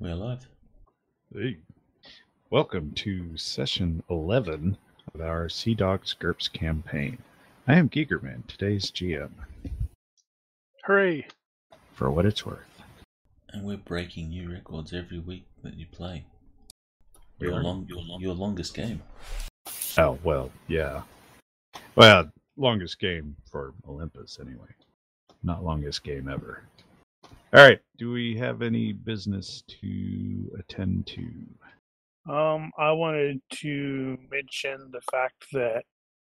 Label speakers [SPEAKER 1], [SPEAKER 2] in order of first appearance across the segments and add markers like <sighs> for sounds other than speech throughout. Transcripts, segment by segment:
[SPEAKER 1] me alive.
[SPEAKER 2] Hey. Welcome to session 11 of our Sea Dogs GURPS campaign. I am Gigerman, today's GM,
[SPEAKER 3] Hooray!
[SPEAKER 2] for what it's worth.
[SPEAKER 1] And we're breaking new records every week that you play.
[SPEAKER 2] We
[SPEAKER 1] your
[SPEAKER 2] are?
[SPEAKER 1] long, your long, your longest game.
[SPEAKER 2] Oh, well, yeah. Well, longest game for Olympus, anyway. Not longest game ever. All right. Do we have any business to attend to?
[SPEAKER 3] Um, I wanted to mention the fact that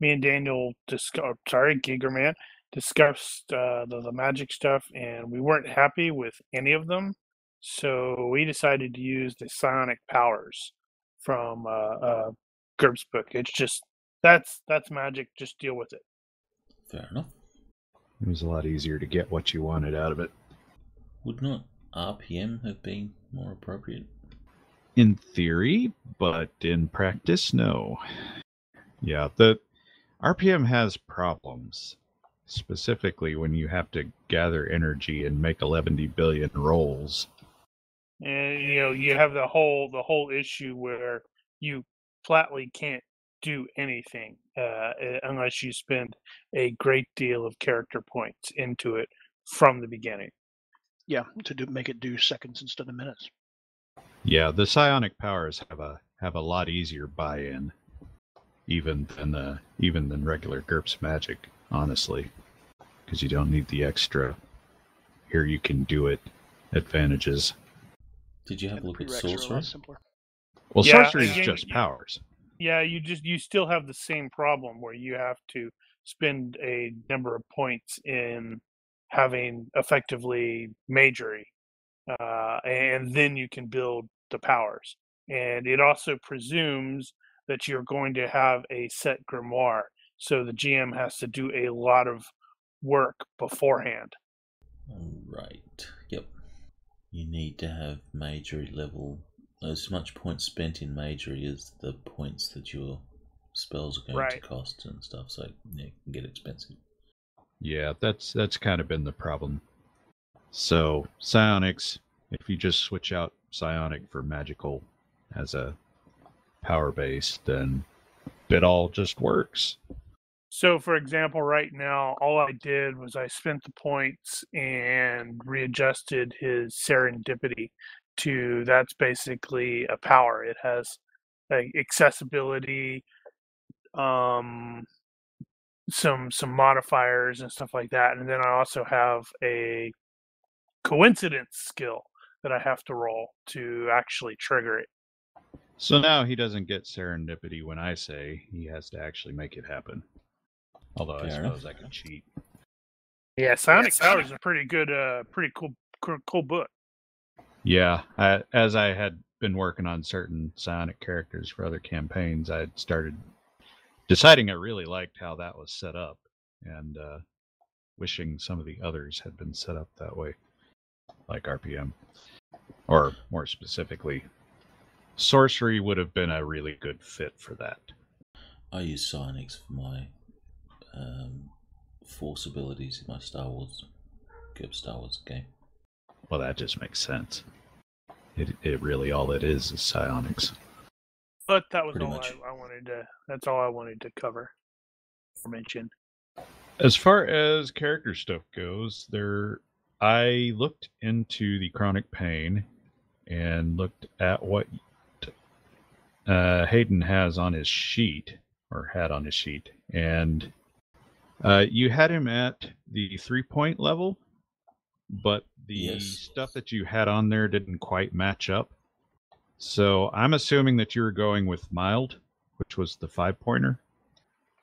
[SPEAKER 3] me and Daniel discussed, sorry, Gigerman, discussed uh, the, the magic stuff, and we weren't happy with any of them. So we decided to use the psionic powers from uh, uh, GURPS book. It's just that's that's magic. Just deal with it.
[SPEAKER 1] Fair enough.
[SPEAKER 2] It was a lot easier to get what you wanted out of it.
[SPEAKER 1] Would not RPM have been more appropriate?
[SPEAKER 2] in theory, but in practice, no. Yeah, the RPM has problems, specifically when you have to gather energy and make 11 billion rolls.
[SPEAKER 3] and you know you have the whole the whole issue where you flatly can't do anything uh, uh, unless you spend a great deal of character points into it from the beginning.
[SPEAKER 4] Yeah, to do make it do seconds instead of minutes.
[SPEAKER 2] Yeah, the psionic powers have a have a lot easier buy-in, even than the even than regular GURPS magic, honestly, because you don't need the extra. Here you can do it advantages.
[SPEAKER 1] Did you have
[SPEAKER 4] And
[SPEAKER 1] a
[SPEAKER 4] the
[SPEAKER 1] look at
[SPEAKER 4] prereqs are a lot
[SPEAKER 1] sorcery?
[SPEAKER 4] simpler.
[SPEAKER 2] Well,
[SPEAKER 3] Yeah,
[SPEAKER 2] sorcery is
[SPEAKER 3] again,
[SPEAKER 2] just
[SPEAKER 3] you-
[SPEAKER 2] powers.
[SPEAKER 3] Yeah, you just you still have the same problem where you have to spend a number of points in having effectively majory, uh, and then you can build the powers. And it also presumes that you're going to have a set grimoire, so the GM has to do a lot of work beforehand.
[SPEAKER 1] Right. Yep. You need to have majory level as much points spent in majory as the points that your spells are going to
[SPEAKER 3] Right.
[SPEAKER 1] cost and stuff. So yeah, it can get expensive.
[SPEAKER 2] Yeah, that's that's kind of been the problem. So psionics, if you just switch out psionic for magical as a power base, then it all just works.
[SPEAKER 3] So, for example, right now, all I did was I spent the points and readjusted his serendipity to that's basically a power. It has like accessibility, um, some some modifiers and stuff like that, and then I also have a coincidence skill that I have to roll to actually trigger it.
[SPEAKER 2] So now he doesn't get serendipity when I say he has to actually make it happen. Although I
[SPEAKER 1] Fair enough.
[SPEAKER 2] suppose I could cheat.
[SPEAKER 3] Yeah, Sonic Powers is a pretty good, uh, pretty cool, cool, cool book.
[SPEAKER 2] Yeah, I, as I had been working on certain psionic characters for other campaigns, I had started deciding I really liked how that was set up, and uh, wishing some of the others had been set up that way, like RPM, or more specifically, sorcery would have been a really good fit for that.
[SPEAKER 1] I use psionics for my um, force abilities in my Star Wars, good Star Wars game.
[SPEAKER 2] Well, that just makes sense. It it really all it is is psionics.
[SPEAKER 3] But that was
[SPEAKER 1] Pretty
[SPEAKER 3] all
[SPEAKER 1] much.
[SPEAKER 3] I, I wanted to. That's all I wanted to cover or mention.
[SPEAKER 2] As far as character stuff goes, there I looked into the chronic pain and looked at what uh, Hayden has on his sheet or had on his sheet, and uh, you had him at the three point level, but the
[SPEAKER 1] Yes.
[SPEAKER 2] stuff that you had on there didn't quite match up. So I'm assuming that you were going with mild, which was the five pointer,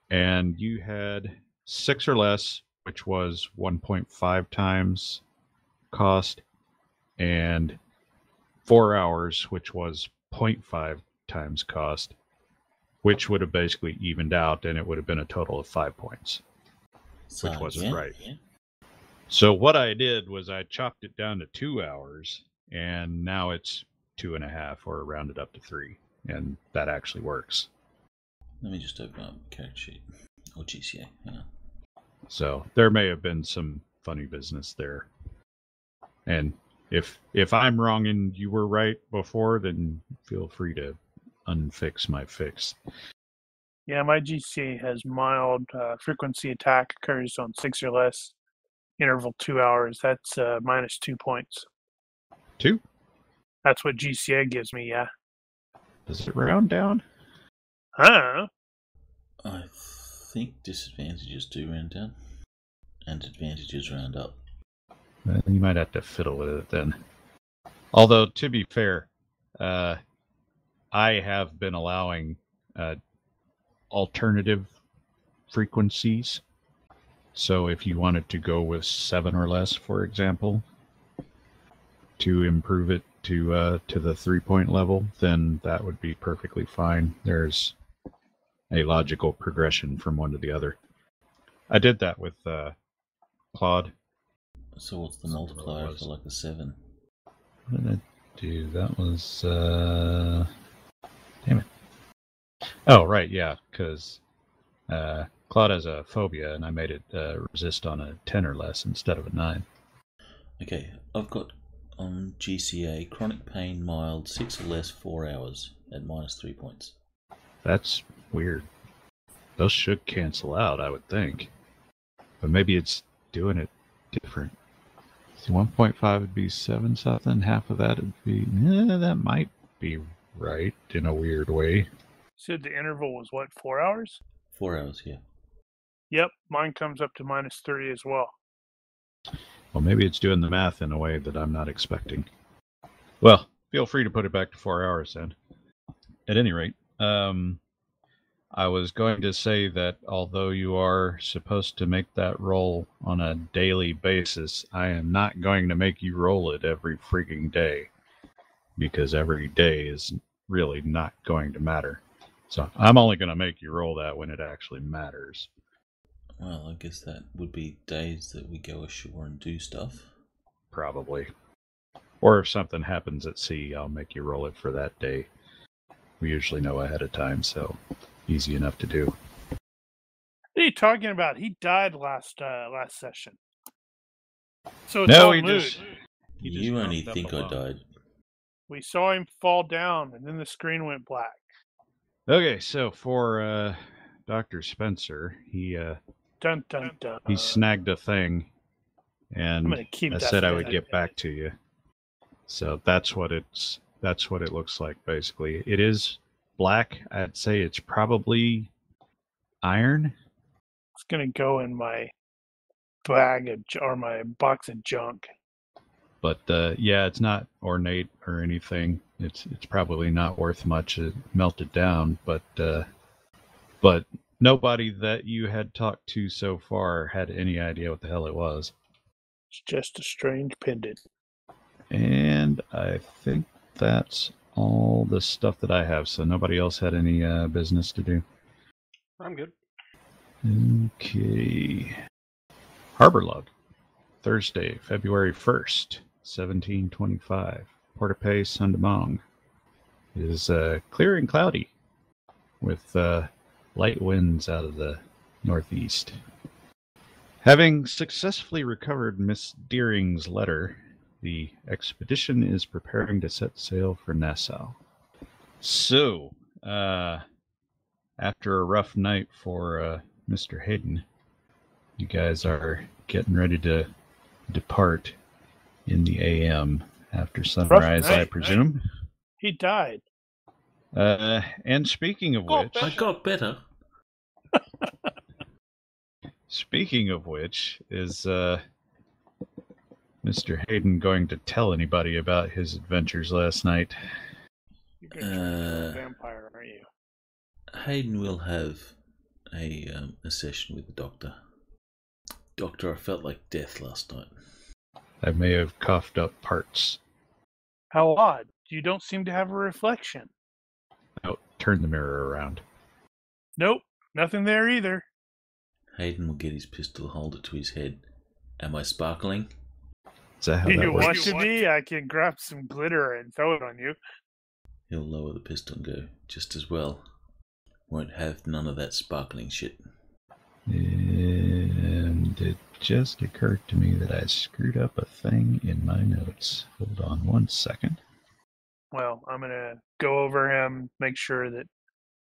[SPEAKER 2] and you had six or less, which was 1.5 times cost, and four hours, which was 0.5 times cost, which would have basically evened out, and it would have been a total of five points.
[SPEAKER 1] So,
[SPEAKER 2] wasn't
[SPEAKER 1] yeah,
[SPEAKER 2] right.
[SPEAKER 1] yeah.
[SPEAKER 2] So what I did was I chopped it down to two hours, and now it's two and a half, or rounded up to three, and that actually works.
[SPEAKER 1] Let me just open up character sheet or GCA. Hang on.
[SPEAKER 2] So there may have been some funny business there. And If if I'm wrong and you were right before, then feel free to unfix my fix.
[SPEAKER 3] Yeah, my GC has mild uh, frequency attack occurs on six or less, interval two hours. That's uh, minus two points.
[SPEAKER 2] Two?
[SPEAKER 3] That's what GCA gives me. Yeah.
[SPEAKER 2] Does it round down?
[SPEAKER 3] Huh?
[SPEAKER 1] I think disadvantages do round down, and advantages round up.
[SPEAKER 2] Well, You might have to fiddle with it then. Although to be fair, uh, I have been allowing uh, alternative frequencies. So if you wanted to go with seven or less, for example, to improve it to uh, to the three point level, then that would be perfectly fine. There's a logical progression from one to the other. I did that with uh, Claude.
[SPEAKER 1] So what's the
[SPEAKER 2] Something
[SPEAKER 1] multiplier
[SPEAKER 2] like that.
[SPEAKER 1] for like a seven?
[SPEAKER 2] What did I do? That was uh damn it. Oh right, yeah, because uh Claude has a phobia and I made it uh, resist on a ten or less instead of a nine.
[SPEAKER 1] Okay, I've got on GCA chronic pain mild six or less four hours at minus three points.
[SPEAKER 2] That's weird. Those should cancel out, I would think. But maybe it's doing it different. See, 1.5 would be 7 something. Half of that would be. eh, that might be right in a weird way.
[SPEAKER 3] Said the interval was what four hours?
[SPEAKER 1] Four hours, yeah.
[SPEAKER 3] Yep, mine comes up to minus three as well.
[SPEAKER 2] Well, maybe it's doing the math in a way that I'm not expecting. Well, feel free to put it back to four hours then. At any rate, um, I was going to say that although you are supposed to make that roll on a daily basis, I am not going to make you roll it every freaking day because every day is really not going to matter. So I'm only going to make you roll that when it actually matters.
[SPEAKER 1] Well, I guess that would be days that we go ashore and do stuff.
[SPEAKER 2] probably. Or if something happens at sea, I'll make you roll it for that day. We usually know ahead of time, so easy enough to do.
[SPEAKER 3] What are you talking about? He died last uh last session. So it's
[SPEAKER 2] No,
[SPEAKER 3] all
[SPEAKER 2] he
[SPEAKER 3] mood.
[SPEAKER 2] just- He just
[SPEAKER 1] You only
[SPEAKER 2] rounded up
[SPEAKER 1] think
[SPEAKER 2] a
[SPEAKER 1] I
[SPEAKER 2] lot.
[SPEAKER 1] died.
[SPEAKER 3] We saw him fall down, and then the screen went black.
[SPEAKER 2] Okay, so for uh, Doctor Spencer, he uh,
[SPEAKER 3] Dun dun dun.
[SPEAKER 2] he snagged a thing, and
[SPEAKER 3] I'm gonna keep
[SPEAKER 2] I
[SPEAKER 3] that.
[SPEAKER 2] said I
[SPEAKER 3] for
[SPEAKER 2] would
[SPEAKER 3] that.
[SPEAKER 2] get back to you. So that's what it's that's what it looks like basically. It is black. I'd say it's probably iron.
[SPEAKER 3] It's gonna go in my bag of, j- or my box of junk.
[SPEAKER 2] but uh, yeah, it's not ornate or anything. It's it's probably not worth much. It melted down, but uh, but nobody that you had talked to so far had any idea what the hell it was.
[SPEAKER 3] It's just a strange pendant.
[SPEAKER 2] And I think that's all the stuff that I have. So nobody else had any uh, business to do.
[SPEAKER 4] I'm good.
[SPEAKER 2] Okay. Harbor log, Thursday, February 1st, 1725. Port au Pay, Sundamong. It is uh, clear and cloudy with uh, light winds out of the northeast. Having successfully recovered Miss Deering's letter, the expedition is preparing to set sail for Nassau. So, uh, after a rough night for uh, Mr. Hayden, you guys are getting ready to depart in the AM after sunrise, I
[SPEAKER 3] night,
[SPEAKER 2] presume.
[SPEAKER 3] He died.
[SPEAKER 2] Uh, and speaking of
[SPEAKER 4] Go
[SPEAKER 2] which,
[SPEAKER 4] back.
[SPEAKER 1] I got better.
[SPEAKER 2] Speaking of which, is uh, Mr. Hayden going to tell anybody about his adventures last night?
[SPEAKER 3] You're gonna turn into a
[SPEAKER 1] Uh,
[SPEAKER 3] vampire, aren't you?
[SPEAKER 1] Hayden will have a um, a session with the doctor. Doctor, I felt like death last night.
[SPEAKER 2] I may have coughed up parts.
[SPEAKER 3] How odd! You don't seem to have a reflection.
[SPEAKER 2] Oh, turn the mirror around.
[SPEAKER 3] Nope, nothing there either. <laughs>
[SPEAKER 1] Hayden will get his pistol, hold it to his head. Am I sparkling?
[SPEAKER 2] Is that how
[SPEAKER 3] Do you
[SPEAKER 2] that
[SPEAKER 3] want
[SPEAKER 2] works?
[SPEAKER 3] to be? I can grab some glitter and throw it on you.
[SPEAKER 1] He'll lower the pistol and go, just as well. Won't have none of that sparkling shit.
[SPEAKER 2] And It just occurred to me that I screwed up a thing in my notes. Hold on one second.
[SPEAKER 3] Well, I'm gonna go over him, make sure that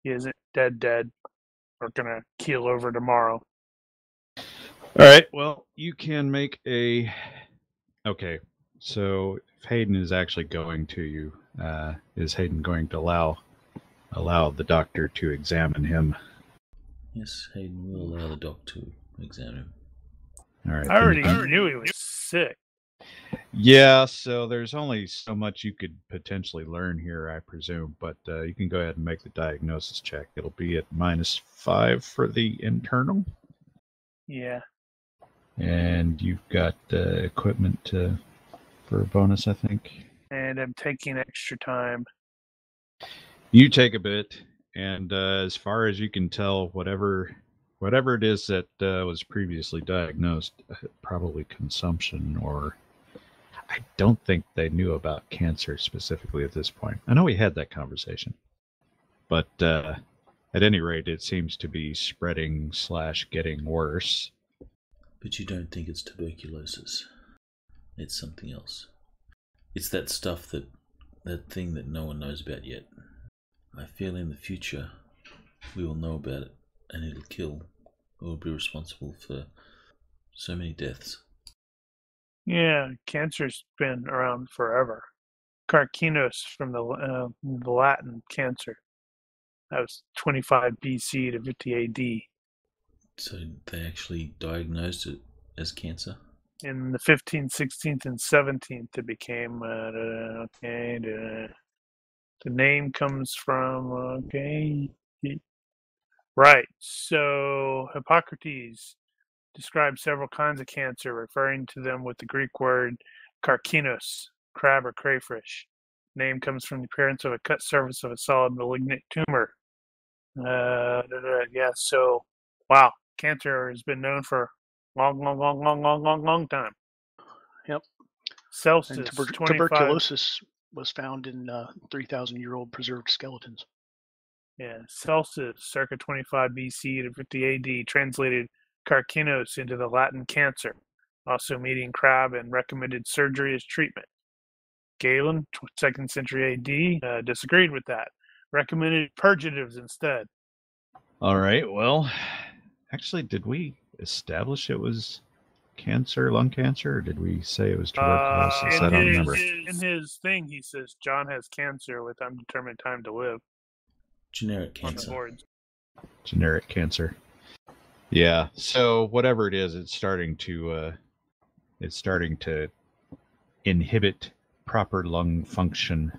[SPEAKER 3] he isn't dead dead. We're gonna keel over tomorrow.
[SPEAKER 2] All right. Well, you can make a. Okay. So if Hayden is actually going to you, uh, is Hayden going to allow allow the doctor to examine him?
[SPEAKER 1] Yes, Hayden will allow the doc to examine him.
[SPEAKER 2] All right.
[SPEAKER 3] I
[SPEAKER 2] then
[SPEAKER 3] already
[SPEAKER 2] you-
[SPEAKER 3] knew he was sick.
[SPEAKER 2] Yeah. So there's only so much you could potentially learn here, I presume. But uh, you can go ahead and make the diagnosis check. It'll be at minus five for the internal,
[SPEAKER 3] Yeah.
[SPEAKER 2] and you've got uh, equipment uh, for a bonus, I think.
[SPEAKER 3] And I'm taking extra time.
[SPEAKER 2] you take a bit and uh, as far as you can tell whatever whatever it is that uh, was previously diagnosed uh, probably consumption or i don't think they knew about cancer specifically at this point i know we had that conversation but uh, at any rate it seems to be spreading slash getting worse
[SPEAKER 1] But you don't think it's tuberculosis. It's something else. It's that stuff that that thing that no one knows about yet. I feel in the future we will know about it and it'll kill or will be responsible for so many deaths.
[SPEAKER 3] Yeah, cancer's been around forever. Carcinos from the uh, the Latin cancer. That was 25 BC to 50 AD.
[SPEAKER 1] So they actually diagnosed it as cancer.
[SPEAKER 3] in the 15th, 16th, and 17th, it became uh, da- da- okay. da- da. the name comes from okay, y- right. So Hippocrates described several kinds of cancer, referring to them with the Greek word carcinos, crab or crayfish. Name comes from the appearance of a cut surface of a solid malignant tumor. Uh, da- da- yeah. So, wow, cancer has been known for long, long, long, long, long, long, long time.
[SPEAKER 4] Yep.
[SPEAKER 3] Celsius
[SPEAKER 4] And tuber-
[SPEAKER 3] 25
[SPEAKER 4] tuberculosis was found in uh, 3,000 year old preserved skeletons.
[SPEAKER 3] Yeah, Celsus, circa 25 BC to 50 AD, translated carcinos into the Latin cancer, also meaning crab, and recommended surgery as treatment. Galen, tw- second century AD, uh, disagreed with that, recommended purgatives instead.
[SPEAKER 2] all right well actually did we establish it was cancer lung cancer or did we say it was
[SPEAKER 3] Uh,
[SPEAKER 2] tuberculosis i don't
[SPEAKER 3] in, his,
[SPEAKER 2] remember
[SPEAKER 3] in his thing, he says John has cancer with undetermined time to live
[SPEAKER 1] Generic
[SPEAKER 3] on the
[SPEAKER 1] cancer.
[SPEAKER 3] boards.
[SPEAKER 2] generic cancer. Yeah. So whatever it is, it's starting to uh, it's starting to inhibit proper lung function.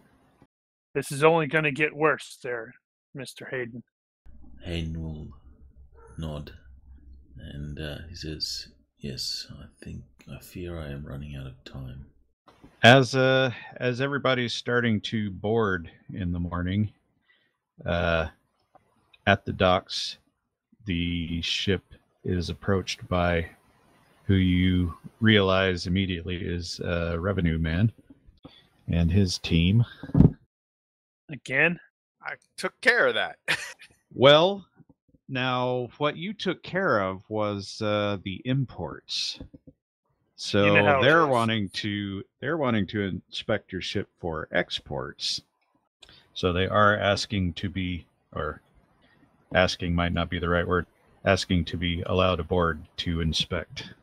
[SPEAKER 3] This is only going to get worse, there, Mister Hayden.
[SPEAKER 1] Hayden will nod and uh, he says, Yes, I think, I fear I am running out of time.
[SPEAKER 2] As uh as everybody's starting to board in the morning, uh, at the docks, the ship is approached by who you realize immediately is uh, Revenue Man and his team.
[SPEAKER 3] Again,
[SPEAKER 5] I took care of that.
[SPEAKER 2] Well, now what you took care of was uh, the imports. So
[SPEAKER 3] You know how it
[SPEAKER 2] they're
[SPEAKER 3] is.
[SPEAKER 2] wanting to they're wanting to inspect your ship for exports. So they are asking to be or asking might not be the right word, asking to be allowed aboard to inspect.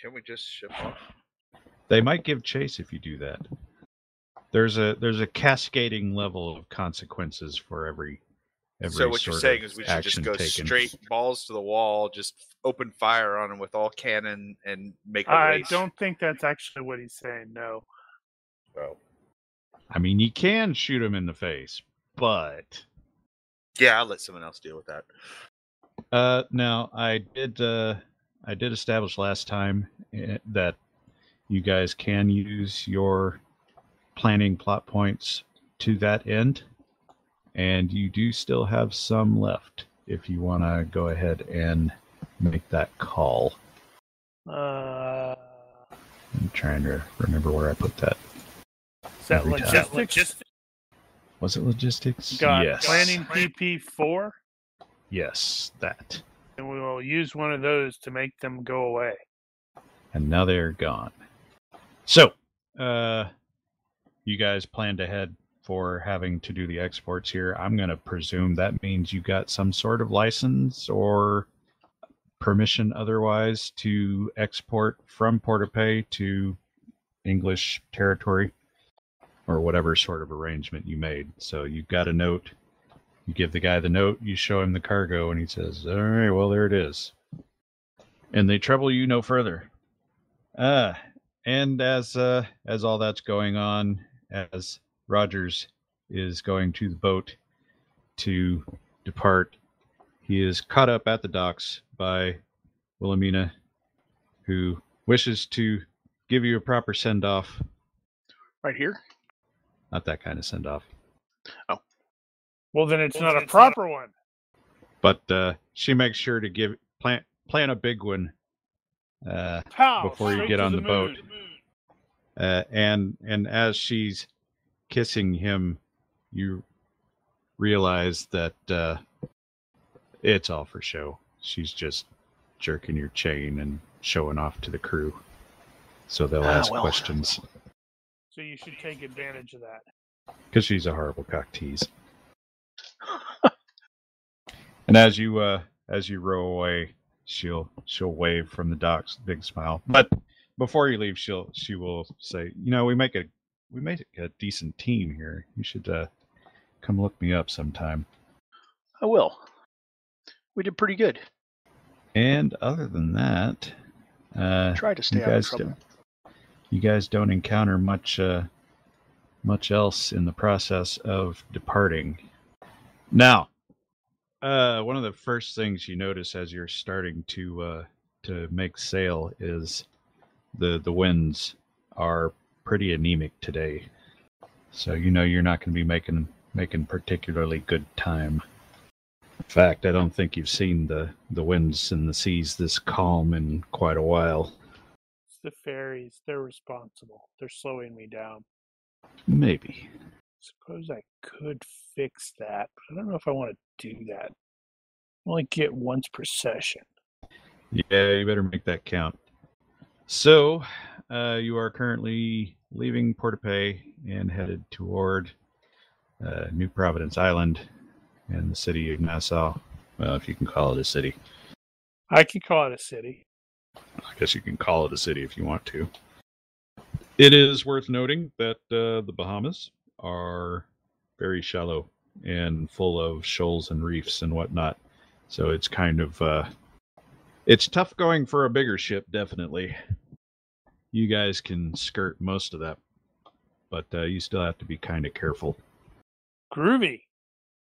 [SPEAKER 5] Can we just ship off?
[SPEAKER 2] They might give chase if you do that. There's a there's a cascading level of consequences for every every
[SPEAKER 5] so what you're
[SPEAKER 2] sort
[SPEAKER 5] saying
[SPEAKER 2] of
[SPEAKER 5] is we should
[SPEAKER 2] action
[SPEAKER 5] just go
[SPEAKER 2] taken.
[SPEAKER 5] straight balls to the wall, just open fire on them with all cannon and make a
[SPEAKER 3] I
[SPEAKER 5] race.
[SPEAKER 3] don't think that's actually what he's saying. No.
[SPEAKER 5] Oh.
[SPEAKER 2] I mean, you can shoot him in the face, but
[SPEAKER 5] Yeah, I'll let someone else deal with that.
[SPEAKER 2] uh, now I did uh, I did establish last time eh, that you guys can use your planning plot points to that end, and you do still have some left if you want to go ahead and make that call.
[SPEAKER 3] Uh,
[SPEAKER 2] I'm trying to remember where I put that.
[SPEAKER 3] is that
[SPEAKER 2] Every time.
[SPEAKER 3] logistics?
[SPEAKER 2] Was it logistics?
[SPEAKER 3] God,
[SPEAKER 2] yes.
[SPEAKER 3] planning PP four.
[SPEAKER 2] Yes, that.
[SPEAKER 3] and we will use one of those to make them go away.
[SPEAKER 2] and now they're gone. So, uh, you guys planned ahead for having to do the exports here. I'm going to presume that means you got some sort of license or permission otherwise to export from Port au Pay to English territory or whatever sort of arrangement you made. So, you've got a note. You give the guy the note, you show him the cargo, and he says, All right, well, there it is. And they trouble you no further. Uh, and as uh, as all that's going on, as Rogers is going to the boat to depart, he is caught up at the docks by Wilhelmina, who wishes to give you a proper send off.
[SPEAKER 4] Right here?
[SPEAKER 2] Not that kind of send off,
[SPEAKER 3] Well, then it's
[SPEAKER 6] Well,
[SPEAKER 3] not
[SPEAKER 6] then
[SPEAKER 3] a
[SPEAKER 6] it's not a-
[SPEAKER 3] proper one.
[SPEAKER 2] but uh, she makes sure to give plan plan a big one. Uh,
[SPEAKER 3] Pow!
[SPEAKER 2] Before you
[SPEAKER 3] straight
[SPEAKER 2] get
[SPEAKER 3] to
[SPEAKER 2] on the boat.
[SPEAKER 3] moon.
[SPEAKER 2] uh, and and as she's kissing him, you realize that uh, it's all for show. She's just jerking your chain and showing off to the crew, so they'll
[SPEAKER 4] Ah,
[SPEAKER 2] ask
[SPEAKER 4] well.
[SPEAKER 2] questions
[SPEAKER 3] So you should take advantage of that.
[SPEAKER 2] because she's a horrible cock tease. and as you uh, as you row away, she'll she'll wave from the docks, big smile. But before you leave, she'll she will say, you know, we make a we make a decent team here. You should uh, come look me up sometime.
[SPEAKER 4] I will. We did pretty good.
[SPEAKER 2] And other than that, uh,
[SPEAKER 4] Try to
[SPEAKER 2] you
[SPEAKER 4] stay out of
[SPEAKER 2] guys
[SPEAKER 4] trouble.
[SPEAKER 2] don't you guys don't encounter much uh, much else in the process of departing. Now, uh, one of the first things you notice as you're starting to uh, to make sail is the the winds are pretty anemic today, so you know you're not going to be making making particularly good time. In fact, I don't think you've seen the the winds and the seas this calm in quite a while.
[SPEAKER 3] It's the fairies. They're responsible. They're slowing me down.
[SPEAKER 2] Maybe.
[SPEAKER 3] Suppose I could fix that, but I don't know if I want to do that. I only get once per session.
[SPEAKER 2] Yeah, you better make that count. So, uh, you are currently leaving Port au Pay and headed toward uh, New Providence Island and the city of Nassau. Well, if you can call it a city,
[SPEAKER 3] I can call it a city.
[SPEAKER 2] I guess you can call it a city if you want to. It is worth noting that uh, the Bahamas are very shallow and full of shoals and reefs and whatnot. So it's kind of uh, it's tough going for a bigger ship, definitely. You guys can skirt most of that, but uh, you still have to be kind of careful.
[SPEAKER 3] Groovy.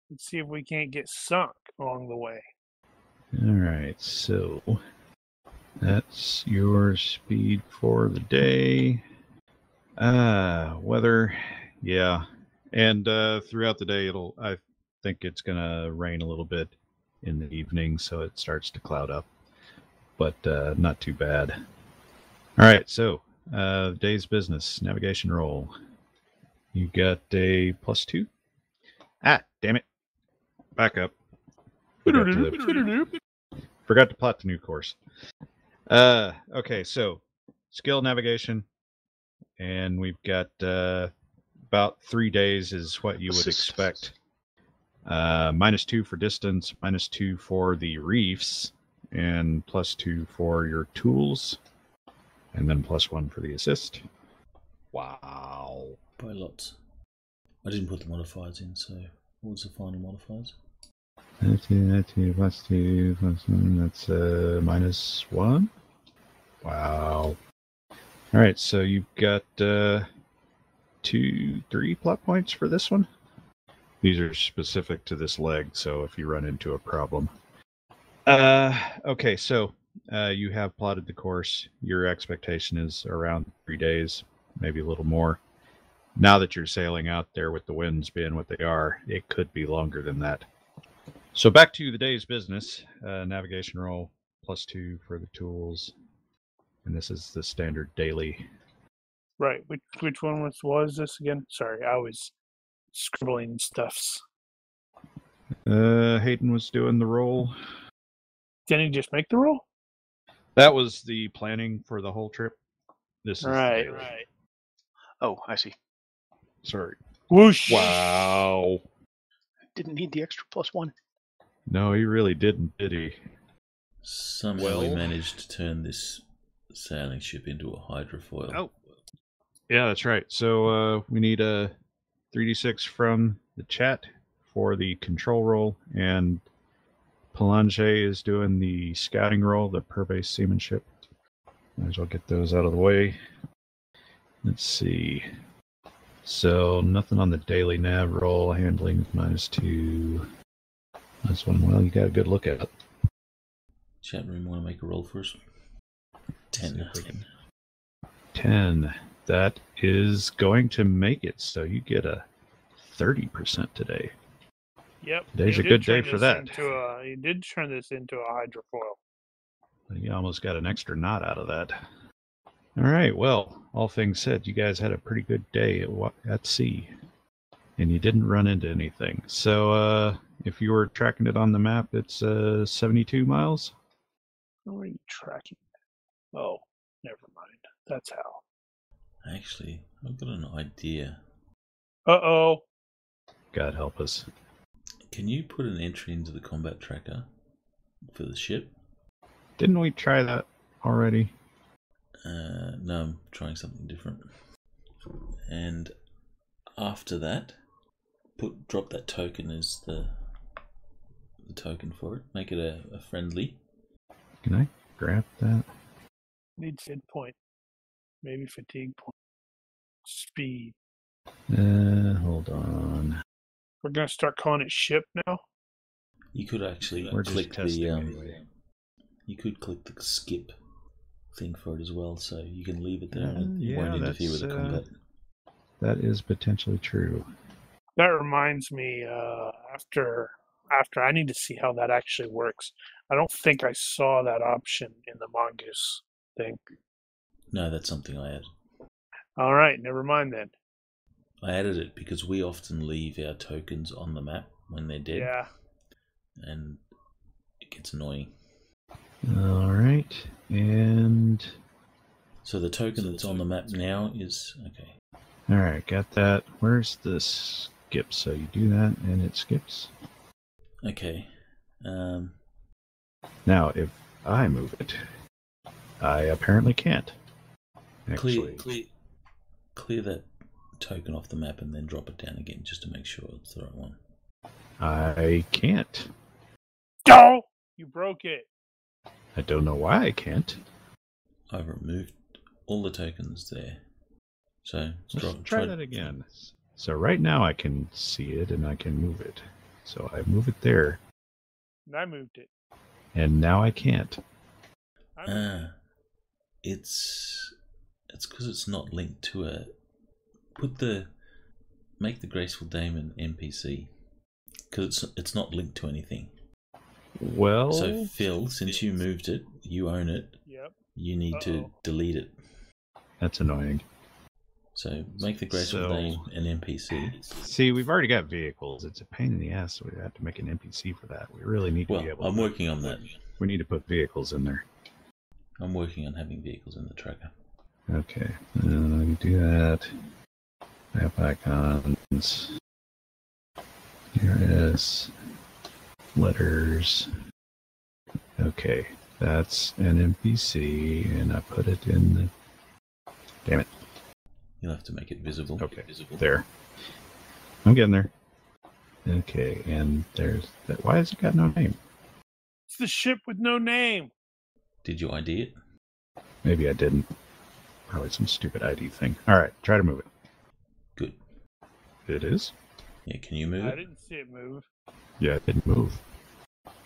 [SPEAKER 3] Let's see if we can't get sunk along the way.
[SPEAKER 2] All right, so that's your speed for the day. Uh, weather, yeah, and uh, throughout the day it'll. I think it's gonna rain a little bit in the evening, so it starts to cloud up, but uh, not too bad. All right, so uh, day's business navigation roll. You got a plus two. Ah, damn it! Back up. Forgot to- forgot to plot the new course. Uh, okay, so skill navigation, and we've got uh, about three days is what you would expect. Uh, minus two for distance, minus two for the reefs, and plus two for your tools, and then plus one for the assist. Wow.
[SPEAKER 1] By lots. I didn't put the modifiers in, so what was the final modifiers?
[SPEAKER 2] That's two, that's two, plus two, plus one. That's uh, minus one. Wow. All right, so you've got uh, two, three plot points for this one. These are specific to this leg, so if you run into a problem. Uh, okay, so uh, you have plotted the course. Your expectation is around three days, maybe a little more. Now that you're sailing out there with the winds being what they are, it could be longer than that. So back to the day's business. Uh, navigation roll plus two for the tools, and this is the standard daily.
[SPEAKER 3] Right. Which which one was was this again? Sorry, I was scribbling stuffs.
[SPEAKER 2] Uh, Hayden was doing the roll.
[SPEAKER 3] Didn't he just make the roll?
[SPEAKER 2] That was the planning for the whole trip. This is
[SPEAKER 3] Right, right.
[SPEAKER 4] Oh, I see.
[SPEAKER 2] Sorry.
[SPEAKER 3] Whoosh.
[SPEAKER 2] Wow.
[SPEAKER 4] Didn't need the extra plus one.
[SPEAKER 2] No, he really didn't, did he?
[SPEAKER 1] Somehow we
[SPEAKER 2] Well-
[SPEAKER 1] managed to turn this sailing ship into a hydrofoil.
[SPEAKER 2] Oh. Yeah, that's right. So uh, we need a 3d6 from the chat for the control roll, and Palange is doing the scouting roll, the purvey seamanship. Might as well get those out of the way. Let's see. So nothing on the daily nav roll. Handling is minus two. That's one. Well, you got a good look at it.
[SPEAKER 1] Chat room, want to make a roll for us?
[SPEAKER 2] See
[SPEAKER 1] Ten.
[SPEAKER 2] if we can- Ten. That is going to make it. So you get a thirty percent today.
[SPEAKER 3] Yep.
[SPEAKER 2] Today's
[SPEAKER 3] you
[SPEAKER 2] a
[SPEAKER 3] did
[SPEAKER 2] good day
[SPEAKER 3] turn
[SPEAKER 2] for
[SPEAKER 3] this
[SPEAKER 2] that.
[SPEAKER 3] Into a, you did turn this into a hydrofoil.
[SPEAKER 2] You almost got an extra knot out of that. All right. Well, all things said, you guys had a pretty good day at, wa- at sea, and you didn't run into anything. So, uh, if you were tracking it on the map, it's uh, 72 miles.
[SPEAKER 3] How are you tracking that? Oh, never mind. That's how.
[SPEAKER 1] Actually, I've got an idea.
[SPEAKER 3] Uh oh.
[SPEAKER 2] God help us.
[SPEAKER 1] Can you put an entry into the combat tracker for the ship?
[SPEAKER 2] Didn't we try that already?
[SPEAKER 1] Uh, no, I'm trying something different. And after that, put drop that token as the the token for it. Make it a, a friendly.
[SPEAKER 2] Can I grab that?
[SPEAKER 3] Needs hit point. Maybe fatigue point. Speed.
[SPEAKER 2] Uh, hold on.
[SPEAKER 3] We're gonna start calling it ship now.
[SPEAKER 1] You could actually
[SPEAKER 2] We're just
[SPEAKER 1] click
[SPEAKER 2] testing
[SPEAKER 1] the um,
[SPEAKER 2] anyway.
[SPEAKER 1] you could click the skip thing for it as well, so you can leave it there
[SPEAKER 2] Uh,
[SPEAKER 1] and it won't
[SPEAKER 2] yeah,
[SPEAKER 1] interfere with the
[SPEAKER 2] that's, uh,
[SPEAKER 1] combat.
[SPEAKER 2] That is potentially true.
[SPEAKER 3] That reminds me. Uh, after after I need to see how that actually works. I don't think I saw that option in the mongoose thing.
[SPEAKER 1] No, that's something I added.
[SPEAKER 3] All right, never mind then.
[SPEAKER 1] I added it because we often leave our tokens on the map when they're dead,
[SPEAKER 3] Yeah.
[SPEAKER 1] and it gets annoying.
[SPEAKER 2] All right. And
[SPEAKER 1] So the token that's on the map now is okay.
[SPEAKER 2] All right, got that. Where's the skip? So you do that, and it skips.
[SPEAKER 1] Okay. Um,
[SPEAKER 2] Now, if I move it, I apparently can't.
[SPEAKER 1] clear,
[SPEAKER 2] Actually,
[SPEAKER 1] clear, clear that token off the map and then drop it down again just to make sure it's the right one.
[SPEAKER 2] I can't.
[SPEAKER 3] Go! Oh! You broke it.
[SPEAKER 2] I don't know why I can't.
[SPEAKER 1] I've removed all the tokens there. So
[SPEAKER 2] Let's
[SPEAKER 1] drop,
[SPEAKER 2] try that again. So right now I can see it, and I can move it. So I move it there,
[SPEAKER 3] And I moved it.
[SPEAKER 2] and now I can't.
[SPEAKER 3] I moved
[SPEAKER 1] Ah, it's it's because it's not linked to a. Put the make the graceful dame an NPC because it's it's not linked to anything.
[SPEAKER 2] Well,
[SPEAKER 1] So Phil, since you moved it, you own it.
[SPEAKER 3] it. Yep.
[SPEAKER 1] You need to
[SPEAKER 3] Uh-oh.
[SPEAKER 1] delete it.
[SPEAKER 2] that's annoying.
[SPEAKER 1] So make the graceful
[SPEAKER 2] So-
[SPEAKER 1] dame an NPC.
[SPEAKER 2] See, we've already got vehicles. It's a pain in the ass. that We have to make an NPC for that. We really need to
[SPEAKER 1] Well,
[SPEAKER 2] be able.
[SPEAKER 1] I'm
[SPEAKER 2] to,
[SPEAKER 1] working on that.
[SPEAKER 2] We need to put vehicles in there.
[SPEAKER 1] I'm working on having vehicles in the tracker.
[SPEAKER 2] Okay, uh, let me do that. Map icons. Here it is. Letters. Okay, that's an NPC, and I put it in the. Damn it,
[SPEAKER 1] You'll have to make it visible.
[SPEAKER 2] Okay,
[SPEAKER 1] visible.
[SPEAKER 2] there. I'm getting there. Okay, and there's that. Why has it got no name?
[SPEAKER 3] It's the ship with no name.
[SPEAKER 1] Did you ID it?
[SPEAKER 2] Maybe I didn't. Probably some stupid ID thing. All right, try to move it.
[SPEAKER 1] Good.
[SPEAKER 2] It is.
[SPEAKER 1] Yeah, can you move
[SPEAKER 3] I
[SPEAKER 1] it?
[SPEAKER 3] didn't see it move.
[SPEAKER 2] Yeah, it didn't move.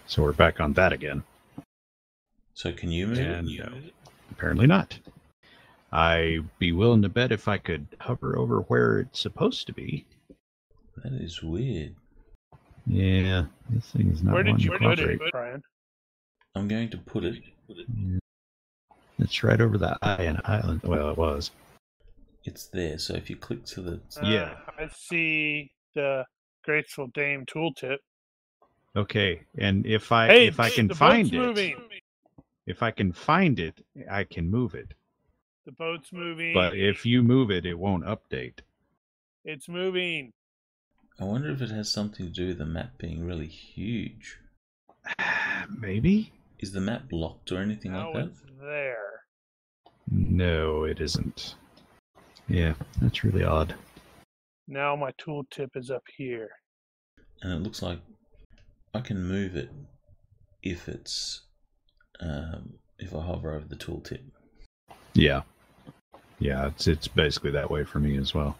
[SPEAKER 2] So we're back on that again.
[SPEAKER 1] So can you move
[SPEAKER 2] And
[SPEAKER 1] it?
[SPEAKER 2] no, apparently not. I'd be willing to bet if I could hover over where it's supposed to be.
[SPEAKER 1] That is weird.
[SPEAKER 2] Yeah, this thing's not
[SPEAKER 3] Where did
[SPEAKER 2] wanting
[SPEAKER 3] you
[SPEAKER 2] to
[SPEAKER 3] put it,
[SPEAKER 2] cooperate.
[SPEAKER 3] Brian?
[SPEAKER 1] I'm going to put it.
[SPEAKER 2] Yeah. It's right over the eye and island. Well, it was.
[SPEAKER 1] It's there. So if you click to the
[SPEAKER 3] Ah,
[SPEAKER 2] Yeah.
[SPEAKER 3] Uh, I see the Graceful Dame tooltip.
[SPEAKER 2] Okay, and if I
[SPEAKER 3] Hey,
[SPEAKER 2] if I
[SPEAKER 3] dude,
[SPEAKER 2] can
[SPEAKER 3] the
[SPEAKER 2] find
[SPEAKER 3] boat's
[SPEAKER 2] it,
[SPEAKER 3] moving.
[SPEAKER 2] if I can find it, I can move it.
[SPEAKER 3] The boat's moving.
[SPEAKER 2] But if you move it, it won't update.
[SPEAKER 3] it's moving.
[SPEAKER 1] I wonder if it has something to do with the map being really huge.
[SPEAKER 2] Maybe?
[SPEAKER 1] Is the map locked or anything
[SPEAKER 3] Now
[SPEAKER 1] like that?
[SPEAKER 3] it's there.
[SPEAKER 2] No, it isn't. Yeah, that's really odd.
[SPEAKER 3] Now my tooltip is up here.
[SPEAKER 1] And it looks like I can move it if it's um, if I hover over the tooltip.
[SPEAKER 2] Yeah. Yeah, it's it's basically that way for me as well.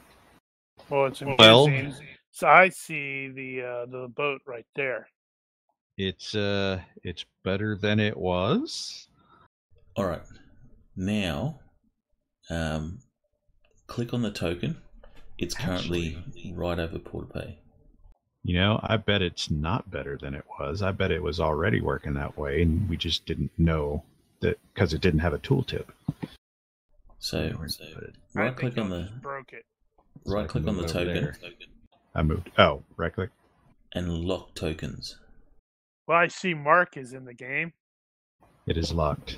[SPEAKER 3] Well, it's
[SPEAKER 2] Well-
[SPEAKER 3] amazing. so I see the uh, the boat right there.
[SPEAKER 2] It's uh it's better than it was.
[SPEAKER 1] All right, now um, click on the token. It's currently right over Port Pay.
[SPEAKER 2] You know, I bet it's not better than it was. I bet it was already working that way and we just didn't know that because it didn't have a tooltip.
[SPEAKER 1] So,
[SPEAKER 2] Where did
[SPEAKER 1] so
[SPEAKER 2] I put it?
[SPEAKER 3] I
[SPEAKER 1] right
[SPEAKER 3] think
[SPEAKER 1] click on
[SPEAKER 3] I
[SPEAKER 1] the
[SPEAKER 3] just broke it.
[SPEAKER 2] So I
[SPEAKER 1] right click
[SPEAKER 2] can
[SPEAKER 1] on the
[SPEAKER 2] move it over
[SPEAKER 1] token
[SPEAKER 2] I moved. Oh, right click.
[SPEAKER 1] and lock tokens.
[SPEAKER 3] Well, I see Mark is in the game.
[SPEAKER 2] It is locked.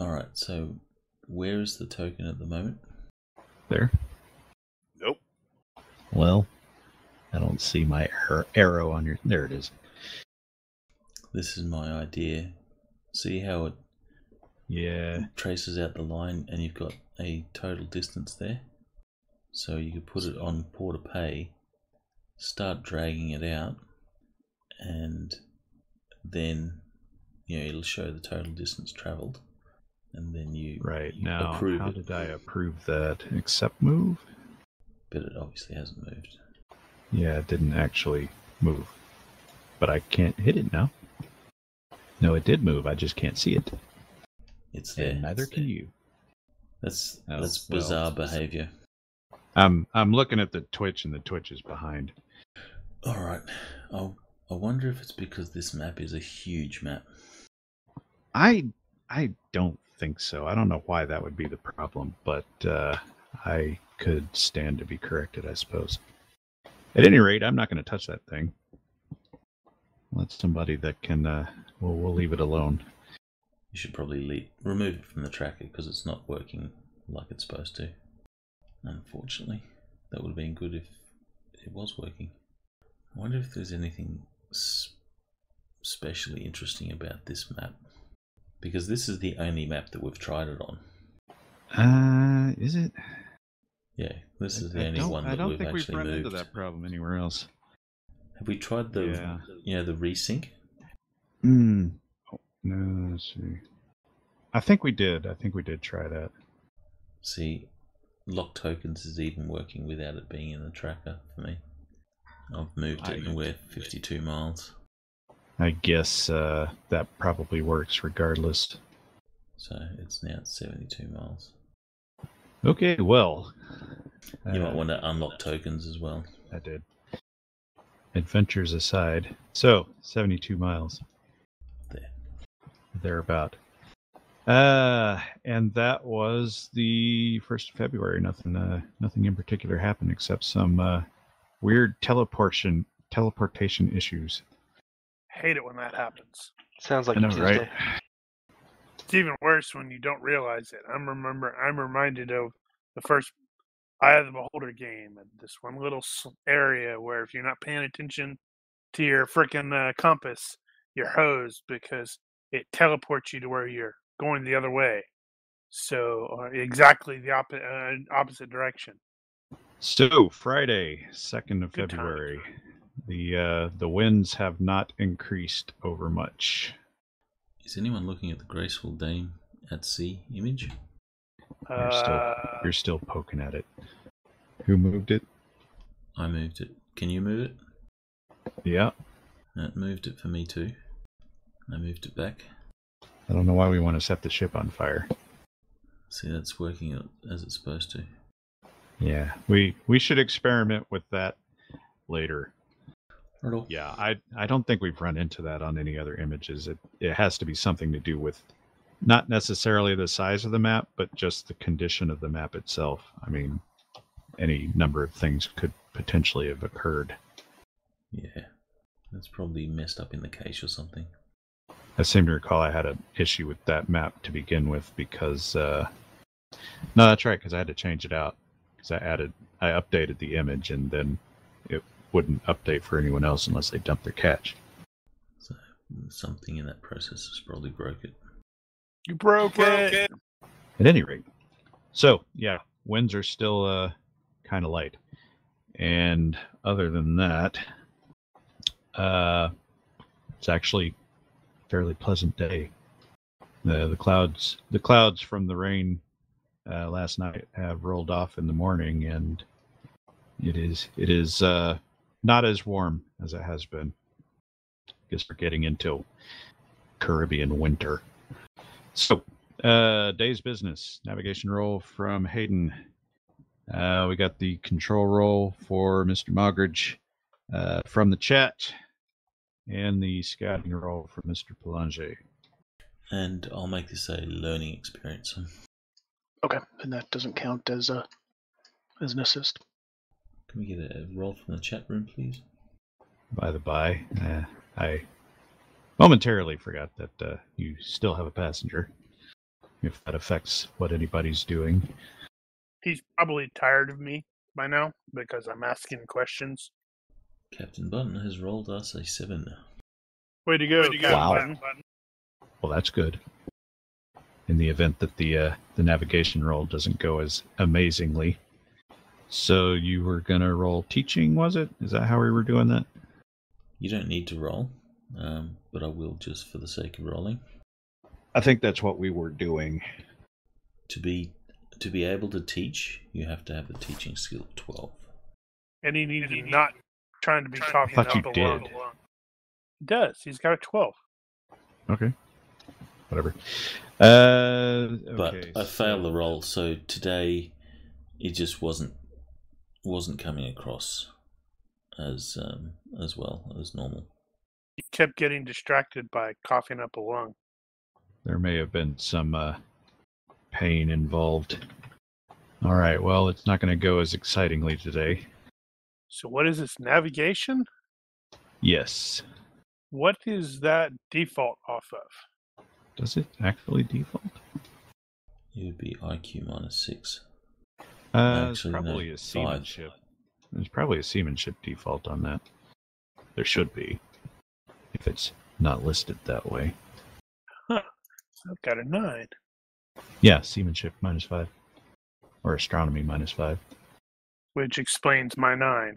[SPEAKER 1] All right, so where is the token at the moment?
[SPEAKER 2] There.
[SPEAKER 5] Nope.
[SPEAKER 2] Well, I don't see my ar- arrow on your. There it is.
[SPEAKER 1] This is my idea. See how it
[SPEAKER 2] Yeah.
[SPEAKER 1] traces out the line and you've got a total distance there. So you could put it on Port to Pay, start dragging it out, and then you know it'll show the total distance traveled, and then you
[SPEAKER 2] Right
[SPEAKER 1] you
[SPEAKER 2] now,
[SPEAKER 1] approve
[SPEAKER 2] how
[SPEAKER 1] it.
[SPEAKER 2] did I approve that? Accept move?
[SPEAKER 1] But it obviously hasn't moved.
[SPEAKER 2] Yeah, it didn't actually move, but I can't hit it now. No, it did move. I just can't see it,
[SPEAKER 1] It's there.
[SPEAKER 2] and neither
[SPEAKER 1] It's
[SPEAKER 2] can
[SPEAKER 1] there.
[SPEAKER 2] you.
[SPEAKER 1] That's
[SPEAKER 2] Oh,
[SPEAKER 1] that's
[SPEAKER 2] well,
[SPEAKER 1] bizarre
[SPEAKER 2] it's-
[SPEAKER 1] behavior.
[SPEAKER 2] I'm I'm looking at the twitch, and the twitch is behind.
[SPEAKER 1] All right. I I wonder if it's because this map is a huge map.
[SPEAKER 2] I I don't think so. I don't know why that would be the problem, but uh, I could stand to be corrected, I suppose. At any rate, I'm not going to touch that thing. Let somebody that can. Uh, well, we'll leave it alone.
[SPEAKER 1] You should probably le- remove it from the tracker because it's not working like it's supposed to. Unfortunately, that would have been good if it was working. I wonder if there's anything s- especially interesting about this map because this is the only map that we've tried it on.
[SPEAKER 2] Uh, is it?
[SPEAKER 1] Yeah, this is
[SPEAKER 2] I
[SPEAKER 1] the only
[SPEAKER 2] don't-
[SPEAKER 1] one
[SPEAKER 2] I
[SPEAKER 1] that
[SPEAKER 2] don't
[SPEAKER 1] we've
[SPEAKER 2] think we've
[SPEAKER 1] actually
[SPEAKER 2] run
[SPEAKER 1] moved.
[SPEAKER 2] into that problem anywhere else.
[SPEAKER 1] Have we tried the
[SPEAKER 2] Yeah.
[SPEAKER 1] you know the resync?
[SPEAKER 2] Hmm. Oh, no, let's see. I think we did. I think we did try that.
[SPEAKER 1] See, lock tokens is even working without it being in the tracker for me. I've moved it
[SPEAKER 2] I-
[SPEAKER 1] and we're 52 miles.
[SPEAKER 2] I guess uh, that probably works regardless.
[SPEAKER 1] So it's now at 72 miles.
[SPEAKER 2] Okay, well.
[SPEAKER 1] You
[SPEAKER 2] uh,
[SPEAKER 1] might want to unlock tokens as well.
[SPEAKER 2] I did. Adventures aside. So, 72 miles.
[SPEAKER 1] There.
[SPEAKER 2] Thereabout. Uh, and that was the 1st of February. Nothing uh, nothing in particular happened except some uh, weird teleportation teleportation issues.
[SPEAKER 3] Hate it when that happens.
[SPEAKER 6] Sounds like
[SPEAKER 2] I know,
[SPEAKER 6] Tuesday.
[SPEAKER 2] right?
[SPEAKER 3] It's even worse when you don't realize it. I'm remember. I'm reminded of the first Eye of the Beholder game and this one little s- area where if you're not paying attention to your freaking uh, compass, you're hosed because it teleports you to where you're going the other way. So uh, exactly the oppo- uh, opposite direction.
[SPEAKER 2] So Friday, second of
[SPEAKER 3] Good time.
[SPEAKER 2] February, the uh, the winds have not increased over much.
[SPEAKER 1] Is anyone looking at the graceful dame at sea image?
[SPEAKER 2] You're still-
[SPEAKER 3] Uh,
[SPEAKER 2] You're still poking at it. Who moved it?
[SPEAKER 1] I moved it. Can you move it?
[SPEAKER 2] Yeah.
[SPEAKER 1] No, it moved it for me too. I moved it back.
[SPEAKER 2] I don't know why we want to set the ship on fire.
[SPEAKER 1] See, that's working as it's supposed to.
[SPEAKER 2] Yeah. We we should experiment with that later.
[SPEAKER 1] Not at all.
[SPEAKER 2] Yeah, I I don't think we've run into that on any other images. It it has to be something to do with not necessarily the size of the map, but just the condition of the map itself. I mean, any number of things could potentially have occurred.
[SPEAKER 1] Yeah. That's probably messed up in the cache or something.
[SPEAKER 2] I seem to recall I had an issue with that map to begin with because uh, no, that's right because I had to change it out because I added I updated the image and then it wouldn't update for anyone else unless they dumped their catch.
[SPEAKER 1] So something in that process has probably broke it.
[SPEAKER 3] You broke, it.
[SPEAKER 2] At any rate, so yeah, winds are still uh, kind of light, and other than that, uh, it's actually a fairly pleasant day. The the clouds the clouds from the rain uh, last night have rolled off in the morning, and it is it is uh, not as warm as it has been. Guess we're getting into Caribbean winter. So, uh, day's business navigation roll from Hayden. Uh, we got the control roll for Mr. Mogridge uh, from the chat, and the scouting roll for Mr. Pelanger.
[SPEAKER 1] And I'll make this a learning experience.
[SPEAKER 4] Okay, and that doesn't count as a as an assist.
[SPEAKER 1] Can we get a roll from the chat room, please?
[SPEAKER 2] By the by, uh, I momentarily forgot that uh, you still have a passenger. If that affects what anybody's doing,
[SPEAKER 3] He's probably tired of me by now because I'm asking questions.
[SPEAKER 1] Captain Button has rolled us a seven.
[SPEAKER 3] Way to go! Captain
[SPEAKER 2] Wow.
[SPEAKER 3] Button.
[SPEAKER 2] well, that's good. In the event that the uh, the navigation roll doesn't go as amazingly, so you were gonna roll teaching, was it? Is that how we were doing that?
[SPEAKER 1] You don't need to roll, um, but I will just for the sake of rolling.
[SPEAKER 2] I think that's what we were doing.
[SPEAKER 1] To be to be able to teach, you have to have a teaching skill of twelve.
[SPEAKER 3] And he needed not trying to be talking
[SPEAKER 2] thought
[SPEAKER 3] up
[SPEAKER 2] you
[SPEAKER 3] the lung.
[SPEAKER 2] did.
[SPEAKER 3] He does. He's got a 12.
[SPEAKER 2] Okay. Whatever. Uh,
[SPEAKER 1] But
[SPEAKER 2] okay,
[SPEAKER 1] I failed
[SPEAKER 2] so-
[SPEAKER 1] the roll, so today it just wasn't wasn't coming across as um, as well as normal.
[SPEAKER 3] He kept getting distracted by coughing up a lung.
[SPEAKER 2] There may have been some uh, pain involved. All right. Well, it's not going to go as excitingly today.
[SPEAKER 3] So, what is this navigation?
[SPEAKER 2] Yes.
[SPEAKER 3] What is that default off of?
[SPEAKER 2] Does it actually default?
[SPEAKER 1] It would be IQ minus six.
[SPEAKER 2] Uh, it's
[SPEAKER 1] Actually, no,
[SPEAKER 2] probably a
[SPEAKER 1] five.
[SPEAKER 2] seamanship. There's probably a seamanship default on that. There should be, if it's not listed that way.
[SPEAKER 3] I've got a 9.
[SPEAKER 2] Yeah, seamanship minus five, or astronomy minus five.
[SPEAKER 3] which explains my nine.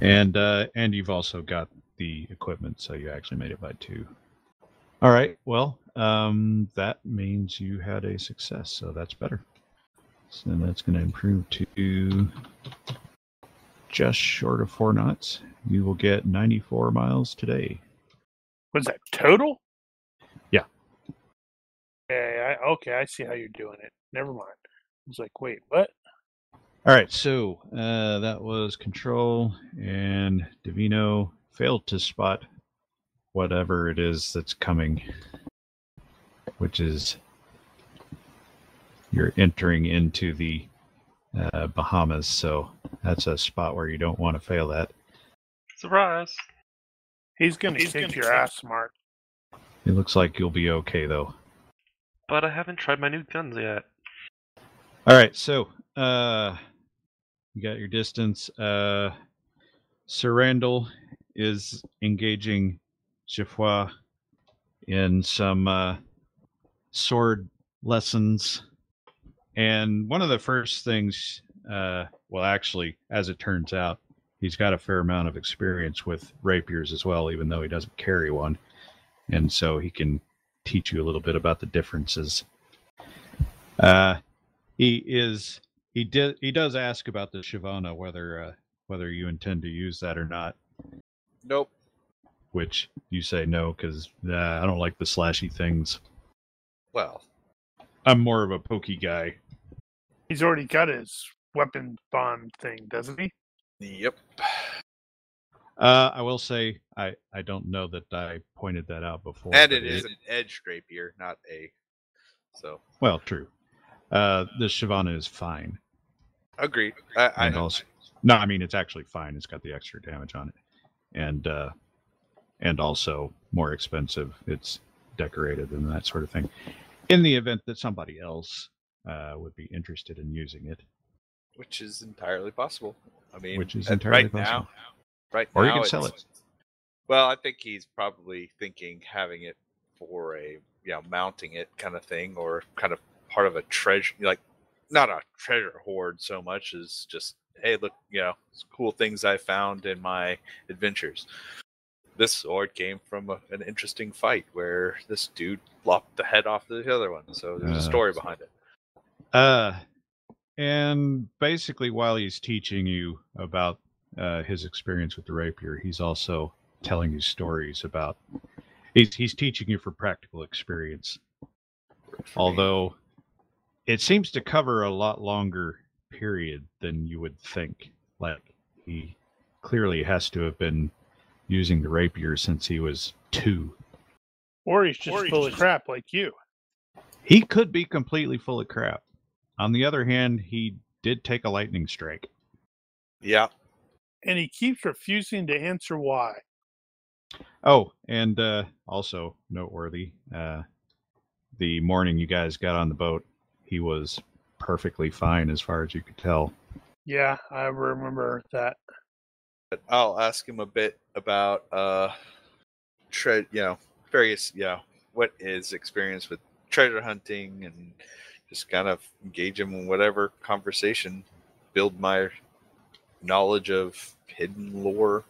[SPEAKER 2] And uh, and you've also got the equipment, so you actually made it by two. All right. Well, um, that means you had a success, so that's better. So that's going to improve to just short of four knots. You will get 94 miles today.
[SPEAKER 3] Was that total?
[SPEAKER 2] Yeah.
[SPEAKER 3] Okay, I, okay, I see how you're doing it. Never mind. I was like, wait, what?
[SPEAKER 2] All right. So uh, that was control, and Divino failed to spot whatever it is that's coming, which is you're entering into the uh, Bahamas. So that's a spot where you don't want to fail at.
[SPEAKER 6] Surprise.
[SPEAKER 3] He's gonna
[SPEAKER 6] He's
[SPEAKER 3] kick
[SPEAKER 6] gonna
[SPEAKER 3] your
[SPEAKER 6] kick-
[SPEAKER 3] ass, Mark.
[SPEAKER 2] It looks like you'll be okay, though.
[SPEAKER 6] But I haven't tried my new guns yet.
[SPEAKER 2] All right, so uh, you got your distance. Uh, Sir Randall is engaging Geoffroy in some uh, sword lessons, and one of the first things, uh, well, actually, as it turns out, he's got a fair amount of experience with rapiers as well, even though he doesn't carry one, and so he can teach you a little bit about the differences. Uh, he is he did he does ask about the Shivana whether uh, whether you intend to use that or not,
[SPEAKER 5] Nope.
[SPEAKER 2] which you say no because I don't like the slashy things.
[SPEAKER 5] Well,
[SPEAKER 2] I'm more of a pokey guy.
[SPEAKER 3] He's already got his weapon bond thing, doesn't he?
[SPEAKER 5] yep.
[SPEAKER 2] Uh, I will say I I don't know that I pointed that out before.
[SPEAKER 5] And
[SPEAKER 2] but
[SPEAKER 5] it is an edge rapier, not a. So
[SPEAKER 2] well true. Uh, the Shivana is fine.
[SPEAKER 5] agreed. I, I
[SPEAKER 2] And also- No, I mean it's actually fine. It's got the extra damage on it, and uh, and also more expensive. It's decorated and that sort of thing. In the event that somebody else uh, would be interested in using it,
[SPEAKER 5] which is entirely possible. I mean,
[SPEAKER 2] Which is
[SPEAKER 5] at-
[SPEAKER 2] entirely
[SPEAKER 5] right
[SPEAKER 2] possible.
[SPEAKER 5] Now, right
[SPEAKER 2] Or you
[SPEAKER 5] now,
[SPEAKER 2] can sell
[SPEAKER 5] it's- Well, I think he's probably thinking having it for a you know mounting it kind of thing, or kind of part of a treasure, like not a treasure hoard so much as just hey, look, you know, it's cool things I found in my adventures. This sword came from a, an interesting fight where this dude lopped the head off the other one, so there's
[SPEAKER 2] Uh,
[SPEAKER 5] a story behind it.
[SPEAKER 2] Uh, and basically, while he's teaching you about uh, his experience with the rapier, he's also telling you stories about. He's he's teaching you for practical experience, although it seems to cover a lot longer period than you would think. Like he clearly has to have been using the rapier since he was two.
[SPEAKER 3] Or he's just full of crap like you.
[SPEAKER 2] He could be completely full of crap. On the other hand, he did take a lightning strike.
[SPEAKER 5] Yeah,
[SPEAKER 3] And he keeps refusing to answer why.
[SPEAKER 2] Oh, and uh, also noteworthy, uh, the morning you guys got on the boat, he was perfectly fine as far as you could tell.
[SPEAKER 3] Yeah, I remember that.
[SPEAKER 5] but I'll ask him a bit about uh tre- you know, various you know, what his experience with treasure hunting and just kind of engage him in whatever conversation, build my knowledge of hidden lore.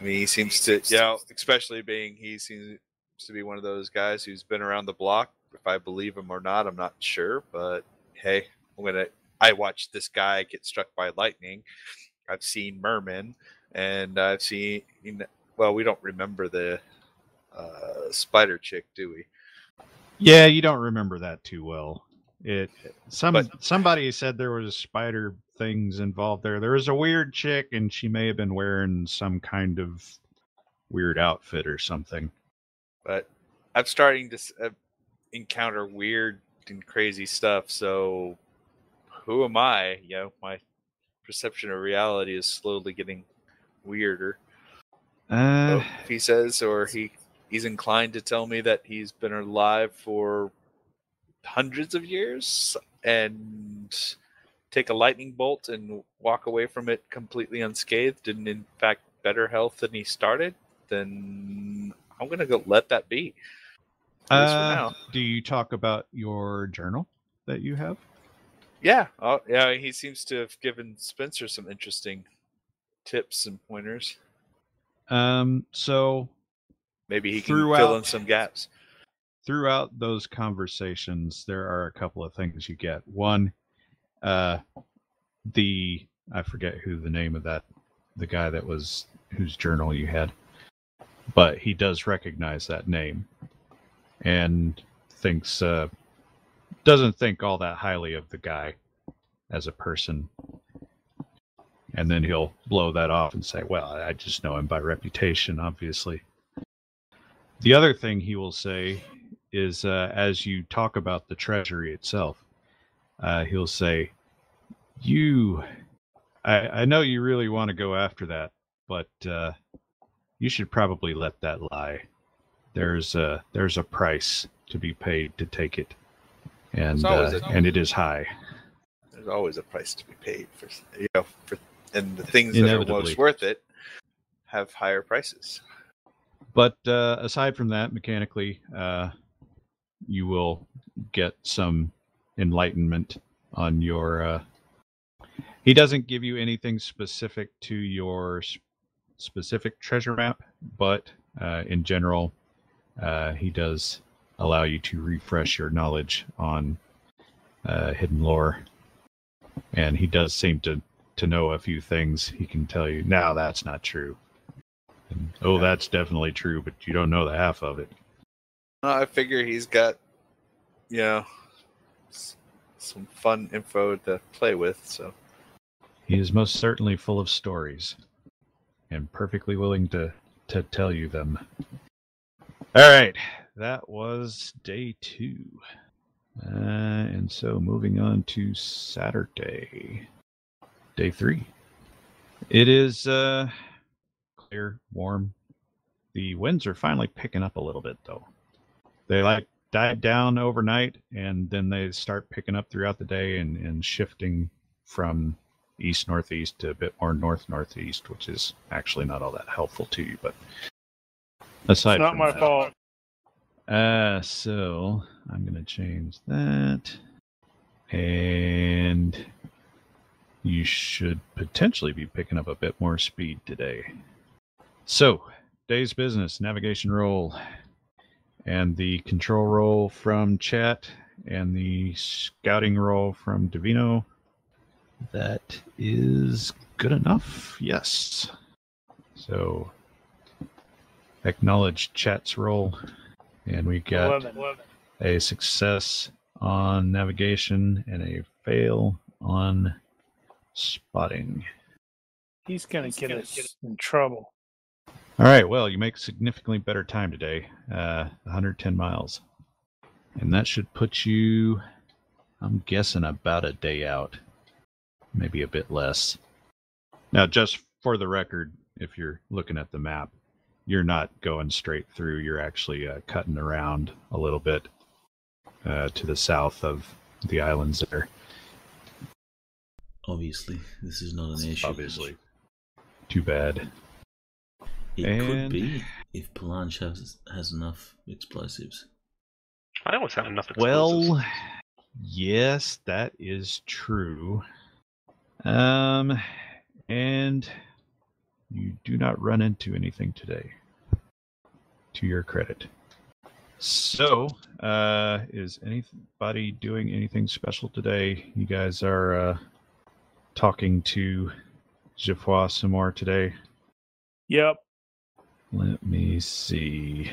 [SPEAKER 5] I mean he seems to you know, especially being he seems to be one of those guys who's been around the block. If I believe him or not, I'm not sure, but hey, I'm gonna I watched this guy get struck by lightning. I've seen mermen, and I've seen. Well, we don't remember the uh, spider chick, do we?
[SPEAKER 2] Yeah, you don't remember that too well. It some
[SPEAKER 5] But-
[SPEAKER 2] somebody said there was spider things involved there. There was a weird chick, and she may have been wearing some kind of weird outfit or something.
[SPEAKER 5] But I'm starting to s- uh, encounter weird and crazy stuff. So, who am I? You know, my perception of reality is slowly getting weirder.
[SPEAKER 2] Uh,
[SPEAKER 5] So if he says, or he he's inclined to tell me that he's been alive for hundreds of years and take a lightning bolt and walk away from it completely unscathed and in fact better health than he started, then I'm gonna go let that be. At least for
[SPEAKER 2] uh,
[SPEAKER 5] now.
[SPEAKER 2] do you talk about your journal that you have?
[SPEAKER 5] Yeah, oh, yeah. He seems to have given Spencer some interesting tips and pointers.
[SPEAKER 2] Um, so
[SPEAKER 5] Maybe he can fill in
[SPEAKER 2] Throughout-
[SPEAKER 5] some gaps.
[SPEAKER 2] throughout those conversations, there are a couple of things you get. One, uh, the I forget who the name of that the guy that was whose journal you had, but he does recognize that name and thinks uh, doesn't think all that highly of the guy as a person. And then he'll blow that off and say, "Well, I just know him by reputation, obviously." The other thing he will say is uh, as you talk about the treasury itself, uh, he'll say, You, I, I know you really want to go after that, but uh, you should probably let that lie. There's a, there's a price to be paid to take it, and,
[SPEAKER 5] It's always
[SPEAKER 2] uh,
[SPEAKER 5] a-
[SPEAKER 2] and it is high.
[SPEAKER 5] There's always a price to be paid for, s- you know, for and the things that are
[SPEAKER 2] Inevitably.
[SPEAKER 5] most worth it have higher prices.
[SPEAKER 2] but uh, aside from that, mechanically, uh, you will get some enlightenment on your. Uh, he doesn't give you anything specific to your s- specific treasure map, but uh, in general, uh, he does allow you to refresh your knowledge on uh, hidden lore, and he does seem to to know a few things. He can tell you, now that's not true. And, oh, that's definitely true, but you don't know the half of it.
[SPEAKER 5] Uh, I figure he's got, you know, s- some fun info to play with. So
[SPEAKER 2] He is most certainly full of stories and perfectly willing to, to tell you them. All right, that was day two. Uh, and so moving on to Saturday, day three. It is uh, clear, warm, The winds are finally picking up a little bit, though. They like died down overnight, and then they start picking up throughout the day and, and shifting from east northeast to a bit more north northeast, which is actually not all that helpful to you. But aside,
[SPEAKER 3] it's not
[SPEAKER 2] from
[SPEAKER 3] my
[SPEAKER 2] that-
[SPEAKER 3] fault.
[SPEAKER 2] uh, so I'm going to change that. And you should potentially be picking up a bit more speed today. So, day's business navigation roll and the control roll from chat and the scouting roll from Divino. That is good enough. Yes. So, acknowledge chat's roll. And we got
[SPEAKER 3] Eleven.
[SPEAKER 2] a success on navigation and a fail on spotting.
[SPEAKER 3] He's gonna get us in trouble.
[SPEAKER 2] All right, well, you make significantly better time today, uh, 110 miles. And that should put you, I'm guessing, about a day out, maybe a bit less. Now, just for the record, if you're looking at the map, you're not going straight through. You're actually uh, cutting around a little bit uh, to the south of the islands there.
[SPEAKER 1] Obviously, this is not an issue.
[SPEAKER 2] Obviously. Too bad.
[SPEAKER 1] It could
[SPEAKER 2] And-
[SPEAKER 1] be if Palanche has, has enough explosives.
[SPEAKER 6] I almost had enough explosives.
[SPEAKER 2] Well, yes, that is true. Um, and you do not run into anything today, to your credit. So, uh, is anybody doing anything special today? You guys are uh, talking to Geoffroy some more today.
[SPEAKER 3] Yep.
[SPEAKER 2] Let me see.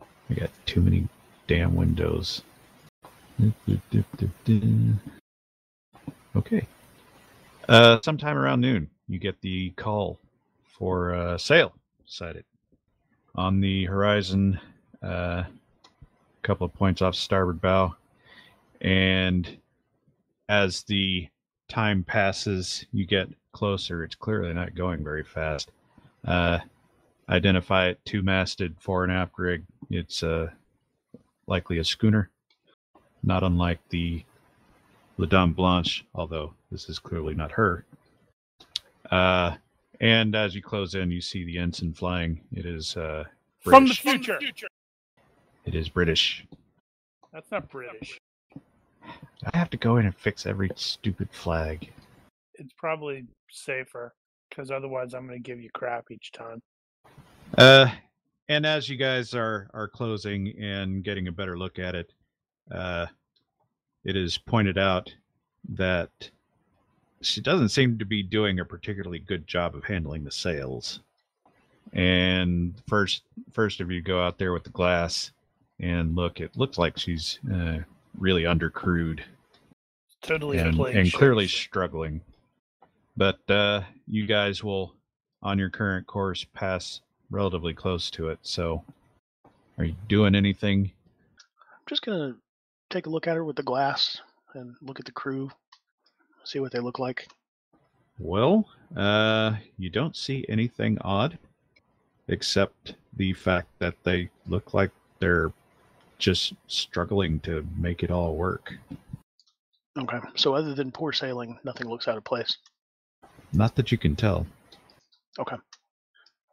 [SPEAKER 2] I got too many damn windows. Okay. Uh, sometime around noon, you get the call for uh, sail sighted on the horizon, a Uh, couple of points off starboard bow. And as the time passes, you get closer. It's clearly not going very fast. Uh, identify it two masted fore and aft rig. It's uh, likely a schooner, not unlike the La Dame Blanche, although this is clearly not her. Uh, and as you close in, you see the ensign flying. It is uh,
[SPEAKER 3] From the
[SPEAKER 2] British.
[SPEAKER 3] future.
[SPEAKER 2] it is British.
[SPEAKER 3] That's not British.
[SPEAKER 2] I have to go in and fix every stupid flag.
[SPEAKER 3] It's probably safer because otherwise I'm gonna give you crap each time.
[SPEAKER 2] Uh, and as you guys are are closing and getting a better look at it, uh, it is pointed out that she doesn't seem to be doing a particularly good job of handling the sails. And first, first of you go out there with the glass and look. It looks like she's uh, really undercrewed
[SPEAKER 3] Totally
[SPEAKER 2] and,
[SPEAKER 3] inflated
[SPEAKER 2] and
[SPEAKER 3] shit.
[SPEAKER 2] clearly struggling. But uh, you guys will, on your current course, pass relatively close to it. So, are you doing anything?
[SPEAKER 4] just gonna take a look at her with the glass and look at the crew, see what they look like.
[SPEAKER 2] Well, uh, you don't see anything odd, except the fact that they look like they're just struggling to make it all work.
[SPEAKER 4] Okay, so other than poor sailing, nothing looks out of place.
[SPEAKER 2] Not that you can tell.
[SPEAKER 4] I'll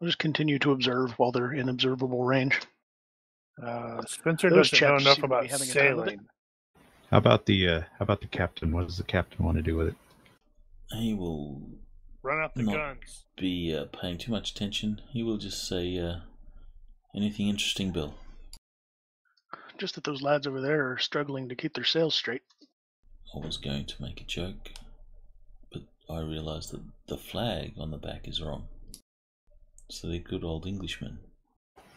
[SPEAKER 4] just continue to observe while they're in observable range. Uh,
[SPEAKER 3] Spencer
[SPEAKER 4] those
[SPEAKER 3] doesn't know
[SPEAKER 4] chaps
[SPEAKER 3] enough
[SPEAKER 4] seem to be
[SPEAKER 3] about
[SPEAKER 4] having a time with it.
[SPEAKER 3] sailing.
[SPEAKER 2] How about the uh, how about the captain? What does the captain want to do with it?
[SPEAKER 1] He will
[SPEAKER 3] Run out the
[SPEAKER 1] No.
[SPEAKER 3] guns.
[SPEAKER 1] be uh, paying too much attention. He will just say, uh, anything interesting, Bill?
[SPEAKER 4] Just that those lads over there are struggling to keep their sails straight.
[SPEAKER 1] I was going to make a joke, but I realised that the flag on the back is wrong. So they're good old Englishmen.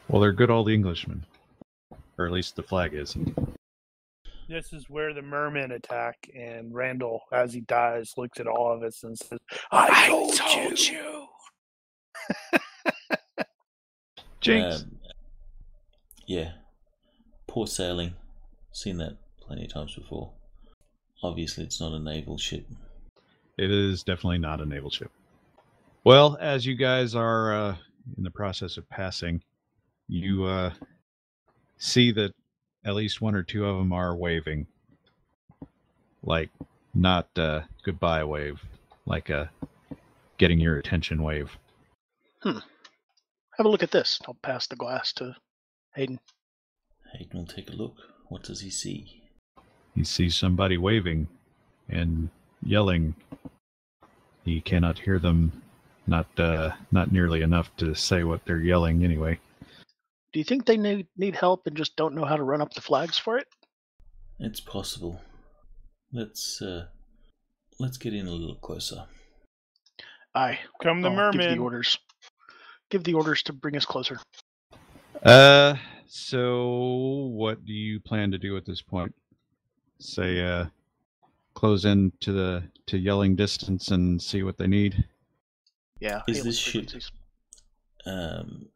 [SPEAKER 2] Well, they're good old Englishmen, or at least the flag is.
[SPEAKER 3] This is where the mermen attack, and Randall, as he dies, looks at all of us and says, "I, told, you.
[SPEAKER 2] Jinx.
[SPEAKER 1] Um, yeah. Poor sailing. Seen that plenty of times before. Obviously, it's not a naval ship.
[SPEAKER 2] It is definitely not a naval ship. Well, as you guys are uh, in the process of passing, you uh, see that at least one or two of them are waving, like not uh, goodbye wave, like a getting your attention wave.
[SPEAKER 4] Have a look at this. I'll pass the glass to Hayden.
[SPEAKER 1] Hayden will take a look. What does he see?
[SPEAKER 2] He sees somebody waving and yelling. He cannot hear them, not uh, not nearly enough to say what they're yelling anyway.
[SPEAKER 4] Do you think they need, need help and just don't know how to run up the flags for it?
[SPEAKER 1] It's possible. Let's uh, let's get in a little closer.
[SPEAKER 4] Aye.
[SPEAKER 3] Come the
[SPEAKER 2] Oh,
[SPEAKER 4] I'll Give the
[SPEAKER 3] merman.
[SPEAKER 4] orders. Give the orders to bring us closer.
[SPEAKER 2] Uh, so what do you plan to do at this point? Say, uh, close in to the to yelling distance and see what they need.
[SPEAKER 4] Yeah.
[SPEAKER 1] Is
[SPEAKER 4] hailing
[SPEAKER 1] this ship-
[SPEAKER 4] frequencies.
[SPEAKER 1] Um,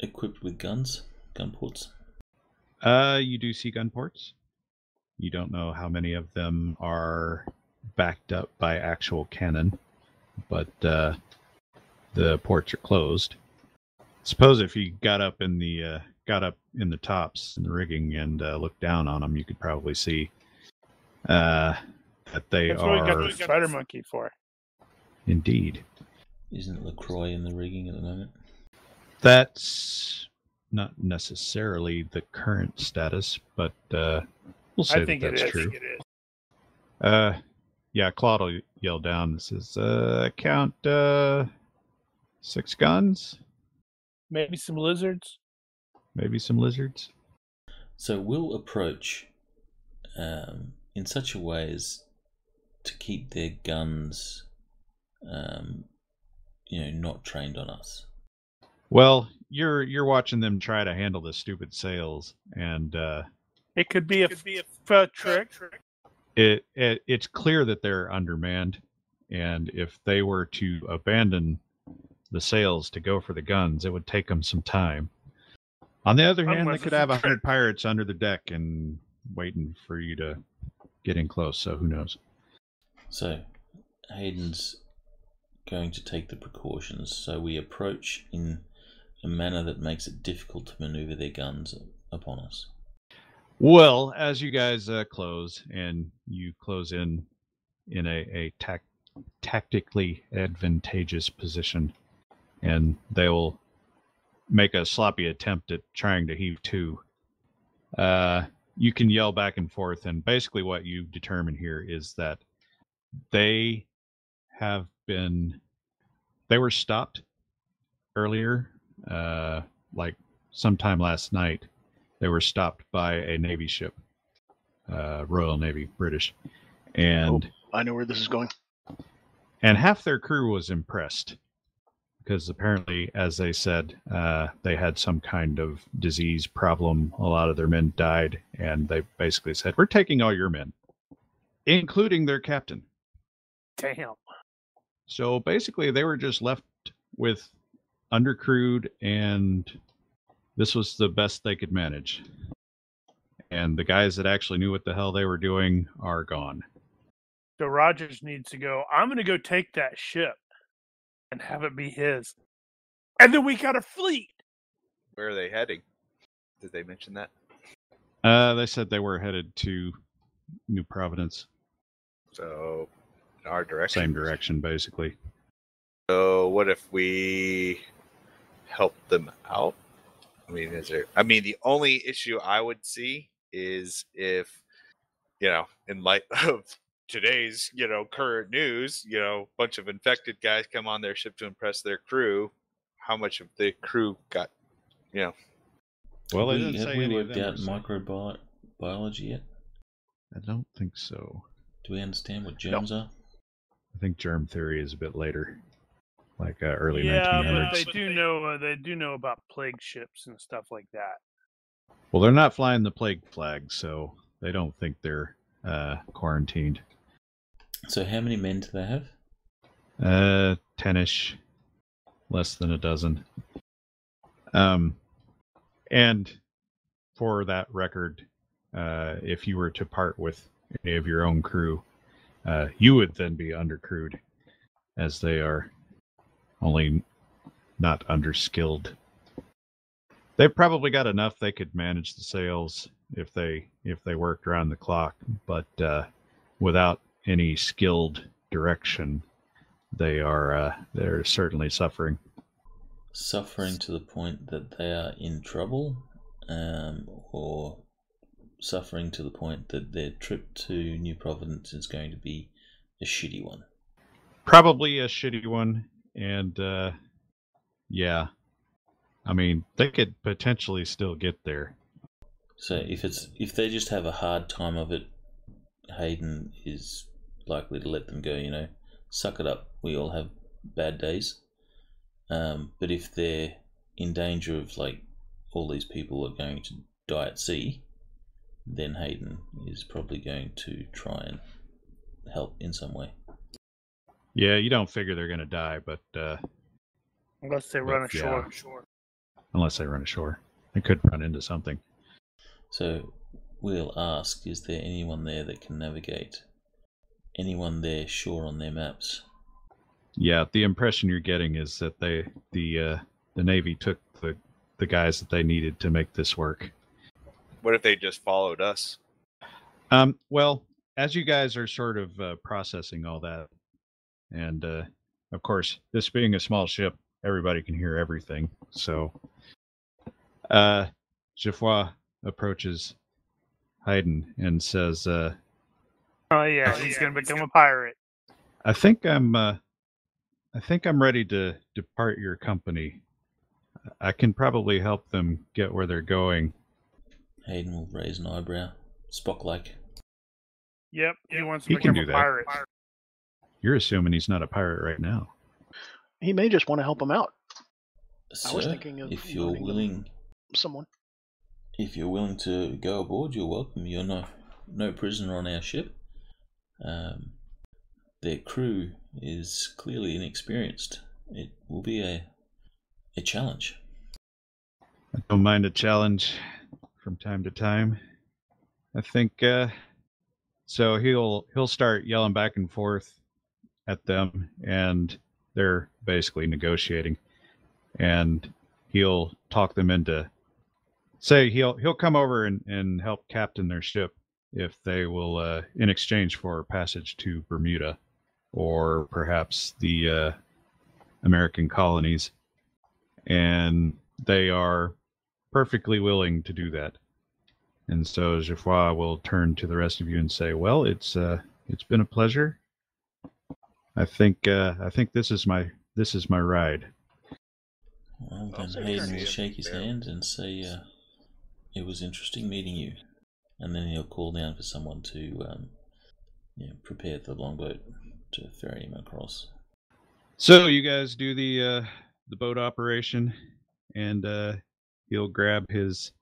[SPEAKER 1] equipped with guns, gun ports.
[SPEAKER 2] Uh, you do see gun ports. You don't know how many of them are backed up by actual cannon, but uh, the ports are closed. Suppose if you got up in the uh, got up in the tops and the rigging and uh, looked down on them, you could probably see uh, that they
[SPEAKER 3] That's what we got
[SPEAKER 2] are
[SPEAKER 3] the spider monkey for.
[SPEAKER 2] indeed.
[SPEAKER 1] Isn't Lacroix in the rigging at the moment?
[SPEAKER 2] That's not necessarily the current status, but uh, we'll say
[SPEAKER 3] I think
[SPEAKER 2] that
[SPEAKER 3] it
[SPEAKER 2] that's
[SPEAKER 3] is.
[SPEAKER 2] true.
[SPEAKER 3] It is.
[SPEAKER 2] Uh, yeah, Claude will yell down and says, uh, count, uh, six guns,
[SPEAKER 3] Maybe some lizards.
[SPEAKER 2] maybe some lizards.
[SPEAKER 1] So we'll approach um, in such a way as to keep their guns, um, you know, not trained on us.
[SPEAKER 2] Well, you're, you're watching them try to handle the stupid sails and, uh,
[SPEAKER 3] It could be a, f- a trick.
[SPEAKER 2] it, it it's clear that they're undermanned and if they were to abandon the sails to go for the guns it would take them some time on the other hand
[SPEAKER 3] Unless
[SPEAKER 2] they could
[SPEAKER 3] it's a
[SPEAKER 2] have a
[SPEAKER 3] trick.
[SPEAKER 2] hundred pirates under the deck and waiting for you to get in close so who knows
[SPEAKER 1] So Hayden's going to take the precautions. So we approach in a manner that makes it difficult to maneuver their guns upon us.
[SPEAKER 2] well as you guys uh, close and you close in in a, a tac- tactically advantageous position and they will make a sloppy attempt at trying to heave to uh, you can yell back and forth and basically what you've determined here is that they have been they were stopped earlier uh, like sometime last night they were stopped by a navy ship uh, royal navy british and
[SPEAKER 4] I know where this is going.
[SPEAKER 2] and half their crew was impressed because apparently as they said uh, they had some kind of disease problem a lot of their men died and they basically said we're taking all your men including their captain
[SPEAKER 3] Damn.
[SPEAKER 2] so basically they were just left with undercrewed and this was the best they could manage and the guys that actually knew what the hell they were doing are gone
[SPEAKER 3] So Rogers needs to go. I'm going to go take that ship and have it be his. And then we got a fleet.
[SPEAKER 5] Where are they heading? Did they mention that?
[SPEAKER 2] uh, they said they were headed to new providence
[SPEAKER 5] So, in our direction.
[SPEAKER 2] same direction basically
[SPEAKER 5] So, what if we help them out? I mean, is there? I mean, the only issue I would see is if, you know, in light <laughs> of today's, you know, current news, you know, bunch of infected guys come on their ship to impress their crew. How much of the crew got?
[SPEAKER 2] well they
[SPEAKER 1] we,
[SPEAKER 2] didn't
[SPEAKER 1] have
[SPEAKER 2] say
[SPEAKER 1] we
[SPEAKER 2] any of
[SPEAKER 1] worked
[SPEAKER 2] them
[SPEAKER 1] out
[SPEAKER 2] were sick.
[SPEAKER 1] microbiology yet?
[SPEAKER 2] i don't think so
[SPEAKER 1] Do we understand what germs are?
[SPEAKER 2] i think germ theory is a bit later like uh, early
[SPEAKER 3] yeah, but
[SPEAKER 2] 1900s
[SPEAKER 3] they do know uh, they do know about plague ships and stuff like that.
[SPEAKER 2] Well, they're not flying the plague flag, so they don't think they're uh, quarantined.
[SPEAKER 1] So how many men do they have?
[SPEAKER 2] Uh, ten-ish, less than a dozen. Um, and for that record, uh, if you were to part with any of your own crew, uh, you would then be undercrewed, as they are only not underskilled. They've probably got enough they could manage the sales if they if they worked around the clock, but uh, without any skilled direction, they are uh, they're certainly suffering.
[SPEAKER 1] Suffering to the point that they are in trouble, um, or suffering to the point that their trip to New Providence is going to be a shitty one.
[SPEAKER 2] Probably a shitty one, and uh, yeah, I mean they could potentially still get there.
[SPEAKER 1] So if it's if they just have a hard time of it, Hayden is likely to let them go. You know, suck it up. We all have bad days. Um, but if they're in danger of like all these people are going to die at sea, then Hayden is probably going to try and help in some way.
[SPEAKER 2] Yeah, you don't figure they're going to die, but uh,
[SPEAKER 3] unless they run
[SPEAKER 2] But,
[SPEAKER 3] ashore.
[SPEAKER 2] yeah. unless they run ashore, they could run into something.
[SPEAKER 1] So we'll ask is there anyone there that can navigate? Anyone there sure on their maps?
[SPEAKER 2] Yeah, the impression you're getting is that they the uh, the navy took the the guys that they needed to make this work.
[SPEAKER 5] What if they just followed us?
[SPEAKER 2] Um, well, as you guys are sort of uh, processing all that, and uh, of course, this being a small ship, everybody can hear everything. So, uh, Geoffroy approaches Haydn and says, uh,
[SPEAKER 3] Oh yeah, he's gonna become a pirate.
[SPEAKER 2] "I think I'm, uh, I think I'm ready to depart your company. I can probably help them get where they're going."
[SPEAKER 1] Hayden will raise an eyebrow, Spock like.
[SPEAKER 3] Yep, he wants to
[SPEAKER 2] He can
[SPEAKER 3] become a
[SPEAKER 2] do that.
[SPEAKER 3] pirate.
[SPEAKER 2] You're assuming he's not a pirate right now.
[SPEAKER 4] He may just want to help him out. I was
[SPEAKER 1] Sir,
[SPEAKER 4] thinking of
[SPEAKER 1] if you're
[SPEAKER 4] loading them.
[SPEAKER 1] willing,
[SPEAKER 4] Someone.
[SPEAKER 1] if you're willing to go aboard, you're welcome. You're no no prisoner on our ship. Um, their crew is clearly inexperienced. It will be a a challenge.
[SPEAKER 2] I don't mind a challenge from time to time. I think uh, so. He'll he'll start yelling back and forth at them, and they're basically negotiating. And he'll talk them into say he'll he'll come over and, and help captain their ship if they will uh, in exchange for passage to Bermuda or perhaps the uh, American colonies. And they are perfectly willing to do that. And so Geoffroy will turn to the rest of you and say, "Well, it's uh, it's been a pleasure. I think uh, I think this is my this is my ride.
[SPEAKER 1] Well,
[SPEAKER 5] I'll
[SPEAKER 1] then
[SPEAKER 5] say
[SPEAKER 1] Hayden
[SPEAKER 5] Jeremy
[SPEAKER 1] will
[SPEAKER 5] is
[SPEAKER 1] shake his
[SPEAKER 5] fair.
[SPEAKER 1] hand and say, uh, "It was interesting meeting you," and then he'll call down for someone to, um, you know, prepare the longboat to ferry him across.
[SPEAKER 2] So you guys do the uh, the boat operation, and uh, he'll grab his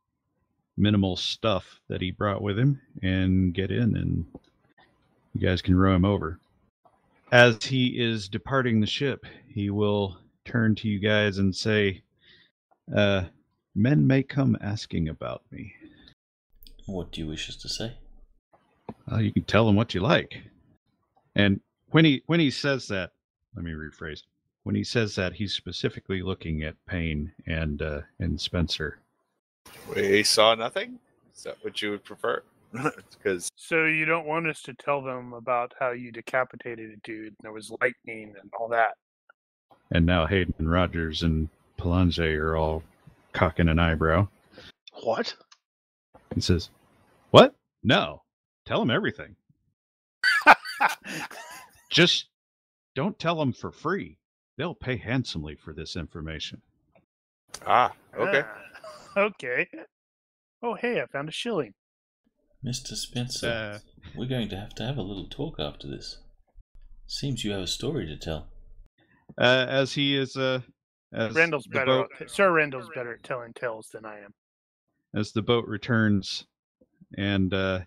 [SPEAKER 2] minimal stuff that he brought with him and get in, and you guys can row him over. As he is departing the ship, he will turn to you guys and say, uh, "Men may come asking about me.
[SPEAKER 1] What do you wish us to say?
[SPEAKER 2] Uh, you can tell them what you like." And when he when he says that, let me rephrase. When he says that, he's specifically looking at Payne and uh, and Spencer.
[SPEAKER 5] We saw nothing. Is that what you would prefer? <laughs> Because
[SPEAKER 3] So you don't want us to tell them about how you decapitated a dude and there was lightning and all that.
[SPEAKER 2] And now Hayden Rogers and Palange are all cocking an eyebrow
[SPEAKER 4] What?
[SPEAKER 2] and says, What? No. Tell him
[SPEAKER 3] <laughs>
[SPEAKER 2] everything. Just don't tell him for free. They'll pay handsomely for this information.
[SPEAKER 5] ah, okay.
[SPEAKER 3] Ah, okay. Oh hey, I found a shilling.
[SPEAKER 1] Mr. Spencer, we're going to have to have a little talk after this. Seems you have a story to tell.
[SPEAKER 2] Uh, as he is uh as
[SPEAKER 3] Randall's
[SPEAKER 2] the
[SPEAKER 3] better.
[SPEAKER 2] boat-
[SPEAKER 3] at- Sir Randall's better at telling tales than I am.
[SPEAKER 2] as the boat returns and uh,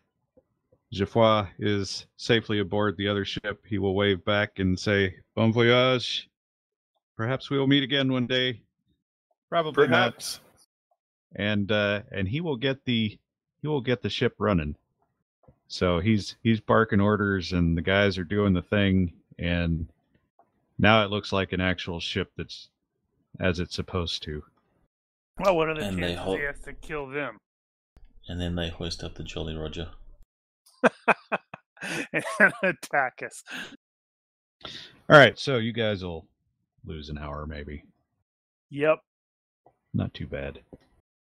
[SPEAKER 2] Geoffroy is safely aboard the other ship, he will wave back and say, Bon voyage. Perhaps we will meet again one day. Probably not.
[SPEAKER 5] Perhaps.
[SPEAKER 2] And uh, and he will get the he will get the ship running. So he's he's barking orders and the guys are doing the thing and now it looks like an actual ship that's as it's supposed to.
[SPEAKER 3] Well, what are the
[SPEAKER 1] And they
[SPEAKER 3] chances
[SPEAKER 1] hol-
[SPEAKER 3] he has to kill them? <laughs>
[SPEAKER 1] And then they hoist up the Jolly Roger.
[SPEAKER 3] and attack us.
[SPEAKER 2] All right, so you guys will lose an hour, maybe.
[SPEAKER 3] Yep.
[SPEAKER 2] Not too bad.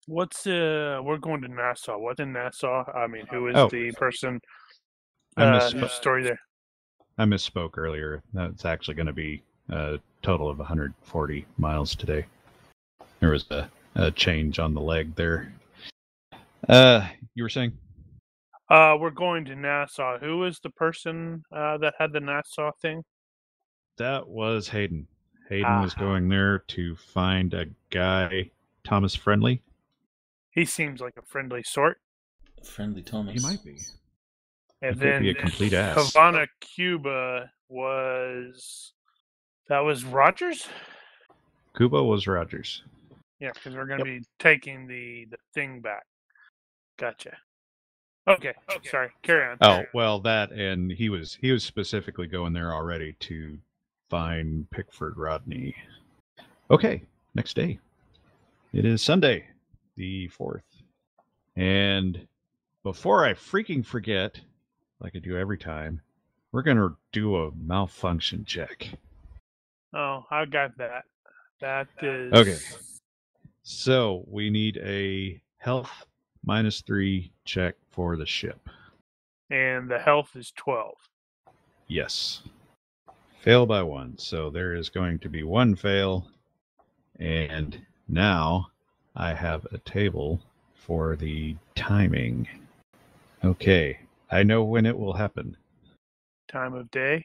[SPEAKER 3] What's uh? We're going to Nassau. What's in Nassau? I mean, who is
[SPEAKER 2] Oh.
[SPEAKER 3] the person?
[SPEAKER 2] I,
[SPEAKER 3] uh,
[SPEAKER 2] misspo-
[SPEAKER 3] whose story there.
[SPEAKER 2] I misspoke earlier. That's actually going to be a total of 140 miles today. There was a, a change on the leg there. Uh, you were saying?
[SPEAKER 3] Uh, we're going to Nassau. Who is the person uh, that had the Nassau thing?
[SPEAKER 2] That was Hayden. Hayden was
[SPEAKER 3] Ah.
[SPEAKER 2] going there to find a guy, Thomas Friendly.
[SPEAKER 3] He seems like a friendly sort.
[SPEAKER 1] Friendly Thomas.
[SPEAKER 2] He might be.
[SPEAKER 3] And
[SPEAKER 2] He could
[SPEAKER 3] then
[SPEAKER 2] be a complete ass.
[SPEAKER 3] Havana, Cuba was that was Rogers.
[SPEAKER 2] Kubo was Rogers.
[SPEAKER 3] Yeah, because we're going to be taking the the thing back. Gotcha. Okay. okay. Sorry. Carry on. <laughs>
[SPEAKER 2] Oh well, that and he was he was specifically going there already to find Pickford Rodney. Okay, next day. It is Sunday, the fourth, and before I freaking forget, like I do every time, we're gonna do a malfunction check.
[SPEAKER 3] Oh, I got that. That is
[SPEAKER 2] Okay. So we need a health minus three check for the ship.
[SPEAKER 3] And the health is twelve.
[SPEAKER 2] Yes. Fail by one. So there is going to be one fail. And now I have a table for the timing. Okay. I know when it will happen.
[SPEAKER 3] Time of day.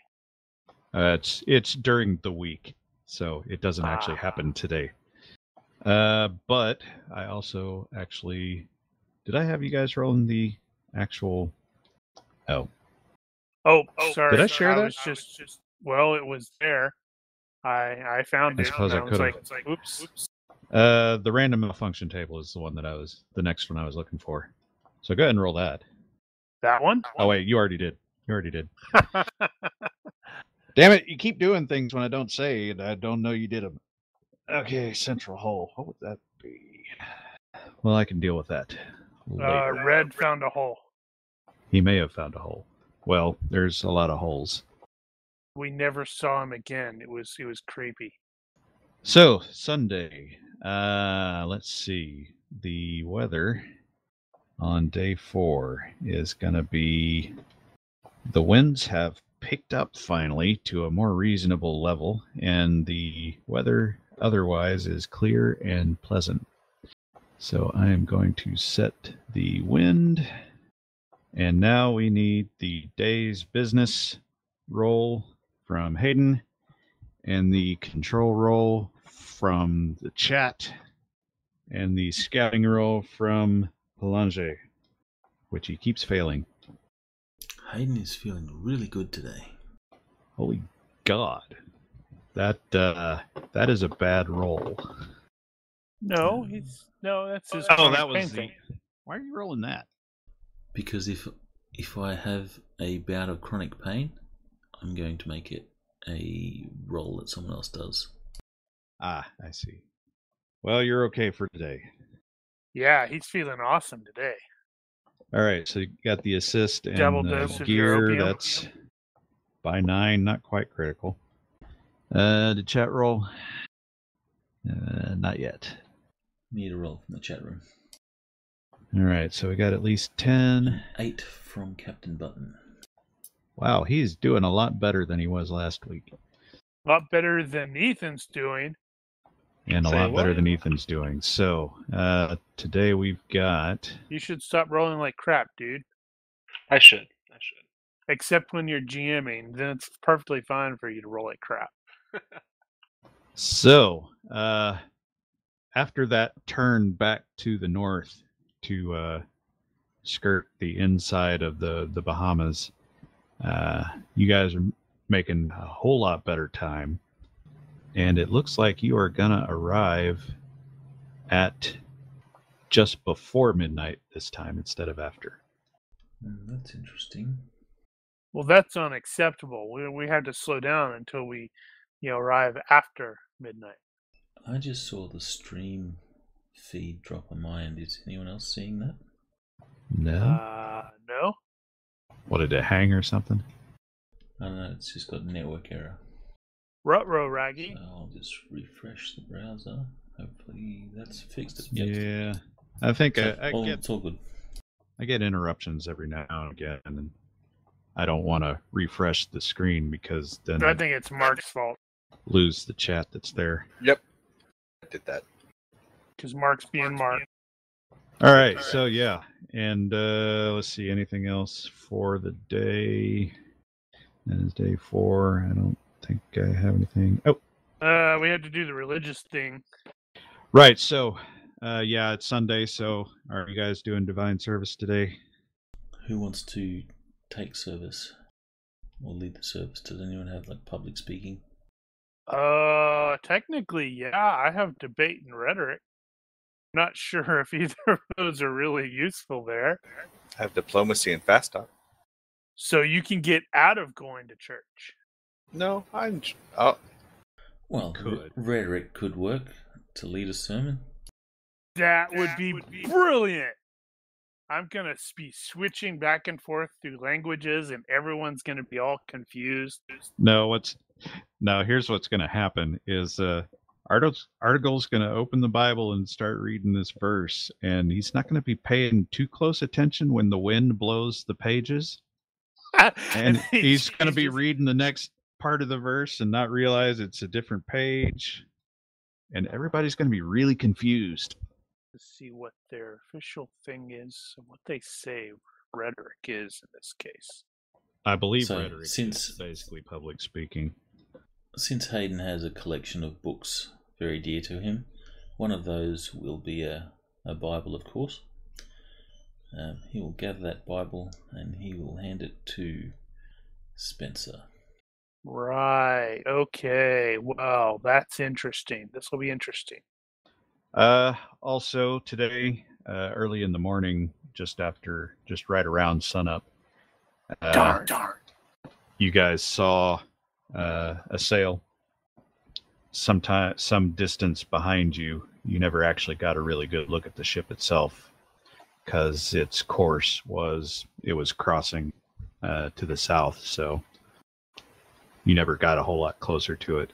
[SPEAKER 2] Uh, it's it's during the week, so it doesn't actually
[SPEAKER 3] Ah.
[SPEAKER 2] happen today. Uh, but I also actually did I have you guys rolling the actual?
[SPEAKER 3] Oh, sorry.
[SPEAKER 2] did I
[SPEAKER 3] sorry,
[SPEAKER 2] share that?
[SPEAKER 3] was just, just well, it was there. I I found
[SPEAKER 2] I
[SPEAKER 3] it.
[SPEAKER 2] suppose
[SPEAKER 3] and
[SPEAKER 2] I
[SPEAKER 3] was
[SPEAKER 2] could've.
[SPEAKER 3] like, like, oops.
[SPEAKER 2] Uh, the random malfunction table is the one that I was the next one I was looking for. So go ahead and roll that.
[SPEAKER 3] That one.
[SPEAKER 2] Oh wait, you already did. You already did. Damn it! You keep doing things when I don't say, and I don't know you did them. Okay, central hole. What would that be? Well, I can deal with that.
[SPEAKER 3] uh,
[SPEAKER 2] later.
[SPEAKER 3] red found a hole.
[SPEAKER 2] he may have found a hole. Well, there's a lot of holes.
[SPEAKER 3] We never saw him again. It was it was creepy.
[SPEAKER 2] So Sunday. Uh, let's see. The weather on day four is gonna be. The winds have picked up finally to a more reasonable level, and the weather otherwise is clear and pleasant. So I am going to set the wind. And now we need the day's business roll from Hayden and the control roll from the chat and the scouting roll from Palange, which he keeps failing.
[SPEAKER 1] Hayden is feeling really good today.
[SPEAKER 2] Holy God. That uh that is a bad roll.
[SPEAKER 3] No, he's no. That's his.
[SPEAKER 2] Oh,
[SPEAKER 3] chronic pain thing.
[SPEAKER 2] Why are you rolling that?
[SPEAKER 1] Because if if I have a bout of chronic pain, I'm going to make it a roll that someone else does.
[SPEAKER 2] Ah, I see. Well, you're okay for today.
[SPEAKER 3] Yeah, he's feeling awesome today.
[SPEAKER 2] All right, so you got the assist and
[SPEAKER 3] Double
[SPEAKER 2] uh,
[SPEAKER 3] dose of your
[SPEAKER 2] gear.
[SPEAKER 3] opium.
[SPEAKER 2] That's by nine, not quite critical. Uh, the chat roll, uh, not yet.
[SPEAKER 1] Need a roll from the chat room.
[SPEAKER 2] All right, so we got at least ten.
[SPEAKER 1] Eight from Captain Button.
[SPEAKER 2] Wow, he's doing a lot better than he was last week,
[SPEAKER 3] A lot better than Ethan's doing.
[SPEAKER 2] and a
[SPEAKER 5] Say
[SPEAKER 2] lot better
[SPEAKER 5] what?
[SPEAKER 2] than Ethan's doing. So uh, today we've got
[SPEAKER 3] You should stop rolling like crap, dude.
[SPEAKER 6] I should. I should.
[SPEAKER 3] Except when you're GMing, then it's perfectly fine for you to roll like crap.
[SPEAKER 2] So, uh, after that turn back to the north to uh, skirt the inside of the, the Bahamas, uh, you guys are making a whole lot better time. And it looks like you are going to arrive at just before midnight this time instead of after.
[SPEAKER 1] Hmm, that's interesting.
[SPEAKER 3] Well, that's unacceptable. We we have to slow down until we, you know, arrive after midnight.
[SPEAKER 1] I just saw the stream feed drop a mind. Is anyone else seeing that?
[SPEAKER 2] No.
[SPEAKER 3] Uh, no.
[SPEAKER 2] what did it hang or something?
[SPEAKER 1] I don't know. Uh, It's just got network error.
[SPEAKER 3] Rutro Raggy.
[SPEAKER 1] I'll just refresh the browser. Hopefully that's fixed. It's fixed.
[SPEAKER 2] Yeah. I think uh,
[SPEAKER 1] So,
[SPEAKER 2] I, I
[SPEAKER 1] all-
[SPEAKER 2] get
[SPEAKER 1] It's all good.
[SPEAKER 2] I get interruptions every now and again, and I don't want to refresh the screen because then
[SPEAKER 3] I
[SPEAKER 2] I
[SPEAKER 3] think it's Mark's fault
[SPEAKER 2] lose the chat that's there.
[SPEAKER 5] I did that.
[SPEAKER 3] because Mark's being Mark.
[SPEAKER 2] All right, so yeah, and uh, let's see anything else for the day. That is day four. I don't think I have anything. Oh,
[SPEAKER 3] Uh, we had to do the religious thing.
[SPEAKER 2] right. So, uh, yeah, it's Sunday. So, are you guys doing divine service today?
[SPEAKER 1] Who wants to take service or lead the service? Does anyone have like public speaking?
[SPEAKER 3] Uh, technically, yeah, I have debate and rhetoric. Not <laughs> sure if either of those are really useful there.
[SPEAKER 5] I have diplomacy and fast talk.
[SPEAKER 3] So you can get out of going to church.
[SPEAKER 5] No, I'm. j- Oh,
[SPEAKER 1] Well,
[SPEAKER 2] Could.
[SPEAKER 1] rhetoric could work to lead a sermon.
[SPEAKER 3] That would be brilliant. I'm going to be switching back and forth through languages, and everyone's going to be all confused. <laughs>
[SPEAKER 2] No, what's no, here's what's gonna happen is uh Article's, Article's going to open the Bible and start reading this verse, and he's not going to be paying too close attention when the wind blows the pages.
[SPEAKER 1] <laughs>
[SPEAKER 2] And he's going to be
[SPEAKER 3] just-
[SPEAKER 2] reading the next part of the verse and not realize it's a different page. And everybody's going to be really confused.
[SPEAKER 3] to see what their official thing is and what they say rhetoric is in this case.
[SPEAKER 2] I believe
[SPEAKER 1] So,
[SPEAKER 2] rhetoric
[SPEAKER 1] since-
[SPEAKER 2] is basically public speaking.
[SPEAKER 1] Since Hayden has a collection of books very dear to him, one of those will be a, a Bible, of course. Um, he will gather that Bible and he will hand it to Spencer.
[SPEAKER 3] Right. Okay. Wow, that's interesting. This will be interesting.
[SPEAKER 2] Uh, also today, uh, early in the morning, just after, just right around sunup, uh, you guys saw uh, a sail sometime some distance behind you. You never actually got a really good look at the ship itself because its course was it was crossing uh, to the south, so you never got a whole lot closer to it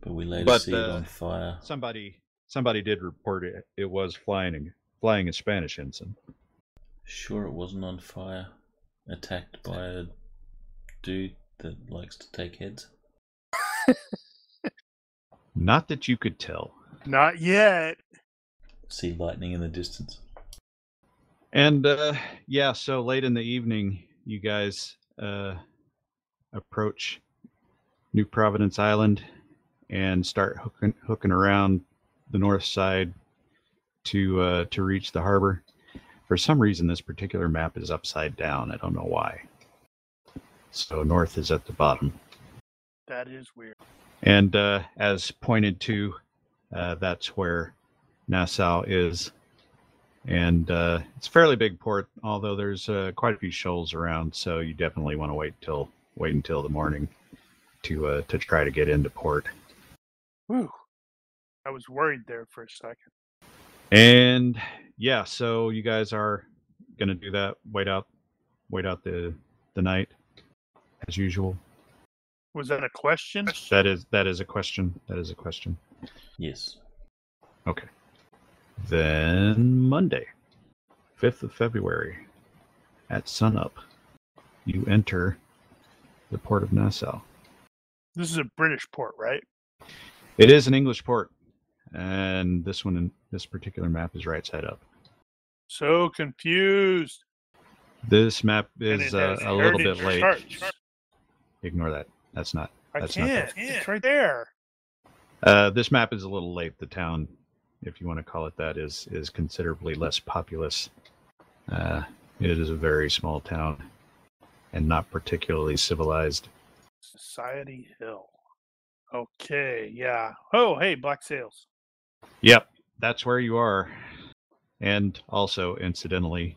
[SPEAKER 1] But we later
[SPEAKER 2] But,
[SPEAKER 1] see it
[SPEAKER 2] uh,
[SPEAKER 1] on fire.
[SPEAKER 2] somebody somebody did report it it was flying in- flying a spanish ensign
[SPEAKER 1] Sure, it wasn't on fire. Attacked by a dude that likes to take heads.
[SPEAKER 2] not that you could tell
[SPEAKER 3] Not yet.
[SPEAKER 1] See lightning in the distance.
[SPEAKER 2] and uh yeah so late in the evening you guys uh approach new providence island and start hooking hooking around the north side to uh to reach the harbor for some reason this particular map is upside down i don't know why so north is at the bottom
[SPEAKER 3] That is weird.
[SPEAKER 2] And uh, as pointed to, uh, that's where Nassau is. And uh, it's a fairly big port, although there's uh, quite a few shoals around, so you definitely want to wait till wait until the morning to uh, to try to get into port.
[SPEAKER 3] Whew. I was worried there for a second.
[SPEAKER 2] And yeah, so you guys are gonna do that. Wait out, wait out the the night as usual.
[SPEAKER 3] Was that a question?
[SPEAKER 2] That is that is a question. That is a question.
[SPEAKER 1] Yes.
[SPEAKER 2] Then Monday, 5th of February, at sunup, you enter the port of Nassau.
[SPEAKER 3] This is a British port, right?
[SPEAKER 2] It is an English port, and this one in this particular map is right side up.
[SPEAKER 3] So confused.
[SPEAKER 2] This map
[SPEAKER 3] And
[SPEAKER 2] is
[SPEAKER 3] it
[SPEAKER 2] uh,
[SPEAKER 3] has
[SPEAKER 2] a little
[SPEAKER 3] heritage
[SPEAKER 2] bit late.
[SPEAKER 3] church.
[SPEAKER 2] Ignore that. That's not.
[SPEAKER 3] I
[SPEAKER 2] That's not
[SPEAKER 3] can't. It's right there.
[SPEAKER 2] Uh, this map is a little late. The town, if you want to call it that, is is considerably less populous. Uh, it is a very small town, and not particularly civilized.
[SPEAKER 3] Society Hill. Okay. Yeah. Oh, hey, Black Sails.
[SPEAKER 2] Yep, that's where you are. And also, incidentally,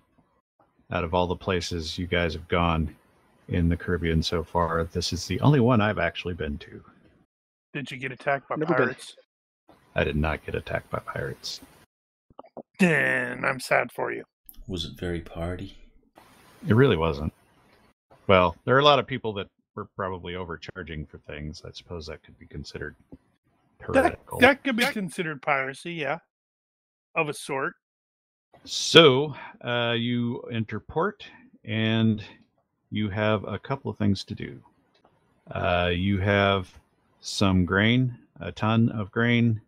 [SPEAKER 2] out of all the places you guys have gone in the Caribbean so far, this is the only one I've actually been to.
[SPEAKER 3] Did you get attacked by
[SPEAKER 4] Never been.
[SPEAKER 3] pirates?
[SPEAKER 2] I did not get attacked by pirates.
[SPEAKER 3] Then I'm sad for you.
[SPEAKER 1] Was it very party?
[SPEAKER 2] It really wasn't. Well, there are a lot of people that were probably overcharging for things. I suppose that could be considered
[SPEAKER 3] That,
[SPEAKER 2] heretical.
[SPEAKER 3] that could be considered piracy, yeah, of a sort.
[SPEAKER 2] So uh, you enter port, and you have a couple of things to do. Uh, you have some grain, a ton of grain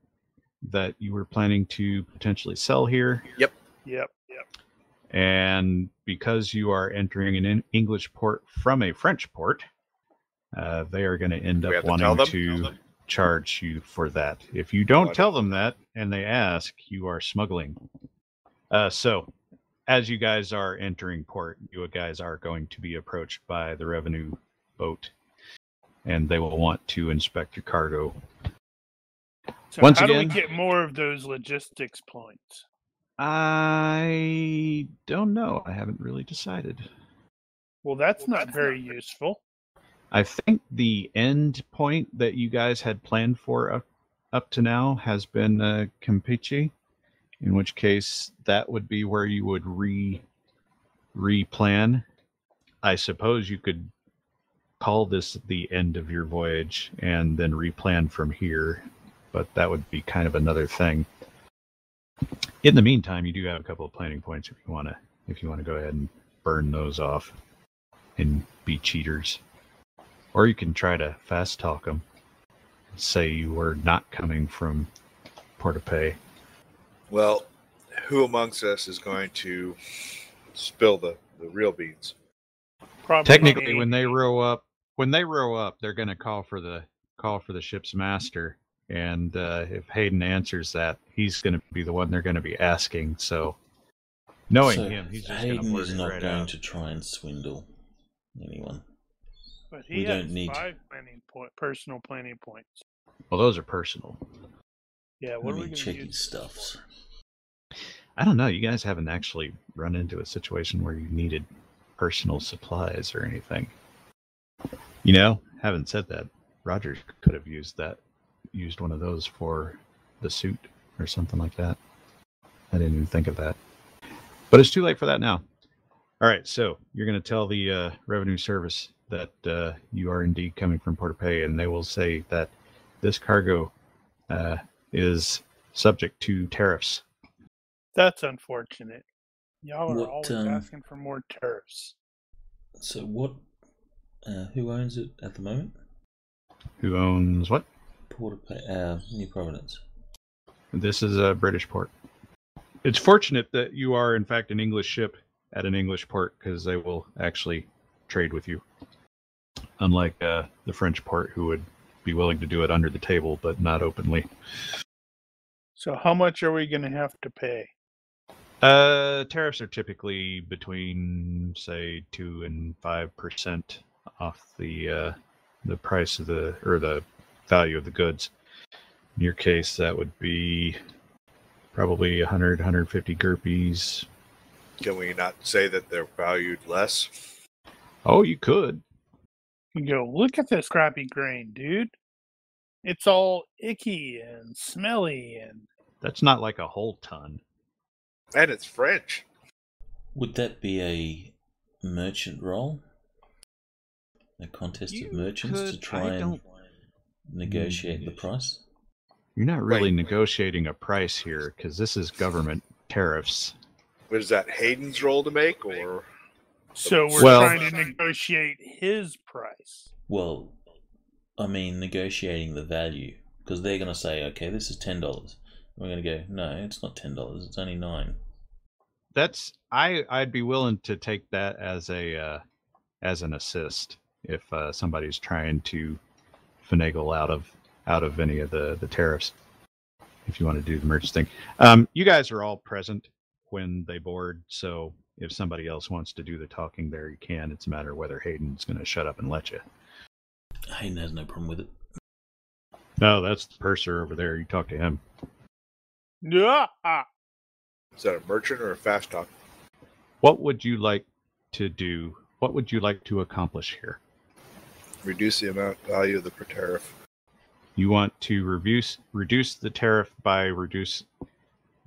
[SPEAKER 2] that you were planning to potentially sell here.
[SPEAKER 3] Yep, yep.
[SPEAKER 2] And because you are entering an en- English port from a French port, uh, they are going to end
[SPEAKER 5] We
[SPEAKER 2] up
[SPEAKER 5] have to tell
[SPEAKER 2] wanting
[SPEAKER 5] them.
[SPEAKER 2] to charge you for that. If you don't
[SPEAKER 5] Got it.
[SPEAKER 2] tell them that and they ask, you are smuggling. Uh, so, as you guys are entering port, you guys are going to be approached by the revenue boat and they will want to inspect your cargo.
[SPEAKER 3] So
[SPEAKER 2] Once
[SPEAKER 3] how do
[SPEAKER 2] again-
[SPEAKER 3] we get more of those logistics points?
[SPEAKER 2] I don't know. I haven't really decided.
[SPEAKER 3] Well, that's not very useful.
[SPEAKER 2] I think the end point that you guys had planned for up, up to now has been uh, Campeche, in which case that would be where you would re replan. I suppose you could call this the end of your voyage and then replan from here, but that would be kind of another thing. In the meantime, you do have a couple of planning points if you want to if you want to go ahead and burn those off and be cheaters. Or you can try to fast talk them. Say you were not coming from Port au Pay.
[SPEAKER 5] Well, who amongst us is going to spill the, the real beans?
[SPEAKER 3] Probably
[SPEAKER 2] Technically, when they row up, when they row up, they're going to call for the call for the ship's master. And uh, if Hayden answers that, he's going to be the one they're going to be asking. So, knowing
[SPEAKER 1] So,
[SPEAKER 2] him, he's just going to
[SPEAKER 1] Hayden
[SPEAKER 2] blurt
[SPEAKER 1] is
[SPEAKER 2] it
[SPEAKER 1] not
[SPEAKER 2] right
[SPEAKER 1] going
[SPEAKER 2] out.
[SPEAKER 1] to try and swindle anyone.
[SPEAKER 3] but
[SPEAKER 1] we
[SPEAKER 3] he
[SPEAKER 1] don't
[SPEAKER 3] has
[SPEAKER 1] need-
[SPEAKER 3] five planning point, personal planning points.
[SPEAKER 2] Well, those are personal.
[SPEAKER 3] Yeah,
[SPEAKER 1] I
[SPEAKER 3] what are we
[SPEAKER 1] mean,
[SPEAKER 3] going to
[SPEAKER 1] checking
[SPEAKER 3] use
[SPEAKER 1] stuffs.
[SPEAKER 2] I don't know. You guys haven't actually run into a situation where you needed personal supplies or anything. You know, having said that, Rogers could have used that, used one of those for the suit or something like that. I didn't even think of that. But it's too late for that now. All right, so you're going to tell the uh, revenue service that uh, you are indeed coming from Port au Pay, and they will say that this cargo uh, is subject to tariffs.
[SPEAKER 3] That's unfortunate. Y'all are
[SPEAKER 1] What,
[SPEAKER 3] always
[SPEAKER 1] um,
[SPEAKER 3] asking for more tariffs.
[SPEAKER 1] So what? Uh, who owns it at the moment?
[SPEAKER 2] who owns what?
[SPEAKER 1] Port of Pa- uh, New Providence.
[SPEAKER 2] This is a British port. It's fortunate that you are, in fact, an English ship at an English port because they will actually trade with you. Unlike uh, the French port, who would be willing to do it under the table but not openly.
[SPEAKER 3] So how much are we going to have to pay?
[SPEAKER 2] Uh, tariffs are typically between, say, two and five percent off the uh, the price of the or the value of the goods. In your case, that would be probably 100, 150 gerpies.
[SPEAKER 5] Can we not say that they're valued less?
[SPEAKER 2] Oh, you could.
[SPEAKER 3] You go, look at this crappy grain, dude. It's all icky and smelly and
[SPEAKER 2] That's not like a whole ton.
[SPEAKER 5] And it's French.
[SPEAKER 1] Would that be a merchant role? A contest
[SPEAKER 2] You
[SPEAKER 1] of merchants to
[SPEAKER 2] could-
[SPEAKER 1] try
[SPEAKER 2] I
[SPEAKER 1] and
[SPEAKER 2] don't-
[SPEAKER 1] negotiate the
[SPEAKER 2] Mm.
[SPEAKER 1] price?
[SPEAKER 2] You're not really
[SPEAKER 5] Right.
[SPEAKER 2] negotiating a price here because this is government tariffs.
[SPEAKER 5] What is that Hayden's role to make, or
[SPEAKER 3] so we're
[SPEAKER 2] Well-
[SPEAKER 3] trying to negotiate his price.
[SPEAKER 1] Well, I mean, negotiating the value because they're going to say, "Okay, this is ten dollars." We're going to go, "No, it's not ten dollars. It's only nine.
[SPEAKER 2] that's I I'd be willing to take that as a uh, as an assist if uh, somebody's trying to finagle out of out of any of the the tariffs. If you want to do the merge thing, um, you guys are all present when they board. So if somebody else wants to do the talking there, you can. It's a matter of whether Hayden's going to shut up and let you.
[SPEAKER 1] Hayden has no problem with it.
[SPEAKER 2] No, that's the purser over there. You talk to him.
[SPEAKER 3] Yeah. ah,
[SPEAKER 5] is that a merchant or a fast talk?
[SPEAKER 2] What would you like to do? What would you like to accomplish here?
[SPEAKER 5] Reduce the amount value of the per tariff.
[SPEAKER 2] You want to reduce reduce the tariff by reduce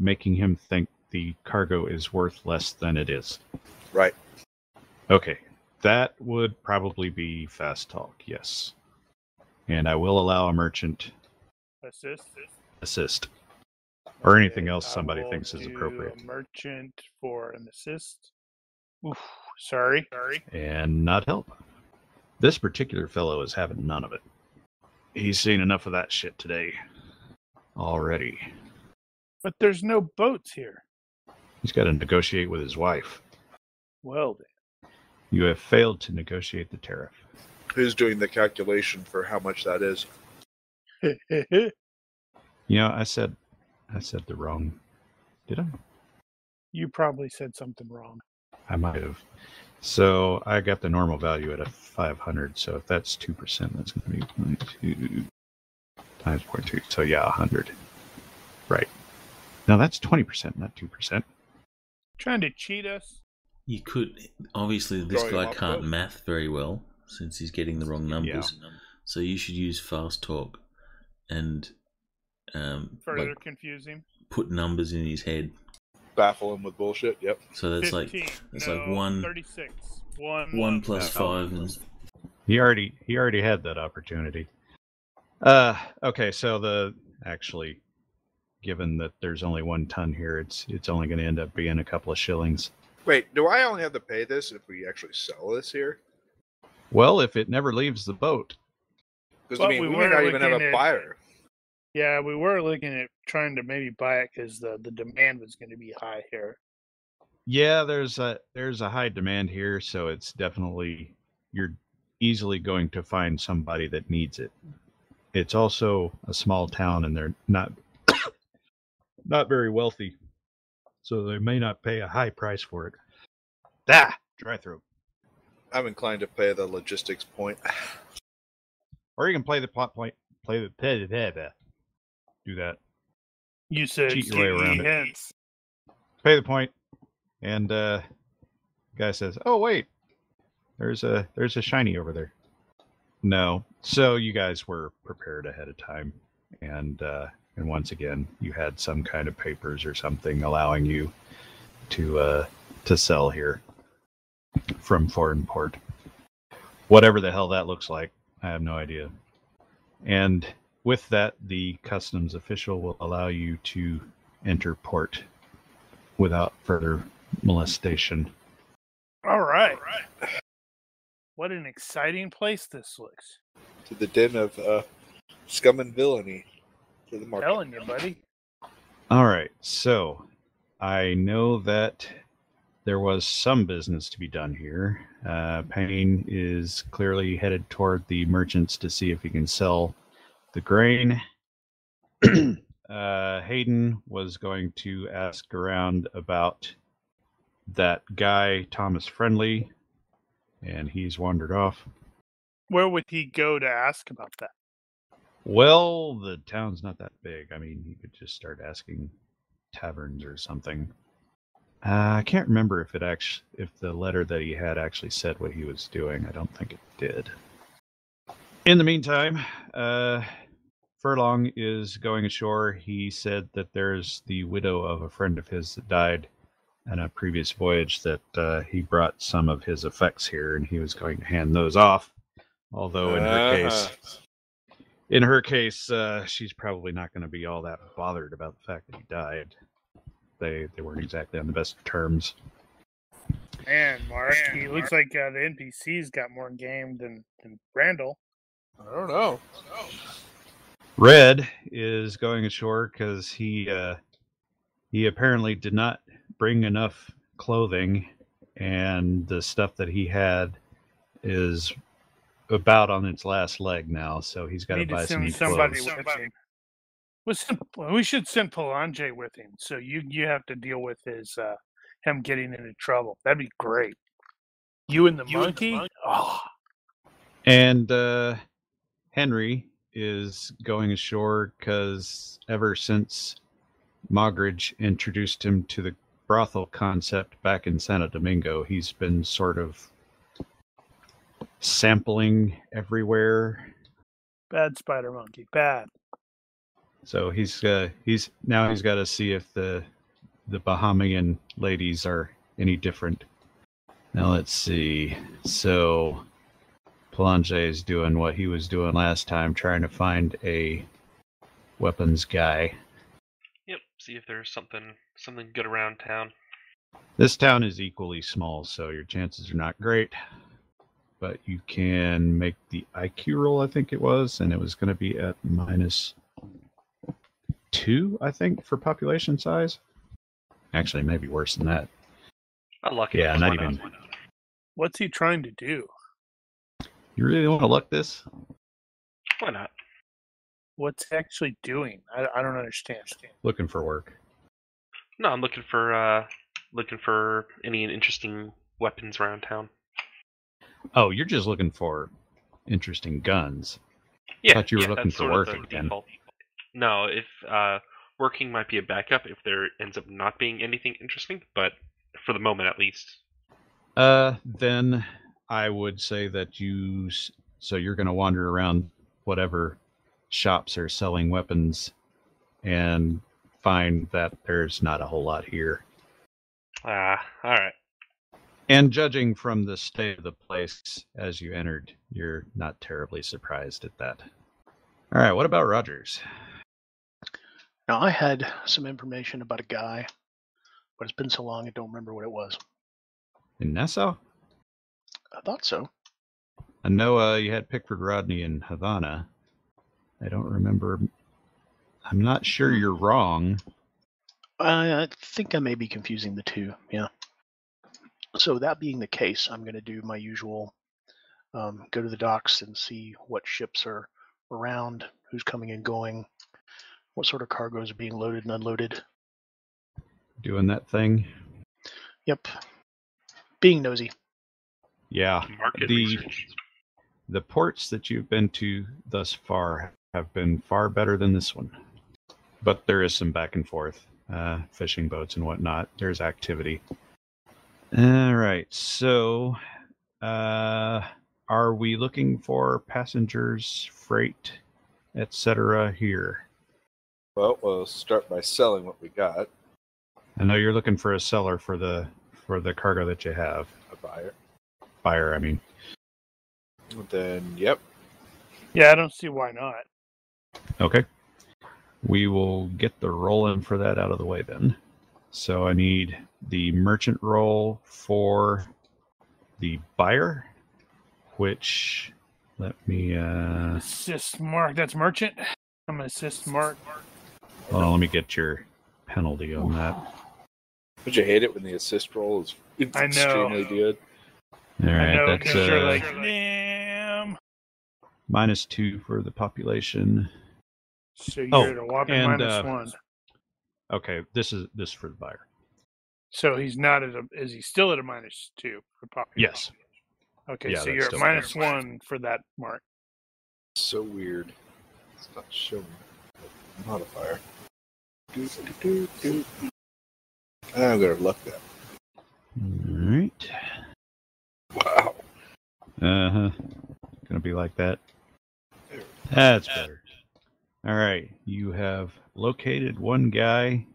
[SPEAKER 2] making him think the cargo is worth less than it is.
[SPEAKER 5] Right.
[SPEAKER 2] Okay. That would probably be fast talk, yes. And I will allow a merchant
[SPEAKER 3] Assist.
[SPEAKER 2] assist. Or anything
[SPEAKER 3] Okay,
[SPEAKER 2] else
[SPEAKER 3] I
[SPEAKER 2] somebody
[SPEAKER 3] will
[SPEAKER 2] thinks is
[SPEAKER 3] do a
[SPEAKER 2] appropriate.
[SPEAKER 3] merchant for an assist. Oof, sorry. Sorry.
[SPEAKER 2] and not help. This particular fellow is having none of it. He's seen enough of that shit today already.
[SPEAKER 3] But there's no boats here.
[SPEAKER 2] He's got to negotiate with his wife.
[SPEAKER 3] Well, then,
[SPEAKER 2] You have failed to negotiate the tariff.
[SPEAKER 5] Who's doing the calculation for how much that is?
[SPEAKER 2] You know, I said, I said the wrong. Did I?
[SPEAKER 3] <laughs> you probably said something wrong.
[SPEAKER 2] I might have. So I got the normal value at a 500. So if that's 2%, that's going to be 0.2 times 0.2. So yeah, 100. Right. Now that's 20%, not 2%.
[SPEAKER 3] Trying to cheat us.
[SPEAKER 1] You could obviously this
[SPEAKER 5] Drawing
[SPEAKER 1] guy
[SPEAKER 5] up
[SPEAKER 1] can't
[SPEAKER 5] both.
[SPEAKER 1] math very well since he's getting the wrong numbers. So you should use fast talk and um,
[SPEAKER 3] Further
[SPEAKER 1] like
[SPEAKER 3] confuse him.
[SPEAKER 1] put numbers in his head.
[SPEAKER 5] Baffle him with bullshit. Yep.
[SPEAKER 1] So that's
[SPEAKER 3] 15.
[SPEAKER 1] like it's
[SPEAKER 3] no,
[SPEAKER 1] like one-
[SPEAKER 3] 36. One,
[SPEAKER 1] one plus five and
[SPEAKER 2] He already he already had that opportunity. Uh okay, so the actually given that there's only one ton here, it's it's only gonna end up being a couple of shillings.
[SPEAKER 5] Wait, do I only have to pay this if we actually sell this here?
[SPEAKER 2] Well, if it never leaves the boat,
[SPEAKER 5] Because
[SPEAKER 3] But
[SPEAKER 5] I mean,
[SPEAKER 3] we
[SPEAKER 5] we,
[SPEAKER 3] were
[SPEAKER 5] may not even have
[SPEAKER 3] looking
[SPEAKER 5] a
[SPEAKER 3] at-
[SPEAKER 5] buyer.
[SPEAKER 3] Yeah, we were looking at trying to maybe buy it because the, the demand was going to be high here.
[SPEAKER 2] yeah, there's a there's a high demand here, so it's definitely you're easily going to find somebody that needs it. It's also a small town and they're not <coughs> not very wealthy. So they may not pay a high price for it. Ah, dry throat.
[SPEAKER 5] I'm inclined to pay the logistics point.
[SPEAKER 2] Or you can play the plot point. Play the play the- play the- Do that.
[SPEAKER 3] You said
[SPEAKER 2] Cheat your way
[SPEAKER 3] "Give me
[SPEAKER 2] around it."
[SPEAKER 3] hints.
[SPEAKER 2] Pay the point, and uh, guy says, "Oh wait, there's a there's a shiny over there." No, so you guys were prepared ahead of time, and uh, and once again, you had some kind of papers or something allowing you to uh, to sell here from foreign port, whatever the hell that looks like. I have no idea. And with that, the customs official will allow you to enter port without further molestation.
[SPEAKER 3] All right. What an exciting place this looks.
[SPEAKER 5] to the den of uh, scum and villainy. To the market.
[SPEAKER 3] Telling you, buddy.
[SPEAKER 2] All right, so I know that there was some business to be done here. Uh, Payne is clearly headed toward the merchants to see if he can sell the grain. uh, Hayden was going to ask around about that guy, Thomas Friendly, and he's wandered off.
[SPEAKER 3] Where would he go to ask about that?
[SPEAKER 2] Well, the town's not that big. I mean, you could just start asking taverns or something. Uh, I can't remember if it actually, if the letter that he had actually said what he was doing. I don't think it did. In the meantime, uh, Furlong is going ashore. He said that there's the widow of a friend of his that died on a previous voyage. That uh, he brought some of his effects here, and he was going to hand those off. Although Oh, in her case,
[SPEAKER 5] Uh-huh.
[SPEAKER 2] in her case, uh, she's probably not going to be all that bothered about the fact that he died. They they weren't exactly on the best of terms.
[SPEAKER 3] Man, Mark, he looks like uh, the NPC's got more game than, than Randall.
[SPEAKER 5] I don't know.
[SPEAKER 2] Red is going ashore because he uh, he apparently did not bring enough clothing, and the stuff that he had is about on its last leg now. So he's got to
[SPEAKER 3] Need to
[SPEAKER 2] buy some new
[SPEAKER 3] send somebody
[SPEAKER 2] clothes.
[SPEAKER 3] with him. We'll send- we should send Palanje with him, so you you have to deal with his uh, him getting into trouble. That'd be great. You and the monkey. Oh,
[SPEAKER 2] And uh, Henry is going ashore because ever since Mogridge introduced him to the brothel concept back in Santo Domingo, he's been sort of sampling everywhere
[SPEAKER 3] Bad spider monkey. Bad.
[SPEAKER 2] So he's uh, he's now he's got to see if the the Bahamian ladies are any different. Now let's see. So Palange is doing what he was doing last time, trying to find a weapons guy.
[SPEAKER 6] Yep. See if there's something something good around town.
[SPEAKER 2] This town is equally small, so your chances are not great. But you can make the IQ roll, I think it was, and it was going to be at minus two, I think, for population size. Actually, maybe worse than that.
[SPEAKER 6] Not lucky.
[SPEAKER 2] Yeah,
[SPEAKER 6] but
[SPEAKER 2] not
[SPEAKER 6] why
[SPEAKER 2] even-
[SPEAKER 6] Why not?
[SPEAKER 3] What's he trying to do?
[SPEAKER 2] You really want to look this?
[SPEAKER 6] Why not?
[SPEAKER 3] What's he actually doing? I, I don't understand.
[SPEAKER 2] Looking for work.
[SPEAKER 6] No, I'm looking for uh looking for any interesting weapons around town.
[SPEAKER 2] Oh, you're just looking for interesting guns.
[SPEAKER 6] Yeah,
[SPEAKER 2] thought you were
[SPEAKER 6] yeah,
[SPEAKER 2] looking
[SPEAKER 6] that's
[SPEAKER 2] for
[SPEAKER 6] sort of
[SPEAKER 2] work
[SPEAKER 6] the
[SPEAKER 2] again.
[SPEAKER 6] default. No, if uh, working might be a backup if there ends up not being anything interesting, but for the moment at least.
[SPEAKER 2] Uh, then I would say that you. s- So you're going to wander around whatever shops are selling weapons, and find that there's not a whole lot here.
[SPEAKER 6] Ah, all right.
[SPEAKER 2] And judging from the state of the place as you entered, you're not terribly surprised at that. All right, what about Rogers?
[SPEAKER 4] Now I had some information about a guy, but it's been so long I don't remember what it was.
[SPEAKER 2] In Nassau?
[SPEAKER 4] I thought so.
[SPEAKER 2] I know uh, you had Pickford Rodney in Havana. I don't remember. I'm not sure you're wrong.
[SPEAKER 4] I, I think I may be confusing the two. Yeah. So that being the case, I'm going to do my usual um, go to the docks and see what ships are around, who's coming and going, what sort of cargoes are being loaded and unloaded.
[SPEAKER 2] Doing that thing.
[SPEAKER 4] Yep. Being nosy.
[SPEAKER 2] Yeah.
[SPEAKER 6] Market
[SPEAKER 2] The-
[SPEAKER 6] research.
[SPEAKER 2] The ports that you've been to thus far have been far better than this one. But there is some back and forth, uh, fishing boats and whatnot. There's activity. All right. So, uh, are we looking for passengers, freight, etc. here?
[SPEAKER 5] Well, we'll start by selling what we got.
[SPEAKER 2] I know you're looking for a seller for the for the cargo that you have.
[SPEAKER 5] A buyer.
[SPEAKER 2] Buyer, I mean.
[SPEAKER 5] Then, yep.
[SPEAKER 3] Yeah, I don't see why not.
[SPEAKER 2] Okay. We will get the rolling for that out of the way then. So I need the merchant roll for the buyer, which let me uh
[SPEAKER 3] Assist Mark. That's merchant. I'm gonna assist Mark.
[SPEAKER 2] hold on, oh, let me get your penalty on that.
[SPEAKER 5] Would you hate it when the assist roll is it's
[SPEAKER 3] I know.
[SPEAKER 5] extremely good?
[SPEAKER 2] All right,
[SPEAKER 3] I know
[SPEAKER 2] that's
[SPEAKER 3] 'cause you're
[SPEAKER 2] uh,
[SPEAKER 3] like, damn.
[SPEAKER 2] minus two for the population.
[SPEAKER 3] So you're
[SPEAKER 2] Oh,
[SPEAKER 3] at a whopping
[SPEAKER 2] and,
[SPEAKER 3] minus
[SPEAKER 2] uh,
[SPEAKER 3] one.
[SPEAKER 2] Okay, this is this is for the buyer.
[SPEAKER 3] So he's not at a. Is he still at a minus two for popular?
[SPEAKER 2] Yes.
[SPEAKER 3] Okay,
[SPEAKER 2] Yeah,
[SPEAKER 3] so
[SPEAKER 2] that's
[SPEAKER 3] you're at
[SPEAKER 2] still
[SPEAKER 3] minus
[SPEAKER 2] fair.
[SPEAKER 3] one for that mark.
[SPEAKER 5] So weird. It's not showing the modifier. Do, do, do, do. I'm gonna look that.
[SPEAKER 2] All right.
[SPEAKER 5] Wow.
[SPEAKER 2] Uh huh. Gonna be like that. That's better. All right. You have located one guy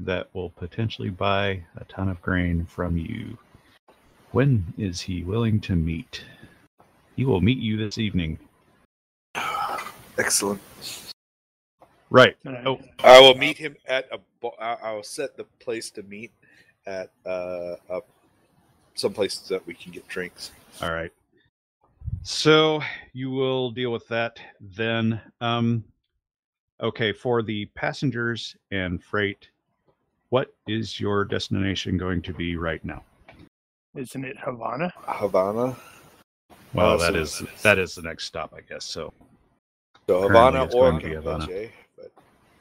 [SPEAKER 2] that will potentially buy a ton of grain from you. When is he willing to meet? He will meet you this evening.
[SPEAKER 5] Excellent.
[SPEAKER 2] Right.
[SPEAKER 3] All right.
[SPEAKER 2] Oh,
[SPEAKER 5] I will meet him at a. bar- I I will set the place to meet at uh, a, some places that we can get drinks.
[SPEAKER 2] all right. So you will deal with that then. Um, okay. For the passengers and freight, what is your destination going to be right now?
[SPEAKER 3] Isn't it Havana?
[SPEAKER 5] Havana.
[SPEAKER 2] Well,
[SPEAKER 5] Uh,
[SPEAKER 2] that
[SPEAKER 5] so-
[SPEAKER 2] is that is the next stop, I guess. So,
[SPEAKER 5] So
[SPEAKER 2] Currently,
[SPEAKER 5] Havana
[SPEAKER 2] it's
[SPEAKER 5] or
[SPEAKER 2] going to be Havana.
[SPEAKER 5] Campeche, but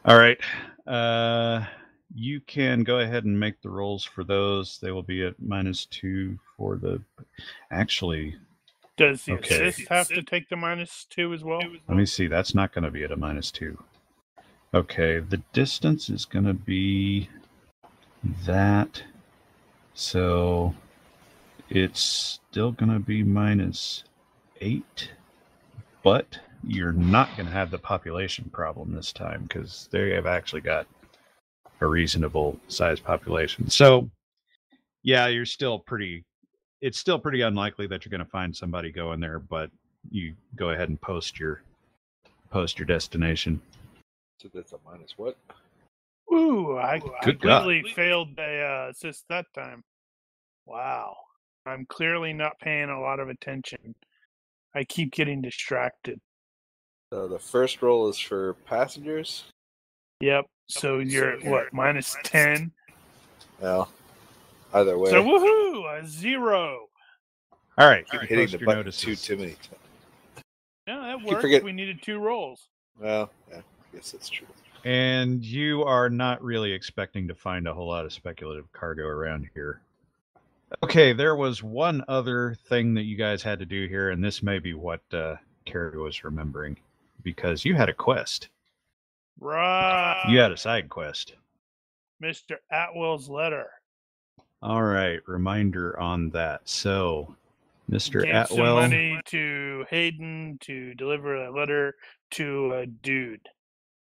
[SPEAKER 2] all right, uh, you can go ahead and make the rolls for those. They will be at minus two for the. Actually,
[SPEAKER 3] Does the
[SPEAKER 2] Okay.
[SPEAKER 3] assist have to take the minus two as well?
[SPEAKER 2] let me see. That's not going to be at a minus two. Okay, the distance is going to be that. So it's still going to be minus eight but you're not going to have the population problem this time because they have actually got a reasonable sized population. So, yeah, you're still pretty. It's still pretty unlikely that you're going to find somebody going there, but you go ahead and post your post your destination.
[SPEAKER 5] So that's a minus what?
[SPEAKER 3] Ooh, I, I
[SPEAKER 2] Good God.
[SPEAKER 3] completely failed the uh, assist that time. Wow. I'm clearly not paying a lot of attention. I keep getting distracted.
[SPEAKER 5] So uh, the first roll is for passengers.
[SPEAKER 3] Yep. So you're at what, minus 10?
[SPEAKER 5] Well, either way,
[SPEAKER 3] So woohoo, a zero.
[SPEAKER 2] All right,
[SPEAKER 5] keep
[SPEAKER 2] you
[SPEAKER 5] hitting
[SPEAKER 2] post
[SPEAKER 5] the
[SPEAKER 2] your
[SPEAKER 5] button too
[SPEAKER 2] notices.
[SPEAKER 5] too many times.
[SPEAKER 3] No, that
[SPEAKER 5] You
[SPEAKER 3] worked.
[SPEAKER 5] forget-
[SPEAKER 3] We needed two rolls.
[SPEAKER 5] Well, yeah, I guess that's true.
[SPEAKER 2] And you are not really expecting to find a whole lot of speculative cargo around here. Okay, there was one other thing that you guys had to do here, and this may be what uh, Carrie was remembering because you had a quest.
[SPEAKER 3] Right.
[SPEAKER 2] You had a side quest.
[SPEAKER 3] Mr. Atwell's letter.
[SPEAKER 2] All right, reminder on that. So, Mr.
[SPEAKER 3] Gave some
[SPEAKER 2] Atwell.
[SPEAKER 3] money to Hayden to deliver a letter to a dude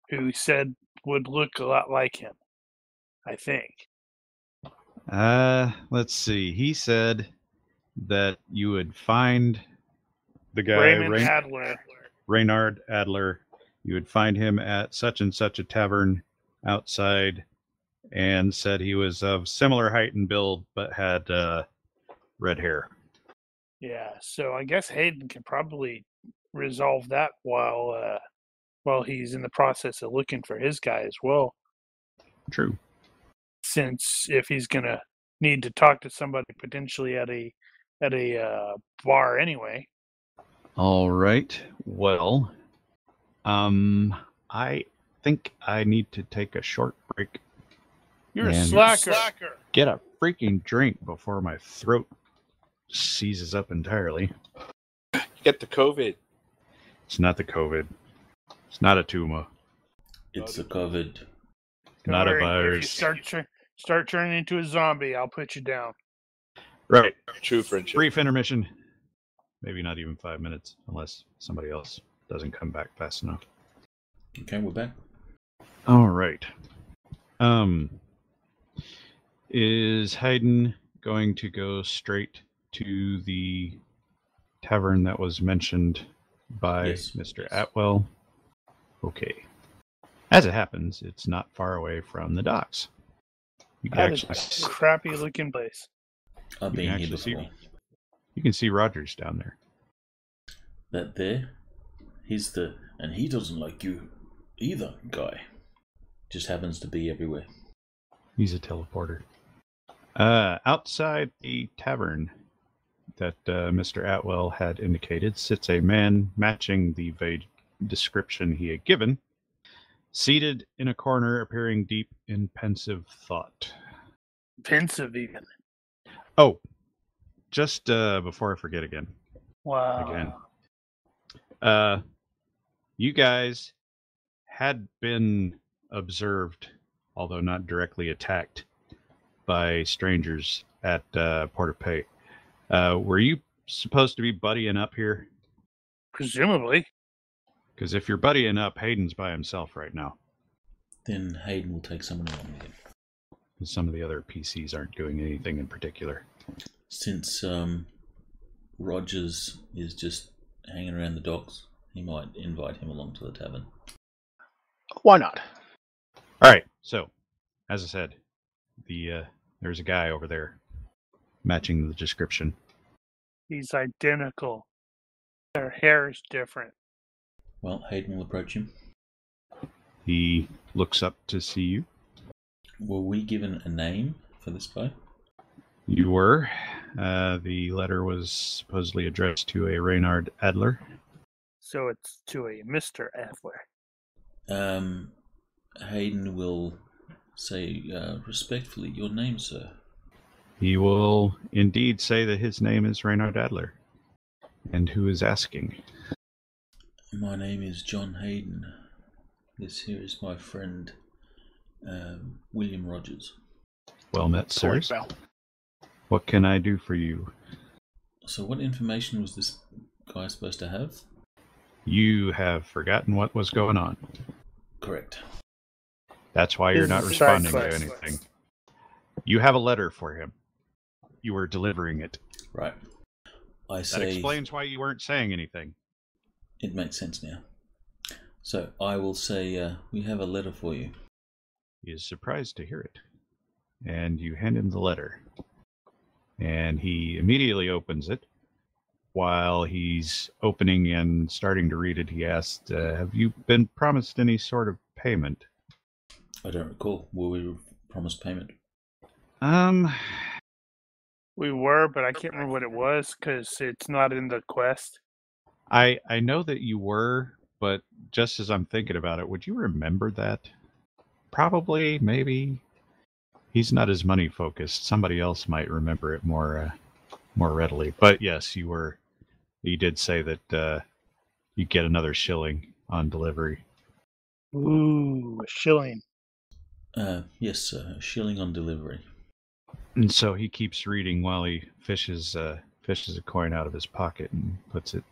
[SPEAKER 3] who said would look a lot like him. I think.
[SPEAKER 2] Uh, let's see. He said that you would find the guy
[SPEAKER 3] Raymond
[SPEAKER 2] Rain-
[SPEAKER 3] Adler.
[SPEAKER 2] Reynard Adler. You would find him at such and such a tavern outside, and said he was of similar height and build, but had uh, red hair.
[SPEAKER 3] Yeah, so I guess Hayden can probably resolve that while uh while he's in the process of looking for his guy as well.
[SPEAKER 2] True.
[SPEAKER 3] Since if he's gonna need to talk to somebody potentially at a at a uh, bar anyway.
[SPEAKER 2] All right. Well, um, I think I need to take a short break.
[SPEAKER 3] You're a
[SPEAKER 2] And-
[SPEAKER 3] slacker.
[SPEAKER 2] Get a freaking drink before my throat seizes up entirely.
[SPEAKER 5] Get the COVID.
[SPEAKER 2] It's not the COVID. It's not a tumor.
[SPEAKER 1] It's a COVID.
[SPEAKER 3] Don't
[SPEAKER 2] Not a
[SPEAKER 3] worry, If you
[SPEAKER 2] virus.
[SPEAKER 3] start tur- start turning into a zombie, I'll put you down.
[SPEAKER 2] Right.
[SPEAKER 5] True friendship.
[SPEAKER 2] Brief intermission. Maybe not even five minutes, unless somebody else doesn't come back fast enough.
[SPEAKER 1] Okay, we're back.
[SPEAKER 2] All right. Um, is Haydn going to go straight to the tavern that was mentioned by
[SPEAKER 1] Yes.
[SPEAKER 2] Mr. Atwell? Okay. As it happens, it's not far away from the docks. You can
[SPEAKER 3] That is
[SPEAKER 2] actually
[SPEAKER 3] a crappy looking place.
[SPEAKER 1] I've been
[SPEAKER 2] You can
[SPEAKER 1] here
[SPEAKER 2] actually see
[SPEAKER 1] before.
[SPEAKER 2] you can see Rogers down there.
[SPEAKER 1] That there, he's the and he doesn't like you either guy. Just happens to be everywhere.
[SPEAKER 2] He's a teleporter. Uh, outside the tavern that uh, Mr. Atwell had indicated sits a man matching the vague description he had given, seated in a corner, appearing deep in pensive thought.
[SPEAKER 3] Pensive even.
[SPEAKER 2] Oh, just uh, before I forget again,
[SPEAKER 3] Wow.
[SPEAKER 2] again. Uh, you guys had been observed, although not directly attacked, by strangers at uh, Port of Pay. Uh, were you supposed to be buddying up here?
[SPEAKER 3] Presumably.
[SPEAKER 2] Because if you're buddying up, Hayden's by himself right now.
[SPEAKER 1] Then Hayden will take someone along with him.
[SPEAKER 2] 'Cause Some of the other PCs aren't doing anything in particular.
[SPEAKER 1] Since um, Rogers is just hanging around the docks, he might invite him along to the tavern.
[SPEAKER 4] Why not?
[SPEAKER 2] All right. So, as I said, the uh, there's a guy over there matching the description.
[SPEAKER 3] He's identical. Their hair is different.
[SPEAKER 1] Well, Hayden will approach him.
[SPEAKER 2] He looks up to see you.
[SPEAKER 1] Were we given a name for this guy?
[SPEAKER 2] You were. Uh, the letter was supposedly addressed to a Reynard Adler.
[SPEAKER 3] So it's to a Mr. Adler.
[SPEAKER 1] Um, Hayden will say uh, respectfully, "Your name, sir."
[SPEAKER 2] He will indeed say that his name is Reynard Adler. And who is asking?
[SPEAKER 1] My name is John Hayden. This here is my friend, um, William Rogers.
[SPEAKER 2] Well met, sir.
[SPEAKER 4] Polite bow.
[SPEAKER 2] What can I do for you?
[SPEAKER 1] So, what information was this guy supposed to have?
[SPEAKER 2] You have forgotten what was going on.
[SPEAKER 1] Correct.
[SPEAKER 2] That's why you're
[SPEAKER 7] This
[SPEAKER 2] not
[SPEAKER 7] is a
[SPEAKER 2] responding
[SPEAKER 7] side
[SPEAKER 2] to
[SPEAKER 7] quest.
[SPEAKER 2] anything. You have a letter for him. You were delivering it.
[SPEAKER 1] Right. I
[SPEAKER 2] That
[SPEAKER 1] say
[SPEAKER 2] explains why you weren't saying anything.
[SPEAKER 1] it makes sense now. So I will say uh, we have a letter for you.
[SPEAKER 2] He is surprised to hear it. And you hand him the letter. And he immediately opens it. While he's opening and starting to read it, he asks, uh, Have you been promised any sort of payment?
[SPEAKER 1] I don't recall. Were we promised payment?
[SPEAKER 2] Um,
[SPEAKER 3] We were, but I can't remember what it was because it's not in the quest.
[SPEAKER 2] I, I know that you were, but just as I'm thinking about it, would you remember that? Probably, maybe. He's not as money focused. Somebody else might remember it more uh, more readily. But yes, you were. You did say that uh, you get another shilling on delivery.
[SPEAKER 7] Ooh, a shilling.
[SPEAKER 1] Uh, yes, sir. A shilling on delivery.
[SPEAKER 2] And so he keeps reading while he fishes uh, fishes a coin out of his pocket and puts it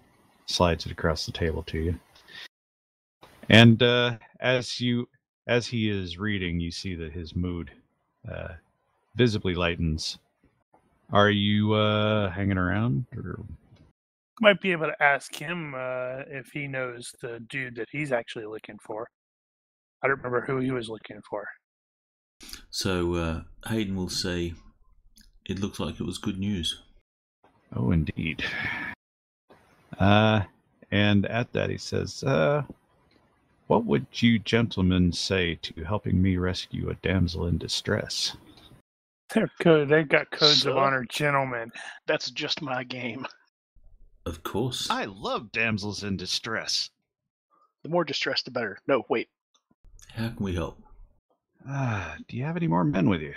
[SPEAKER 2] slides it across the table to you. And uh, as you as he is reading, you see that his mood uh, visibly lightens. Are you uh, hanging around? Or...
[SPEAKER 3] Might be able to ask him uh, if he knows the dude that he's actually looking for. I don't remember who he was looking for.
[SPEAKER 1] So uh, Hayden will say, "It looked like it was good news."
[SPEAKER 2] Oh, indeed. Uh, and at that, he says, uh, "What would you gentlemen say to helping me rescue a damsel in distress?"
[SPEAKER 3] They're code. They've got codes of
[SPEAKER 4] So-
[SPEAKER 3] honor, gentlemen.
[SPEAKER 4] That's just my game.
[SPEAKER 1] Of course.
[SPEAKER 2] I love damsels in distress.
[SPEAKER 4] The more distressed, the better. No, wait.
[SPEAKER 1] How can we help?
[SPEAKER 2] Ah, do you have any more men with you?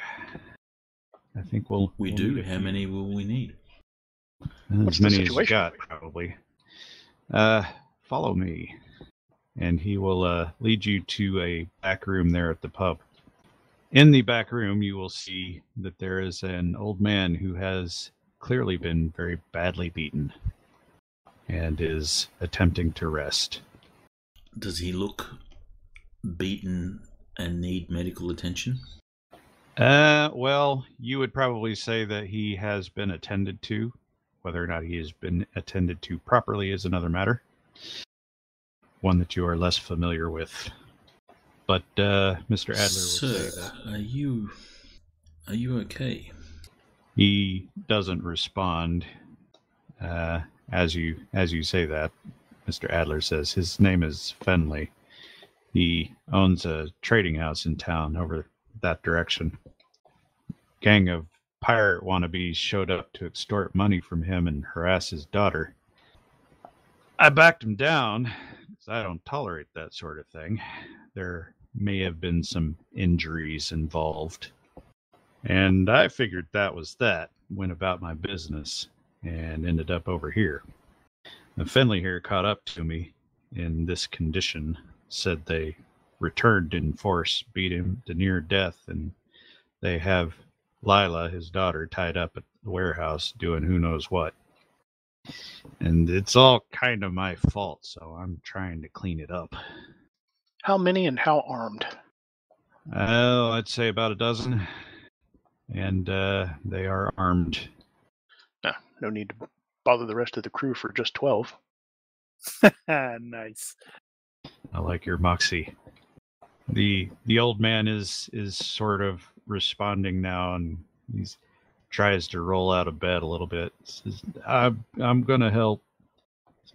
[SPEAKER 2] I think we'll.
[SPEAKER 1] We
[SPEAKER 2] we'll
[SPEAKER 1] do.
[SPEAKER 2] need a
[SPEAKER 1] How
[SPEAKER 2] few.
[SPEAKER 1] many will we need?
[SPEAKER 2] As
[SPEAKER 4] What's the
[SPEAKER 2] many as you
[SPEAKER 4] situation?
[SPEAKER 2] got, probably. Uh, follow me, and he will uh, lead you to a back room there at the pub. In the back room, you will see that there is an old man who has clearly been very badly beaten, and is attempting to rest.
[SPEAKER 1] Does he look beaten and need medical attention?
[SPEAKER 2] Uh, well, you would probably say that he has been attended to. Whether or not he has been attended to properly is another matter. One that you are less familiar with. But uh, Mr. Adler will
[SPEAKER 1] Sir,
[SPEAKER 2] say that
[SPEAKER 1] are you are you okay?
[SPEAKER 2] he doesn't respond. Uh, as you as you say that, Mr. Adler says his name is Fenley. He owns a trading house in town over that direction. Gang of pirate wannabes showed up to extort money from him and harass his daughter. I backed him down because I don't tolerate that sort of thing. There may have been some injuries involved. And I figured that was that. Went about my business and ended up over here. And Finley here caught up to me in this condition, said they returned in force, beat him to near death, and they have Lila, his daughter, tied up at the warehouse doing who knows what. And it's all kind of my fault, so I'm trying to clean it up.
[SPEAKER 4] How many and how armed?
[SPEAKER 2] Oh, I'd say about a dozen. And uh, they are armed.
[SPEAKER 4] No, no need to bother the rest of the crew for just 12.
[SPEAKER 3] nice.
[SPEAKER 2] I like your moxie. The the old man is is sort of responding now and he's tries to roll out of bed a little bit. Says, I'm I'm gonna help.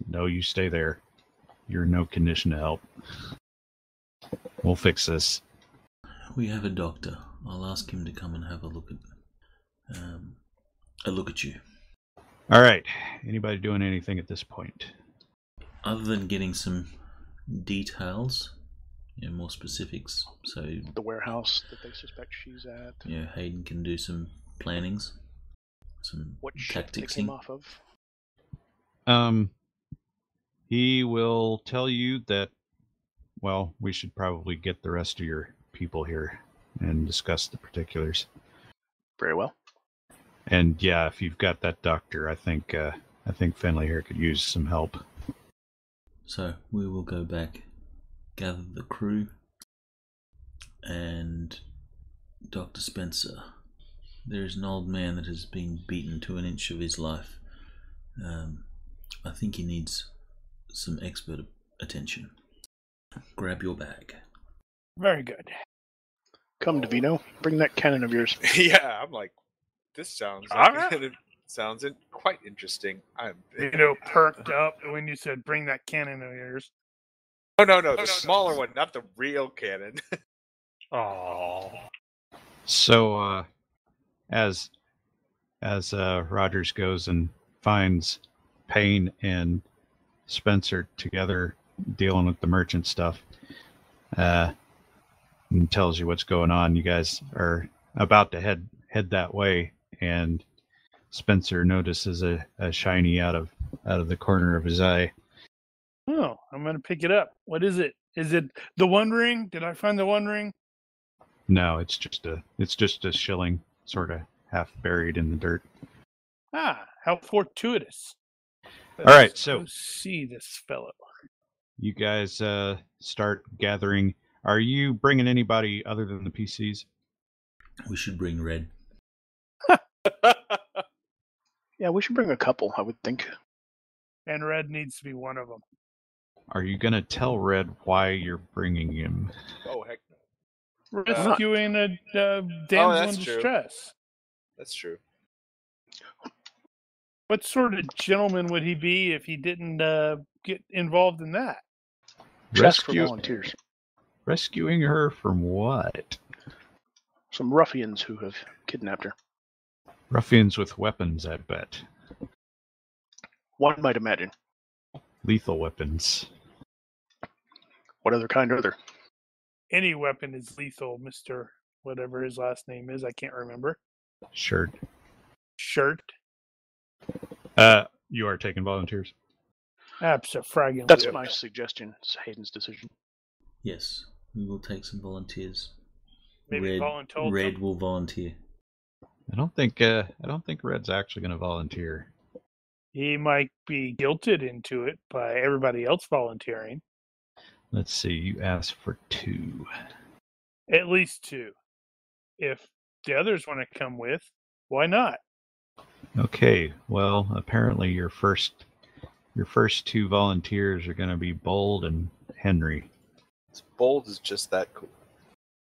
[SPEAKER 2] No, you stay there. You're in no condition to help. We'll fix this.
[SPEAKER 1] We have a doctor. I'll ask him to come and have a look at um, a look at you.
[SPEAKER 2] All right. Anybody doing anything at this point?
[SPEAKER 1] Other than getting some details, you know, more specifics, so you
[SPEAKER 4] The warehouse that they suspect she's at.
[SPEAKER 1] know Hayden can do some plannings, some
[SPEAKER 4] What ship they
[SPEAKER 1] tactics.
[SPEAKER 4] came off of.
[SPEAKER 2] Um, he will tell you that. Well, we should probably get the rest of your people here and discuss the particulars.
[SPEAKER 4] Very well.
[SPEAKER 2] And yeah, if you've got that doctor, I think uh, I think Finley here could use some help.
[SPEAKER 1] So we will go back, gather the crew, and Dr. Spencer. There is an old man that has been beaten to an inch of his life. Um, I think he needs some expert attention. Grab your bag.
[SPEAKER 3] Very good.
[SPEAKER 4] Come, Davino. Bring that cannon of yours.
[SPEAKER 5] <laughs> yeah, I'm like, this sounds
[SPEAKER 6] All
[SPEAKER 5] like- <laughs>
[SPEAKER 6] right.
[SPEAKER 5] it sounds in- quite interesting. I'm
[SPEAKER 3] You know, perked
[SPEAKER 5] <laughs>
[SPEAKER 3] up when you said, "Bring that cannon of yours."
[SPEAKER 5] Oh no, no, the smaller one, not the real cannon. <laughs>
[SPEAKER 6] Oh,
[SPEAKER 2] So uh as as uh Rogers goes and finds Payne and Spencer together dealing with the merchant stuff, uh and tells you what's going on. You guys are about to head head that way and Spencer notices a, a shiny out of out of the corner of his eye.
[SPEAKER 3] Oh, I'm gonna pick it up. What is it? Is it the One Ring? Did I find the One Ring?
[SPEAKER 2] No, it's just a it's just a shilling sort of half buried in the dirt.
[SPEAKER 3] Ah, how fortuitous! All
[SPEAKER 2] All right, so-
[SPEAKER 3] see this fellow.
[SPEAKER 2] you guys uh start gathering are you bringing anybody other than the pcs
[SPEAKER 1] We should bring Red.
[SPEAKER 5] Oh,
[SPEAKER 4] Yeah, we should bring a couple, I would think.
[SPEAKER 3] And Red needs to be one of them.
[SPEAKER 2] are you gonna tell red why you're bringing him
[SPEAKER 5] oh heck, no. Uh,
[SPEAKER 3] Rescuing a uh, damsel in
[SPEAKER 5] Oh, that's true.
[SPEAKER 3] distress.
[SPEAKER 5] that's true.
[SPEAKER 3] What sort of gentleman would he be if he didn't uh, get involved in that?
[SPEAKER 4] Should ask for
[SPEAKER 2] Rescue-
[SPEAKER 4] volunteers.
[SPEAKER 2] rescuing her from what
[SPEAKER 4] Some ruffians who have kidnapped her.
[SPEAKER 2] ruffians with weapons i bet
[SPEAKER 4] One might imagine.
[SPEAKER 2] lethal weapons
[SPEAKER 4] What other kind are there?
[SPEAKER 3] Any weapon is lethal, Mister whatever his last name is. I can't remember.
[SPEAKER 2] sure
[SPEAKER 3] Shirt.
[SPEAKER 2] uh you are taking volunteers
[SPEAKER 3] Absolutely.
[SPEAKER 4] That's my suggestion. It's Hayden's decision.
[SPEAKER 1] Yes, we will take some volunteers.
[SPEAKER 3] Maybe
[SPEAKER 1] Red,
[SPEAKER 3] voluntold
[SPEAKER 1] Red
[SPEAKER 3] them.
[SPEAKER 1] will volunteer.
[SPEAKER 2] i don't think uh i don't think red's actually gonna volunteer
[SPEAKER 3] He might be guilted into it by everybody else volunteering.
[SPEAKER 2] let's see you asked for two
[SPEAKER 3] At least two. If the others want to come with, why not?
[SPEAKER 2] Okay, well, apparently your first your first two volunteers are going to be Bold and Henry.
[SPEAKER 5] This bold is just that cool.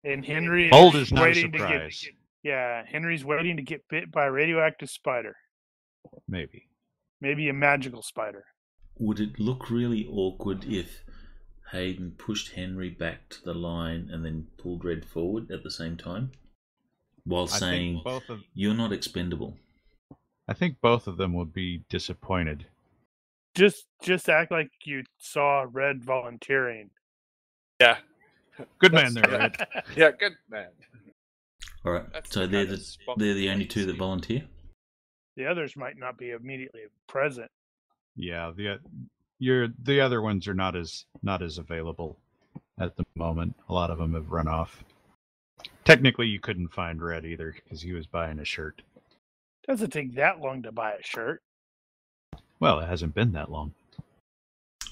[SPEAKER 3] And Henry
[SPEAKER 2] Bold is not a
[SPEAKER 3] waiting to get-
[SPEAKER 2] surprise,
[SPEAKER 3] yeah, Henry's waiting to get bit by a radioactive spider,
[SPEAKER 2] maybe.
[SPEAKER 3] maybe a magical spider.
[SPEAKER 1] Would it look really awkward if Hayden pushed Henry back to the line and then pulled Red forward at the same time? While
[SPEAKER 2] I
[SPEAKER 1] saying,
[SPEAKER 2] think both of
[SPEAKER 1] You're not expendable.
[SPEAKER 2] I think both of them would be disappointed.
[SPEAKER 3] Just just act like you saw Red volunteering.
[SPEAKER 5] Yeah,
[SPEAKER 2] Good
[SPEAKER 5] That's-
[SPEAKER 2] man there, Red.
[SPEAKER 5] <laughs> yeah, good man.
[SPEAKER 1] All right,
[SPEAKER 5] That's
[SPEAKER 1] so
[SPEAKER 5] the
[SPEAKER 1] they're
[SPEAKER 5] kind of
[SPEAKER 1] the,
[SPEAKER 5] spot
[SPEAKER 1] they're the only
[SPEAKER 5] place
[SPEAKER 1] two that
[SPEAKER 5] you-
[SPEAKER 1] volunteer?
[SPEAKER 3] the others might not be immediately present.
[SPEAKER 2] Yeah, the o- your the other ones are not as not as available at the moment. A lot of them have run off. Technically, you couldn't find Red either because he was buying a shirt.
[SPEAKER 3] Doesn't take that long to buy a shirt.
[SPEAKER 2] Well, it hasn't been that long.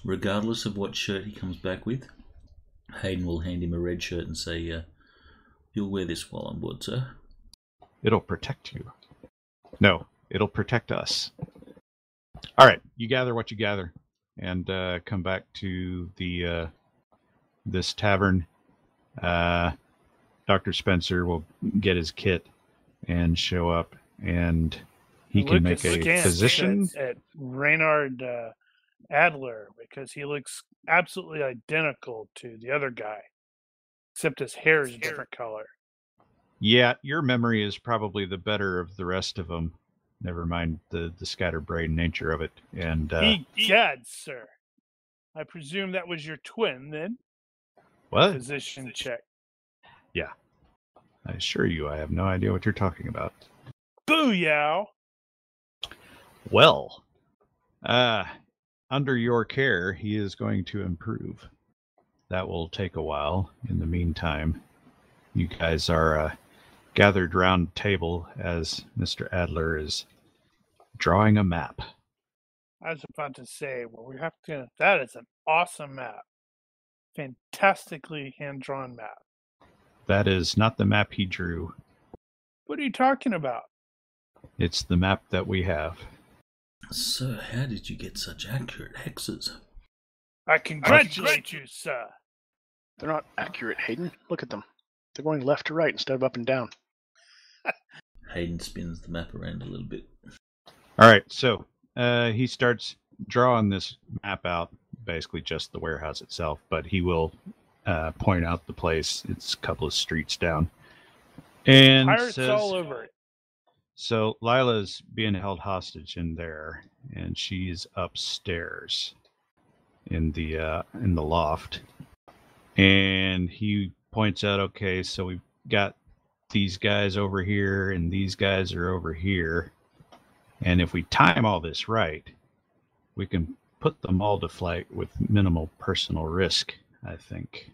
[SPEAKER 1] Regardless of what shirt he comes back with, Hayden will hand him a red shirt and say, uh, You'll wear this while on board, sir.
[SPEAKER 2] It'll protect you. No, it'll protect us. All right, you gather what you gather, and uh, come back to the uh, this tavern. Uh, Doctor Spencer will get his kit and show up, and he can
[SPEAKER 3] Lucas
[SPEAKER 2] make a
[SPEAKER 3] scans
[SPEAKER 2] physician.
[SPEAKER 3] at, at Reynard uh, Adler because he looks absolutely identical to the other guy, except his hair is a different color.
[SPEAKER 2] Yeah, your memory is probably the better of the rest of them. Never mind the the scatterbrained nature of it, and uh,
[SPEAKER 3] Egad, sir! I presume that was your twin then.
[SPEAKER 2] what?
[SPEAKER 3] Position check.
[SPEAKER 2] I assure you, I have no idea what you're talking about.
[SPEAKER 3] Boo yow!
[SPEAKER 2] Well, uh, under your care, he is going to improve. That will take a while. In the meantime, you guys are uh, gathered round table as Mr. Adler is drawing a map.
[SPEAKER 3] I was about to say, well, we have to. That is an awesome map. Fantastically hand drawn map.
[SPEAKER 2] That is not the map he drew.
[SPEAKER 3] What are you talking about?
[SPEAKER 2] It's the map that we have.
[SPEAKER 1] Sir, how did you get such accurate hexes?
[SPEAKER 3] I congratulate you, sir.
[SPEAKER 4] They're not accurate, Hayden. Look at them. They're going left to right instead of up and down.
[SPEAKER 1] Hayden spins the map around a little bit.
[SPEAKER 2] All right, so uh, he starts drawing this map out, basically just the warehouse itself, but he will uh, point out the place. It's a couple of streets down. And
[SPEAKER 3] Pirates
[SPEAKER 2] says,
[SPEAKER 3] all over it.
[SPEAKER 2] So Lila's being held hostage in there, and she's upstairs in the uh, in the loft. And he points out, okay, so we've got these guys over here, and these guys are over here. And if we time all this right, we can put them all to flight with minimal personal risk. I think.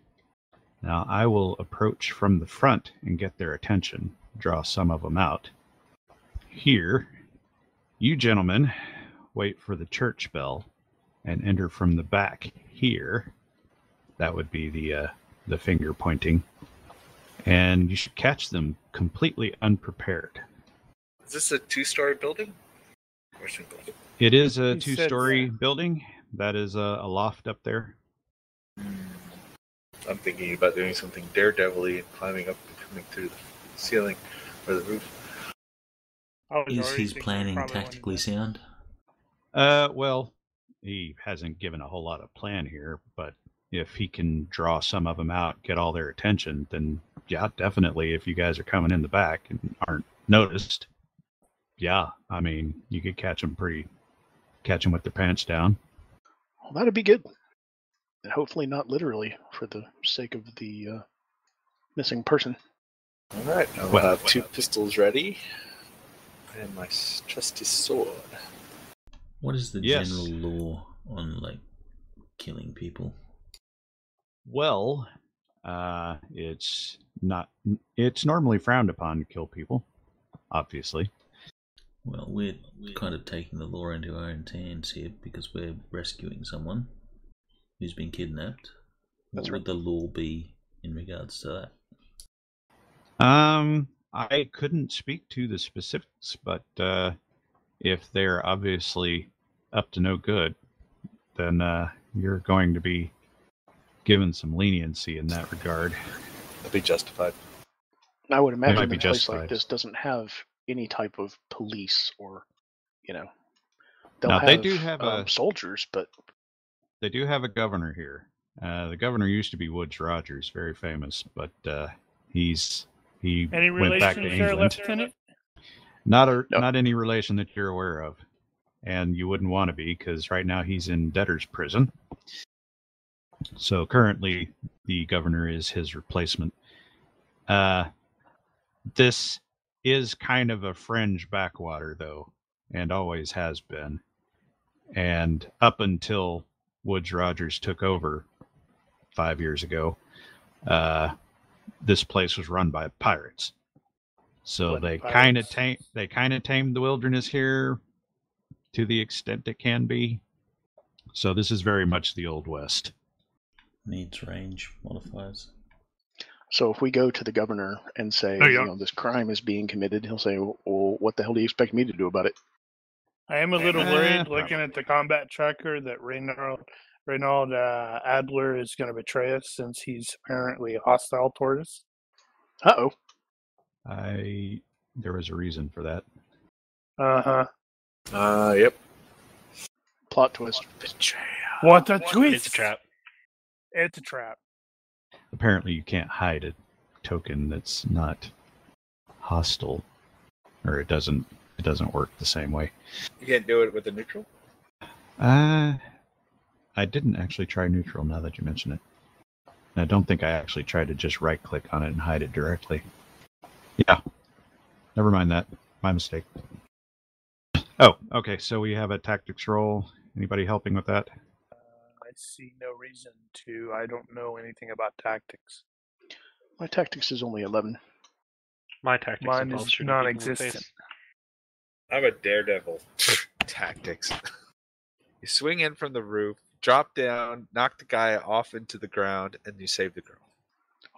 [SPEAKER 2] Now I will approach from the front and get their attention. Draw some of them out here. You gentlemen wait for the church bell and enter from the back here. That would be the uh, the finger pointing. And you should catch them completely unprepared.
[SPEAKER 5] Is this a two-story building? Or single?
[SPEAKER 2] It is a
[SPEAKER 3] You said
[SPEAKER 2] two-story
[SPEAKER 3] so.
[SPEAKER 2] building. That is a, a loft up there.
[SPEAKER 5] I'm thinking about doing something daredevilly and climbing up and coming through the ceiling or the roof.
[SPEAKER 3] I was
[SPEAKER 1] Is
[SPEAKER 3] already
[SPEAKER 1] his
[SPEAKER 3] thinking
[SPEAKER 1] planning
[SPEAKER 3] probably wanted
[SPEAKER 1] tactically
[SPEAKER 3] that.
[SPEAKER 1] sound?
[SPEAKER 2] Uh, well, he hasn't given a whole lot of plan here, but if he can draw some of them out, get all their attention, then yeah, definitely. If you guys are coming in the back and aren't noticed, yeah, I mean, you could catch them pretty, catch them with their pants down.
[SPEAKER 4] Well, that'd be good. And hopefully not literally for the sake of the uh, missing person.
[SPEAKER 5] All right, I'll
[SPEAKER 2] Well-
[SPEAKER 5] have two pistols ready and my s- trusty sword.
[SPEAKER 1] What is the
[SPEAKER 2] Yes.
[SPEAKER 1] general law on like killing people?
[SPEAKER 2] Well, uh, it's not, it's normally frowned upon to kill people, obviously.
[SPEAKER 1] Well, we're kind of taking the law into our own hands here because we're rescuing someone who's been kidnapped.
[SPEAKER 4] That's
[SPEAKER 1] what would the law be in regards to that?
[SPEAKER 2] Um, I couldn't speak to the specifics, but uh, if they're obviously up to no good, then uh, you're going to be given some leniency in that regard.
[SPEAKER 5] I'll be justified.
[SPEAKER 4] And I would imagine
[SPEAKER 2] might
[SPEAKER 4] a
[SPEAKER 2] be
[SPEAKER 4] place
[SPEAKER 2] justified.
[SPEAKER 4] like this doesn't have any type of police or, you know,
[SPEAKER 2] Now, they do have
[SPEAKER 4] um,
[SPEAKER 2] a-
[SPEAKER 4] soldiers, but
[SPEAKER 2] They do have a governor here. Uh, the governor used to be Woods Rogers, very famous, but uh, he's he
[SPEAKER 3] Any
[SPEAKER 2] went back
[SPEAKER 3] relations
[SPEAKER 2] to
[SPEAKER 3] there,
[SPEAKER 2] England.
[SPEAKER 3] Lieutenant?
[SPEAKER 2] Not a,
[SPEAKER 4] No.
[SPEAKER 2] not any relation that you're aware of, and you wouldn't want to be because right now he's in debtor's prison. So currently, the governor is his replacement. Uh, this is kind of a fringe backwater, though, and always has been. And up until Woods Rogers took over five years ago, uh, this place was run by pirates. So
[SPEAKER 3] Bloody
[SPEAKER 2] they
[SPEAKER 3] pirates.
[SPEAKER 2] kind of tame they kind of tamed the wilderness here to the extent it can be. So this is very much the old west.
[SPEAKER 1] Needs range modifiers.
[SPEAKER 4] so if we go to the governor and say,
[SPEAKER 3] Oh, yeah.
[SPEAKER 4] you know, this crime is being committed, he'll say, well, what the hell do you expect me to do about it?
[SPEAKER 3] I am a little
[SPEAKER 2] Eh,
[SPEAKER 3] worried
[SPEAKER 2] probably.
[SPEAKER 3] looking at the combat tracker that Reynold, Reynold uh, Adler is going to betray us since he's apparently hostile toward us.
[SPEAKER 4] Uh oh.
[SPEAKER 2] I there was a reason for that.
[SPEAKER 3] Uh huh.
[SPEAKER 5] Uh, yep.
[SPEAKER 4] Plot twist.
[SPEAKER 3] What a twist!
[SPEAKER 6] It's a trap.
[SPEAKER 3] It's a trap.
[SPEAKER 2] Apparently you can't hide a token that's not hostile or it doesn't it doesn't work the same way.
[SPEAKER 5] You can't do it with a neutral?
[SPEAKER 2] Uh I didn't actually try neutral now that you mention it. And I don't think I actually tried to just right click on it and hide it directly. Yeah. Never mind that. My mistake. Oh, okay. So we have a tactics roll. Anybody helping with that?
[SPEAKER 3] I see no reason to. I don't know anything about tactics.
[SPEAKER 4] My tactics is only 11.
[SPEAKER 6] My tactics
[SPEAKER 3] Mine
[SPEAKER 6] involve
[SPEAKER 3] is
[SPEAKER 6] shooting people in the
[SPEAKER 3] non-existent.
[SPEAKER 6] face.
[SPEAKER 5] <laughs> I'm a daredevil. Tactics. You swing in from the roof, drop down, knock the guy off into the ground, and you save the girl.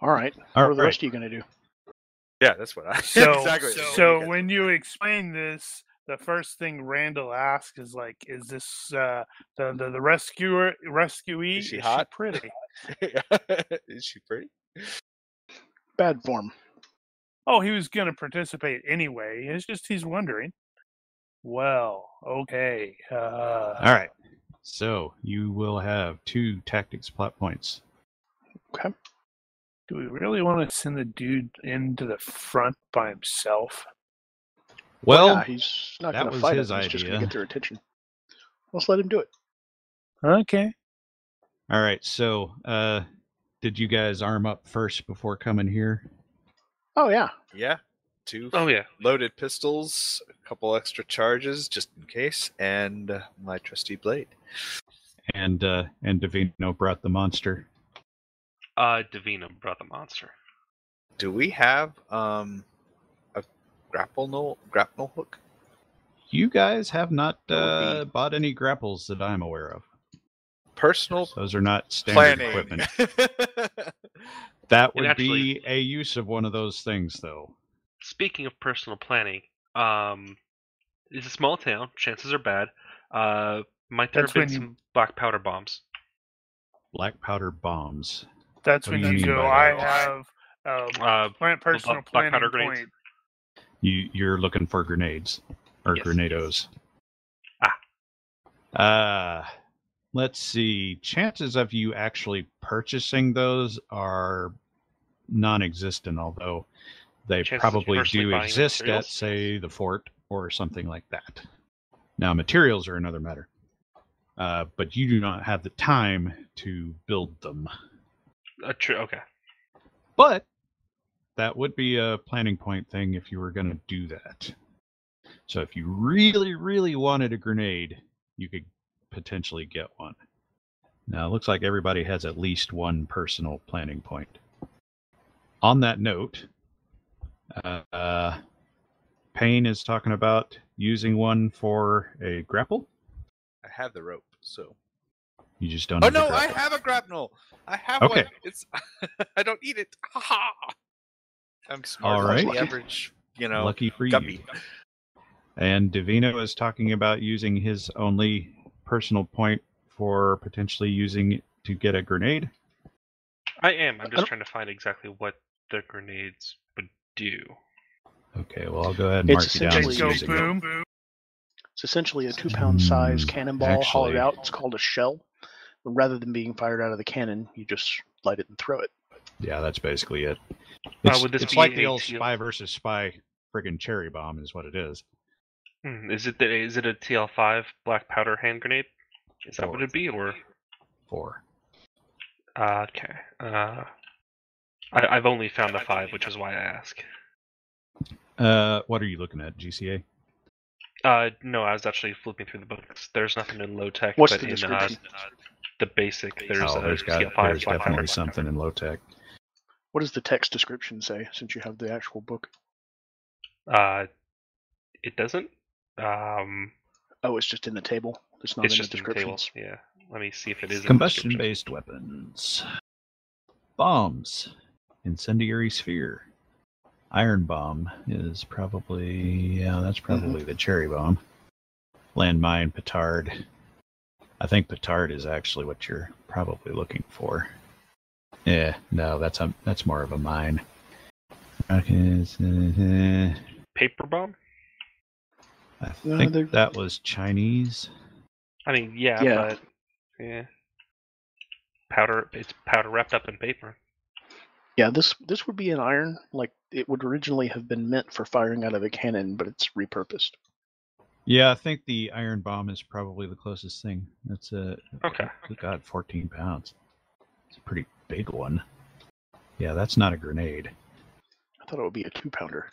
[SPEAKER 4] All right.
[SPEAKER 2] All
[SPEAKER 4] what are the
[SPEAKER 2] right.
[SPEAKER 4] rest of you going to do?
[SPEAKER 5] Yeah, that's what I <laughs>
[SPEAKER 3] So,
[SPEAKER 5] exactly.
[SPEAKER 3] so
[SPEAKER 5] Yeah. <laughs>
[SPEAKER 3] when you explain this, the first thing Randall asks is like, "Is this uh, the, the the rescuer rescuee?
[SPEAKER 5] Is she
[SPEAKER 2] <laughs>
[SPEAKER 5] hot?
[SPEAKER 3] pretty?
[SPEAKER 5] is she pretty?
[SPEAKER 4] Bad form.
[SPEAKER 3] Oh, he was going to participate anyway. It's just he's wondering. Well, okay. Uh,
[SPEAKER 2] All right. So you will have two tactics plot points.
[SPEAKER 3] Do we really want to send the dude into the front by himself?
[SPEAKER 2] Well,
[SPEAKER 4] yeah, he's not
[SPEAKER 2] that
[SPEAKER 4] going to
[SPEAKER 2] was
[SPEAKER 4] fight
[SPEAKER 2] his
[SPEAKER 4] him. He's just going to
[SPEAKER 2] idea.
[SPEAKER 4] get their attention. Let's let him do it.
[SPEAKER 3] Okay.
[SPEAKER 2] all right. So, uh, did you guys arm up first before coming here?
[SPEAKER 4] Oh yeah.
[SPEAKER 5] Yeah, two
[SPEAKER 6] Oh yeah.
[SPEAKER 5] loaded pistols, a couple extra charges just in case, and uh, my trusty blade.
[SPEAKER 2] And uh, and Davino brought the monster.
[SPEAKER 6] Uh, Davina brought the monster.
[SPEAKER 5] Do we have um a grapple no grapnel hook?
[SPEAKER 2] You guys have not
[SPEAKER 5] That would
[SPEAKER 2] uh, bought any grapples that I'm aware of.
[SPEAKER 5] Personal
[SPEAKER 2] Those are not standard
[SPEAKER 5] planning.
[SPEAKER 2] equipment. That
[SPEAKER 6] And
[SPEAKER 2] would
[SPEAKER 6] actually-
[SPEAKER 2] be a use of one of those things, though.
[SPEAKER 6] Speaking of personal planning, um, it's a small town. Chances are bad. Uh, might there
[SPEAKER 3] That's
[SPEAKER 6] have
[SPEAKER 3] when
[SPEAKER 6] been
[SPEAKER 3] you-
[SPEAKER 6] some black powder bombs?
[SPEAKER 2] Black powder bombs.
[SPEAKER 3] That's
[SPEAKER 2] What
[SPEAKER 3] when
[SPEAKER 2] do you
[SPEAKER 3] you
[SPEAKER 2] mean
[SPEAKER 3] go.
[SPEAKER 2] by
[SPEAKER 3] I
[SPEAKER 2] that?
[SPEAKER 3] have um,
[SPEAKER 6] Uh,
[SPEAKER 3] plant personal
[SPEAKER 6] black
[SPEAKER 3] planning
[SPEAKER 6] powder grenades?
[SPEAKER 3] point.
[SPEAKER 2] You you're looking for grenades or
[SPEAKER 6] Yes,
[SPEAKER 2] grenados.
[SPEAKER 6] yes.
[SPEAKER 2] Ah. Uh let's see. Chances of you actually purchasing those are non-existent, although they
[SPEAKER 6] Chances of you
[SPEAKER 2] probably
[SPEAKER 6] personally
[SPEAKER 2] do
[SPEAKER 6] buying the
[SPEAKER 2] exist at,
[SPEAKER 6] materials?
[SPEAKER 2] say, the fort or something like that. Now, materials are another matter. Uh, but you do not have the time to build them.
[SPEAKER 6] uh, true. Okay.
[SPEAKER 2] But that would be a planning point thing if you were going to do that. So if you really, really wanted a grenade, you could potentially get one. Now it looks like everybody has at least one personal planning point. On that note, uh, uh, Payne is talking about using one for a grapple.
[SPEAKER 5] <laughs> I have the rope, so
[SPEAKER 2] You just don't.
[SPEAKER 5] Oh
[SPEAKER 2] have the
[SPEAKER 5] no, I
[SPEAKER 2] grapple.
[SPEAKER 5] have a grapnel. I have one.
[SPEAKER 2] Okay.
[SPEAKER 5] It's <laughs> I don't eat it. <laughs> Ha ha. I'm smart.
[SPEAKER 2] All
[SPEAKER 5] like
[SPEAKER 2] right.
[SPEAKER 5] The average, you know,
[SPEAKER 2] Lucky for you.
[SPEAKER 5] guppy.
[SPEAKER 2] And Davino is talking about using his only personal point for potentially using it to get a grenade.
[SPEAKER 6] I am.
[SPEAKER 3] Uh,
[SPEAKER 6] I'm
[SPEAKER 4] don't-
[SPEAKER 3] oh.
[SPEAKER 6] just trying to find exactly what the grenades would do.
[SPEAKER 2] Okay, well I'll go ahead and
[SPEAKER 4] It's
[SPEAKER 2] mark you down
[SPEAKER 4] essentially-
[SPEAKER 2] as
[SPEAKER 3] They go
[SPEAKER 2] using it.
[SPEAKER 3] boom, boom.
[SPEAKER 4] It's essentially a two-pound size
[SPEAKER 2] Hmm,
[SPEAKER 4] cannonball hollowed
[SPEAKER 2] actually-
[SPEAKER 4] out. It's called a shell. Rather than being fired out of the cannon, you just light it and throw it.
[SPEAKER 2] Yeah, that's basically it. It's,
[SPEAKER 6] would this
[SPEAKER 2] it's
[SPEAKER 6] be
[SPEAKER 2] like the
[SPEAKER 6] a
[SPEAKER 2] old
[SPEAKER 6] shield?
[SPEAKER 2] spy versus spy friggin' cherry bomb is what it is.
[SPEAKER 6] Hmm, is it the, is it a TL5 black powder hand grenade? Is that what
[SPEAKER 2] Sure.
[SPEAKER 6] it'd be, or
[SPEAKER 2] For
[SPEAKER 6] uh, okay? Uh, I, I've only found the five, which is why I ask.
[SPEAKER 2] uh, what are you looking at, GCA?
[SPEAKER 6] Uh, no, I was actually flipping through the books. There's nothing in low tech,
[SPEAKER 4] What's
[SPEAKER 6] but
[SPEAKER 4] the
[SPEAKER 6] in uh,
[SPEAKER 4] description?
[SPEAKER 6] the basic, there's
[SPEAKER 2] oh,
[SPEAKER 6] a
[SPEAKER 2] there's got
[SPEAKER 6] TL5
[SPEAKER 2] there's
[SPEAKER 6] black powder.
[SPEAKER 2] definitely something in low tech.
[SPEAKER 4] What does the text description say? Since you have the actual book.
[SPEAKER 6] Uh, it doesn't. Um,
[SPEAKER 4] Oh, it's just in the table. It's not
[SPEAKER 6] it's
[SPEAKER 4] in the
[SPEAKER 6] just in the table.
[SPEAKER 4] descriptions.
[SPEAKER 6] Yeah. Let me see if it is in the
[SPEAKER 2] Combustion
[SPEAKER 6] description.
[SPEAKER 2] based weapons. Bombs. Incendiary sphere. Iron bomb is probably yeah, that's
[SPEAKER 6] Mm-hmm.
[SPEAKER 2] probably the cherry bomb. Landmine petard. I think petard is actually what you're probably looking for. Yeah, no, that's a that's more of a mine. Okay, it's, uh,
[SPEAKER 6] Paper bomb.
[SPEAKER 2] I
[SPEAKER 4] No,
[SPEAKER 2] think
[SPEAKER 4] they're-
[SPEAKER 2] that was Chinese.
[SPEAKER 6] I mean, yeah,
[SPEAKER 4] Yeah.
[SPEAKER 6] but yeah, powder. It's powder wrapped up in paper.
[SPEAKER 4] Yeah, this this would be an iron. Like it would originally have been meant for firing out of a cannon, but it's repurposed.
[SPEAKER 2] Yeah, I think the iron bomb is probably the closest thing. That's a
[SPEAKER 6] Okay.
[SPEAKER 2] Good God, 14 pounds. It's a pretty big one. Yeah, that's not a grenade.
[SPEAKER 4] I thought it would be a two-pounder.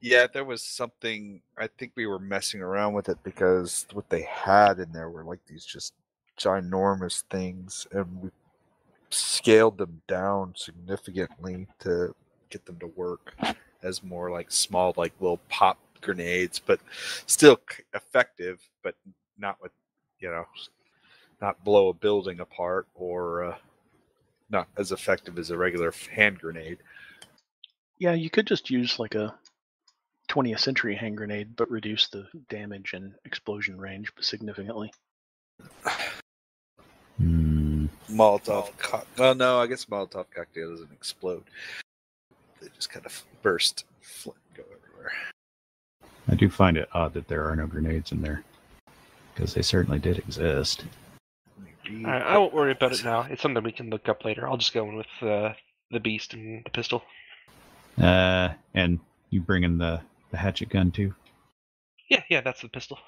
[SPEAKER 5] Yeah, there was something. I think we were messing around with it because what they had in there were like these just ginormous things, and we scaled them down significantly to get them to work as more like small, like little pop grenades, but still c- effective, but not with you know not blow a building apart or uh, not as effective as a regular hand grenade.
[SPEAKER 4] Yeah, you could just use like a 20th century hand grenade, but reduce the damage and explosion range significantly.
[SPEAKER 1] Hmm.
[SPEAKER 5] Molotov. cock well, no, I guess Molotov cocktail doesn't explode. They just kind of burst, flint, go everywhere.
[SPEAKER 2] I do find it odd that there are no grenades in there because they certainly did exist.
[SPEAKER 4] Mm.
[SPEAKER 5] Uh,
[SPEAKER 6] I, I won't worry about it now. It's something we can look up later. I'll just go in with uh, the beast and the pistol.
[SPEAKER 2] Uh, and you bring in the, the hatchet gun too?
[SPEAKER 6] Yeah, yeah, that's the pistol.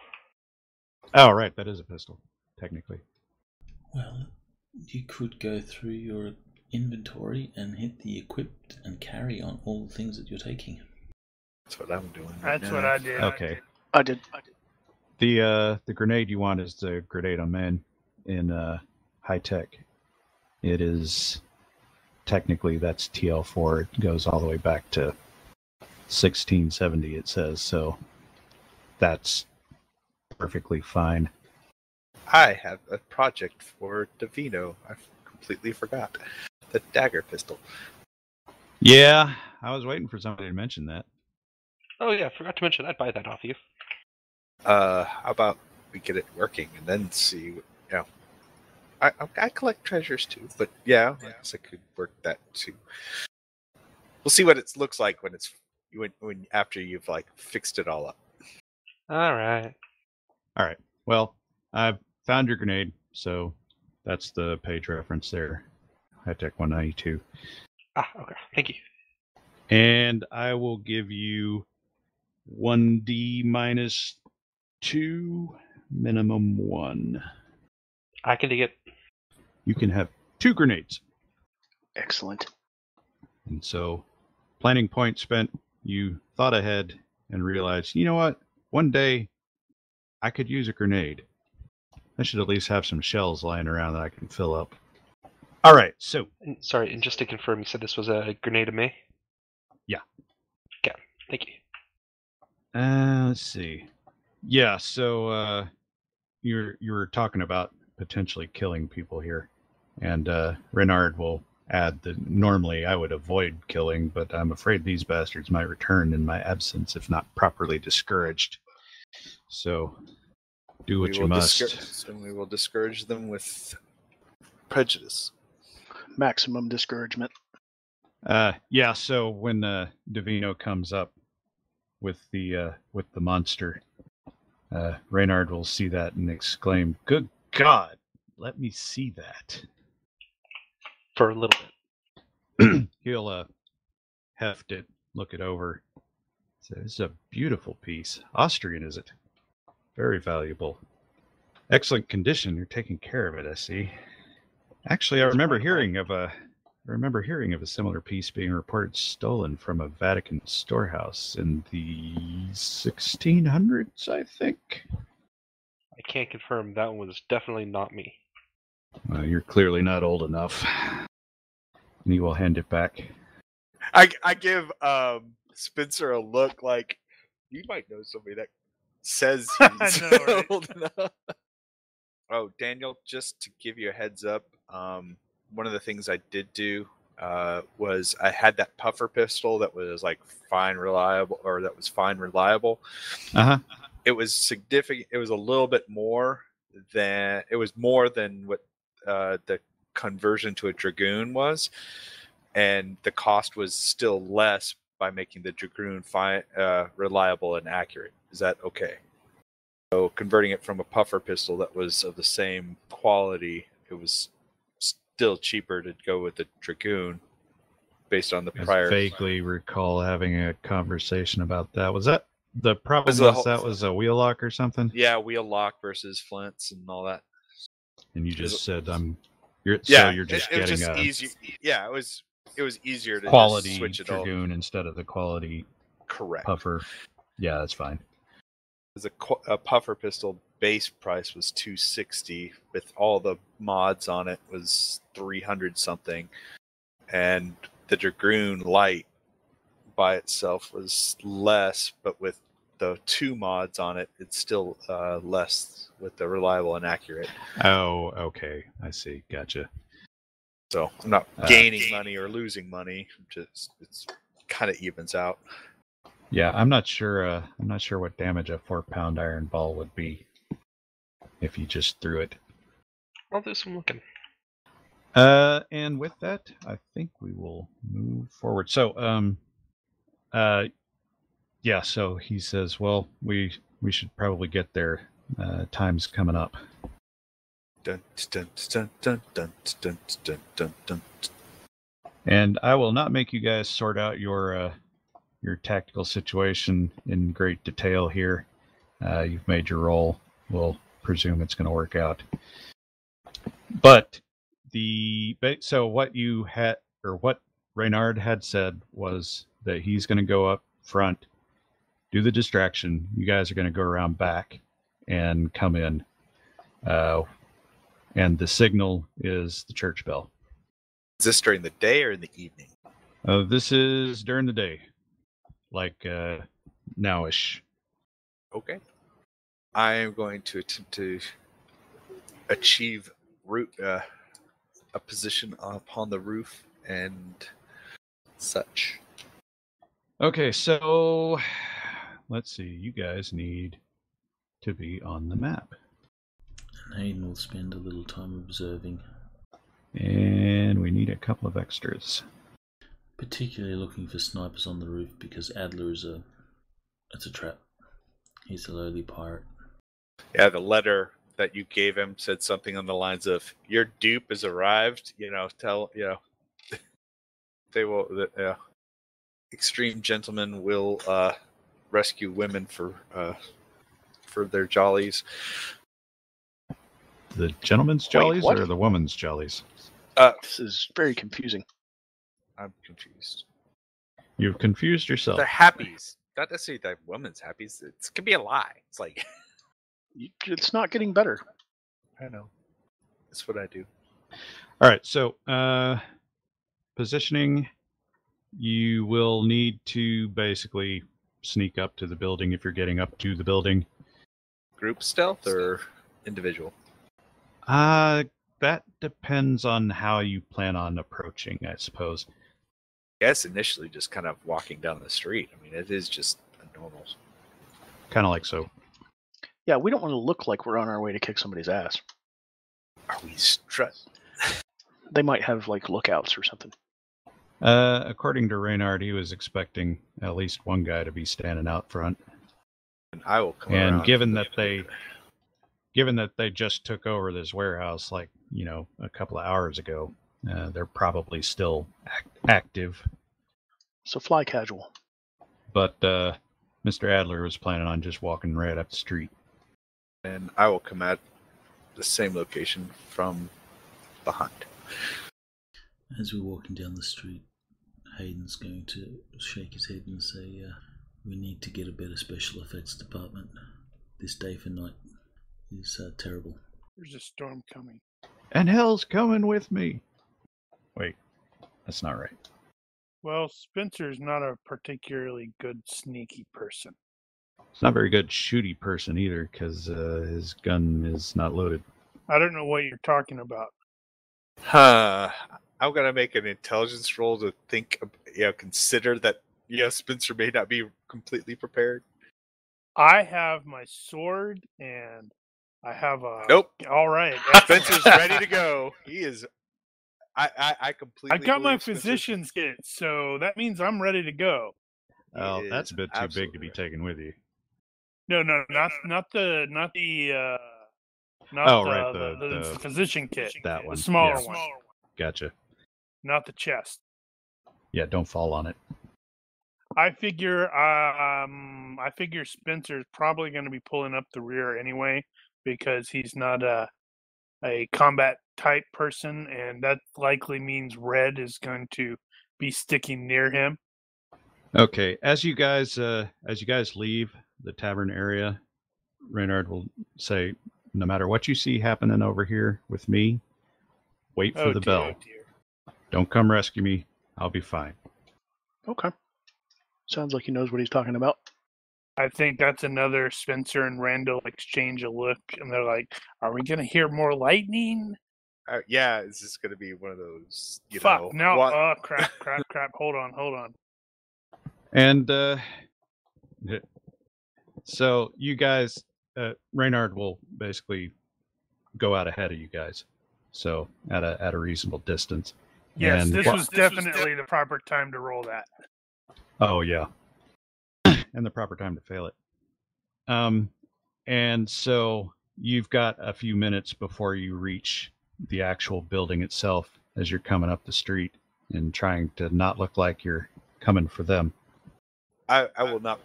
[SPEAKER 2] Oh, right, that is a pistol, technically.
[SPEAKER 1] Well, you could go through your inventory and hit the equipped and carry on all the things that you're taking.
[SPEAKER 5] That's what I'm doing. right
[SPEAKER 3] That's what
[SPEAKER 5] now.
[SPEAKER 3] I did.
[SPEAKER 2] Okay.
[SPEAKER 4] I did. I did.
[SPEAKER 2] The uh, the grenade you want is the grenade I'm in in uh, high tech. It is technically that's TL4. It goes all the way back to 1670. It says so. That's perfectly fine.
[SPEAKER 5] I have a project for Davino. I completely forgot. The dagger pistol.
[SPEAKER 2] Yeah, I was waiting for somebody to mention that.
[SPEAKER 6] Oh yeah, forgot to mention. I'd buy that off you.
[SPEAKER 5] Uh, how about we get it working and then see? You know, I I, I collect treasures too, but yeah, I guess I could work that too. We'll see what it looks like when it's when when after you've like fixed it all up.
[SPEAKER 6] All right.
[SPEAKER 2] Well, I found your grenade, so that's the page reference there. High Tech 192.
[SPEAKER 6] Ah, okay. Thank you.
[SPEAKER 2] And I will give you 1D minus 2, minimum 1.
[SPEAKER 6] I can dig it.
[SPEAKER 2] You can have two grenades.
[SPEAKER 4] Excellent.
[SPEAKER 2] And so, planning point spent, you thought ahead and realized, you know what? One day I could use a grenade. I should at least have some shells lying around that I can fill up. All right, so
[SPEAKER 6] And- Sorry, and just to confirm, you said this was a grenade of May?
[SPEAKER 2] Yeah.
[SPEAKER 6] Okay, thank you.
[SPEAKER 2] Uh, let's see. Yeah, so uh, you're you were talking about potentially killing people here, and uh, Renard will add that normally I would avoid killing, but I'm afraid these bastards might return in my absence if not properly discouraged. So, do what
[SPEAKER 5] we
[SPEAKER 2] you
[SPEAKER 5] will
[SPEAKER 2] must.
[SPEAKER 5] discourage- and we will discourage them with prejudice.
[SPEAKER 4] Maximum discouragement.
[SPEAKER 2] Uh, yeah. So when uh, Davino comes up with the uh, with the monster, uh, Reynard will see that and exclaim, "Good God! Let me see that."
[SPEAKER 6] For a little bit.
[SPEAKER 2] He'll uh, heft it, look it over. So this is a beautiful piece. Austrian, is it? Very valuable. Excellent condition. You're taking care of it, I see. Actually, I remember hearing of a I remember hearing of a similar piece being reported stolen from a Vatican storehouse in the 1600s, I think.
[SPEAKER 6] I can't confirm that one was definitely not me.
[SPEAKER 2] Well, you're clearly not old enough. And he will hand it back.
[SPEAKER 5] I I give um Spencer a look like you might know somebody that says
[SPEAKER 3] <laughs> I
[SPEAKER 5] he's <laughs>
[SPEAKER 3] know, right?
[SPEAKER 5] old enough. Oh, Daniel, just to give you a heads up, um, one of the things I did do uh, was I had that puffer pistol that was like fine reliable, or that was fine reliable.
[SPEAKER 2] Uh huh.
[SPEAKER 5] It was significant. It was a little bit more than it was more than what uh, the conversion to a dragoon was, and the cost was still less by making the dragoon fi- uh, reliable and accurate. Is that okay? So converting it from a puffer pistol that was of the same quality, it was still cheaper to go with the dragoon based on the
[SPEAKER 2] I
[SPEAKER 5] prior.
[SPEAKER 2] vaguely recall having a conversation about that. Was that the problem?
[SPEAKER 5] Was
[SPEAKER 2] Was,
[SPEAKER 5] the whole-
[SPEAKER 2] that was a wheel lock or something?
[SPEAKER 5] Yeah, wheel lock versus flints and all that.
[SPEAKER 2] And you just said, "I'm." You're, so you're just
[SPEAKER 5] it, it was
[SPEAKER 2] getting
[SPEAKER 5] just
[SPEAKER 2] a
[SPEAKER 5] easier. Yeah, it was it was easier to just
[SPEAKER 2] quality
[SPEAKER 5] switch it all.
[SPEAKER 2] dragoon instead of the quality
[SPEAKER 5] Correct.
[SPEAKER 2] puffer. Yeah, that's fine.
[SPEAKER 5] was a, qu- a puffer pistol base price was 260 with all the mods on it was 300 something and the dragoon light by itself was less but with the two mods on it it's still uh, less with the reliable and accurate.
[SPEAKER 2] Oh, okay. I see. Gotcha.
[SPEAKER 5] So I'm not
[SPEAKER 2] Uh,
[SPEAKER 5] gaining money or losing money. Just it's kind of evens out.
[SPEAKER 2] Yeah, I'm not sure. Uh, I'm not sure what damage a four pound iron ball would be if you just threw it.
[SPEAKER 6] I'll do some looking.
[SPEAKER 2] Uh, and with that, I think we will move forward. So, um, uh, yeah. So he says, "Well, we we should probably get there. Uh, time's coming up."
[SPEAKER 5] Dun, dun, dun, dun, dun, dun, dun, dun, dun.
[SPEAKER 2] And I will not make you guys sort out your uh, your tactical situation in great detail here. Uh, you've made your roll. We'll presume it's going to work out. But the ba- so what you had or what Reynard had said was that he's going to go up front, do the distraction. You guys are going to go around back and come in. Uh, and the signal is the church bell.
[SPEAKER 5] Is this during the day or in the evening?
[SPEAKER 2] Uh, this is during the day, like uh, nowish.
[SPEAKER 5] Okay. I am going to attempt to achieve root uh, a position upon the roof and such.
[SPEAKER 2] Okay, so <sighs> let's see. You guys need to be on the map,
[SPEAKER 1] And Hayden will spend a little time observing,
[SPEAKER 2] and we need a couple of extras.
[SPEAKER 1] particularly looking for snipers on the roof because Adler is a it's a trap. He's a lowly pirate.
[SPEAKER 5] Yeah, the letter that you gave him said something on the lines of "Your dupe has arrived." You know, tell you know <laughs> they will. The, uh, extreme gentlemen will uh, rescue women for uh, for their jollies.
[SPEAKER 2] The gentleman's jollies
[SPEAKER 4] what?
[SPEAKER 2] or the woman's jollies?
[SPEAKER 4] This is very confusing.
[SPEAKER 5] I'm confused.
[SPEAKER 2] You've confused yourself.
[SPEAKER 5] They're happies, not necessarily that women's happies. It could be a lie. It's like <laughs>
[SPEAKER 4] You- It's not getting better.
[SPEAKER 5] I know. That's what I do.
[SPEAKER 2] All right, so uh, positioning, you will need to basically sneak up to the building if you're getting up to the building.
[SPEAKER 5] Group stealth or individual?
[SPEAKER 2] Uh, that depends on how you plan on approaching, I suppose.
[SPEAKER 5] Yes, initially just kind of walking down the street. I mean, it is just a normal.
[SPEAKER 2] Kind of like so.
[SPEAKER 4] Yeah, we don't want to look like we're on our way to kick somebody's ass.
[SPEAKER 5] Are we strut?
[SPEAKER 4] <laughs> They might have like lookouts or something.
[SPEAKER 2] Uh, according to Reynard, he was expecting at least one guy to be standing out front.
[SPEAKER 5] And I will come.
[SPEAKER 2] And
[SPEAKER 5] around
[SPEAKER 2] given
[SPEAKER 5] to the
[SPEAKER 2] that they-
[SPEAKER 5] elevator.
[SPEAKER 2] Given that they just took over this warehouse, like you know, a couple of hours ago, uh, they're probably still act- active.
[SPEAKER 4] So fly casual.
[SPEAKER 2] But uh, Mr. Adler was planning on just walking right up the street.
[SPEAKER 5] and I will come at the same location from behind.
[SPEAKER 1] As we're walking down the street, Hayden's going to shake his head and say, uh, "We need to get a better special effects department. This day for night is uh, terrible."
[SPEAKER 7] There's a storm coming.
[SPEAKER 2] And hell's coming with me. Wait, that's not right.
[SPEAKER 7] Well, Spencer's not a particularly good sneaky person.
[SPEAKER 2] It's not a very good shooty person either, because uh, his gun is not loaded.
[SPEAKER 7] I don't know what you're talking about.
[SPEAKER 5] Huh. <sighs> I'm gonna make an intelligence roll to think, ab- you know, consider that you know Spencer may not be completely prepared.
[SPEAKER 7] I have my sword and I have a.
[SPEAKER 5] Nope.
[SPEAKER 7] All
[SPEAKER 5] <laughs>
[SPEAKER 7] right.
[SPEAKER 5] Spencer's ready to go. He is. I I, I completely.
[SPEAKER 7] I got my
[SPEAKER 5] believe Spencer-
[SPEAKER 7] physician's kit, so that means I'm ready to go.
[SPEAKER 5] He
[SPEAKER 2] Oh, that's
[SPEAKER 5] is
[SPEAKER 2] a bit too big to
[SPEAKER 5] absolutely
[SPEAKER 2] be
[SPEAKER 5] right.
[SPEAKER 2] taken with you.
[SPEAKER 7] No, no, not not the not the uh not
[SPEAKER 2] Oh,
[SPEAKER 7] the,
[SPEAKER 2] right,
[SPEAKER 7] the,
[SPEAKER 2] the-
[SPEAKER 7] the
[SPEAKER 2] the-
[SPEAKER 7] physician kit.
[SPEAKER 2] that one,
[SPEAKER 7] The smaller
[SPEAKER 2] yeah.
[SPEAKER 7] one.
[SPEAKER 2] Gotcha.
[SPEAKER 7] Not the chest.
[SPEAKER 2] Yeah, don't fall on it.
[SPEAKER 7] I figure um I figure Spencer's probably gonna be pulling up the rear anyway, because he's not a a combat type person and that likely means red is going to be sticking near him.
[SPEAKER 2] Okay, as you guys uh, as you guys leave the tavern area, Reynard will say, "No matter what you see happening over here with me, wait for
[SPEAKER 7] Oh
[SPEAKER 2] the
[SPEAKER 7] dear,
[SPEAKER 2] bell.
[SPEAKER 7] oh dear.
[SPEAKER 2] Don't come rescue me. I'll be fine."
[SPEAKER 4] Okay. Sounds like he knows what he's talking about.
[SPEAKER 3] I think that's another Spencer and Randall exchange a look, and they're like, "Are we gonna hear more lightning?"
[SPEAKER 5] Uh, yeah, is this going to be one of those? You
[SPEAKER 3] Fuck
[SPEAKER 5] know,
[SPEAKER 3] no!
[SPEAKER 5] wa-
[SPEAKER 3] Oh
[SPEAKER 5] <laughs>
[SPEAKER 3] crap! Crap! crap! Hold on! Hold on!
[SPEAKER 2] And uh, eh, so you guys, uh, Reynard will basically go out ahead of you guys, so at a at a reasonable distance.
[SPEAKER 3] Yes,
[SPEAKER 2] And
[SPEAKER 3] this
[SPEAKER 2] wha-
[SPEAKER 3] was
[SPEAKER 5] This was
[SPEAKER 3] definitely the proper time to roll that.
[SPEAKER 2] Oh yeah. and the proper time to fail it. Um and so you've got a few minutes before you reach the actual building itself as you're coming up the street and trying to not look like you're coming for them.
[SPEAKER 5] I, I will not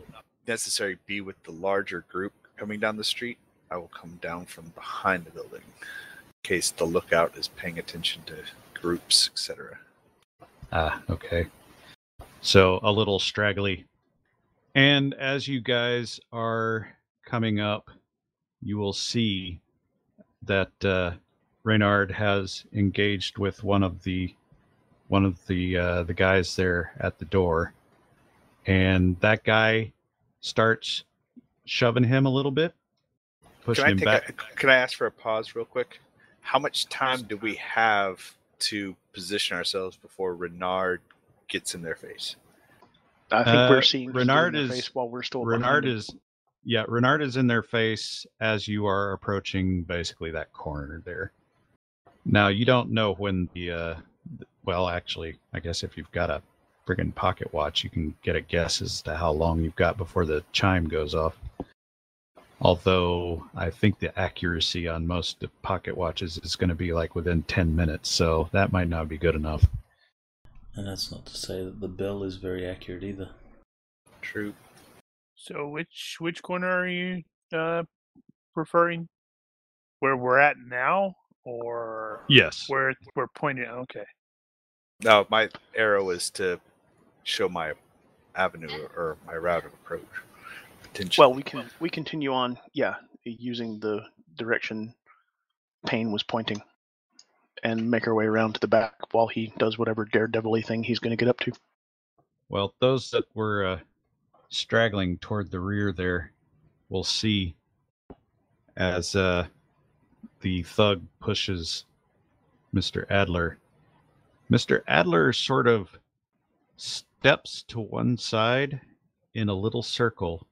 [SPEAKER 5] necessarily be with the larger group coming down the street. I will come down from behind the building in case the lookout is paying attention to groups, etc.
[SPEAKER 2] Ah, okay. So a little straggly. And as you guys are coming up, you will see that uh, Reynard has engaged with one of the one of the uh, the guys there at the door, and that guy starts shoving him a little bit, pushing
[SPEAKER 5] Can I
[SPEAKER 2] him
[SPEAKER 5] take
[SPEAKER 2] back.
[SPEAKER 5] a, can I ask for a pause real quick? How much time do we have to position ourselves before Renard gets in their face?
[SPEAKER 4] I think we're
[SPEAKER 2] Uh,
[SPEAKER 4] seeing people
[SPEAKER 2] Renard
[SPEAKER 4] in their
[SPEAKER 2] is-
[SPEAKER 4] face while we're still behind
[SPEAKER 2] Renard
[SPEAKER 4] them.
[SPEAKER 2] is, yeah, Renard is in their face as you are approaching basically that corner there. Now you don't know when the, uh, th- well, actually, I guess if you've got a friggin' pocket watch, you can get a guess as to how long you've got before the chime goes off. Although I think the accuracy on most of pocket watches is going to be like within 10 minutes, so that might not be good enough.
[SPEAKER 1] And that's not to say that the bell is very accurate either.
[SPEAKER 5] True.
[SPEAKER 3] So, which which corner are you uh, preferring? Where we're at now, or
[SPEAKER 2] Yes.
[SPEAKER 3] where we're pointing? Okay.
[SPEAKER 5] No, my arrow is to show my avenue or my route of approach. Potential.
[SPEAKER 4] Well, we can we continue on. Yeah, using the direction Payne was pointing, and make our way around to the back while he does whatever daredevilly thing he's going to get up to.
[SPEAKER 2] Well, those that were uh, straggling toward the rear there will see as uh, the thug pushes Mr. Adler. Mr. Adler sort of steps to one side in a little circle,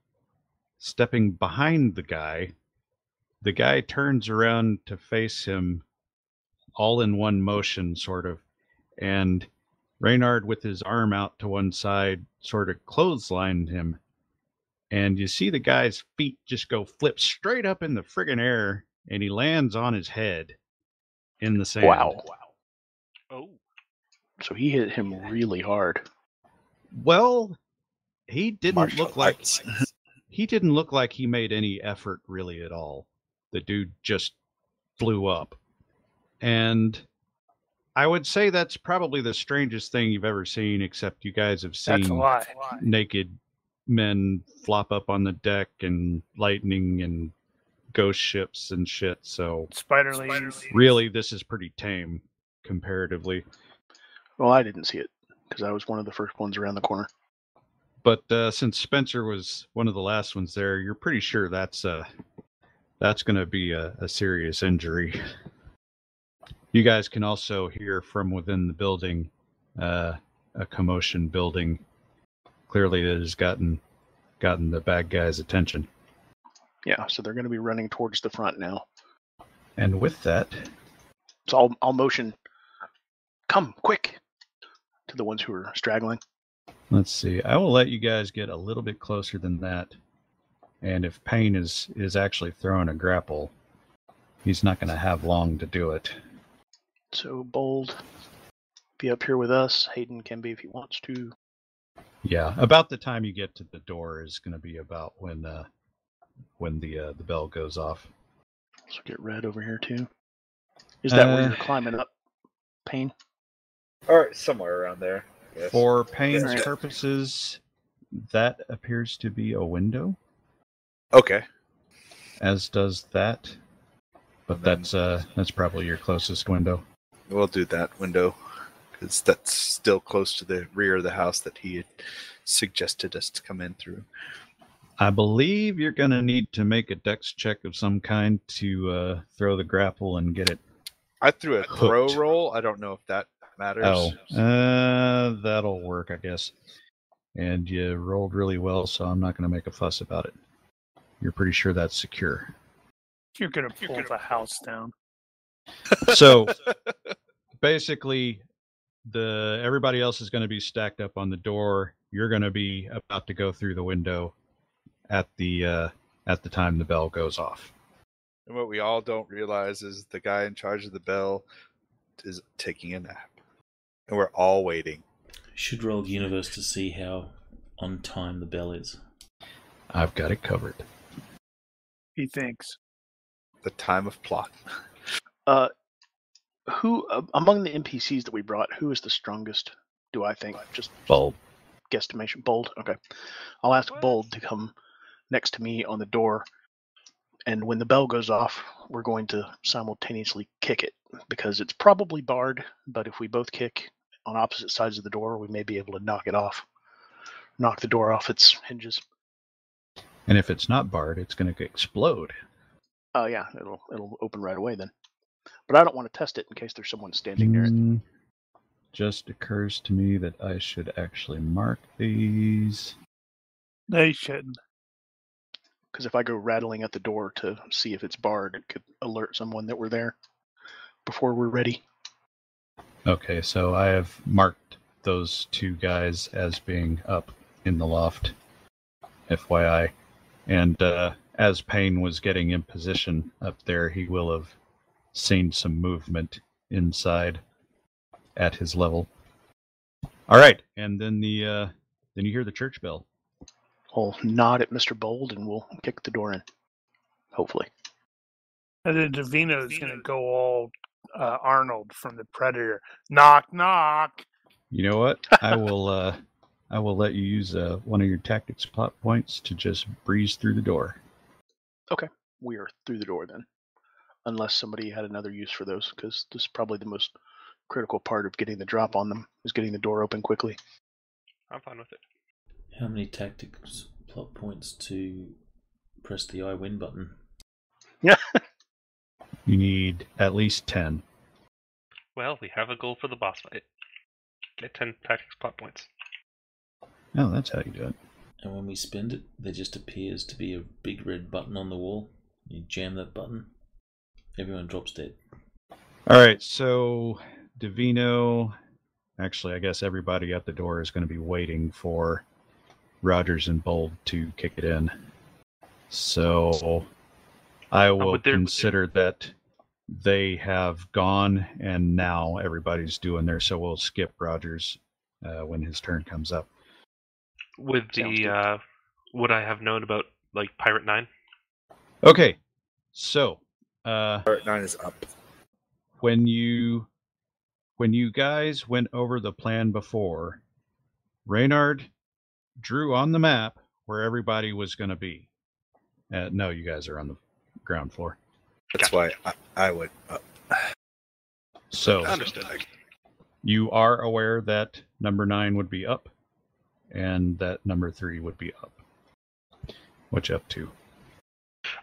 [SPEAKER 2] stepping behind the guy. The guy turns around to face him all in one motion, sort of, and Reynard, with his arm out to one side, sort of clotheslined him. And you see the guy's feet just go flip straight up in the friggin' air, and he lands on his head in the sand.
[SPEAKER 4] Wow.
[SPEAKER 6] Oh,
[SPEAKER 4] So he hit him really hard.
[SPEAKER 2] Well, he didn't
[SPEAKER 5] Martial
[SPEAKER 2] look like
[SPEAKER 5] arts.
[SPEAKER 2] he didn't look like he made any effort really at all. The dude just blew up. And I would say that's probably the strangest thing you've ever seen, except you guys have seen
[SPEAKER 3] That's a lot.
[SPEAKER 2] naked men flop up on the deck and lightning and ghost ships and shit. So
[SPEAKER 3] Spider leaves.
[SPEAKER 2] really, this is pretty tame comparatively.
[SPEAKER 4] Well, I didn't see it because I was one of the first ones around the corner.
[SPEAKER 2] But uh, since Spencer was one of the last ones there, you're pretty sure that's uh that's going to be a, a serious injury. You guys can also hear from within the building uh, a commotion building. Clearly, it has gotten gotten the bad guy's attention.
[SPEAKER 4] Yeah, so they're going to be running towards the front now.
[SPEAKER 2] And with that,
[SPEAKER 4] So I'll I'll motion, come quick, to the ones who are straggling.
[SPEAKER 2] let's see. I will let you guys get a little bit closer than that. And if Payne is is actually throwing a grapple, he's not going to have long to do it.
[SPEAKER 4] So bold, be up here with us. Hayden can be if he wants to.
[SPEAKER 2] Yeah, about the time you get to the door is going to be about when uh when the uh, the bell goes off.
[SPEAKER 4] So get red over here too. Is that where
[SPEAKER 2] Uh,
[SPEAKER 4] you're climbing up, Payne?
[SPEAKER 5] or somewhere around there. I guess.
[SPEAKER 2] For Payne's
[SPEAKER 4] Alright.
[SPEAKER 2] purposes, that appears to be a window,
[SPEAKER 5] Okay.
[SPEAKER 2] as does that. But
[SPEAKER 5] And then-
[SPEAKER 2] that's uh that's probably your closest window.
[SPEAKER 5] We'll do that window because that's still close to the rear of the house that he had suggested us to come in through.
[SPEAKER 2] I believe you're going to need to make a dex check of some kind to uh, throw the grapple and get it.
[SPEAKER 5] I threw a throw
[SPEAKER 2] Hooked.
[SPEAKER 5] roll. I don't know if that matters.
[SPEAKER 2] Oh, uh, that'll work, I guess. And you rolled really well, so I'm not going to make a fuss about it. You're pretty sure that's secure.
[SPEAKER 3] You're gonna pull the house down.
[SPEAKER 2] So basically, the everybody else is going to be stacked up on the door. You're going to be about to go through the window at the uh, at the time the bell goes off.
[SPEAKER 5] And what we all don't realize is the guy in charge of the bell is taking a nap. And we're all waiting.
[SPEAKER 1] Should roll the universe to see how on time the bell is.
[SPEAKER 2] I've got it covered.
[SPEAKER 3] He thinks.
[SPEAKER 5] The time of plot.
[SPEAKER 4] Uh, who uh, among the NPCs that we brought, who is the strongest? Do I think? Just
[SPEAKER 2] Bulb.
[SPEAKER 4] guesstimation. Bold. Okay. I'll ask Bold to come next to me on the door. And when the bell goes off, we're going to simultaneously kick it because it's probably barred. But if we both kick on opposite sides of the door, we may be able to knock it off, knock the door off its hinges.
[SPEAKER 2] And if it's not barred, it's going to explode.
[SPEAKER 4] Oh yeah, it'll it'll open right away then. But I don't want to test it in case there's someone standing near it.
[SPEAKER 2] Mm, Just occurs to me that I should actually mark these.
[SPEAKER 3] They shouldn't.
[SPEAKER 4] Because if I go rattling at the door to see if it's barred, it could alert someone that we're there before we're ready.
[SPEAKER 2] Okay, so I have marked those two guys as being up in the loft, FYI. And uh, as Payne was getting in position up there, he will have seen some movement inside at his level. All right, and then the uh, then you hear the church bell.
[SPEAKER 4] I'll nod at Mr. Bold and we'll kick the door in. Hopefully.
[SPEAKER 3] And then Davino's gonna go all uh, Arnold from the Predator. Knock, knock.
[SPEAKER 2] You know what? I will. Uh, I will let you use uh, one of your tactics plot points to just breeze through the door.
[SPEAKER 4] We are through the door then. Unless somebody had another use for those, because this is probably the most critical part of getting the drop on them, is getting the door open quickly. <laughs>
[SPEAKER 6] I'm fine with it.
[SPEAKER 1] How many tactics plot points to press the I win button?
[SPEAKER 2] You need at least ten.
[SPEAKER 6] Well, we have a goal for the boss fight. Get ten tactics plot points.
[SPEAKER 2] Oh, that's how you do it.
[SPEAKER 1] And when we spend it, there just appears to be a big red button on the wall. You jam that button, everyone drops dead.
[SPEAKER 2] All right, so Davino, actually, I guess everybody at the door is going to be waiting for Rogers and Bold to kick it in. So I will
[SPEAKER 6] but they're-
[SPEAKER 2] consider that they have gone, and now everybody's doing their. So we'll skip Rogers uh, when his turn comes up.
[SPEAKER 6] With
[SPEAKER 4] Sounds
[SPEAKER 6] the
[SPEAKER 4] good.
[SPEAKER 6] uh, would I have known about like Pirate Nine?
[SPEAKER 2] Okay, so uh,
[SPEAKER 5] Part nine is up.
[SPEAKER 2] when you when you guys went over the plan before, Reynard drew on the map where everybody was going to be. Uh, no, you guys are on the ground floor.
[SPEAKER 5] That's why I, I went up.
[SPEAKER 2] So you are aware that number nine would be up, and that number three would be up. What you up to?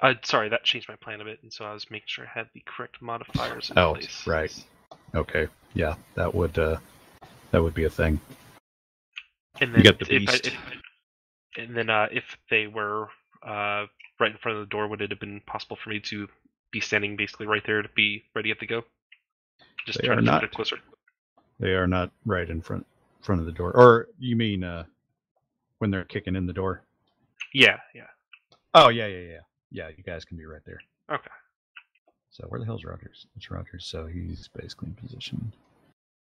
[SPEAKER 6] Uh, sorry, that changed my plan a bit, and so I was making sure I had the correct modifiers in
[SPEAKER 2] Oh,
[SPEAKER 6] place.
[SPEAKER 2] right. Okay, yeah, that would uh, that would be a thing.
[SPEAKER 6] And then
[SPEAKER 2] You got the
[SPEAKER 6] if I-
[SPEAKER 2] beast.
[SPEAKER 6] if- and then uh, if they were uh, right in front of the door, would it have been possible for me to be standing basically right there to be ready at the go? Just
[SPEAKER 2] They
[SPEAKER 6] trying
[SPEAKER 2] are
[SPEAKER 6] to keep
[SPEAKER 2] not.
[SPEAKER 6] it closer.
[SPEAKER 2] They are not right in front front of the door. Or you mean uh when they're kicking in the door?
[SPEAKER 6] Yeah, yeah.
[SPEAKER 2] Oh yeah, yeah, yeah. Yeah, you guys can be right there.
[SPEAKER 6] Okay.
[SPEAKER 2] So where the hell's Rogers? It's Rogers, so he's basically in position.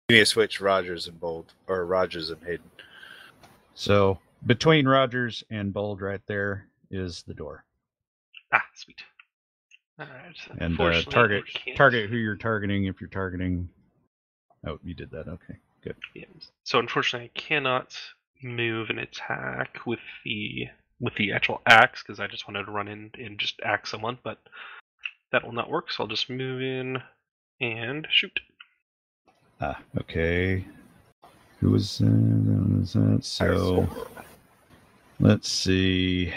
[SPEAKER 5] You need to switch Rogers and Bold, or Rogers and Hayden.
[SPEAKER 2] So between Rogers and Bold right there is the door.
[SPEAKER 6] Ah, sweet. All right.
[SPEAKER 2] And uh,
[SPEAKER 6] Unfortunately,
[SPEAKER 2] target
[SPEAKER 6] we can't-
[SPEAKER 2] target who you're targeting if you're targeting Oh, you did that. Okay. Good.
[SPEAKER 6] Yeah, So unfortunately, I cannot move and attack with the with the actual axe because I just wanted to run in and just axe someone, but that will not work. So I'll just move in and shoot.
[SPEAKER 2] Ah, okay. Who was that? That was that. So let's see.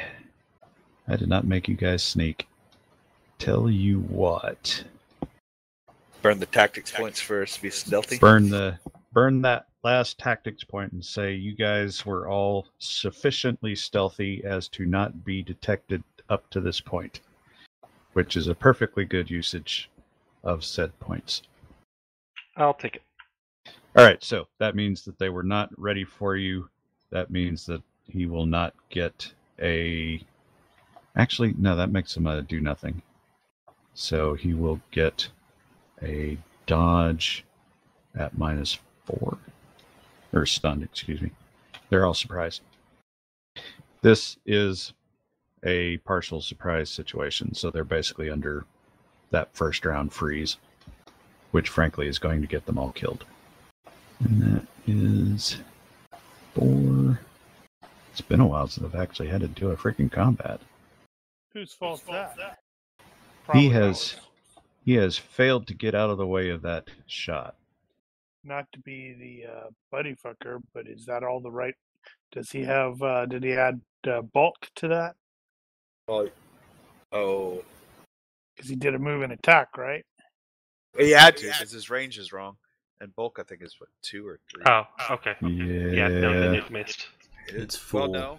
[SPEAKER 2] I did not make you guys sneak. Tell you what.
[SPEAKER 5] Burn the tactics points first. Be stealthy.
[SPEAKER 2] Burn the burn that last tactics point and say you guys were all sufficiently stealthy as to not be detected up to this point, which is a perfectly good usage of said points.
[SPEAKER 6] I'll take it.
[SPEAKER 2] All right, so that means that they were not ready for you. That means that he will not get a. Actually, no, that makes him a do nothing. So he will get a dodge at minus four, or stunned, excuse me. They're all surprised. This is a partial surprise situation, so they're basically under that first round freeze, which frankly is going to get them all killed. And that is four. It's been a while since I've actually had to do a freaking combat.
[SPEAKER 3] Whose fault's that?
[SPEAKER 2] He has
[SPEAKER 3] ours.
[SPEAKER 2] he has failed to get out of the way of that shot.
[SPEAKER 3] not to be the uh, buddy fucker, but is that all the right? Does
[SPEAKER 5] Mm-hmm.
[SPEAKER 3] he have? Uh, did he add uh, bulk to that?
[SPEAKER 5] Oh, oh.
[SPEAKER 3] Because he did a move and attack, right?
[SPEAKER 5] he had to because his range is wrong, and bulk I think is what two or three.
[SPEAKER 6] Oh, okay. okay.
[SPEAKER 2] Yeah.
[SPEAKER 6] Yeah, no, then it missed.
[SPEAKER 1] It's
[SPEAKER 5] well,
[SPEAKER 1] four.
[SPEAKER 5] no,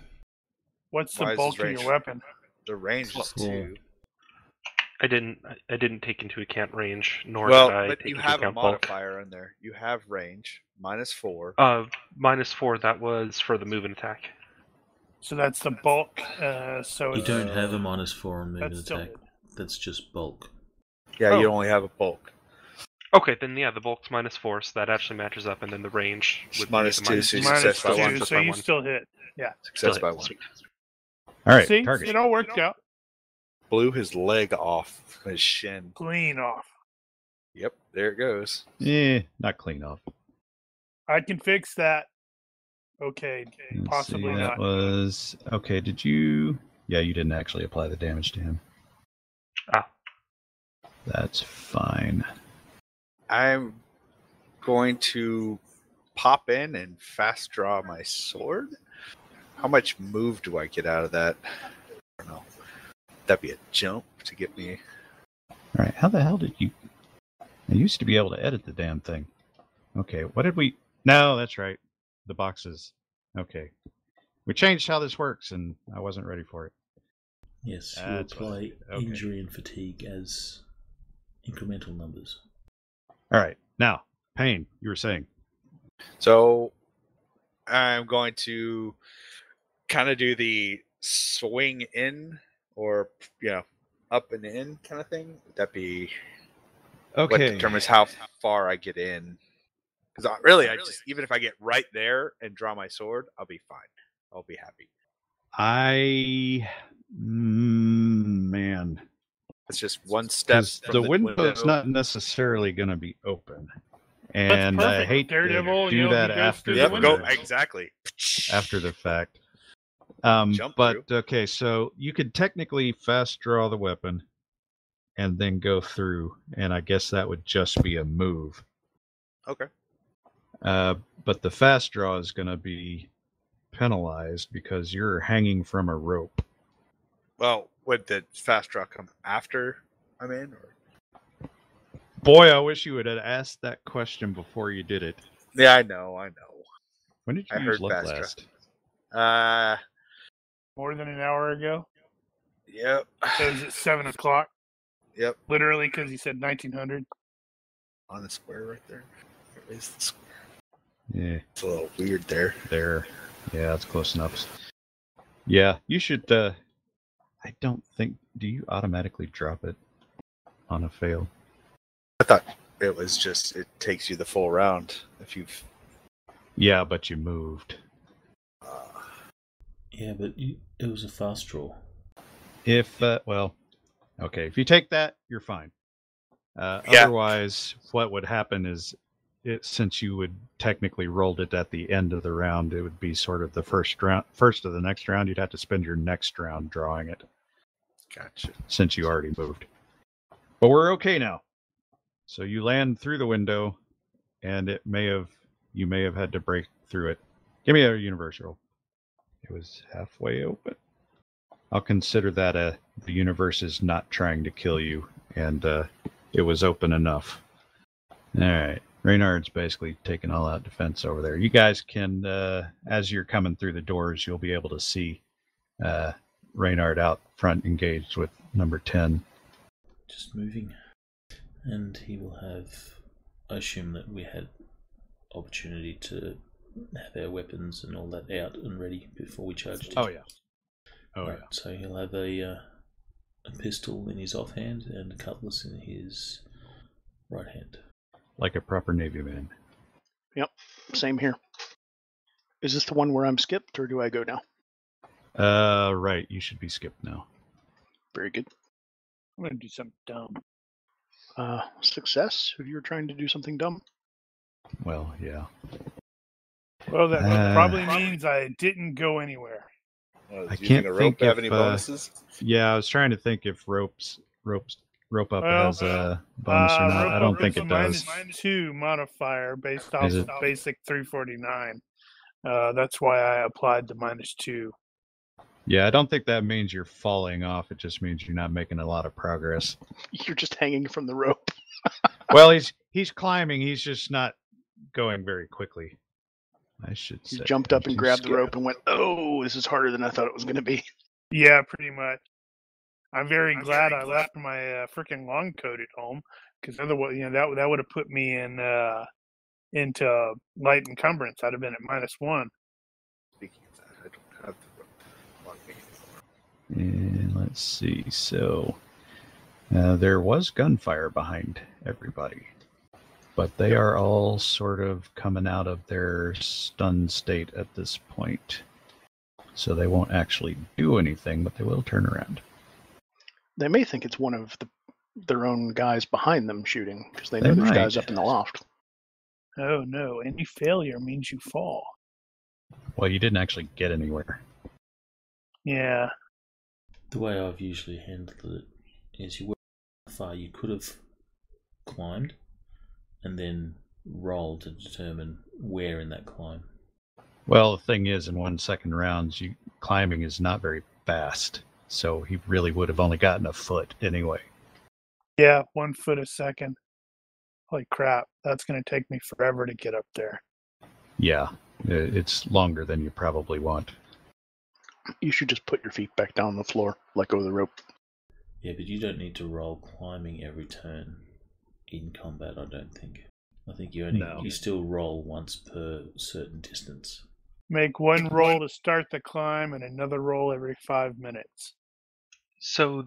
[SPEAKER 3] What's the
[SPEAKER 5] Why is his
[SPEAKER 3] bulk of your
[SPEAKER 5] range-
[SPEAKER 3] weapon?
[SPEAKER 5] the range is
[SPEAKER 1] Cool.
[SPEAKER 5] two.
[SPEAKER 6] I didn't. I- I didn't take into account range, nor
[SPEAKER 5] Well,
[SPEAKER 6] did I
[SPEAKER 5] but
[SPEAKER 6] take
[SPEAKER 5] you
[SPEAKER 6] into
[SPEAKER 5] have a
[SPEAKER 6] account bulk.
[SPEAKER 5] modifier in there. You have range minus four.
[SPEAKER 6] Uh, minus four. That was for the move and attack.
[SPEAKER 3] So that's the bulk. Uh, so
[SPEAKER 1] You
[SPEAKER 3] it's,
[SPEAKER 1] don't have a minus four on move
[SPEAKER 3] that's
[SPEAKER 1] and
[SPEAKER 3] still
[SPEAKER 1] attack. That's just bulk.
[SPEAKER 5] yeah, you
[SPEAKER 6] oh.
[SPEAKER 5] only have a bulk.
[SPEAKER 6] Okay, then yeah, the bulk's minus four, so that actually matches up, and then the range
[SPEAKER 5] It's
[SPEAKER 6] would
[SPEAKER 5] minus
[SPEAKER 6] be
[SPEAKER 5] two,
[SPEAKER 6] the minus
[SPEAKER 5] so you
[SPEAKER 6] minus
[SPEAKER 5] success by
[SPEAKER 6] two,
[SPEAKER 5] one.
[SPEAKER 3] good.
[SPEAKER 6] just
[SPEAKER 3] So
[SPEAKER 6] by
[SPEAKER 3] you
[SPEAKER 6] one.
[SPEAKER 3] still hit.
[SPEAKER 6] Still
[SPEAKER 5] Success by
[SPEAKER 6] hit,
[SPEAKER 5] one.
[SPEAKER 6] sweet.
[SPEAKER 2] All right,
[SPEAKER 3] See,
[SPEAKER 2] target.
[SPEAKER 3] it all worked out.
[SPEAKER 5] Blew his leg off his shin.
[SPEAKER 3] Clean off.
[SPEAKER 5] Yep, there it goes.
[SPEAKER 2] Eh, not clean off.
[SPEAKER 3] I can fix that. Okay,
[SPEAKER 2] Let's
[SPEAKER 3] possibly
[SPEAKER 2] see, That
[SPEAKER 3] not.
[SPEAKER 2] was okay. Did you? Yeah, you didn't actually apply the damage to him.
[SPEAKER 6] Ah.
[SPEAKER 2] That's fine.
[SPEAKER 5] I'm going to pop in and fast draw my sword. How much move do I get out of that? I don't know. That'd be a jump to get me.
[SPEAKER 2] All right. How the hell did you? I used to be able to edit the damn thing. Okay. What did we? No, that's right. The boxes. Okay. We changed how this works, and I wasn't ready for it.
[SPEAKER 1] Yes, you
[SPEAKER 2] That's what I
[SPEAKER 1] apply
[SPEAKER 2] did. Okay.
[SPEAKER 1] injury and fatigue as incremental numbers.
[SPEAKER 2] All right. Now, pain. You were saying.
[SPEAKER 5] So I'm going to kind of do the swing in or, you know, up and in kind of thing. That'd be what determines how far I get in. Because really, I just even if I get right there and draw my sword, I'll be fine. I'll be happy.
[SPEAKER 2] I. Mm, man.
[SPEAKER 5] It's just one step.
[SPEAKER 2] Because
[SPEAKER 5] from
[SPEAKER 2] the window's
[SPEAKER 5] window.
[SPEAKER 2] not necessarily going to be open, and I
[SPEAKER 3] perfect.
[SPEAKER 2] hate
[SPEAKER 3] Daredevil,
[SPEAKER 2] to
[SPEAKER 3] you
[SPEAKER 2] do
[SPEAKER 3] know,
[SPEAKER 2] that
[SPEAKER 3] he goes
[SPEAKER 2] after
[SPEAKER 3] through
[SPEAKER 2] the,
[SPEAKER 5] Yep,
[SPEAKER 3] the
[SPEAKER 5] go
[SPEAKER 3] window.
[SPEAKER 5] exactly.
[SPEAKER 2] after the fact. Um,
[SPEAKER 5] Jump
[SPEAKER 2] but okay, so you could technically fast draw the weapon, and then go through, and I guess that would just be a move.
[SPEAKER 5] Okay.
[SPEAKER 2] Uh, but the fast draw is going to be penalized because you're hanging from a rope.
[SPEAKER 5] Well, would the fast draw come after I'm in? Or...
[SPEAKER 2] Boy, I wish you would have asked that question before you did it.
[SPEAKER 5] Yeah, I know, I know.
[SPEAKER 2] When did you
[SPEAKER 5] I
[SPEAKER 2] use
[SPEAKER 5] heard
[SPEAKER 2] luck
[SPEAKER 5] fast draw.
[SPEAKER 2] last?
[SPEAKER 5] Uh,
[SPEAKER 3] More than an hour ago.
[SPEAKER 5] yep.
[SPEAKER 3] So is it seven o'clock?
[SPEAKER 5] Yep,
[SPEAKER 3] Literally, because he said nineteen hundred.
[SPEAKER 5] on the square right there. Where is the square?
[SPEAKER 2] Yeah.
[SPEAKER 5] It's a little weird there.
[SPEAKER 2] there. Yeah, that's close enough. Yeah, you should. Uh, I don't think. Do you automatically drop it on a fail?
[SPEAKER 5] I thought it was just it takes you the full round if you've.
[SPEAKER 2] Yeah, but you moved.
[SPEAKER 5] Uh,
[SPEAKER 1] Yeah, but you, it was a fast draw.
[SPEAKER 2] If uh, well, okay. If you take that, you're fine. Uh,
[SPEAKER 5] Yeah.
[SPEAKER 2] Otherwise, what would happen is, it since you would technically rolled it at the end of the round, it would be sort of the first round, first of the next round. You'd have to spend your next round drawing it
[SPEAKER 5] gotcha.
[SPEAKER 2] since you already moved. But we're okay now. So you land through the window, and it may have you may have had to break through it. Give me a universal. It was halfway open. I'll consider that a the universe is not trying to kill you, and uh, it was open enough. All right, Reynard's basically taking all out defense over there. You guys can, uh, as you're coming through the doors, you'll be able to see uh, Reynard out front engaged with number ten.
[SPEAKER 1] Just moving. And he will have. I assume that we had opportunity to have our weapons and all that out and ready before we charged.
[SPEAKER 2] Oh yeah. Oh
[SPEAKER 1] Right, So he'll have a uh, a pistol in his offhand and a cutlass in his right hand.
[SPEAKER 2] yeah, like a proper navy man.
[SPEAKER 4] Same here. Is this the one where I'm skipped, or do I go now?
[SPEAKER 2] Uh, right. You should be skipped now.
[SPEAKER 4] Very good.
[SPEAKER 7] I'm gonna do something dumb.
[SPEAKER 4] Uh, success. If you're trying to do something dumb, <laughs>
[SPEAKER 2] Well, yeah.
[SPEAKER 7] Well, that
[SPEAKER 2] Uh,
[SPEAKER 7] probably means I didn't go anywhere.
[SPEAKER 5] Uh,
[SPEAKER 2] I
[SPEAKER 5] do you
[SPEAKER 2] can't
[SPEAKER 5] a rope
[SPEAKER 2] think
[SPEAKER 5] have
[SPEAKER 2] if,
[SPEAKER 5] any
[SPEAKER 2] uh,
[SPEAKER 5] bonuses?
[SPEAKER 2] Yeah, I was trying to think if ropes ropes rope up
[SPEAKER 7] Well,
[SPEAKER 2] has a bonus or
[SPEAKER 7] Uh,
[SPEAKER 2] not. I
[SPEAKER 7] Robo
[SPEAKER 2] don't think
[SPEAKER 7] Roots
[SPEAKER 2] it
[SPEAKER 7] a minus
[SPEAKER 2] does.
[SPEAKER 7] two modifier based off
[SPEAKER 2] Is it-
[SPEAKER 7] of basic 349. Uh, that's why I applied the minus two.
[SPEAKER 2] Yeah, I don't think that means you're falling off. It just means you're not making a lot of
[SPEAKER 7] <laughs>
[SPEAKER 2] progress.
[SPEAKER 4] you're just hanging from the rope.
[SPEAKER 2] well, he's he's climbing. He's just not going very quickly. I should
[SPEAKER 4] You
[SPEAKER 2] say.
[SPEAKER 4] jumped up and
[SPEAKER 2] He's
[SPEAKER 4] grabbed the
[SPEAKER 2] got-
[SPEAKER 4] rope and went, "Oh, this is harder than I thought it was going to be." <laughs>
[SPEAKER 7] Yeah, pretty much. I'm very
[SPEAKER 5] I'm
[SPEAKER 7] glad
[SPEAKER 5] very
[SPEAKER 7] I left my uh, freaking long coat at home because otherwise, you know, that that would have put me in uh, into light encumbrance. I'd have been at minus one.
[SPEAKER 5] Speaking of that, I don't have the rope on me.
[SPEAKER 2] And let's see. So uh, there was gunfire behind everybody, but they are all sort of coming out of their stunned state at this point. So they won't actually do anything, but they will turn around.
[SPEAKER 4] They may think it's one of the, their own guys behind them shooting because they
[SPEAKER 2] They
[SPEAKER 4] know there's
[SPEAKER 2] might.
[SPEAKER 4] guys up in the loft.
[SPEAKER 7] Oh no! Any failure means you fall.
[SPEAKER 2] Well, you didn't actually get anywhere.
[SPEAKER 7] Yeah.
[SPEAKER 1] The way I've usually handled it is you work how far you could have climbed and then roll to determine where in that climb.
[SPEAKER 2] Well, the thing is, in one second rounds, you climbing is not very fast, so he really would have only gotten a foot anyway.
[SPEAKER 7] Yeah, one foot a second. Holy crap, that's going to take me forever to get up there.
[SPEAKER 2] Yeah, i- it's longer than you probably want.
[SPEAKER 4] You should just put your feet back down on the floor, let go of the rope.
[SPEAKER 1] Yeah, but you don't need to roll climbing every turn in combat, I don't think. I think you only
[SPEAKER 2] No.
[SPEAKER 1] you still roll once per certain distance.
[SPEAKER 7] Make one roll to start the climb and another roll every five minutes.
[SPEAKER 6] So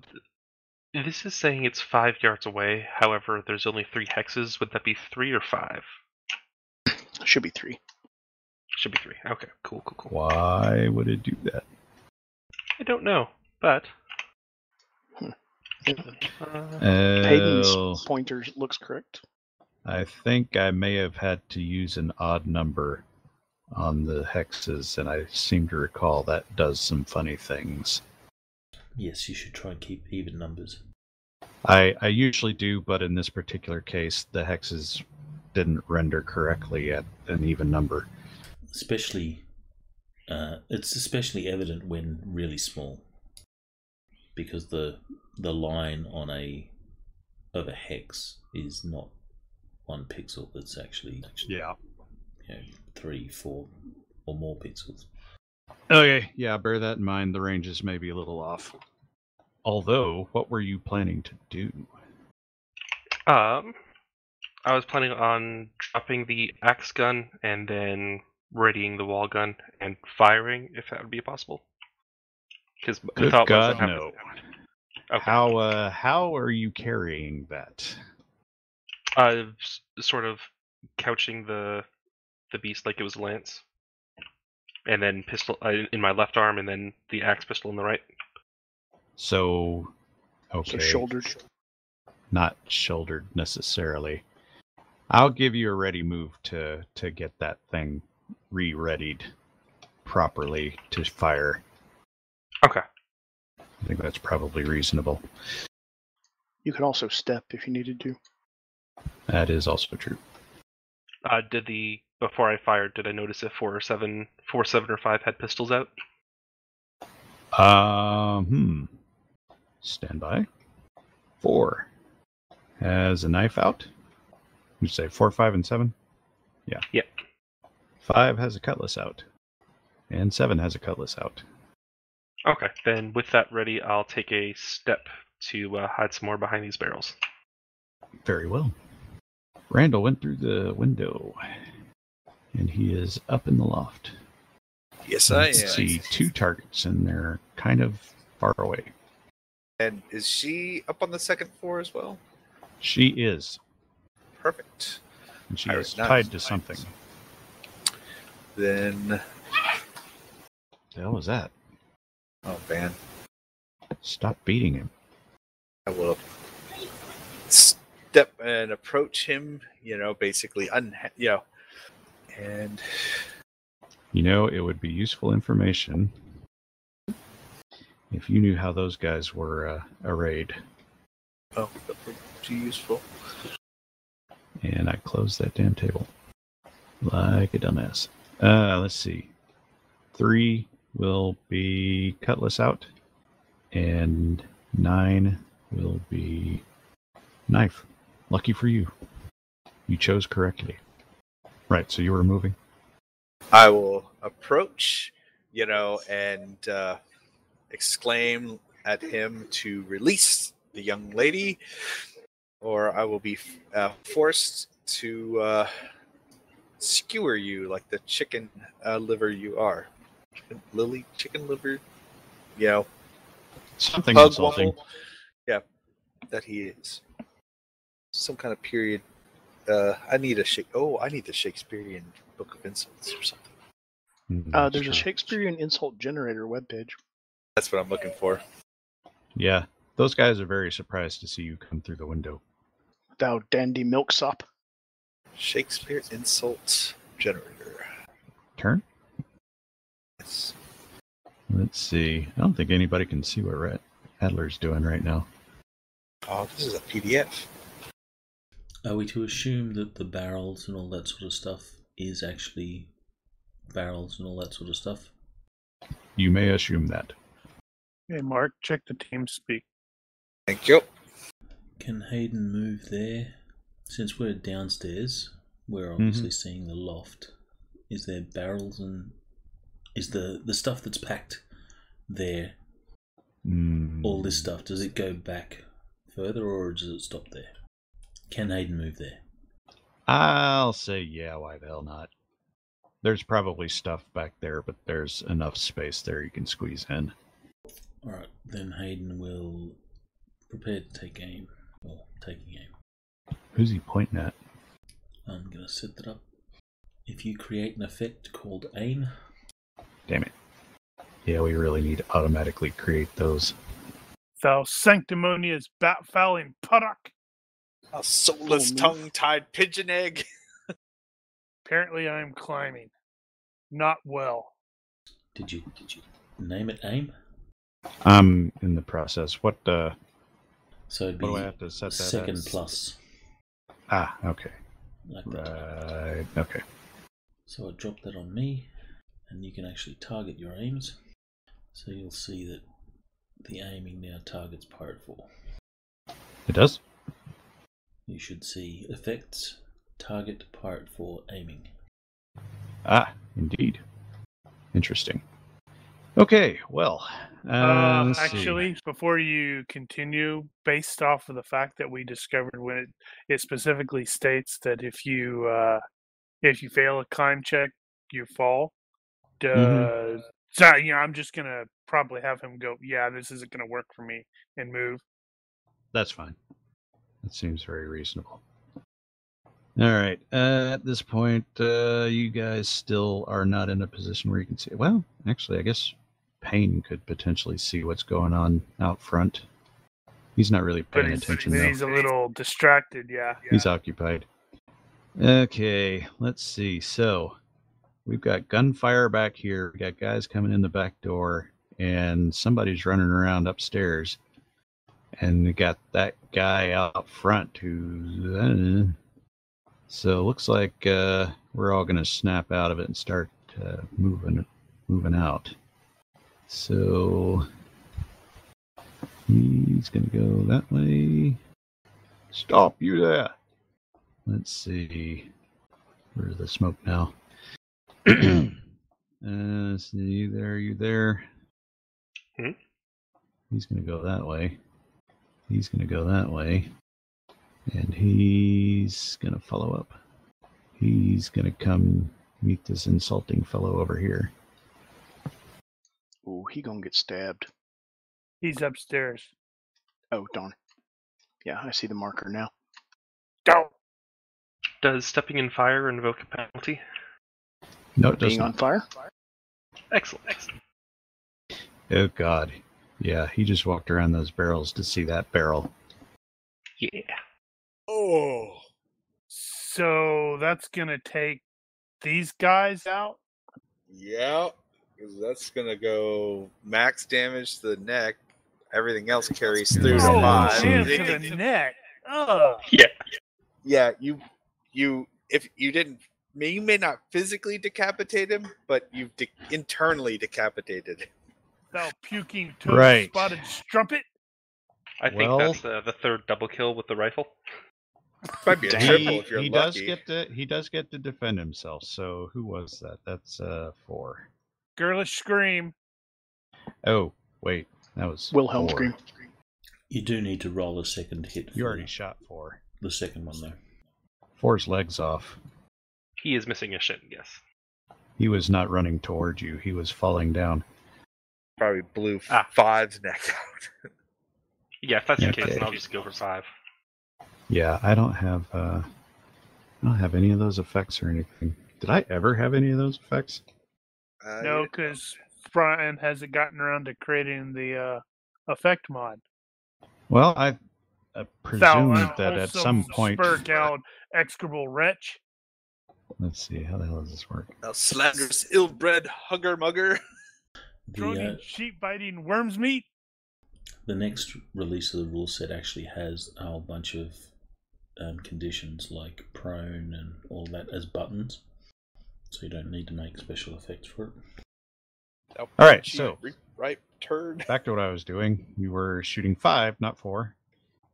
[SPEAKER 6] th- this is saying it's five yards away. However, there's only three hexes. Would that be three or five?
[SPEAKER 4] Should be three.
[SPEAKER 6] Should be three. Okay, cool, cool, cool.
[SPEAKER 2] Why would it do that?
[SPEAKER 6] I don't know, but uh,
[SPEAKER 2] Oh,
[SPEAKER 4] Hayden's pointer looks correct.
[SPEAKER 2] I think I may have had to use an odd number on the hexes, and I seem to recall that does some funny things.
[SPEAKER 1] Yes, you should try and keep even numbers.
[SPEAKER 2] I, I usually do, but in this particular case, the hexes didn't render correctly at an even number.
[SPEAKER 1] especially uh, it's especially evident when really small because the the line on a of a hex is not one pixel it's actually
[SPEAKER 2] Yeah.
[SPEAKER 1] you know, three four or more pixels
[SPEAKER 2] Okay, yeah, bear that in mind. The ranges may be a little off. Although, what were you planning to do?
[SPEAKER 6] um, I was planning on dropping the axe gun and then readying the wall gun and firing if that would be possible. Because the
[SPEAKER 2] Good
[SPEAKER 6] thought
[SPEAKER 2] God,
[SPEAKER 6] was that
[SPEAKER 2] no.
[SPEAKER 6] Okay.
[SPEAKER 2] How uh how are you carrying that?
[SPEAKER 6] uh, s- sort of couching the the beast like it was a lance, and then pistol uh, in my left arm, and then the axe pistol in the right.
[SPEAKER 2] So okay,
[SPEAKER 4] So shouldered.
[SPEAKER 2] not shouldered necessarily. I'll give you a ready move to to get that thing re-readied properly to fire.
[SPEAKER 6] Okay.
[SPEAKER 2] I think that's probably reasonable.
[SPEAKER 4] You could also step if you needed to.
[SPEAKER 2] That is also true.
[SPEAKER 6] Uh, did the before I fired? Did I notice if four or seven, four, seven or five had pistols out?
[SPEAKER 2] Um, hmm. Stand by. Four has a knife out. You say four, five, and seven? Yeah.
[SPEAKER 6] Yep.
[SPEAKER 2] Five has a cutlass out. And seven has a cutlass out.
[SPEAKER 6] Okay, then with that ready, I'll take a step to uh, hide some more behind these barrels.
[SPEAKER 2] Very well. Randall went through the window. And he is up in the loft.
[SPEAKER 5] Yes,
[SPEAKER 2] So
[SPEAKER 5] I
[SPEAKER 2] you can
[SPEAKER 5] am.
[SPEAKER 2] see two targets, and they're kind of far away.
[SPEAKER 5] And is she up on the second floor as well?
[SPEAKER 2] She is,
[SPEAKER 5] Perfect.
[SPEAKER 2] and she
[SPEAKER 5] I
[SPEAKER 2] is
[SPEAKER 5] was not
[SPEAKER 2] tied to something.
[SPEAKER 5] Then,
[SPEAKER 2] The hell was that?
[SPEAKER 5] oh man,
[SPEAKER 2] Stop beating him.
[SPEAKER 5] I will step and approach him. You know, basically, unha- you know, and
[SPEAKER 2] You know, it would be useful information if you knew how those guys were uh, arrayed.
[SPEAKER 5] oh, that would be useful.
[SPEAKER 2] And I closed that damn table like a dumbass. Uh, let's see. Three will be cutlass out, and nine will be knife. Lucky for you, you chose correctly. Right, so you were moving.
[SPEAKER 5] I will approach, you know, and uh, exclaim at him to release the young lady, or I will be uh, forced to uh, skewer you like the chicken uh, liver you are. Chicken, lily, chicken liver, you know,
[SPEAKER 2] Something
[SPEAKER 5] pug
[SPEAKER 2] insulting.
[SPEAKER 5] waffle. Yeah, that he is. Some kind of period. Uh, I need a shake. Oh, I need the Shakespearean Book of Insults or something.
[SPEAKER 2] Mm,
[SPEAKER 4] Uh,
[SPEAKER 2] that's
[SPEAKER 4] there's a
[SPEAKER 2] true.
[SPEAKER 4] Shakespearean insult generator webpage.
[SPEAKER 5] That's what I'm looking for.
[SPEAKER 2] Yeah, those guys are very surprised to see you come through the window.
[SPEAKER 4] Thou dandy milksop.
[SPEAKER 5] Shakespeare insult generator.
[SPEAKER 2] Turn.
[SPEAKER 5] Yes.
[SPEAKER 2] Let's see. I don't think anybody can see what Rat Adler's doing right now.
[SPEAKER 5] Oh, this is a PDF.
[SPEAKER 1] Are we to assume that the barrels and all that sort of stuff is actually barrels and all that sort of stuff?
[SPEAKER 2] You may assume that.
[SPEAKER 3] Hey, Mark, check the team speak.
[SPEAKER 5] Thank you.
[SPEAKER 1] Can Hayden move there? Since we're downstairs, we're
[SPEAKER 2] Mm-hmm.
[SPEAKER 1] obviously seeing the loft. Is there barrels and is the the stuff that's packed there?
[SPEAKER 2] Mm,
[SPEAKER 1] All this stuff does it go back further or does it stop there? Can Hayden move there?
[SPEAKER 2] Hmm. I'll say, yeah, why the hell not? There's probably stuff back there, but there's enough space there you can squeeze in.
[SPEAKER 1] All right, then Hayden will prepare to take aim or taking aim.
[SPEAKER 2] Who's he pointing at?
[SPEAKER 1] I'm gonna set that up. If you create an effect called aim,
[SPEAKER 2] Damn it. Yeah, we really need to automatically create those.
[SPEAKER 3] Thou sanctimonious bat fouling puttock.
[SPEAKER 5] A soulless
[SPEAKER 4] Full move.
[SPEAKER 5] tongue tied pigeon egg.
[SPEAKER 3] Apparently, I am climbing. Not well.
[SPEAKER 1] did you did you name it aim?
[SPEAKER 2] I'm in the process. What uh
[SPEAKER 1] So it'd be
[SPEAKER 2] what do I have to set that
[SPEAKER 1] second
[SPEAKER 2] as?
[SPEAKER 1] plus.
[SPEAKER 2] Ah, okay.
[SPEAKER 1] Like that.
[SPEAKER 2] Right. Okay.
[SPEAKER 1] So I dropped that on me, and you can actually target your aims. So you'll see that the aiming now targets Pirate 4.
[SPEAKER 2] It does?
[SPEAKER 1] You should see effects, target Pirate 4 aiming.
[SPEAKER 2] Ah, indeed. Interesting. Okay, well, uh,
[SPEAKER 3] Uh,
[SPEAKER 2] let's see.
[SPEAKER 3] actually, before you continue, based off of the fact that we discovered when it, it specifically states that if you uh, if you fail a climb check, you fall. Does
[SPEAKER 2] Mhm.
[SPEAKER 3] so, you know, I'm just gonna probably have him go. Yeah, this isn't gonna work for me, and move.
[SPEAKER 2] that's fine. That seems very reasonable. All right. Uh, at this point, uh, you guys still are not in a position where you can see. Well, actually, I guess Payne could potentially see what's going on out front. He's not really
[SPEAKER 3] But
[SPEAKER 2] paying
[SPEAKER 3] he's,
[SPEAKER 2] attention
[SPEAKER 3] but
[SPEAKER 2] though.
[SPEAKER 3] he's a little distracted. Yeah.
[SPEAKER 2] He's occupied. Okay, let's see. So we've got gunfire back here. We got guys coming in the back door, and somebody's running around upstairs. And we got that guy out front who's. uh, so looks like uh, we're all gonna snap out of it and start uh, moving, moving out. So he's going to go that way. Stop you there. Let's see. Where's the smoke now? uh, see you there, you there.
[SPEAKER 6] Hmm?
[SPEAKER 2] He's going to go that way. He's going to go that way. And he's going to follow up. He's going to come meet this insulting fellow over here.
[SPEAKER 4] Ooh, he gonna get stabbed.
[SPEAKER 7] He's upstairs.
[SPEAKER 4] Oh darn. Yeah, I see the marker now.
[SPEAKER 7] Don't.
[SPEAKER 6] Does stepping in fire invoke a penalty?
[SPEAKER 2] No, it does
[SPEAKER 4] Being on
[SPEAKER 2] not.
[SPEAKER 4] fire.
[SPEAKER 6] Excellent. excellent.
[SPEAKER 2] Oh, God. Yeah, he just walked around those barrels to see that barrel.
[SPEAKER 6] Yeah.
[SPEAKER 5] Oh.
[SPEAKER 7] So that's gonna take these guys out.
[SPEAKER 5] Yeah. 'cause That's gonna go max damage to the neck. Everything else carries through to
[SPEAKER 2] Oh,
[SPEAKER 5] five.
[SPEAKER 2] man,
[SPEAKER 7] hands to the neck. Ugh.
[SPEAKER 6] Yeah.
[SPEAKER 5] yeah, you you if you didn't may- you may not physically decapitate him, but you've de- internally decapitated him.
[SPEAKER 7] Thou puking toad
[SPEAKER 2] Right.
[SPEAKER 7] spotted strumpet.
[SPEAKER 6] I think
[SPEAKER 2] Well-
[SPEAKER 6] that's the, the third double kill with the rifle.
[SPEAKER 5] Might be a
[SPEAKER 4] Dang.
[SPEAKER 5] triple if you're
[SPEAKER 2] he does
[SPEAKER 5] lucky.
[SPEAKER 2] get to he does get to defend himself. So who was that? That's uh four.
[SPEAKER 7] Girlish scream.
[SPEAKER 2] Oh wait, that was
[SPEAKER 4] Wilhelm
[SPEAKER 2] four.
[SPEAKER 4] scream.
[SPEAKER 1] You do need to roll a second hit.
[SPEAKER 2] You
[SPEAKER 1] for
[SPEAKER 2] already shot four.
[SPEAKER 1] the second one though.
[SPEAKER 2] Four's legs off.
[SPEAKER 6] He is missing a shin, yes.
[SPEAKER 2] He was not running toward you. He was falling down.
[SPEAKER 5] Probably blew f-
[SPEAKER 6] Ah.
[SPEAKER 5] five's neck out.
[SPEAKER 6] Yeah, if that's the case,
[SPEAKER 2] Okay.
[SPEAKER 6] then I'll just go for five.
[SPEAKER 2] Yeah, I don't have uh I don't have any of those effects or anything. Did I ever have any of those effects?
[SPEAKER 5] Uh,
[SPEAKER 7] No,
[SPEAKER 5] yeah.
[SPEAKER 7] because Brian hasn't gotten around to creating the uh, effect mod.
[SPEAKER 2] Well, I uh, presume
[SPEAKER 7] Thou
[SPEAKER 2] that at
[SPEAKER 7] unwholesome,
[SPEAKER 2] some point.
[SPEAKER 7] spurred-gowned, execrable wretch.
[SPEAKER 2] Let's see. How the hell does this work?
[SPEAKER 5] Thou slanderous, ill-bred hugger mugger.
[SPEAKER 1] The,
[SPEAKER 7] droning,
[SPEAKER 1] uh,
[SPEAKER 7] sheep biting, worms meat.
[SPEAKER 1] the next release of the rule set actually has a whole bunch of um, conditions like prone and all that as buttons, so you don't need to make special effects for it.
[SPEAKER 5] Thou
[SPEAKER 2] All right,
[SPEAKER 5] punchy,
[SPEAKER 2] so-
[SPEAKER 5] re- ripe turd.
[SPEAKER 2] Back to what I was doing. You were shooting five, not four.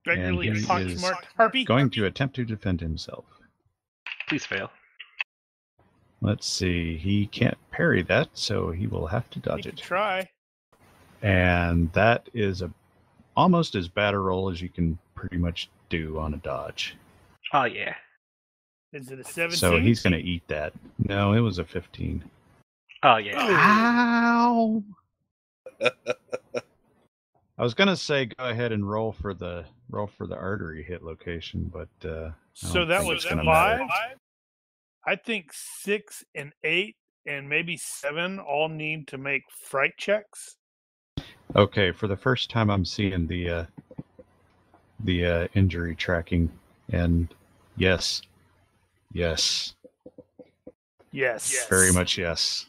[SPEAKER 7] Regularly a
[SPEAKER 2] he is
[SPEAKER 7] pocksmart harpy.
[SPEAKER 2] Going to attempt to defend himself.
[SPEAKER 6] Please fail.
[SPEAKER 2] Let's see. He can't parry that, so he will have to
[SPEAKER 7] You
[SPEAKER 2] dodge
[SPEAKER 7] can
[SPEAKER 2] it.
[SPEAKER 7] try.
[SPEAKER 2] And that is a almost as bad a roll as you can pretty much do on a dodge.
[SPEAKER 6] Oh, yeah.
[SPEAKER 7] Is it a 17?
[SPEAKER 2] So he's going to eat that. No, it was a 15.
[SPEAKER 6] Oh, yeah.
[SPEAKER 2] Ah. Ow! I was going to say go ahead and roll for the roll for the artery hit location, but uh I
[SPEAKER 7] So
[SPEAKER 2] don't
[SPEAKER 7] that
[SPEAKER 2] think
[SPEAKER 7] was
[SPEAKER 2] it's gonna matter.
[SPEAKER 7] five. I think six and eight and maybe seven all need to make fright checks.
[SPEAKER 2] Okay, for the first time, I'm seeing the uh, the uh, injury tracking, and yes, yes,
[SPEAKER 7] Yes.
[SPEAKER 2] very much yes.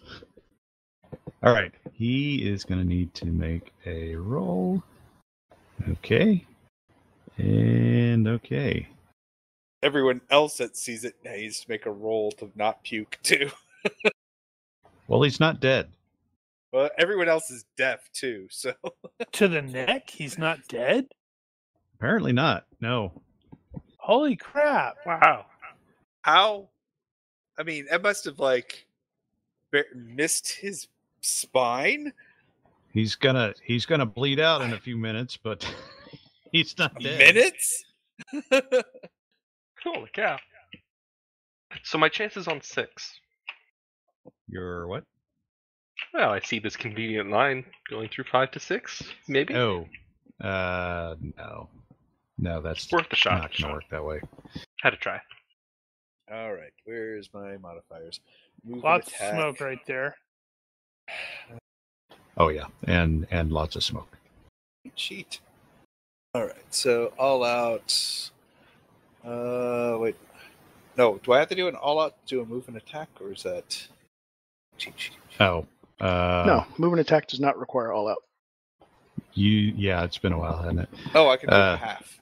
[SPEAKER 2] All right, he is going to need to make a roll. Okay, and okay,
[SPEAKER 5] Everyone else that sees it needs to make a roll to not puke too. <laughs>
[SPEAKER 2] well, he's not dead.
[SPEAKER 5] Well, everyone else is deaf too, so
[SPEAKER 7] To the neck? He's not dead?
[SPEAKER 2] Apparently not. No,
[SPEAKER 7] Holy crap.
[SPEAKER 6] Wow.
[SPEAKER 5] how i mean that must have like ba- missed his spine
[SPEAKER 2] he's gonna he's gonna bleed out in a few minutes, but <laughs> he's not dead.
[SPEAKER 5] minutes
[SPEAKER 6] Holy cow. So my chance is on six.
[SPEAKER 2] You're what?
[SPEAKER 6] Well, I see this convenient line going through five to six, maybe.
[SPEAKER 2] Oh, uh, no, no, that's
[SPEAKER 6] It's worth a shot.
[SPEAKER 2] not gonna work that way.
[SPEAKER 6] Had to try.
[SPEAKER 5] <laughs> all right where's my modifiers Move and
[SPEAKER 7] Lots of
[SPEAKER 5] attack.
[SPEAKER 7] smoke right there.
[SPEAKER 2] Oh yeah, and and lots of smoke.
[SPEAKER 5] cheat all right so all out uh wait no do i have to do an all out to do a move and attack or is that cheat sheet
[SPEAKER 2] Oh, uh,
[SPEAKER 4] no, move and attack does not require all out.
[SPEAKER 2] you yeah, it's been a while, hasn't it?
[SPEAKER 5] oh i can move
[SPEAKER 2] Uh,
[SPEAKER 5] half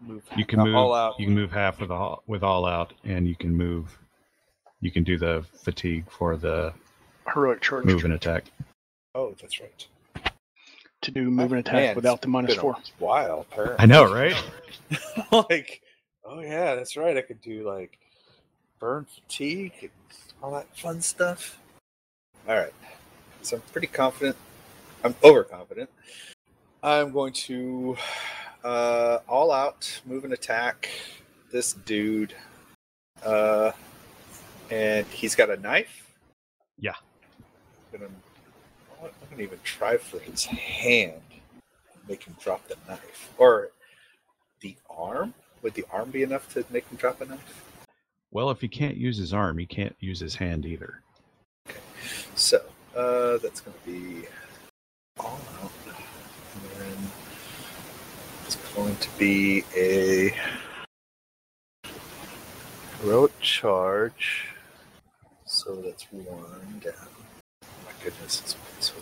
[SPEAKER 5] move
[SPEAKER 2] You
[SPEAKER 5] half.
[SPEAKER 2] can
[SPEAKER 5] Not
[SPEAKER 2] move
[SPEAKER 5] Uh, all out
[SPEAKER 2] You can move half with all with all out, and you can move. You can do the fatigue for the
[SPEAKER 4] Heroic charge.
[SPEAKER 2] move and attack.
[SPEAKER 5] Oh, that's right.
[SPEAKER 4] to do move and attack
[SPEAKER 5] Man,
[SPEAKER 4] without
[SPEAKER 5] it's
[SPEAKER 4] the minus
[SPEAKER 5] been a
[SPEAKER 4] four.
[SPEAKER 5] While apparently.
[SPEAKER 2] I know, right?
[SPEAKER 5] <laughs> like, oh yeah, that's right. I could do like burn fatigue and all that fun stuff. All right, so I'm pretty confident. I'm overconfident. I'm going to uh, all out move and attack this dude. Uh, and he's got a knife.
[SPEAKER 2] Yeah.
[SPEAKER 5] I'm gonna, I'm gonna even try for his hand, make him drop the knife, or the arm? Would the arm be enough to make him drop a knife?
[SPEAKER 2] Well, if he can't use his arm, he can't use his hand either.
[SPEAKER 5] So uh, that's going to be all out. And then it's going to be a heroic charge. So that's one down. Oh my goodness, it's been so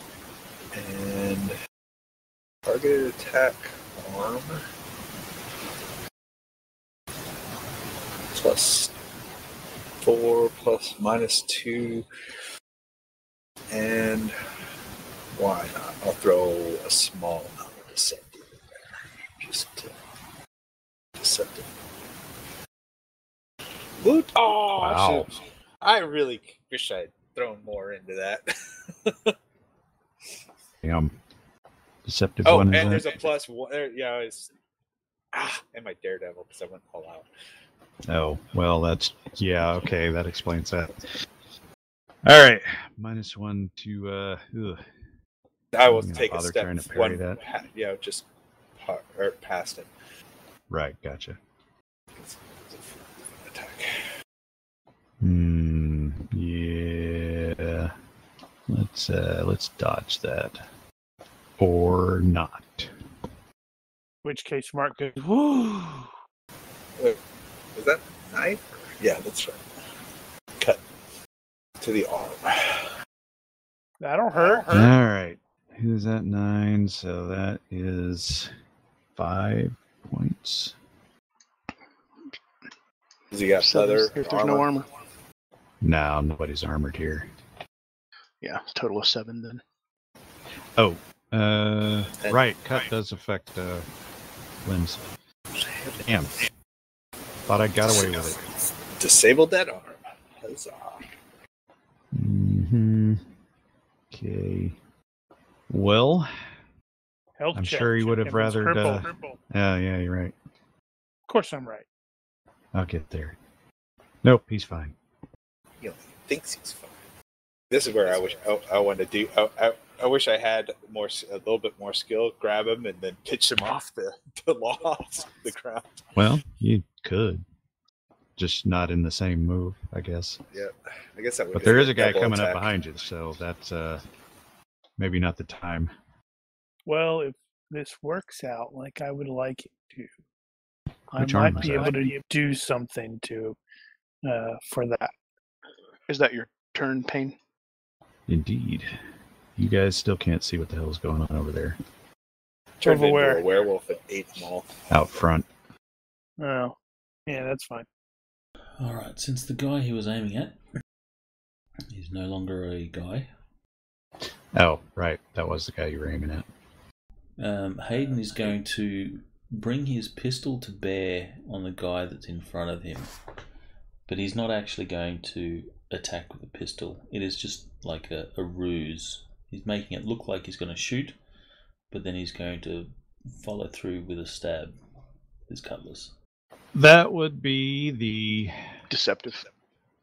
[SPEAKER 5] long. And targeted attack arm. Plus four plus minus two and why not i'll throw a small amount of deceptive in there just to deceptive Woot! oh
[SPEAKER 2] Wow.
[SPEAKER 5] I, should've- I really wish i'd thrown more into that <laughs>
[SPEAKER 2] Damn. Deceptive
[SPEAKER 5] oh
[SPEAKER 2] one. is
[SPEAKER 5] and
[SPEAKER 2] that?
[SPEAKER 5] there's a plus one there, yeah it's ah, and my daredevil because i went all out
[SPEAKER 2] Oh, well, that's yeah, okay, that explains that. All right, minus one to uh, ugh.
[SPEAKER 5] i will
[SPEAKER 2] I'm gonna
[SPEAKER 5] take a
[SPEAKER 2] bother
[SPEAKER 5] step
[SPEAKER 2] trying to parry
[SPEAKER 5] one
[SPEAKER 2] that.
[SPEAKER 5] pa- you know just pa- or past it
[SPEAKER 2] right, gotcha.
[SPEAKER 5] attack
[SPEAKER 2] Hmm, yeah, let's uh, let's dodge that or not.
[SPEAKER 7] which case Mark goes, "Whoo!"
[SPEAKER 5] Is that knife? Yeah, that's right. Cut to the arm.
[SPEAKER 7] That'll hurt.
[SPEAKER 2] All right, who's that nine? So that is five points.
[SPEAKER 5] Does he got
[SPEAKER 4] So
[SPEAKER 5] leather?
[SPEAKER 4] there's, there's no armor.
[SPEAKER 2] No, nobody's armored here.
[SPEAKER 4] Yeah, it's a total of seven then.
[SPEAKER 2] Oh, uh,
[SPEAKER 5] That-
[SPEAKER 2] right, cut does affect uh, limbs. Damn. Thought I got away with it.
[SPEAKER 5] Disabled that arm. Huzzah.
[SPEAKER 2] Mm-hmm. Okay. Well,
[SPEAKER 7] Health
[SPEAKER 2] I'm
[SPEAKER 7] check.
[SPEAKER 2] sure he would
[SPEAKER 7] Check if
[SPEAKER 2] have
[SPEAKER 7] it's
[SPEAKER 2] rather,
[SPEAKER 7] crippled.
[SPEAKER 2] uh,
[SPEAKER 7] Crippled.
[SPEAKER 2] yeah, yeah, you're right.
[SPEAKER 7] Of course, I'm right.
[SPEAKER 2] I'll get there. Nope, he's fine.
[SPEAKER 5] He only thinks he's fine. This is where I wish oh, I, I wanted to do. I, I, I wish I had more, s- a little bit more skill. Grab him and then pitch him off the <laughs> the loft, the ground.
[SPEAKER 2] Well, you could. Just not in the same move, I guess.
[SPEAKER 5] Yep. I guess that would.
[SPEAKER 2] But
[SPEAKER 5] be
[SPEAKER 2] there is a guy
[SPEAKER 5] double
[SPEAKER 2] coming up
[SPEAKER 5] attack.
[SPEAKER 2] behind you, so that's uh maybe not the time.
[SPEAKER 7] Well, if this works out like I would like it to, I
[SPEAKER 2] Which arm
[SPEAKER 7] might
[SPEAKER 2] is
[SPEAKER 7] be
[SPEAKER 2] that?
[SPEAKER 7] able to do something to uh, for that.
[SPEAKER 4] Is that your turn, Pain?
[SPEAKER 2] Indeed. You guys still can't see what the hell's going on over there
[SPEAKER 5] Turned into
[SPEAKER 7] Overwear.
[SPEAKER 5] a werewolf at eight mall.
[SPEAKER 2] out front.
[SPEAKER 7] Oh, yeah, that's fine.
[SPEAKER 1] All right, since the guy he was aiming at is no longer a guy,
[SPEAKER 2] Oh, right. That was the guy you were aiming at.
[SPEAKER 1] um, Hayden is going to bring his pistol to bear on the guy that's in front of him, but he's not actually going to attack with a pistol. It is just like a, a ruse. He's making it look like he's going to shoot, but then he's going to follow through with a stab. His cutlass.
[SPEAKER 2] That would be the
[SPEAKER 4] Deceptive.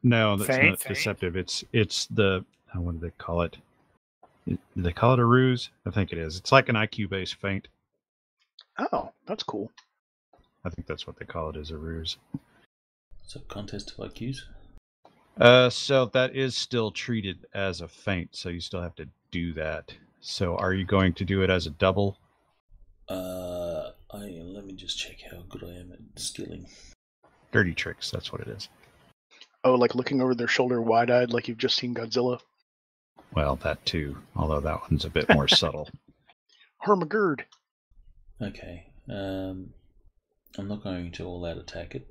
[SPEAKER 2] no. That's
[SPEAKER 7] Feint?
[SPEAKER 2] not deceptive. It's it's the how what do they call it? Do they call it a ruse? I think it is. It's like an IQ based feint.
[SPEAKER 4] Oh, that's cool.
[SPEAKER 2] I think that's what they call it is a ruse.
[SPEAKER 1] So contest of IQs.
[SPEAKER 2] Uh, so that is still treated as a feint. So you still have to do that. So are you going to do it as a double?
[SPEAKER 1] Uh, I let me just check how good I am at skilling.
[SPEAKER 2] Dirty tricks. That's what it is.
[SPEAKER 4] Oh, like looking over their shoulder wide eyed like you've just seen Godzilla.
[SPEAKER 2] Well, that too. Although that one's a bit more subtle.
[SPEAKER 4] Hermagerd.
[SPEAKER 1] Okay. Um, I'm not going to all out attack it,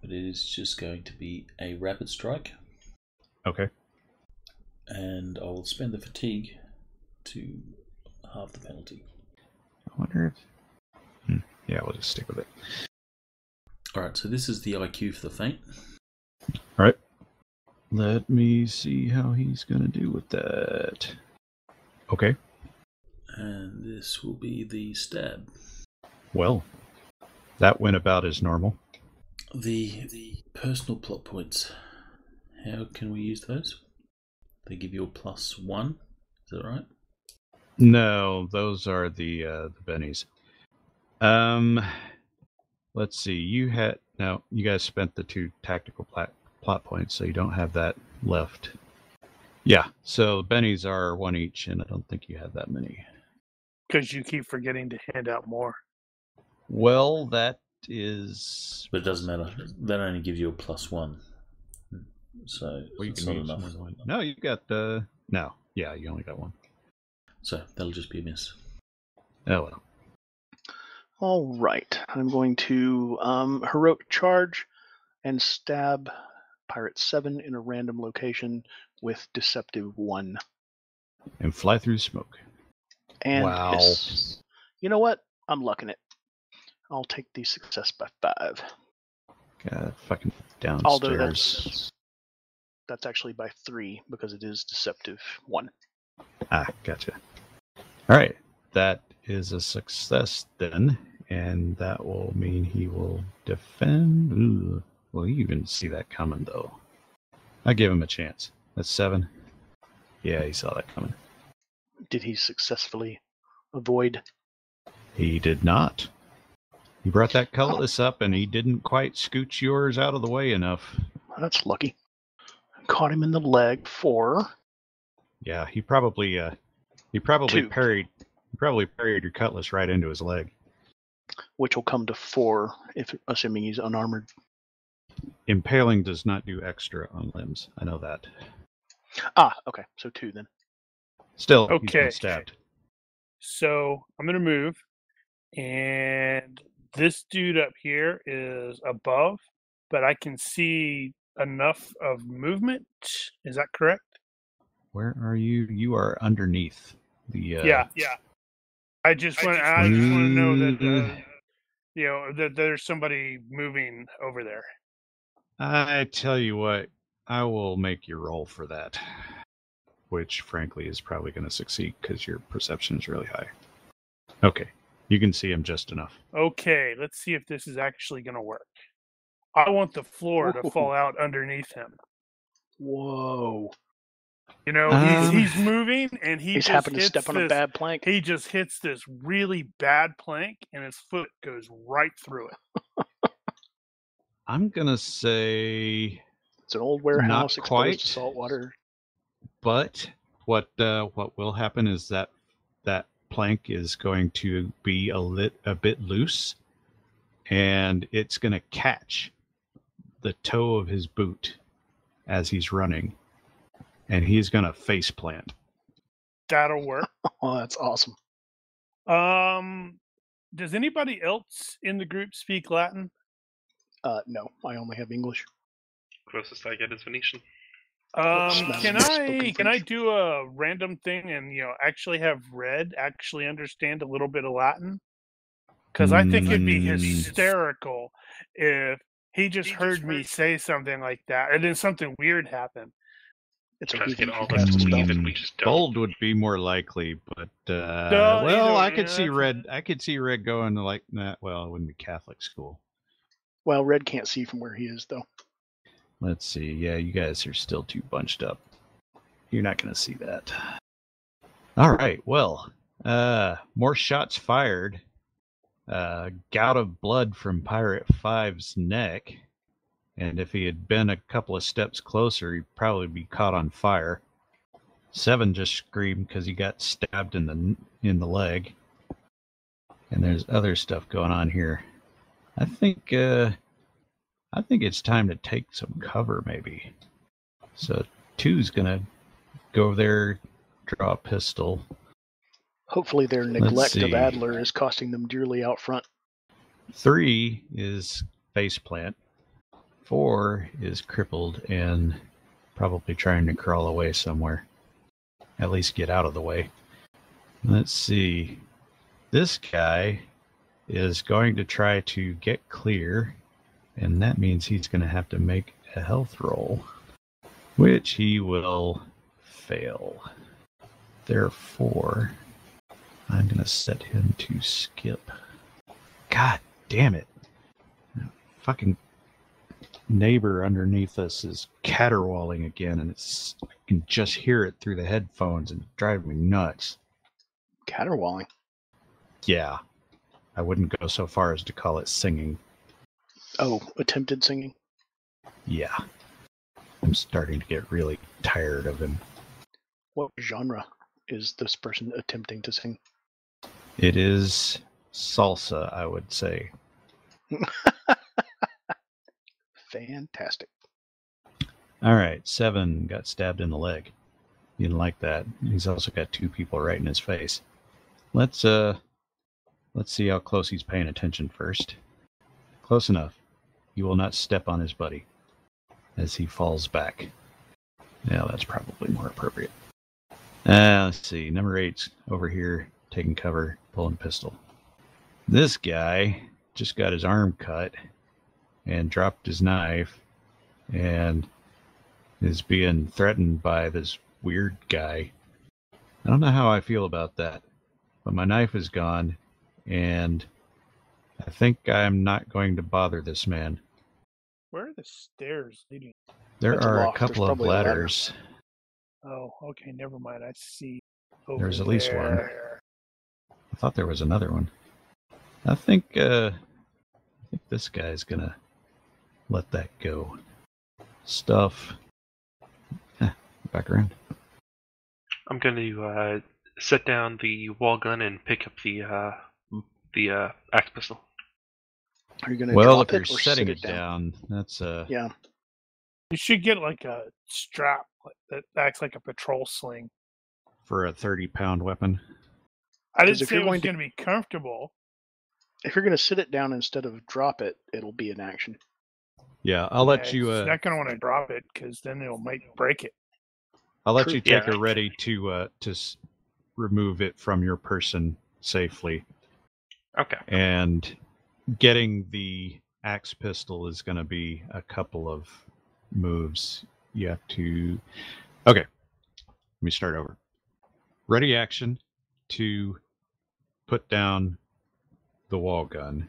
[SPEAKER 1] but it is just going to be a rapid strike.
[SPEAKER 2] Okay.
[SPEAKER 1] and I will spend the fatigue to halve the penalty.
[SPEAKER 2] I wonder if. Hmm. Yeah, we'll just stick with it.
[SPEAKER 1] All right, so this is the IQ for the faint.
[SPEAKER 2] All right. Let me see how he's going to do with that. Okay.
[SPEAKER 1] And this will be the stab.
[SPEAKER 2] Well, that went about as normal.
[SPEAKER 1] The, the personal plot points. How can we use those? They give you a plus one. Is that right?
[SPEAKER 2] No, those are the uh, the bennies. Um, let's see. You had now. You guys spent the two tactical plot plot points, so you don't have that left. Yeah. So bennies are one each, and I don't think you have that many.
[SPEAKER 3] because you keep forgetting to hand out more.
[SPEAKER 2] Well, that is.
[SPEAKER 1] But it doesn't matter. That only gives you a plus one. Hmm. So
[SPEAKER 2] Well, you
[SPEAKER 1] it's
[SPEAKER 2] can
[SPEAKER 1] not
[SPEAKER 2] use
[SPEAKER 1] enough.
[SPEAKER 2] more No, you got the no. Yeah, you only got one.
[SPEAKER 1] So that'll just be a miss.
[SPEAKER 2] Oh well.
[SPEAKER 4] All right, I'm going to um, heroic charge and stab Pirate 7 in a random location with Deceptive 1.
[SPEAKER 2] And fly through smoke.
[SPEAKER 4] And
[SPEAKER 2] Wow.
[SPEAKER 4] miss. You know what? I'm lucking it. I'll take the success by 5.
[SPEAKER 2] God, fucking downstairs.
[SPEAKER 4] Although that's, that's actually by 3 because it is Deceptive 1.
[SPEAKER 2] Ah, gotcha. All right. That is a success then, and that will mean he will defend. Ooh, well, you didn't see that coming though. I give him a chance. That's seven. Yeah, he saw that coming.
[SPEAKER 4] Did he successfully avoid?
[SPEAKER 2] He did not. He brought that cutlass up, and he didn't quite scoot yours out of the way enough.
[SPEAKER 4] That's lucky. Caught him in the leg for.
[SPEAKER 2] Yeah, he probably uh, he probably
[SPEAKER 4] Two.
[SPEAKER 2] parried, he probably parried your cutlass right into his leg.
[SPEAKER 4] which will come to four if assuming he's unarmored.
[SPEAKER 2] Impaling does not do extra on limbs. I know that.
[SPEAKER 4] Ah, okay, so two then.
[SPEAKER 2] Still, he's been
[SPEAKER 3] Okay.
[SPEAKER 2] stabbed.
[SPEAKER 3] So I'm gonna move, and this dude up here is above, but I can see enough of movement. Is that correct?
[SPEAKER 2] Where are you? You are underneath the. Uh,
[SPEAKER 3] yeah, yeah. I just want I just want to know
[SPEAKER 5] Mm.
[SPEAKER 3] that uh, you know that there's somebody moving over there.
[SPEAKER 2] I tell you what, I will make you roll for that, which frankly is probably going to succeed because your perception is really high. Okay, you can see him just enough.
[SPEAKER 3] Okay, let's see if this is actually going to work. I want the floor to fall out underneath him.
[SPEAKER 4] Whoa.
[SPEAKER 3] You know,
[SPEAKER 2] Um,
[SPEAKER 3] he's, he's moving and he
[SPEAKER 4] he's
[SPEAKER 3] just
[SPEAKER 4] happened to
[SPEAKER 3] hits
[SPEAKER 4] step on
[SPEAKER 3] this,
[SPEAKER 4] a bad plank.
[SPEAKER 3] He just hits this really bad plank and his foot goes right through it.
[SPEAKER 2] I'm gonna say,
[SPEAKER 4] It's an old warehouse exposed
[SPEAKER 2] quite.
[SPEAKER 4] to salt water.
[SPEAKER 2] but what uh, what will happen is that that plank is going to be a lit a bit loose, and it's gonna catch the toe of his boot as he's running, and he's gonna face plant.
[SPEAKER 3] That'll work.
[SPEAKER 4] Oh, that's awesome.
[SPEAKER 3] Um, does anybody else in the group speak Latin?
[SPEAKER 4] Uh, no, I only have English.
[SPEAKER 6] Closest I get is Venetian.
[SPEAKER 3] Um,
[SPEAKER 4] smells
[SPEAKER 3] can
[SPEAKER 4] of spoken
[SPEAKER 3] I can I
[SPEAKER 4] French.
[SPEAKER 3] do a random thing and you know actually have Red actually understand a little bit of Latin? Because I think it'd be
[SPEAKER 2] Mm.
[SPEAKER 3] hysterical if he just heard me say something like that, and then something weird happened.
[SPEAKER 4] It's a
[SPEAKER 6] Try to
[SPEAKER 4] heathen
[SPEAKER 6] get all
[SPEAKER 4] who
[SPEAKER 6] of us
[SPEAKER 4] casts
[SPEAKER 6] to leave,
[SPEAKER 4] spells.
[SPEAKER 6] and we just don't.
[SPEAKER 2] Bold would be more likely, but uh,
[SPEAKER 3] No, either
[SPEAKER 2] well, I
[SPEAKER 3] way,
[SPEAKER 2] could
[SPEAKER 3] yeah,
[SPEAKER 2] see
[SPEAKER 3] that's-
[SPEAKER 2] red. I could see red going to like that. Well, it wouldn't be Catholic school.
[SPEAKER 4] Well, Red can't see from where he is though.
[SPEAKER 2] Let's see. Yeah, you guys are still too bunched up. You're not going to see that. All right. Well, uh, more shots fired. Uh, gout of blood from Pirate Five's neck, and if he had been a couple of steps closer, he'd probably be caught on fire. Seven just screamed because he got stabbed in the in the leg. And there's other stuff going on here. I think. Uh, I think it's time to take some cover, maybe. So two's gonna go over there, draw a pistol.
[SPEAKER 4] Hopefully their neglect of
[SPEAKER 2] see.
[SPEAKER 4] Adler is costing them dearly out front.
[SPEAKER 2] Three is face plant. Four is crippled and probably trying to crawl away somewhere. at least get out of the way. Let's see. This guy is going to try to get clear, and that means he's going to have to make a health roll, which he will fail. Therefore, I'm going to set him to skip. God damn it. That fucking neighbor underneath us is caterwauling again, and it's I can just hear it through the headphones and drive me nuts.
[SPEAKER 4] Caterwauling.
[SPEAKER 2] Yeah, I wouldn't go so far as to call it singing.
[SPEAKER 4] Oh, attempted singing.
[SPEAKER 2] Yeah, I'm starting to get really tired of him.
[SPEAKER 4] What genre is this person attempting to sing?
[SPEAKER 2] It is salsa, I would say.
[SPEAKER 4] Fantastic.
[SPEAKER 2] All right, seven got stabbed in the leg. He didn't like that. He's also got two people right in his face. Let's uh, let's see how close he's paying attention first. Close enough. You will not step on his buddy as he falls back. Yeah, that's probably more appropriate. Uh, let's see. Number eight's over here, taking cover, pulling pistol. This guy just got his arm cut and dropped his knife and is being threatened by this weird guy. I don't know how I feel about that, but my knife is gone and I think I'm not going to bother this man.
[SPEAKER 3] Where are the stairs leading?
[SPEAKER 2] There
[SPEAKER 4] That's a
[SPEAKER 2] are a,
[SPEAKER 4] loft. There's
[SPEAKER 2] couple of
[SPEAKER 4] probably a ladder.
[SPEAKER 2] ladders.
[SPEAKER 3] Oh, okay, never mind. I see.
[SPEAKER 2] There's at least one.
[SPEAKER 3] there.
[SPEAKER 2] I thought there was another one. I think uh I think this guy's gonna let that go. Stuff. <laughs> Huh, Back around.
[SPEAKER 6] I'm going to uh, set down the wall gun and pick up the uh, the uh, axe pistol.
[SPEAKER 4] Are you going to
[SPEAKER 2] Well,
[SPEAKER 4] drop
[SPEAKER 2] if you're
[SPEAKER 4] it or
[SPEAKER 2] setting
[SPEAKER 4] sit
[SPEAKER 2] it down, that's uh
[SPEAKER 4] Yeah.
[SPEAKER 3] You should get like a strap like, that acts like a patrol sling.
[SPEAKER 2] for a thirty pound weapon.
[SPEAKER 3] I
[SPEAKER 4] 'Cause
[SPEAKER 3] didn't
[SPEAKER 4] if
[SPEAKER 3] say
[SPEAKER 4] you're
[SPEAKER 3] it was
[SPEAKER 4] going to-
[SPEAKER 3] going to be comfortable.
[SPEAKER 4] If you're going to sit it down instead of drop it, it'll be an action.
[SPEAKER 2] Yeah, I'll let
[SPEAKER 3] Okay,
[SPEAKER 2] you
[SPEAKER 3] she's
[SPEAKER 2] uh
[SPEAKER 3] not going to want to drop it because then it'll might break it.
[SPEAKER 2] I'll let
[SPEAKER 4] True.
[SPEAKER 2] you take a ready to uh to s- remove it from your person safely.
[SPEAKER 6] Okay.
[SPEAKER 2] And getting the axe pistol is going to be a couple of moves. You have to. Okay. Let me start over. Ready action to put down the wall gun.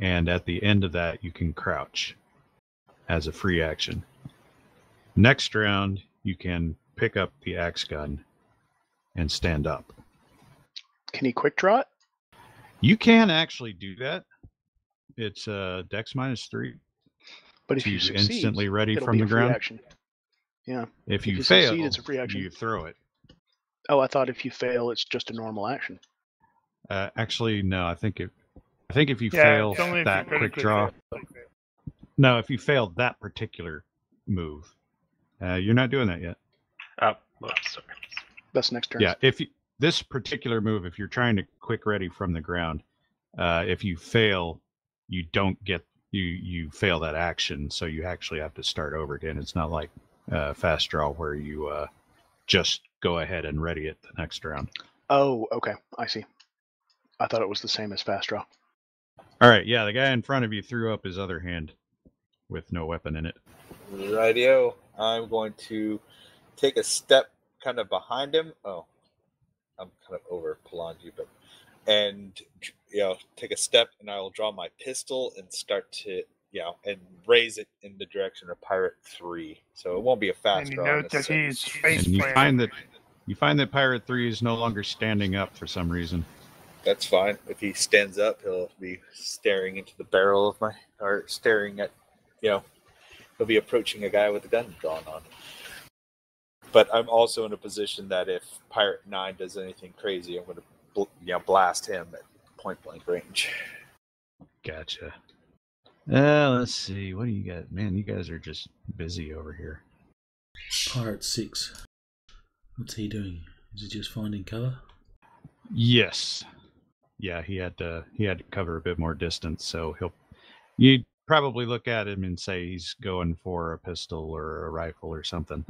[SPEAKER 2] And at the end of that, you can crouch as a free action. Next round, you can pick up the axe gun and stand up.
[SPEAKER 4] Can he quick draw it?
[SPEAKER 2] You can actually do that. It's uh, dex minus three
[SPEAKER 4] But if
[SPEAKER 2] to
[SPEAKER 4] you succeed,
[SPEAKER 2] instantly ready
[SPEAKER 4] it'll
[SPEAKER 2] from
[SPEAKER 4] be
[SPEAKER 2] the
[SPEAKER 4] a free
[SPEAKER 2] ground.
[SPEAKER 4] action.
[SPEAKER 2] If you,
[SPEAKER 4] you
[SPEAKER 2] fail,
[SPEAKER 4] succeed, it's a free action.
[SPEAKER 2] you throw it.
[SPEAKER 4] Oh, I thought if you fail, it's just a normal action.
[SPEAKER 2] Uh, actually, no. I think it. I think if you
[SPEAKER 3] Yeah,
[SPEAKER 2] fail
[SPEAKER 3] it's only if you
[SPEAKER 2] that quick
[SPEAKER 3] critically
[SPEAKER 2] draw,
[SPEAKER 3] fail.
[SPEAKER 2] no. If you fail that particular move, uh, you're not doing that yet.
[SPEAKER 6] Uh, well, sorry.
[SPEAKER 4] That's next turn.
[SPEAKER 2] Yeah, if you, this particular move, if you're trying to quick ready from the ground, uh, if you fail, you don't get you you fail that action, so you actually have to start over again. It's not like uh, fast draw where you uh, just go ahead and ready it the next round.
[SPEAKER 4] Oh, okay. I see. I thought it was the same as fast draw.
[SPEAKER 2] All right, yeah, the guy in front of you threw up his other hand with no weapon in it.
[SPEAKER 5] Rightio. I'm going to take a step kind of behind him. Oh, I'm kind of over Palangi, but and you know, take a step, and I will draw my pistol and start to you know, and raise it in the direction of Pirate Three. So it won't be a fast
[SPEAKER 3] And you
[SPEAKER 5] draw.
[SPEAKER 3] note that
[SPEAKER 5] necessarily.
[SPEAKER 3] he's face
[SPEAKER 2] And you
[SPEAKER 3] planted.
[SPEAKER 2] find that you find that Pirate Three is no longer standing up for some reason.
[SPEAKER 5] That's fine. If he stands up, he'll be staring into the barrel of my or staring at you know, he'll be approaching a guy with a gun drawn on. him. But I'm also in a position that if Pirate Nine does anything crazy, I'm going to bl- you know blast him at point blank range.
[SPEAKER 2] Gotcha. Uh, let's see. What do you got? Man, you guys are just busy over here.
[SPEAKER 1] Pirate 6. What's he doing? Is he just finding cover?
[SPEAKER 2] Yes. Yeah, he had to he had to cover a bit more distance, so he'll you'd probably look at him and say he's going for a pistol or a rifle or something.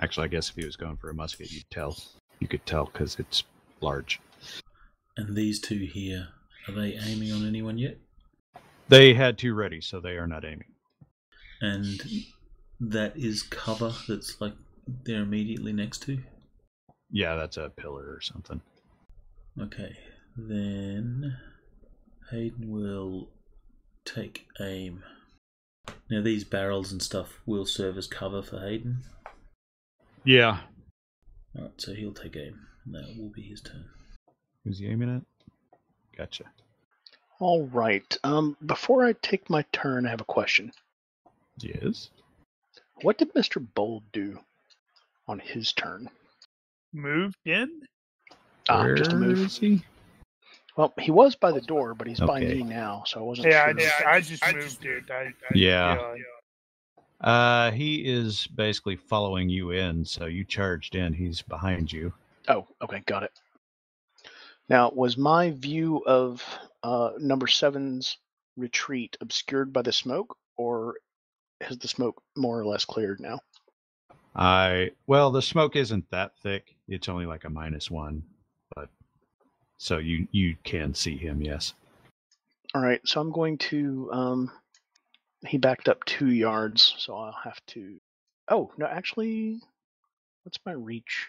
[SPEAKER 2] Actually, I guess if he was going for a musket, you'd tell. You could tell because it's large.
[SPEAKER 1] And these two here, are they aiming on anyone yet?
[SPEAKER 2] They had two ready, so they are not aiming.
[SPEAKER 1] And that is cover that's like they're immediately next to?
[SPEAKER 2] Yeah, that's a pillar or something.
[SPEAKER 1] Okay, then Hayden will take aim. Now, these barrels and stuff will serve as cover for Hayden.
[SPEAKER 2] Yeah.
[SPEAKER 1] Alright, so he'll take aim. and That will be his turn.
[SPEAKER 2] Who's he aiming at? Gotcha.
[SPEAKER 4] All right. Um, before I take my turn, I have a question.
[SPEAKER 2] Yes.
[SPEAKER 4] What did Mr. Bold do on his turn?
[SPEAKER 3] Moved in?
[SPEAKER 4] Ah, just a move.
[SPEAKER 2] Where is he?
[SPEAKER 4] Well, he was by the door, but he's by
[SPEAKER 2] Okay.
[SPEAKER 4] me now, so I wasn't
[SPEAKER 3] Yeah, I
[SPEAKER 4] sure.
[SPEAKER 3] just, I just moved, dude. I, I,
[SPEAKER 2] Yeah.
[SPEAKER 3] yeah.
[SPEAKER 2] Uh, he is basically following you in, so you charged in. He's behind you.
[SPEAKER 4] Oh, okay, got it. Now, was my view of uh, number seven's retreat obscured by the smoke, or has the smoke more or less cleared now?
[SPEAKER 2] I well, the smoke isn't that thick. It's only like a minus one, but so you you can see him. Yes.
[SPEAKER 4] All right, so I'm going to. Um, he backed up two yards, so I'll have to. Oh no, actually, what's my reach?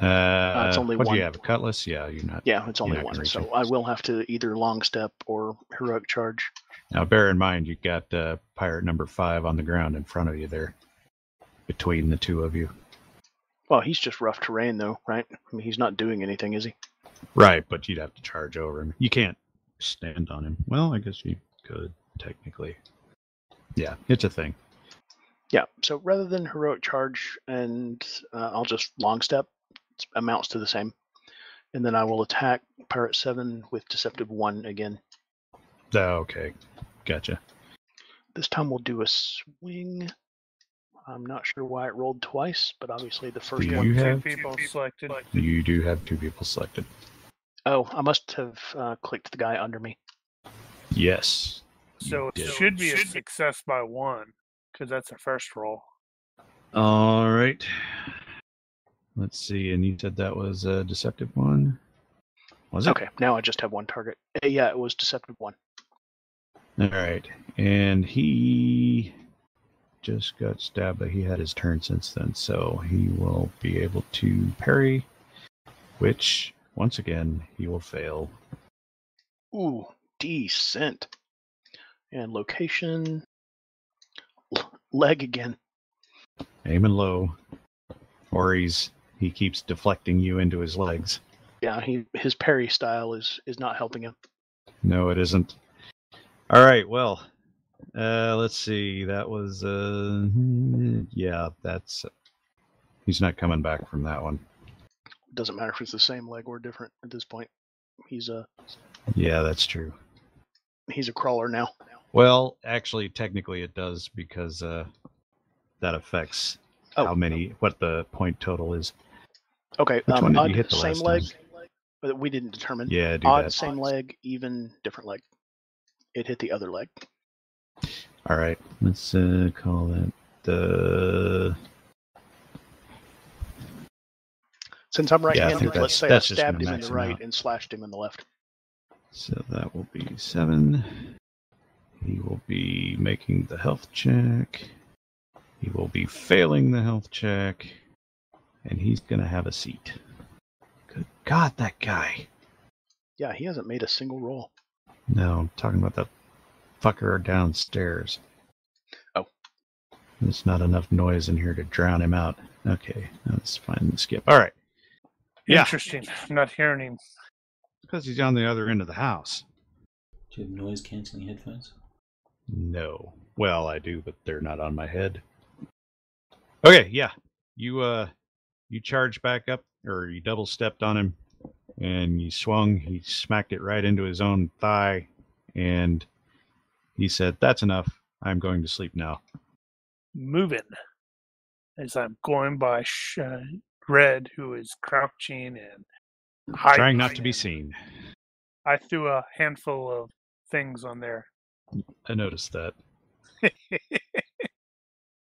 [SPEAKER 2] Uh,
[SPEAKER 4] it's only
[SPEAKER 2] what do you
[SPEAKER 4] one.
[SPEAKER 2] have? A cutlass? Yeah, you're not.
[SPEAKER 4] Yeah, it's only
[SPEAKER 2] not gonna
[SPEAKER 4] one,
[SPEAKER 2] reach
[SPEAKER 4] so
[SPEAKER 2] it.
[SPEAKER 4] I will have to either long step or heroic charge.
[SPEAKER 2] Now, bear in mind you got uh, pirate number five on the ground in front of you there, between the two of you.
[SPEAKER 4] Well, he's just rough terrain, though, right? I mean, he's not doing anything, is he?
[SPEAKER 2] Right, but you'd have to charge over him. You can't stand on him. Well, I guess you could technically. Yeah, it's a thing.
[SPEAKER 4] Yeah. So rather than heroic charge, and uh, I'll just long step, it's- amounts to the same, and then I will attack pirate seven with deceptive one again.
[SPEAKER 2] Oh, okay, gotcha.
[SPEAKER 4] This time we'll do a swing. I'm not sure why it rolled twice, but obviously the first
[SPEAKER 2] Do
[SPEAKER 4] one.
[SPEAKER 2] you
[SPEAKER 3] Two
[SPEAKER 2] have?
[SPEAKER 3] people selected.
[SPEAKER 2] You do have two people selected.
[SPEAKER 4] Oh, I must have uh, clicked the guy under me.
[SPEAKER 2] Yes. you
[SPEAKER 3] So it
[SPEAKER 2] did.
[SPEAKER 3] should be a success by one because that's the first roll.
[SPEAKER 2] All right. Let's see. And you said that was a deceptive one. Was it?
[SPEAKER 4] Okay, now I just have one target. Uh, Yeah, it was deceptive one.
[SPEAKER 2] All right. And he just got stabbed, but he had his turn since then. So he will be able to parry, which, once again, he will fail.
[SPEAKER 4] Ooh, decent. And location. L- Leg again.
[SPEAKER 2] Aiming low. Or he's, he keeps deflecting you into his legs.
[SPEAKER 4] Yeah, he his parry style is is not helping him.
[SPEAKER 2] No, it isn't. All right. Well, uh, let's see. That was, uh, yeah, that's. He's not coming back from that one.
[SPEAKER 4] Doesn't matter if it's the same leg or different at this point. He's a
[SPEAKER 2] Yeah, that's true.
[SPEAKER 4] he's a crawler now.
[SPEAKER 2] Well, actually, technically, it does because uh, that affects
[SPEAKER 4] Oh,
[SPEAKER 2] how many, what the point total is.
[SPEAKER 4] Okay,
[SPEAKER 2] Which
[SPEAKER 4] um,
[SPEAKER 2] one did you
[SPEAKER 4] odd-
[SPEAKER 2] hit the
[SPEAKER 4] same
[SPEAKER 2] last
[SPEAKER 4] leg,
[SPEAKER 2] time?
[SPEAKER 4] but we didn't determine.
[SPEAKER 2] Yeah, do
[SPEAKER 4] odd
[SPEAKER 2] that.
[SPEAKER 4] same leg, even different leg. It hit the other leg.
[SPEAKER 2] All right. Let's uh, call that the.
[SPEAKER 4] Since I'm
[SPEAKER 2] Yeah, I
[SPEAKER 4] right-handed,
[SPEAKER 2] think that's-
[SPEAKER 4] let's say I
[SPEAKER 2] that's just gonna
[SPEAKER 4] stabbed him in
[SPEAKER 2] max
[SPEAKER 4] the
[SPEAKER 2] him
[SPEAKER 4] right
[SPEAKER 2] out.
[SPEAKER 4] and slashed him in the left.
[SPEAKER 2] So that will be seven. He will be making the health check. He will be failing the health check. And he's going to have a seat. Good God, that guy.
[SPEAKER 4] Yeah, he hasn't made a single roll.
[SPEAKER 2] No, I'm talking about that fucker downstairs.
[SPEAKER 4] Oh.
[SPEAKER 2] There's not enough noise in here to drown him out. Okay, let's find the skip. All right. Yeah.
[SPEAKER 3] Interesting. <laughs> I'm not hearing him.
[SPEAKER 2] Because he's on the other end of the house.
[SPEAKER 1] Do you have noise cancelling headphones?
[SPEAKER 2] No. Well, I do, but they're not on my head. Okay, yeah. You uh you charged back up or you double stepped on him and you swung, he smacked it right into his own thigh and he said, "That's enough. I'm going to sleep now."
[SPEAKER 3] Moving as I'm going by Sh- uh, Red, who is crouching and hiding.
[SPEAKER 2] Trying not to be
[SPEAKER 3] and
[SPEAKER 2] seen.
[SPEAKER 3] I threw a handful of things on there.
[SPEAKER 2] I noticed that.
[SPEAKER 7] <laughs>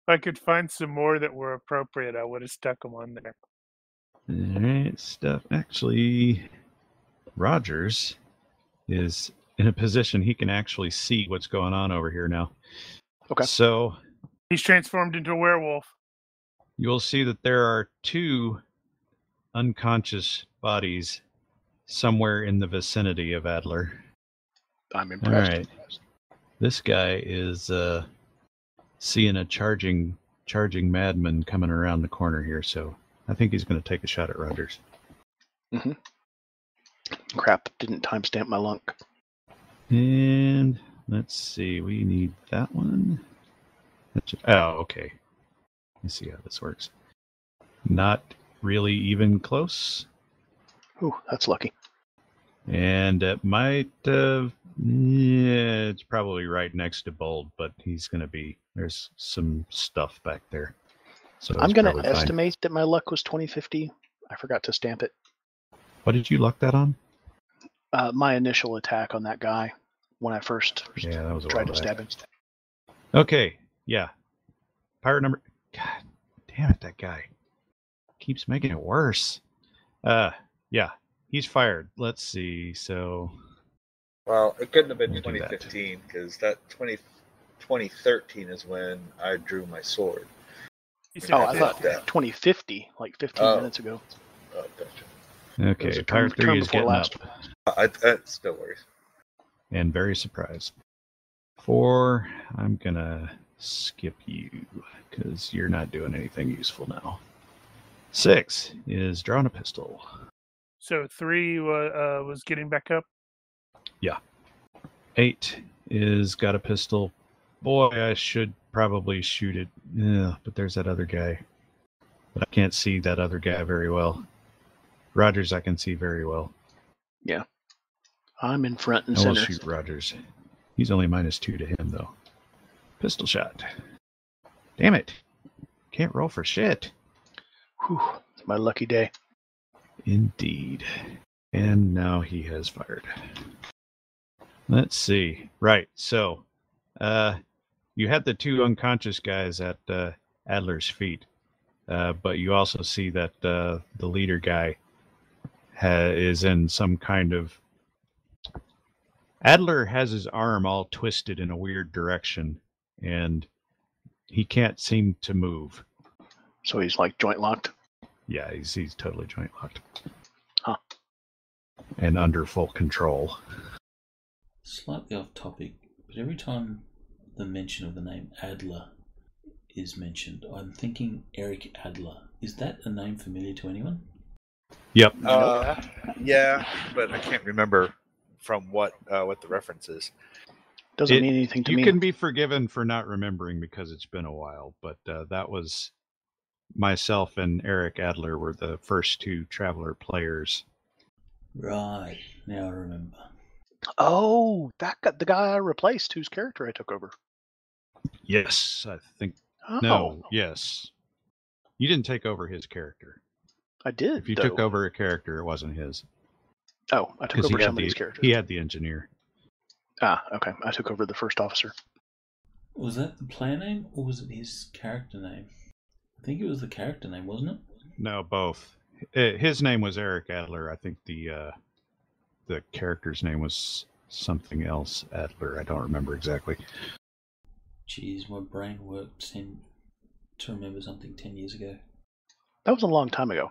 [SPEAKER 7] If I could find some more that were appropriate, I would have stuck them on there.
[SPEAKER 2] All right, stuff. Actually, Rogers is in a position he can actually see what's going on over here now.
[SPEAKER 4] Okay.
[SPEAKER 2] So
[SPEAKER 7] He's transformed into a werewolf.
[SPEAKER 2] you will see that there are two unconscious bodies somewhere in the vicinity of Adler. All
[SPEAKER 4] I'm impressed.
[SPEAKER 2] right. This guy is uh, seeing a charging charging madman coming around the corner here, so I think he's going to take a shot at Rogers.
[SPEAKER 4] Crap, didn't timestamp my lunk.
[SPEAKER 2] And let's see, we need that one. That should- Oh, okay. Let's see how this works. Not really even close,
[SPEAKER 4] Ooh, that's lucky.
[SPEAKER 2] and it might. Uh, yeah, it's probably right next to Bold, but he's going to be. There's some stuff back there. So
[SPEAKER 4] I'm
[SPEAKER 2] it's
[SPEAKER 4] going
[SPEAKER 2] probably
[SPEAKER 4] to
[SPEAKER 2] fine.
[SPEAKER 4] estimate that my luck was 2050. I forgot to stamp it.
[SPEAKER 2] What did you lock that on?
[SPEAKER 4] Uh, my initial attack on that guy when I first
[SPEAKER 2] Yeah, that was a
[SPEAKER 4] tried
[SPEAKER 2] while
[SPEAKER 4] to
[SPEAKER 2] back.
[SPEAKER 4] stab him.
[SPEAKER 2] Okay, yeah. Pirate number. God damn it, that guy keeps making it worse. Uh, yeah, he's fired. Let's see. So
[SPEAKER 5] Well, it couldn't have been
[SPEAKER 2] We'll do that.
[SPEAKER 5] 2015 because that 20, 2013 is when I drew my sword.
[SPEAKER 7] He said
[SPEAKER 4] Oh, I
[SPEAKER 5] Yeah.
[SPEAKER 4] thought
[SPEAKER 5] Yeah.
[SPEAKER 4] 2050, like 15
[SPEAKER 5] Oh.
[SPEAKER 4] minutes ago.
[SPEAKER 5] Oh, gotcha.
[SPEAKER 4] was
[SPEAKER 2] okay,
[SPEAKER 4] a term-
[SPEAKER 2] Pirate Three
[SPEAKER 4] term
[SPEAKER 2] is
[SPEAKER 4] before
[SPEAKER 2] getting
[SPEAKER 4] last.
[SPEAKER 2] up
[SPEAKER 5] I, I, that's no worries.
[SPEAKER 2] and very surprised. Four. I'm gonna skip you because you're not doing anything useful now. Six is drawing a pistol.
[SPEAKER 7] So three wa uh, was getting back up.
[SPEAKER 2] Eight is got a pistol. Boy, I should probably shoot it. Yeah, but there's that other guy. But I can't see that other guy very well. Rogers, I can see very well.
[SPEAKER 4] I'm in front and
[SPEAKER 2] I will
[SPEAKER 4] center.
[SPEAKER 2] Oh, shoot Rogers. He's only minus two to him, though. Pistol shot. Damn it. Can't roll for shit.
[SPEAKER 4] Whew, it's my lucky day.
[SPEAKER 2] Indeed. And now he has fired. Let's see. Right. So, uh, you had the two unconscious guys at uh, Adler's feet, uh, but you also see that uh, the leader guy ha- is in some kind of. Adler has his arm all twisted in a weird direction, and he can't seem to move.
[SPEAKER 4] So he's like joint locked.
[SPEAKER 2] Yeah, he's he's totally joint locked.
[SPEAKER 4] Huh.
[SPEAKER 2] And under full control.
[SPEAKER 1] Slightly off topic, but every time the mention of the name Adler is mentioned, I'm thinking Eric Adler. Is that a name familiar to anyone?
[SPEAKER 2] Yep.
[SPEAKER 5] Uh, yeah, but I can't remember from what uh, what the reference is.
[SPEAKER 4] Doesn't
[SPEAKER 2] It-
[SPEAKER 4] mean anything to
[SPEAKER 2] You
[SPEAKER 4] me.
[SPEAKER 2] can be forgiven for not remembering because it's been a while, but uh, that was myself and Eric Adler were the first two traveler players.
[SPEAKER 1] Right, now I remember.
[SPEAKER 4] Oh, that guy, the guy I replaced, whose character I took over.
[SPEAKER 2] Yes, I think
[SPEAKER 4] Oh,
[SPEAKER 2] no, yes. You didn't take over his character.
[SPEAKER 4] I did.
[SPEAKER 2] If you
[SPEAKER 4] though.
[SPEAKER 2] took over a character, it wasn't his
[SPEAKER 4] oh, I took
[SPEAKER 2] because he
[SPEAKER 4] over
[SPEAKER 2] had
[SPEAKER 4] somebody's
[SPEAKER 2] the
[SPEAKER 4] character.
[SPEAKER 2] he had the engineer.
[SPEAKER 4] Ah, okay. I took over the first officer.
[SPEAKER 1] Was that the player name or was it his character name? I think it was the character name, wasn't it?
[SPEAKER 2] No, both. Uh, His name was Eric Adler. I think the uh, the character's name was something else Adler. I don't remember exactly.
[SPEAKER 1] Jeez, my brain worked ten, to remember something 10 years ago.
[SPEAKER 4] That was a long time ago.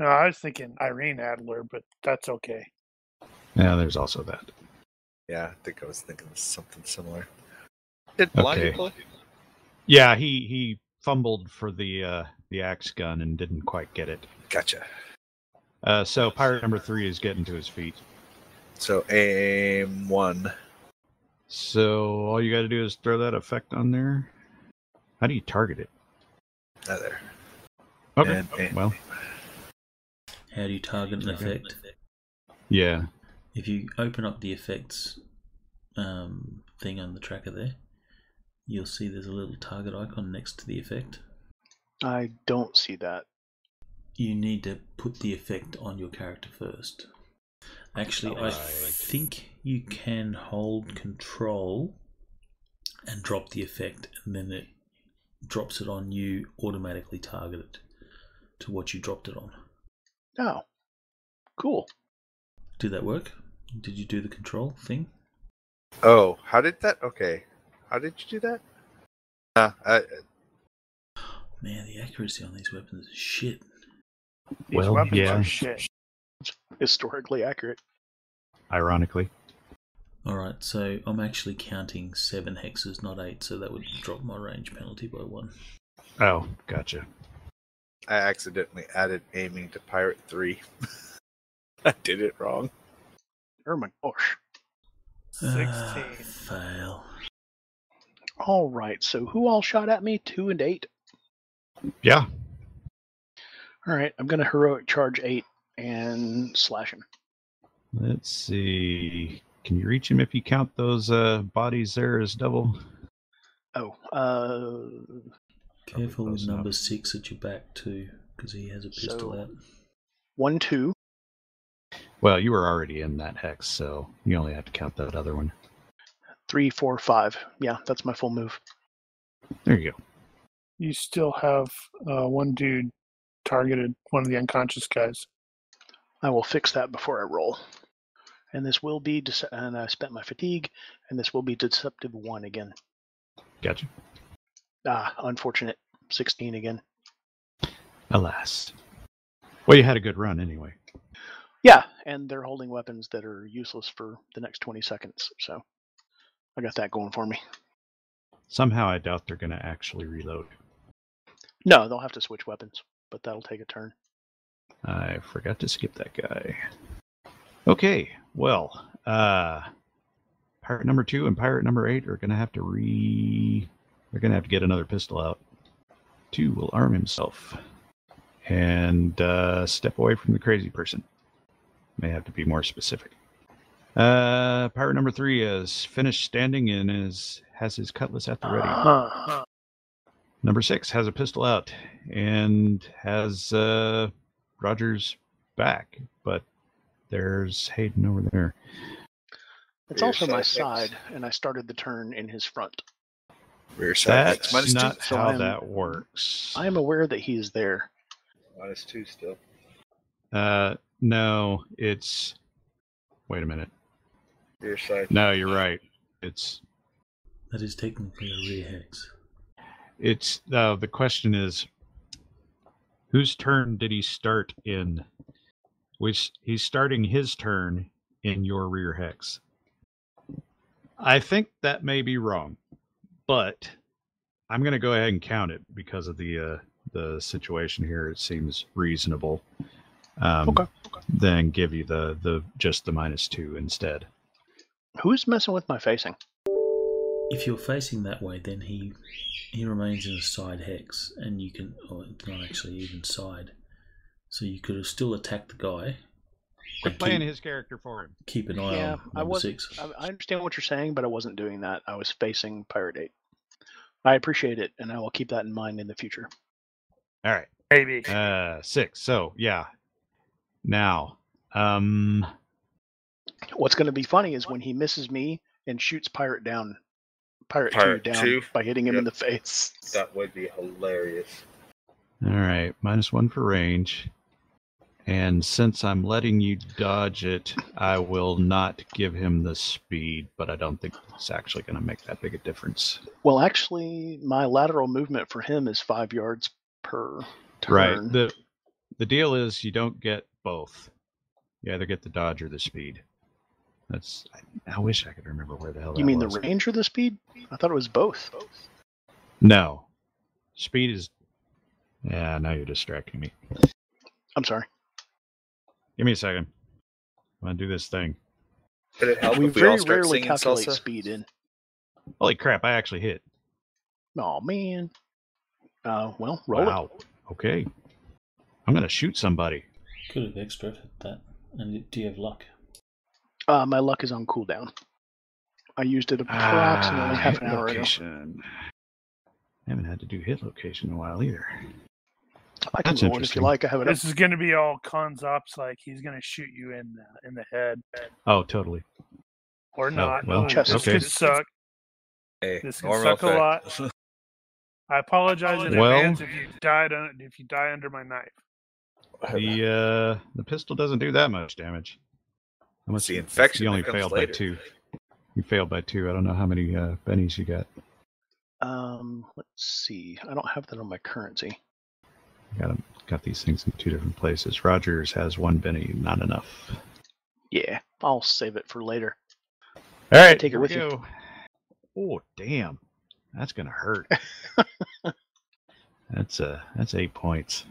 [SPEAKER 7] No, I was thinking Irene Adler, but that's okay.
[SPEAKER 2] Yeah, there's also that.
[SPEAKER 5] Yeah, I think I was thinking of something similar. Did Blondie
[SPEAKER 2] Okay.
[SPEAKER 5] play?
[SPEAKER 2] Yeah, he he fumbled for the uh, the axe gun and didn't quite get it.
[SPEAKER 5] Gotcha.
[SPEAKER 2] Uh, so pirate number three is getting to his feet.
[SPEAKER 5] So aim one.
[SPEAKER 2] So all you got to do is throw that effect on there. How do you target it?
[SPEAKER 5] Ah, there.
[SPEAKER 2] Okay.
[SPEAKER 5] And- and-
[SPEAKER 2] well,
[SPEAKER 1] How do you target an effect?
[SPEAKER 2] yeah.
[SPEAKER 1] If you open up the effects um, thing on the tracker there, you'll see there's a little target icon next to the effect.
[SPEAKER 4] I don't see that.
[SPEAKER 1] You need to put the effect on your character first. Actually, I
[SPEAKER 2] Alright.
[SPEAKER 1] think you can hold control and drop the effect, and then it drops it on you automatically targeted to what you dropped it on.
[SPEAKER 4] Oh, cool.
[SPEAKER 1] Did that work? Did you do the control thing?
[SPEAKER 5] Oh, how did that? Okay, how did you do that? Uh, I,
[SPEAKER 1] Man, the accuracy on these weapons is shit.
[SPEAKER 3] These
[SPEAKER 2] Well,
[SPEAKER 3] weapons
[SPEAKER 2] yeah.
[SPEAKER 3] are shit.
[SPEAKER 4] Historically accurate.
[SPEAKER 2] Ironically,
[SPEAKER 1] Alright, so I'm actually counting seven hexes, not eight, so that would drop my range penalty by one.
[SPEAKER 2] oh, gotcha.
[SPEAKER 5] I accidentally added aiming to Pirate Three. <laughs> I did it wrong.
[SPEAKER 4] Oh my gosh.
[SPEAKER 1] Ah,
[SPEAKER 3] 16.
[SPEAKER 1] fail.
[SPEAKER 4] All right. So who all shot at me? Two and eight.
[SPEAKER 2] Yeah,
[SPEAKER 4] All right. I'm gonna heroic charge eight and slash him.
[SPEAKER 2] let's see. Can you reach him if you count those uh, bodies there as double?
[SPEAKER 4] Oh, uh,
[SPEAKER 1] Careful
[SPEAKER 2] Probably
[SPEAKER 1] with
[SPEAKER 2] close enough.
[SPEAKER 1] number six at your back too, because he has a pistol
[SPEAKER 4] So-
[SPEAKER 1] out.
[SPEAKER 4] one, two.
[SPEAKER 2] Well, you were already in that hex, so you only have to count that other one.
[SPEAKER 4] three, four, five. Yeah, that's my full move.
[SPEAKER 2] There you go.
[SPEAKER 3] You still have uh, one dude targeted, one of the unconscious guys.
[SPEAKER 4] I will fix that before I roll. And this will be, dece- and I spent my fatigue, and this will be deceptive one again.
[SPEAKER 2] Gotcha.
[SPEAKER 4] Ah, unfortunate. 16 again.
[SPEAKER 2] Alas. Well, you had a good run anyway.
[SPEAKER 4] Yeah, and they're holding weapons that are useless for the next 20 seconds, so I got that going for me.
[SPEAKER 2] Somehow I doubt they're going to actually reload.
[SPEAKER 4] No, they'll have to switch weapons, but that'll take a turn.
[SPEAKER 2] I forgot to skip that guy. Okay, well, uh pirate number 2 and pirate number 8 are going to have to re they're going to have to get another pistol out. 2 will arm himself and uh step away from the crazy person. May have to be more specific. Uh pirate number 3 is finished standing and is has his cutlass at the ready.
[SPEAKER 4] Uh-huh.
[SPEAKER 2] Number six has a pistol out and has uh, Rogers back, but there's Hayden over there.
[SPEAKER 4] It's
[SPEAKER 5] Your
[SPEAKER 4] also my
[SPEAKER 5] side
[SPEAKER 4] side, and I started the turn in his front.
[SPEAKER 5] Rear side.
[SPEAKER 2] That's
[SPEAKER 5] It's minus
[SPEAKER 2] not
[SPEAKER 5] two.
[SPEAKER 4] so
[SPEAKER 2] how
[SPEAKER 4] I'm-
[SPEAKER 2] that works.
[SPEAKER 4] I am aware that he is there.
[SPEAKER 5] Minus two still.
[SPEAKER 2] Uh, no, it's. Wait a minute.
[SPEAKER 5] Rear side.
[SPEAKER 2] No, you're right. It's
[SPEAKER 1] That is technically a rear hex.
[SPEAKER 2] it's. Uh, the question is, whose turn did he start in? Which he's starting his turn in your rear hex. I think that may be wrong, but I'm going to go ahead and count it because of the uh, the situation here. It seems reasonable. Um,
[SPEAKER 4] Okay,
[SPEAKER 2] Then give you the the just the minus two instead.
[SPEAKER 4] Who's messing with my facing?
[SPEAKER 1] If you're facing that way, then he he remains in a side hex, and you can. Oh, it's not actually even side, so you could have still attacked the guy.
[SPEAKER 2] Quit
[SPEAKER 1] and
[SPEAKER 2] playing
[SPEAKER 1] keep,
[SPEAKER 2] his character for him.
[SPEAKER 1] keep an eye
[SPEAKER 4] Yeah,
[SPEAKER 1] on
[SPEAKER 4] I
[SPEAKER 1] number
[SPEAKER 4] was.
[SPEAKER 1] six.
[SPEAKER 4] I, I understand what you're saying, but I wasn't doing that. I was facing Pirate Eight. I appreciate it, and I will keep that in mind in the future.
[SPEAKER 2] All right.
[SPEAKER 3] Maybe.
[SPEAKER 2] Uh, six. So yeah. Now, um,
[SPEAKER 4] What's going to be funny is when he misses me and shoots Pirate down, Pirate,
[SPEAKER 5] Pirate
[SPEAKER 4] Two down
[SPEAKER 5] Two?
[SPEAKER 4] by hitting him in the
[SPEAKER 5] Yep.
[SPEAKER 4] face.
[SPEAKER 5] That would be hilarious.
[SPEAKER 2] all right, minus one for range, and since I'm letting you dodge it, I will not give him the speed, but I don't think it's actually going to make that big a difference.
[SPEAKER 4] Well, actually, my lateral movement for him is five yards per turn.
[SPEAKER 2] Right. The the deal is you don't get both. You either get the dodge or the speed. That's. I, I wish I could remember where the hell.
[SPEAKER 4] you
[SPEAKER 2] that
[SPEAKER 4] mean
[SPEAKER 2] was.
[SPEAKER 4] the range or the speed? I thought it was both.
[SPEAKER 2] No. Speed is. Yeah, now you're distracting me.
[SPEAKER 4] I'm sorry.
[SPEAKER 2] Give me a second. I'm gonna do this thing.
[SPEAKER 5] Could it <laughs> help
[SPEAKER 4] Uh, we
[SPEAKER 5] if we
[SPEAKER 4] very
[SPEAKER 5] all start
[SPEAKER 4] rarely
[SPEAKER 5] singing
[SPEAKER 4] calculate
[SPEAKER 5] salsa?
[SPEAKER 4] speed in.
[SPEAKER 2] Holy crap! I actually hit.
[SPEAKER 4] Oh man. Uh, well, roll it.
[SPEAKER 2] wow. Okay. I'm gonna shoot somebody.
[SPEAKER 1] Could have extra hit that. And do you have luck?
[SPEAKER 4] Uh, my luck is on cooldown. I used it approximately
[SPEAKER 2] Ah,
[SPEAKER 4] half an
[SPEAKER 2] hit
[SPEAKER 4] hour ago.
[SPEAKER 2] location. I haven't had to do hit location in a while either.
[SPEAKER 4] I can
[SPEAKER 2] That's
[SPEAKER 4] roll it if you
[SPEAKER 2] interesting.
[SPEAKER 4] like. I have it. up.
[SPEAKER 3] This is going to be all cons ops. Like he's going to shoot you in the, in the head
[SPEAKER 2] Oh, totally.
[SPEAKER 3] or not.
[SPEAKER 2] Oh, well,
[SPEAKER 3] Ooh,
[SPEAKER 4] Chest.
[SPEAKER 3] This
[SPEAKER 2] okay.
[SPEAKER 3] could suck.
[SPEAKER 5] Hey,
[SPEAKER 3] This can
[SPEAKER 5] normal
[SPEAKER 3] suck a
[SPEAKER 5] effect.
[SPEAKER 3] I apologize in
[SPEAKER 2] Well-
[SPEAKER 3] advance if you died un- if you die under my knife.
[SPEAKER 2] The uh, the pistol doesn't do that much damage. Unless
[SPEAKER 5] the
[SPEAKER 2] you-
[SPEAKER 5] infection
[SPEAKER 2] You
[SPEAKER 5] that
[SPEAKER 2] only
[SPEAKER 5] comes
[SPEAKER 2] failed
[SPEAKER 5] later.
[SPEAKER 2] by two. You failed by two. I don't know how many uh, bennies you got.
[SPEAKER 4] Um, let's see. I don't have that on my currency.
[SPEAKER 2] Got 'em- Got these things in two different places. Rogers has one benny, not enough.
[SPEAKER 4] Yeah, I'll save it for later.
[SPEAKER 2] All right,
[SPEAKER 4] Take it
[SPEAKER 2] here we
[SPEAKER 4] with you.
[SPEAKER 2] go. Oh damn, that's gonna
[SPEAKER 4] <laughs>
[SPEAKER 2] hurt. that's uh, that's eight points.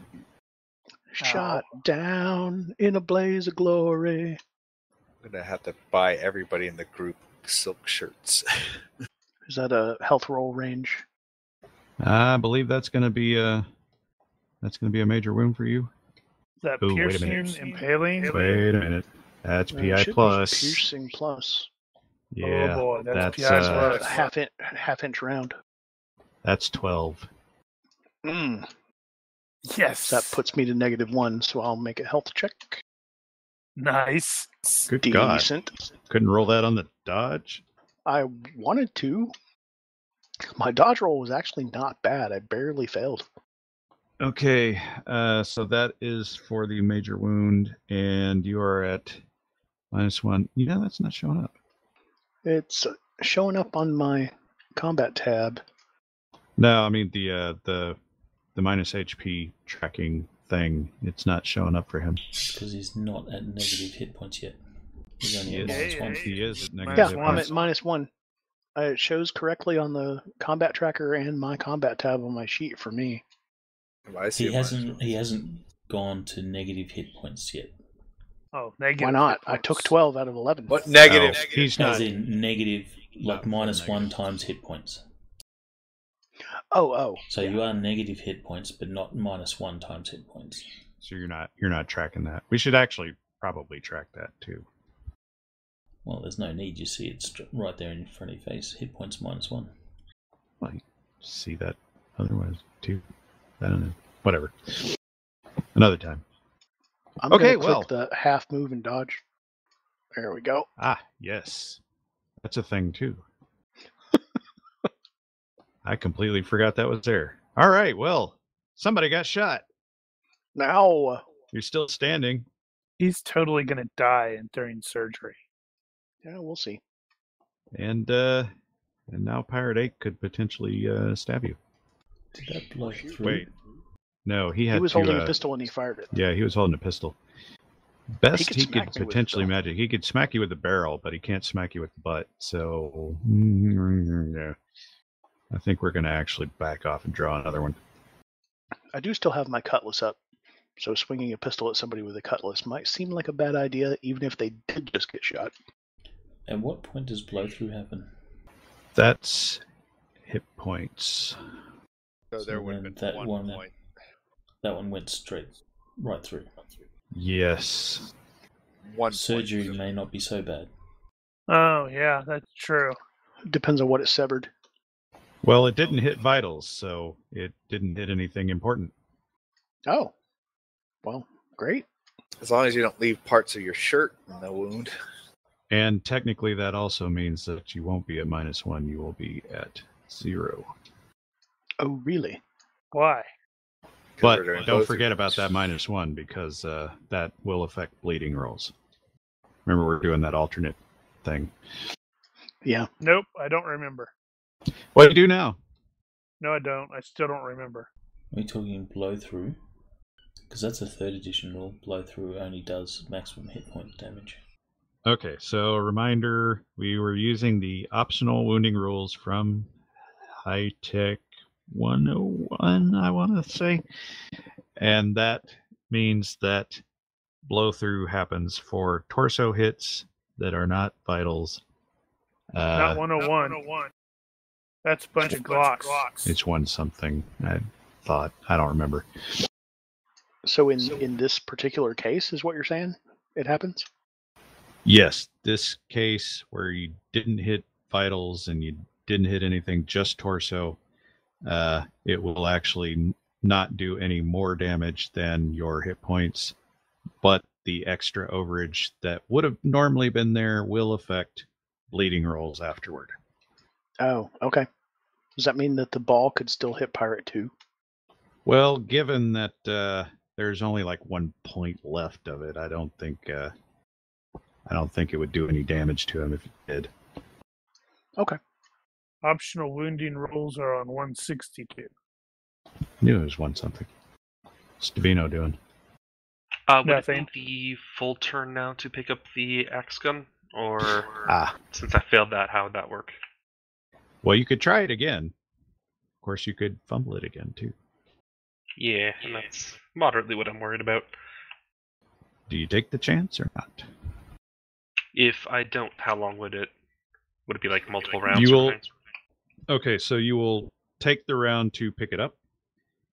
[SPEAKER 4] Shot
[SPEAKER 3] Uh,
[SPEAKER 4] down in a blaze of glory.
[SPEAKER 5] <laughs> I'm gonna have to buy everybody in the group silk shirts. <laughs>
[SPEAKER 4] Is that a health roll range?
[SPEAKER 2] I believe that's gonna be a that's gonna be a major wound for you.
[SPEAKER 3] Is that
[SPEAKER 2] Ooh, wait a
[SPEAKER 3] piercing,
[SPEAKER 2] minute.
[SPEAKER 3] impaling?
[SPEAKER 2] Wait a minute, that's
[SPEAKER 4] Uh, it
[SPEAKER 2] PI
[SPEAKER 4] should be
[SPEAKER 2] plus.
[SPEAKER 4] Piercing plus.
[SPEAKER 2] Yeah,
[SPEAKER 3] oh boy,
[SPEAKER 2] that's,
[SPEAKER 3] that's,
[SPEAKER 2] uh,
[SPEAKER 3] PI
[SPEAKER 4] A half inch, half inch round.
[SPEAKER 2] that's twelve.
[SPEAKER 4] Mm,
[SPEAKER 3] <laughs> yes,
[SPEAKER 4] that puts me to negative one, so I'll make a health check.
[SPEAKER 3] nice.
[SPEAKER 2] Good God,
[SPEAKER 4] Decent.
[SPEAKER 2] couldn't roll that on the dodge.
[SPEAKER 4] I wanted to. My dodge roll was actually not bad. I barely failed.
[SPEAKER 2] Okay, uh, so that is for the major wound, and you are at minus one. You know that's not showing up.
[SPEAKER 4] It's showing up on my combat tab.
[SPEAKER 2] No, I mean the uh, the the minus HP tracking thing. It's not showing up for him.
[SPEAKER 1] because he's not at negative hit points yet. He's only at
[SPEAKER 2] Yes.
[SPEAKER 1] minus one.
[SPEAKER 2] He is at
[SPEAKER 3] Minus
[SPEAKER 2] negative
[SPEAKER 4] yeah,
[SPEAKER 2] hit
[SPEAKER 4] I'm
[SPEAKER 2] points.
[SPEAKER 4] at minus one. Uh, it shows correctly on the combat tracker and my combat tab on my sheet for me.
[SPEAKER 5] I see
[SPEAKER 1] He
[SPEAKER 5] a bunch of
[SPEAKER 1] hasn't.
[SPEAKER 5] them.
[SPEAKER 1] He hasn't gone to negative hit points yet.
[SPEAKER 3] Oh, negative.
[SPEAKER 4] Why
[SPEAKER 3] hit
[SPEAKER 4] not? I took
[SPEAKER 3] points.
[SPEAKER 4] 12 out of 11.
[SPEAKER 5] What
[SPEAKER 1] Oh,
[SPEAKER 5] negative?
[SPEAKER 2] No, Oh, he's
[SPEAKER 1] As
[SPEAKER 2] not.
[SPEAKER 1] in negative, like
[SPEAKER 2] No,
[SPEAKER 1] minus
[SPEAKER 2] negative.
[SPEAKER 1] one times hit points.
[SPEAKER 4] Oh, oh.
[SPEAKER 1] So you are negative hit points, but not minus one times hit points.
[SPEAKER 2] So you're not you're not tracking that. We should actually probably track that too.
[SPEAKER 1] Well, there's no need. You see, it's str- right there in front of your face. Hit points minus one.
[SPEAKER 2] Like see that otherwise too. I don't know. Whatever. Another time.
[SPEAKER 4] I'm
[SPEAKER 2] Okay,
[SPEAKER 4] going to
[SPEAKER 2] well.
[SPEAKER 4] click the half move and dodge. There we go.
[SPEAKER 2] Ah, yes. That's a thing too. <laughs> I completely forgot that was there. All right, well, somebody got shot.
[SPEAKER 4] Now, uh,
[SPEAKER 2] You're still standing.
[SPEAKER 3] He's totally gonna die in- during surgery.
[SPEAKER 4] yeah, we'll see.
[SPEAKER 2] And uh and now Pirate Eight could potentially uh stab you.
[SPEAKER 1] Did that blow through?
[SPEAKER 2] Wait. No, he had
[SPEAKER 4] He was
[SPEAKER 2] to,
[SPEAKER 4] holding
[SPEAKER 2] uh,
[SPEAKER 4] a pistol and he fired it.
[SPEAKER 2] Yeah, he was holding a pistol. Best
[SPEAKER 4] could
[SPEAKER 2] he
[SPEAKER 4] smack me
[SPEAKER 2] could
[SPEAKER 4] with the
[SPEAKER 2] potentially
[SPEAKER 4] gun.
[SPEAKER 2] magic. He could smack you with the barrel, but he can't smack you with the butt. So <laughs> yeah. I think we're gonna actually back off and draw another one.
[SPEAKER 4] I do still have my cutlass up, so swinging a pistol at somebody with a cutlass might seem like a bad idea, even if they did just get shot.
[SPEAKER 1] At what point does blow through happen?
[SPEAKER 2] That's hit points.
[SPEAKER 5] So there
[SPEAKER 1] So
[SPEAKER 5] would
[SPEAKER 1] then
[SPEAKER 5] have
[SPEAKER 1] that
[SPEAKER 5] been one
[SPEAKER 1] one that-
[SPEAKER 5] point.
[SPEAKER 1] That one went straight, right through.
[SPEAKER 2] Yes.
[SPEAKER 5] One point.
[SPEAKER 1] Surgery may not be so bad.
[SPEAKER 3] Oh yeah, that's true.
[SPEAKER 4] Depends on what it severed.
[SPEAKER 2] Well, it didn't hit vitals, so it didn't hit anything important.
[SPEAKER 4] Oh, well, great.
[SPEAKER 5] As long as you don't leave parts of your shirt in the wound.
[SPEAKER 2] And technically, that also means that you won't be at minus one. You will be at zero.
[SPEAKER 4] Oh, really?
[SPEAKER 3] Why?
[SPEAKER 2] But
[SPEAKER 5] Considering
[SPEAKER 2] don't
[SPEAKER 5] both
[SPEAKER 2] forget
[SPEAKER 5] are-
[SPEAKER 2] about that minus one because uh, that will affect bleeding rolls. Remember, we're doing that alternate thing.
[SPEAKER 4] Yeah.
[SPEAKER 3] Nope, I don't remember.
[SPEAKER 2] What do you do now?
[SPEAKER 3] No, I don't. I still don't remember.
[SPEAKER 1] Are we talking blow through? Because that's a third edition rule. Blow through only does maximum hit point damage.
[SPEAKER 2] Okay, so a reminder we were using the optional wounding rules from High Tech 101, I want to say. And that means that blow through happens for torso hits that are not vitals. Uh,
[SPEAKER 3] Not 101. That's a bunch of Glocks.
[SPEAKER 2] It's one something, I thought. I don't remember.
[SPEAKER 4] So in in this particular case, is what you're saying? It happens.
[SPEAKER 2] Yes, this case where you didn't hit vitals and you didn't hit anything, just torso, uh, it will actually n- not do any more damage than your hit points, but the extra overage that would have normally been there will affect bleeding rolls afterward.
[SPEAKER 4] Oh, okay. Does that mean that the ball could still hit Pirate 2?
[SPEAKER 2] Well, given that uh, there's only like one point left of it, I don't think uh, I don't think it would do any damage to him if it did.
[SPEAKER 7] Optional wounding rolls are on 162.
[SPEAKER 2] Knew it was one something. What's Davino doing?
[SPEAKER 6] Uh, would
[SPEAKER 7] Nothing.
[SPEAKER 6] it be the full turn now to pick up the axe gun? Or
[SPEAKER 2] Ah,
[SPEAKER 6] since I failed that, how would that work?
[SPEAKER 2] well, you could try it again. Of course, you could fumble it again too.
[SPEAKER 6] Yeah, and that's moderately what I'm worried about.
[SPEAKER 2] Do you take the chance or not?
[SPEAKER 6] If I don't, how long would it would it be like multiple rounds?
[SPEAKER 2] You
[SPEAKER 6] or
[SPEAKER 2] will-
[SPEAKER 6] things?
[SPEAKER 2] Okay, so you will take the round to pick it up,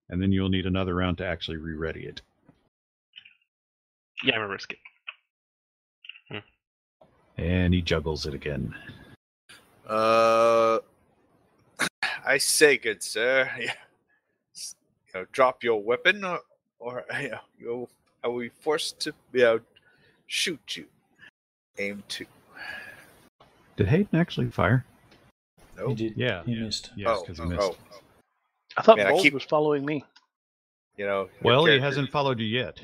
[SPEAKER 2] and then you'll need another round to actually re-ready it.
[SPEAKER 6] Yeah, I'm gonna risk it.
[SPEAKER 2] And he juggles it again.
[SPEAKER 5] Uh, <laughs> I say, good sir, <laughs> yeah, s- you know, drop your weapon, or, or <laughs> you know, you'll, I will be forced to, you know, shoot you. Aim to.
[SPEAKER 2] Did Hayden actually fire?
[SPEAKER 7] Oh,
[SPEAKER 5] Nope.
[SPEAKER 1] He did.
[SPEAKER 2] Yeah.
[SPEAKER 1] He missed.
[SPEAKER 2] Yes,
[SPEAKER 5] Oh,
[SPEAKER 2] because
[SPEAKER 5] oh,
[SPEAKER 2] he missed.
[SPEAKER 5] oh, oh,
[SPEAKER 4] I thought
[SPEAKER 5] Man, I
[SPEAKER 4] Bold
[SPEAKER 5] keep-
[SPEAKER 4] was following me.
[SPEAKER 5] you know. your
[SPEAKER 2] Well, he
[SPEAKER 5] character-
[SPEAKER 2] hasn't followed you yet.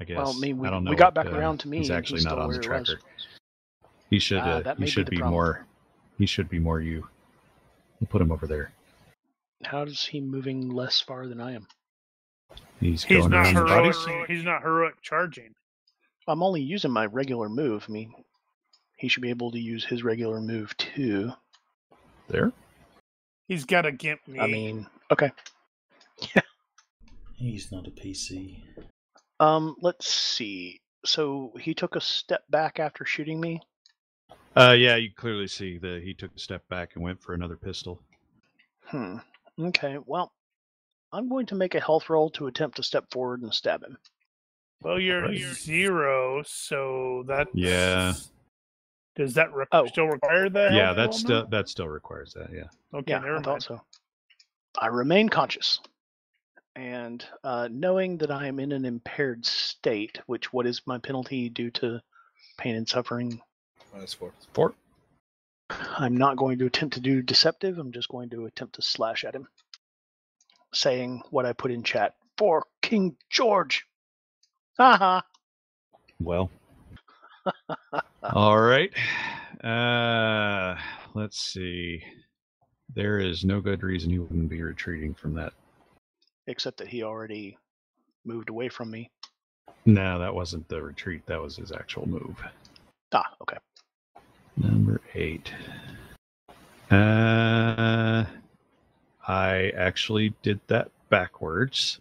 [SPEAKER 2] I guess.
[SPEAKER 4] Well, I mean, we,
[SPEAKER 2] don't know
[SPEAKER 4] we got
[SPEAKER 2] what,
[SPEAKER 4] back
[SPEAKER 2] uh,
[SPEAKER 4] around to me.
[SPEAKER 2] He's
[SPEAKER 4] and
[SPEAKER 2] actually
[SPEAKER 4] he's
[SPEAKER 2] not
[SPEAKER 4] still
[SPEAKER 2] on the
[SPEAKER 4] where he was.
[SPEAKER 2] tracker. He should.
[SPEAKER 4] Ah,
[SPEAKER 2] uh,
[SPEAKER 4] that
[SPEAKER 2] he
[SPEAKER 4] may be
[SPEAKER 2] should
[SPEAKER 4] the
[SPEAKER 2] be,
[SPEAKER 4] problem.
[SPEAKER 2] more. He should be more you. We'll put him over there.
[SPEAKER 4] How is he moving less far than I am?
[SPEAKER 2] He's,
[SPEAKER 7] He's
[SPEAKER 2] going
[SPEAKER 7] not
[SPEAKER 2] around the
[SPEAKER 7] heroic.
[SPEAKER 2] bodies.
[SPEAKER 7] He's not heroic charging.
[SPEAKER 4] I'm only using my regular move. I mean, he should be able to use his regular move too.
[SPEAKER 2] There.
[SPEAKER 7] He's got a gimp knee.
[SPEAKER 4] I mean, okay.
[SPEAKER 1] He's not a PC.
[SPEAKER 4] Um, let's see. So he took a step back after shooting me.
[SPEAKER 2] Uh, yeah, you clearly see that he took a step back and went for another pistol.
[SPEAKER 4] Hmm. Okay. Well, I'm going to make a health roll to attempt to step forward and stab him.
[SPEAKER 7] well, you're,
[SPEAKER 2] Right.
[SPEAKER 7] you're zero, so that
[SPEAKER 2] Yeah.
[SPEAKER 7] Does that re-
[SPEAKER 4] Oh.
[SPEAKER 7] still require that?
[SPEAKER 2] yeah, that still that still requires that. Yeah.
[SPEAKER 7] Okay,
[SPEAKER 4] Yeah,
[SPEAKER 7] never
[SPEAKER 4] I
[SPEAKER 7] mind.
[SPEAKER 4] thought so. I remain conscious, and uh, knowing that I am in an impaired state, which what is my penalty due to pain and suffering?
[SPEAKER 5] Minus four.
[SPEAKER 2] Four.
[SPEAKER 4] I'm not going to attempt to do deceptive. I'm just going to attempt to slash at him, saying what I put in chat for King George. Haha.
[SPEAKER 2] Well. All right. Uh, let's see. There is no good reason he wouldn't be retreating from that.
[SPEAKER 4] Except that he already moved away from me.
[SPEAKER 2] No, that wasn't the retreat. That was his actual move.
[SPEAKER 4] Ah, okay.
[SPEAKER 2] Number eight. Uh, I actually did that backwards.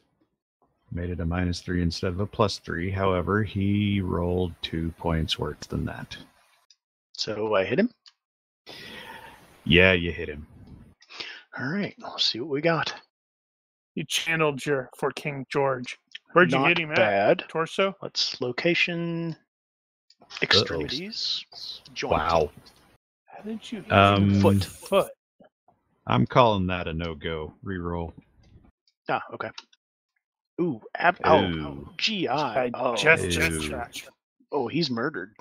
[SPEAKER 2] Made it a minus three instead of a plus three. However, he rolled two points worse than that.
[SPEAKER 4] So I hit him.
[SPEAKER 2] Yeah, you hit him.
[SPEAKER 4] All right. Let's see what we got.
[SPEAKER 7] You channeled your for King George. Where'd you
[SPEAKER 4] Not
[SPEAKER 7] hit him at?
[SPEAKER 4] bad.
[SPEAKER 7] Torso.
[SPEAKER 4] Let's location extremities. Joint.
[SPEAKER 2] Wow.
[SPEAKER 7] How did you hit him?
[SPEAKER 2] Um,
[SPEAKER 4] Foot.
[SPEAKER 7] Foot.
[SPEAKER 2] I'm calling that a no go reroll.
[SPEAKER 4] Ah, okay. Ooh, ab- oh,
[SPEAKER 2] Ooh.
[SPEAKER 4] oh, GI. Oh,
[SPEAKER 7] Digestive
[SPEAKER 2] Ew.
[SPEAKER 7] tract.
[SPEAKER 4] oh, he's murdered.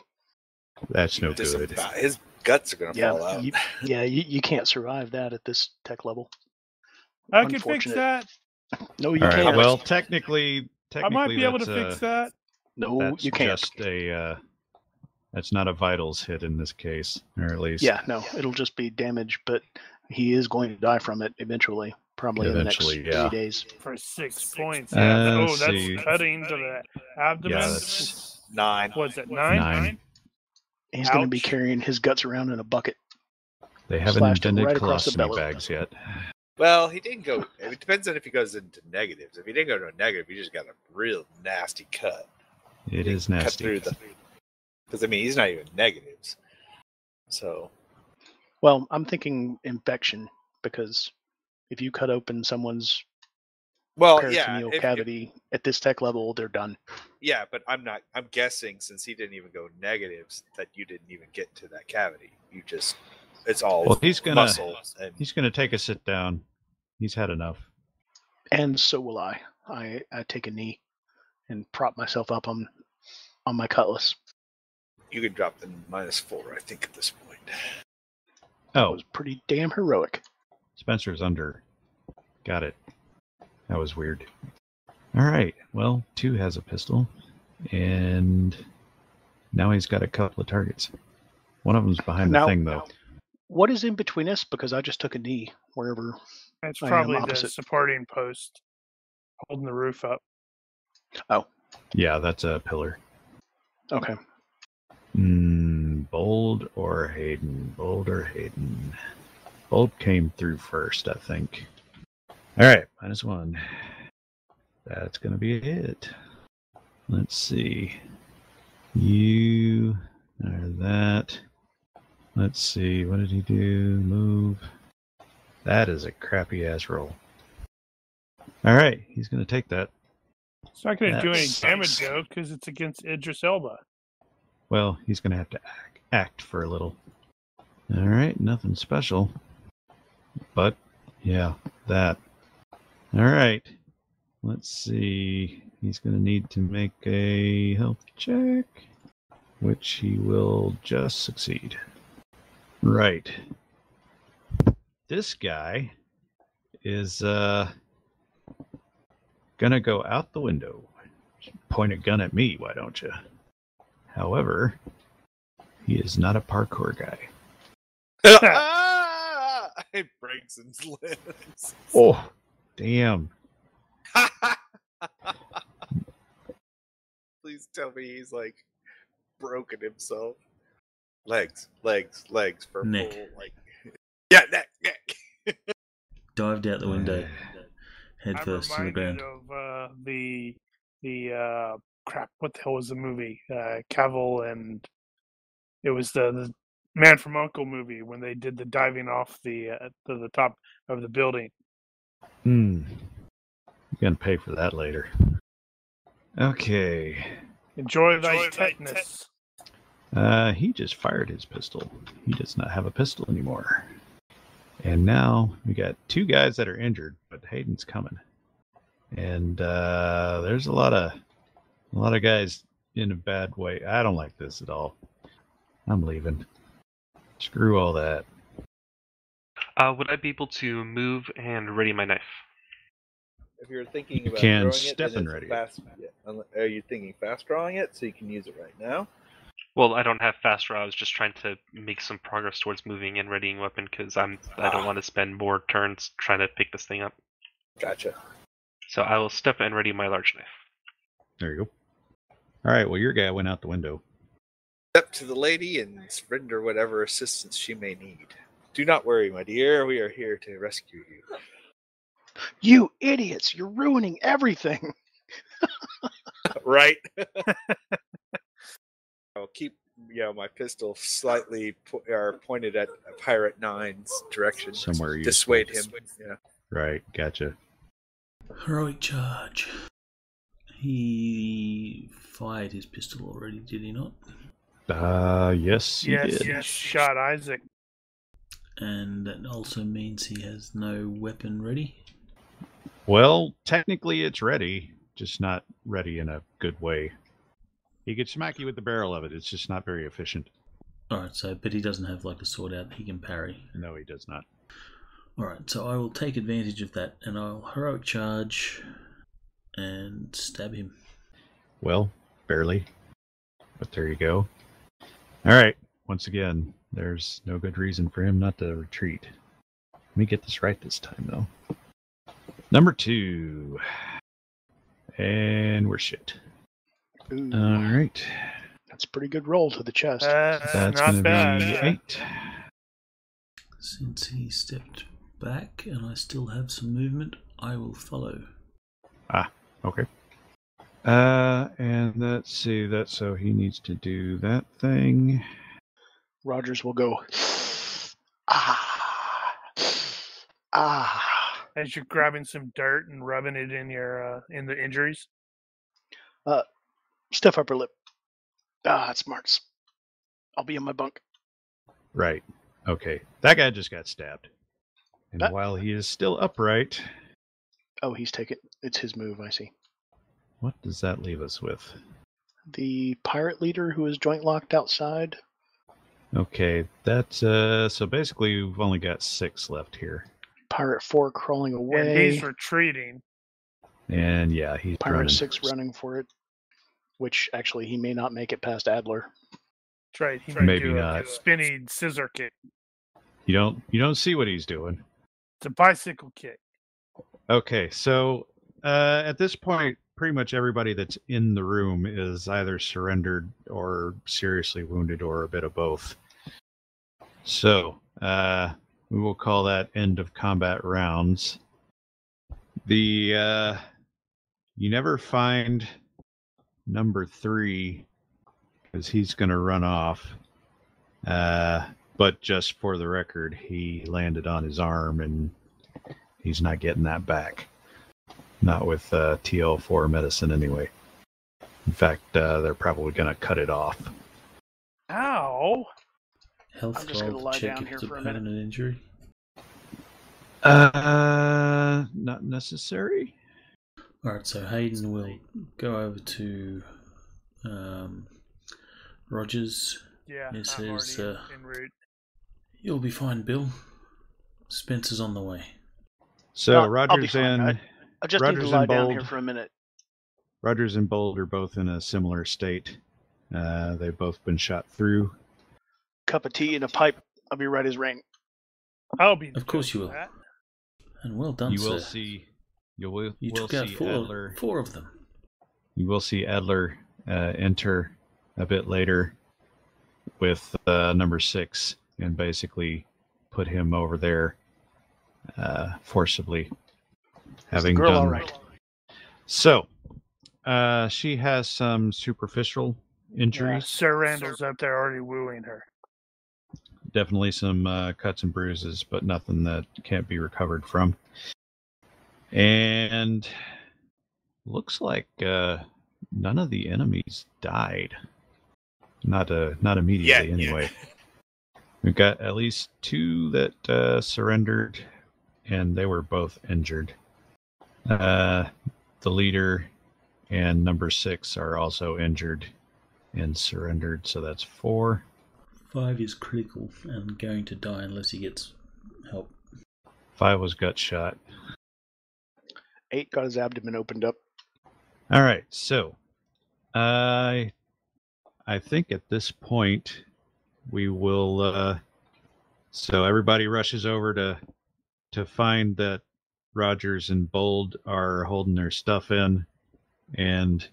[SPEAKER 2] That's no good.
[SPEAKER 5] Disembowel- His guts are gonna fall
[SPEAKER 4] Yeah,
[SPEAKER 5] out.
[SPEAKER 4] you, yeah, you, you can't survive that at this tech level.
[SPEAKER 7] I could fix
[SPEAKER 4] Unfortunate.
[SPEAKER 7] that.
[SPEAKER 4] No, you
[SPEAKER 2] All
[SPEAKER 4] can't.
[SPEAKER 2] right. Well, technically,
[SPEAKER 7] I
[SPEAKER 2] technically,
[SPEAKER 7] might be able to
[SPEAKER 2] that's, uh,
[SPEAKER 7] fix that.
[SPEAKER 4] no,
[SPEAKER 2] that's
[SPEAKER 4] you can't.
[SPEAKER 2] just a uh, that's not a vitals hit in this case, or at least
[SPEAKER 4] Yeah, no, it'll just be damage, but he is going to die from it eventually, probably
[SPEAKER 2] Eventually,
[SPEAKER 4] in the next
[SPEAKER 2] yeah.
[SPEAKER 4] three days.
[SPEAKER 7] for six points.
[SPEAKER 2] Uh,
[SPEAKER 7] Yeah, that- oh,
[SPEAKER 2] let's
[SPEAKER 7] that's
[SPEAKER 2] see.
[SPEAKER 7] cutting to the abdomen.
[SPEAKER 2] Yeah, that's-
[SPEAKER 5] Nine.
[SPEAKER 7] Was it nine?
[SPEAKER 2] Nine.
[SPEAKER 4] He's going to be
[SPEAKER 7] Ouch.
[SPEAKER 4] carrying his guts around in a bucket.
[SPEAKER 2] they haven't
[SPEAKER 4] slashed him
[SPEAKER 2] invented
[SPEAKER 4] right across the
[SPEAKER 2] colostomy
[SPEAKER 4] belly.
[SPEAKER 2] bags yet.
[SPEAKER 5] Well, he didn't go. It depends on if he goes into negatives. If he didn't go to a negative, he just got a real nasty cut.
[SPEAKER 2] It is
[SPEAKER 5] Cut
[SPEAKER 2] nasty.
[SPEAKER 5] through the. Because I mean, he's not even negatives. So
[SPEAKER 4] Well, I'm thinking infection because if you cut open someone's
[SPEAKER 5] well, Oh, yeah,
[SPEAKER 4] peritoneal
[SPEAKER 5] if- if-
[SPEAKER 4] cavity at this tech level, they're done.
[SPEAKER 5] yeah, but I'm not. I'm guessing since he didn't even go negatives, that you didn't even get to that cavity. You just, it's all
[SPEAKER 2] Well, he's gonna-
[SPEAKER 5] muscle and
[SPEAKER 2] He's going to take a sit down. He's had enough.
[SPEAKER 4] and so will I. I, I take a knee and prop myself up on on my cutlass.
[SPEAKER 5] you can drop the minus four. I think at this point.
[SPEAKER 4] That
[SPEAKER 2] Oh,
[SPEAKER 4] was pretty damn heroic.
[SPEAKER 2] Spencer's under. Got it. That was weird. All right. Well, two has a pistol, and now he's got a couple of targets. One of them's behind the
[SPEAKER 4] Now-
[SPEAKER 2] thing, though.
[SPEAKER 4] What is in between us? Because I just took a knee wherever.
[SPEAKER 7] That's
[SPEAKER 4] I am
[SPEAKER 7] probably the
[SPEAKER 4] opposite.
[SPEAKER 7] supporting post holding the roof up.
[SPEAKER 2] Yeah, that's a pillar.
[SPEAKER 4] Okay.
[SPEAKER 2] Mm, Bold or Hayden? Bold or Hayden? Bold came through first, I think. All right, minus one. That's going to be a hit. Let's see. You are that. Let's see. What did he do? Move. That is a crappy ass roll. All right, he's going to take that.
[SPEAKER 7] It's not going to
[SPEAKER 2] That
[SPEAKER 7] do any
[SPEAKER 2] sucks.
[SPEAKER 7] damage though, because it's against Idris Elba.
[SPEAKER 2] Well, he's going to have to act, act for a little. All right, nothing special. But, yeah, that. All right, let's see. He's going to need to make a health check, which he will just succeed. Right. This guy is uh, going to go out the window. Point a gun at me, why don't you? However, he is not a parkour guy.
[SPEAKER 5] ah! <laughs> It breaks his limbs.
[SPEAKER 2] Oh, damn.
[SPEAKER 5] <laughs> Please tell me he's like broken himself. Legs, legs, legs for
[SPEAKER 1] Neck.
[SPEAKER 5] full like <laughs> Yeah, neck, neck.
[SPEAKER 1] Dived out the window, head
[SPEAKER 7] I'm
[SPEAKER 1] first to the ground.
[SPEAKER 7] reminded of uh, the the uh, crap. What the hell was the movie? Uh, Cavill and it was the, the Man from Uncle movie when they did the diving off the uh, to the top of the building.
[SPEAKER 2] Hmm. You're going to pay for that later. Okay.
[SPEAKER 7] Enjoy
[SPEAKER 5] Enjoy
[SPEAKER 7] thy
[SPEAKER 5] thy
[SPEAKER 7] tetanus.
[SPEAKER 2] Uh, he just fired his pistol. He does not have a pistol anymore. And now we got two guys that are injured, but Hayden's coming. And uh, there's a lot of a lot of guys in a bad way. I don't like this at all. I'm leaving. Screw all that.
[SPEAKER 6] Uh, would I be able to move and ready my knife?
[SPEAKER 5] If you're thinking
[SPEAKER 2] You
[SPEAKER 5] about
[SPEAKER 2] can
[SPEAKER 5] drawing it,
[SPEAKER 2] step
[SPEAKER 5] then
[SPEAKER 2] and
[SPEAKER 5] it's
[SPEAKER 2] ready it.
[SPEAKER 5] fast. Yeah. unle- Are you thinking fast drawing it so you can use it right now?
[SPEAKER 6] Well, I don't have fast draw. I was just trying to make some progress towards moving and readying weapon because I'm I don't
[SPEAKER 5] Ah.
[SPEAKER 6] want to spend more turns trying to pick this thing up.
[SPEAKER 5] Gotcha.
[SPEAKER 6] So I will step and ready my large knife.
[SPEAKER 2] There you go. All right. Well, your guy went out the window.
[SPEAKER 5] Step to the lady and render whatever assistance she may need. Do not worry, my dear. We are here to rescue you.
[SPEAKER 4] You idiots! You're ruining everything. <laughs>
[SPEAKER 5] <laughs> right? I'll keep you know my pistol slightly po- or pointed at uh, Pirate Nine's direction.
[SPEAKER 2] Somewhere
[SPEAKER 5] to
[SPEAKER 2] you-
[SPEAKER 5] dissuade him. Yeah.
[SPEAKER 2] Right. Gotcha.
[SPEAKER 1] Heroic charge. He fired his pistol already, did he not?
[SPEAKER 2] Uh, yes. He
[SPEAKER 7] Yes,
[SPEAKER 2] did.
[SPEAKER 7] yes. Shot Isaac.
[SPEAKER 1] And that also means he has no weapon ready.
[SPEAKER 2] Well, technically it's ready, just not ready in a good way. He could smack you with the barrel of it. It's just not very efficient.
[SPEAKER 1] Alright, so, but he doesn't have like a sword out, he can parry.
[SPEAKER 2] No, he does not.
[SPEAKER 1] Alright, so I will take advantage of that and I'll heroic charge and stab him.
[SPEAKER 2] Well, barely. But there you go. All right. Once again, there's no good reason for him not to retreat. Let me get this right this time, though. Number two. And we're shit.
[SPEAKER 4] Ooh,
[SPEAKER 2] All right.
[SPEAKER 4] that's a pretty good roll to the chest.
[SPEAKER 3] Uh,
[SPEAKER 7] That's,
[SPEAKER 2] That's
[SPEAKER 7] not
[SPEAKER 2] going to
[SPEAKER 7] bad.
[SPEAKER 2] be eight.
[SPEAKER 1] Since he stepped back and I still have some movement, I will follow.
[SPEAKER 2] Okay. Uh, and let's see that. So he needs to do that thing.
[SPEAKER 4] Rogers will go. <sighs> Ah, ah.
[SPEAKER 7] As you're grabbing some dirt and rubbing it in your uh, in the injuries.
[SPEAKER 4] Stiff upper lip. Ah, it smarts. I'll be in my bunk.
[SPEAKER 2] Right. Okay. That guy just got stabbed. And
[SPEAKER 4] That-
[SPEAKER 2] while he is still upright,
[SPEAKER 4] Oh, he's taken. It's his move. I see.
[SPEAKER 2] what does that leave us with?
[SPEAKER 4] The pirate leader who is joint locked outside.
[SPEAKER 2] Okay. That's uh. So basically, we've only got six left here.
[SPEAKER 4] Pirate four crawling
[SPEAKER 3] And
[SPEAKER 4] away.
[SPEAKER 3] he's retreating.
[SPEAKER 2] And yeah, he's
[SPEAKER 4] Pirate
[SPEAKER 2] running.
[SPEAKER 4] six running for it, which actually he may not make it past Adler.
[SPEAKER 3] That's right. He
[SPEAKER 2] Maybe
[SPEAKER 3] do a
[SPEAKER 2] not.
[SPEAKER 3] spinny scissor kick.
[SPEAKER 2] You don't you don't see what he's doing.
[SPEAKER 3] It's a bicycle kick.
[SPEAKER 2] Okay, so uh, at this point, pretty much everybody that's in the room is either surrendered or seriously wounded or a bit of both. So uh, we will call that end of combat rounds. The uh, you never find number three because he's going to run off. Uh, but just for the record, he landed on his arm and He's not getting that back. Not with uh, TL4 medicine, anyway. In fact, uh, they're probably going to cut it off.
[SPEAKER 3] Ow.
[SPEAKER 1] Health
[SPEAKER 4] I'm just gonna
[SPEAKER 1] roll to
[SPEAKER 4] lie
[SPEAKER 1] check
[SPEAKER 4] down
[SPEAKER 1] if
[SPEAKER 4] here
[SPEAKER 1] it's a
[SPEAKER 4] for a minute.
[SPEAKER 1] permanent injury.
[SPEAKER 2] Uh, not necessary.
[SPEAKER 1] All right, so Hayden will go over to um, Rogers.
[SPEAKER 3] Yeah.
[SPEAKER 1] Yes,
[SPEAKER 3] I'm
[SPEAKER 1] there's,
[SPEAKER 3] already
[SPEAKER 1] uh,
[SPEAKER 3] en route.
[SPEAKER 1] You'll be fine, Bill. Spencer's on the way.
[SPEAKER 2] So
[SPEAKER 4] I'll- I'll be
[SPEAKER 2] Rogers
[SPEAKER 4] fine.
[SPEAKER 2] and
[SPEAKER 4] I- I just need
[SPEAKER 2] Rogers
[SPEAKER 4] to
[SPEAKER 2] and
[SPEAKER 4] lie down here
[SPEAKER 2] Bold.
[SPEAKER 4] for a minute.
[SPEAKER 2] Rogers and Bold are both in a similar state. Uh, they've both been shot through.
[SPEAKER 4] Cup of tea and a pipe. I'll be right as rain.
[SPEAKER 3] I'll be.
[SPEAKER 1] Of course
[SPEAKER 3] doing
[SPEAKER 1] you will.
[SPEAKER 3] that.
[SPEAKER 1] And well done,
[SPEAKER 2] you
[SPEAKER 1] sir.
[SPEAKER 2] will see. You will,
[SPEAKER 1] you
[SPEAKER 2] will
[SPEAKER 1] took out
[SPEAKER 2] see
[SPEAKER 1] four,
[SPEAKER 2] Adler.
[SPEAKER 1] four of them.
[SPEAKER 2] You will see Adler uh, enter a bit later with uh, number six and basically put him over there uh, forcibly. Having
[SPEAKER 4] girl
[SPEAKER 2] done
[SPEAKER 4] all right?
[SPEAKER 2] so, uh, she has some superficial
[SPEAKER 3] Yeah,
[SPEAKER 2] injuries,
[SPEAKER 3] Sir Randall's up there already wooing her.
[SPEAKER 2] definitely some uh, cuts and bruises, but nothing that can't be recovered from. And looks like uh, none of the enemies died. Not uh, not immediately, anyway. We've got at least two that uh, surrendered, and they were both injured. Uh, the leader and number six are also injured and surrendered, so that's four.
[SPEAKER 1] Five is critical and going to die unless he gets help.
[SPEAKER 2] Five was gut shot.
[SPEAKER 4] Eight got his abdomen opened up.
[SPEAKER 2] All right, so I I think at this point we will. Uh, so everybody rushes over to to find that Rogers and Bold are holding their stuff in and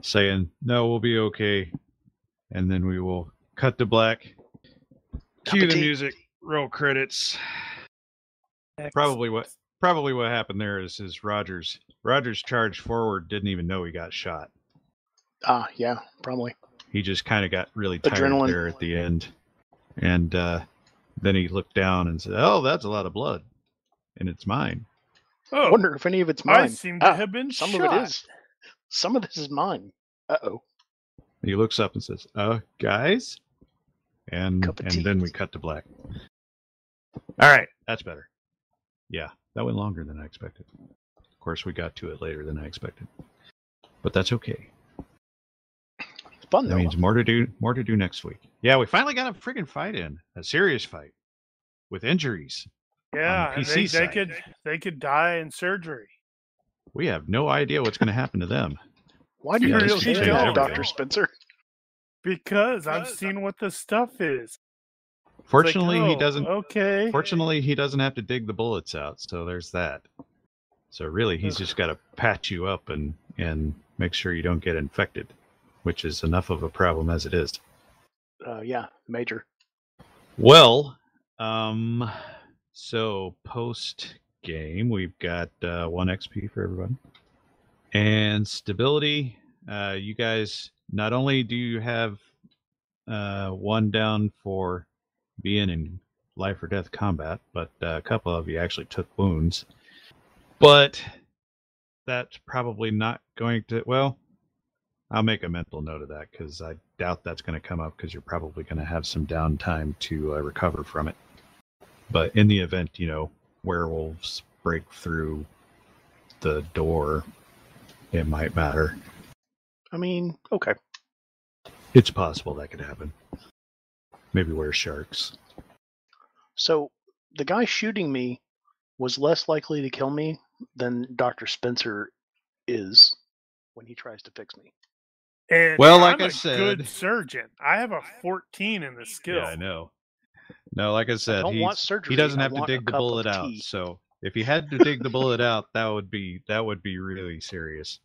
[SPEAKER 2] saying, "No, we'll be okay," and then we will cut to black. Cue the
[SPEAKER 4] Cup of tea.
[SPEAKER 2] music. Roll credits.
[SPEAKER 3] Next.
[SPEAKER 2] Probably what probably what happened there is is Rogers Rogers charged forward, didn't even know he got shot.
[SPEAKER 4] Ah, yeah, probably.
[SPEAKER 2] He just kind of got really tired
[SPEAKER 4] Adrenaline.
[SPEAKER 2] there at the end, and uh, then he looked down and said, "Oh, that's a lot of blood, and it's mine."
[SPEAKER 4] I
[SPEAKER 3] Oh,
[SPEAKER 4] wonder if any of it's
[SPEAKER 3] I
[SPEAKER 4] mine.
[SPEAKER 3] seem to
[SPEAKER 4] Ah,
[SPEAKER 3] have been
[SPEAKER 4] Some
[SPEAKER 3] shot.
[SPEAKER 4] of it is. Some of this is mine. Uh oh.
[SPEAKER 2] He looks up and says, "Oh, guys," and
[SPEAKER 4] Cup of
[SPEAKER 2] and
[SPEAKER 4] tea.
[SPEAKER 2] then we cut to black. All right, that's better. Yeah, that went longer than I expected. Of course, we got to it later than I expected, but that's okay.
[SPEAKER 4] It's fun
[SPEAKER 2] That
[SPEAKER 4] though.
[SPEAKER 2] means more to do more to do next week. Yeah, we finally got a friggin' fight in. A serious fight. With injuries.
[SPEAKER 3] Yeah, and
[SPEAKER 2] PC
[SPEAKER 3] they, they
[SPEAKER 2] side.
[SPEAKER 3] could they could die in surgery.
[SPEAKER 2] We have no idea what's gonna happen to them.
[SPEAKER 4] Why do you
[SPEAKER 2] Yeah,
[SPEAKER 4] really
[SPEAKER 2] this
[SPEAKER 4] say
[SPEAKER 2] is
[SPEAKER 4] that,
[SPEAKER 2] everything.
[SPEAKER 4] Dr. Spencer?
[SPEAKER 3] Because I've seen what the stuff is. It's like,
[SPEAKER 2] Fortunately he
[SPEAKER 3] oh,
[SPEAKER 2] doesn't
[SPEAKER 3] Okay.
[SPEAKER 2] fortunately he doesn't have to dig the bullets out, so there's that. So really he's just gotta patch you up and and make sure you don't get infected, which is enough of a problem as it is.
[SPEAKER 4] Uh, yeah, Major.
[SPEAKER 2] Well, um, so post game, we've got uh, one XP for everyone, and stability. Uh, you guys, not only do you have uh, one down for being in life or death combat, but uh, a couple of you actually took wounds. But that's probably not going to. Well, I'll make a mental note of that because I doubt that's going to come up because you're probably going to have some downtime to uh, recover from it. But in the event, you know, werewolves break through the door, it might matter.
[SPEAKER 4] I mean, okay.
[SPEAKER 2] It's possible that could happen. Maybe were sharks.
[SPEAKER 4] So the guy shooting me was less likely to kill me than Dr. Spencer is when he tries to fix me.
[SPEAKER 3] And
[SPEAKER 2] Well,
[SPEAKER 3] I'm
[SPEAKER 2] like I
[SPEAKER 3] a
[SPEAKER 2] said-
[SPEAKER 3] good surgeon. I have a 14 in the skill.
[SPEAKER 2] Yeah, I know. No, like I said,
[SPEAKER 4] don't want
[SPEAKER 2] he's,
[SPEAKER 4] surgery.
[SPEAKER 2] he doesn't
[SPEAKER 4] I
[SPEAKER 2] have to
[SPEAKER 4] want a
[SPEAKER 2] dig the
[SPEAKER 4] cup of
[SPEAKER 2] bullet out.
[SPEAKER 4] tea.
[SPEAKER 2] So if he had to dig the bullet out, that would be that would be really serious.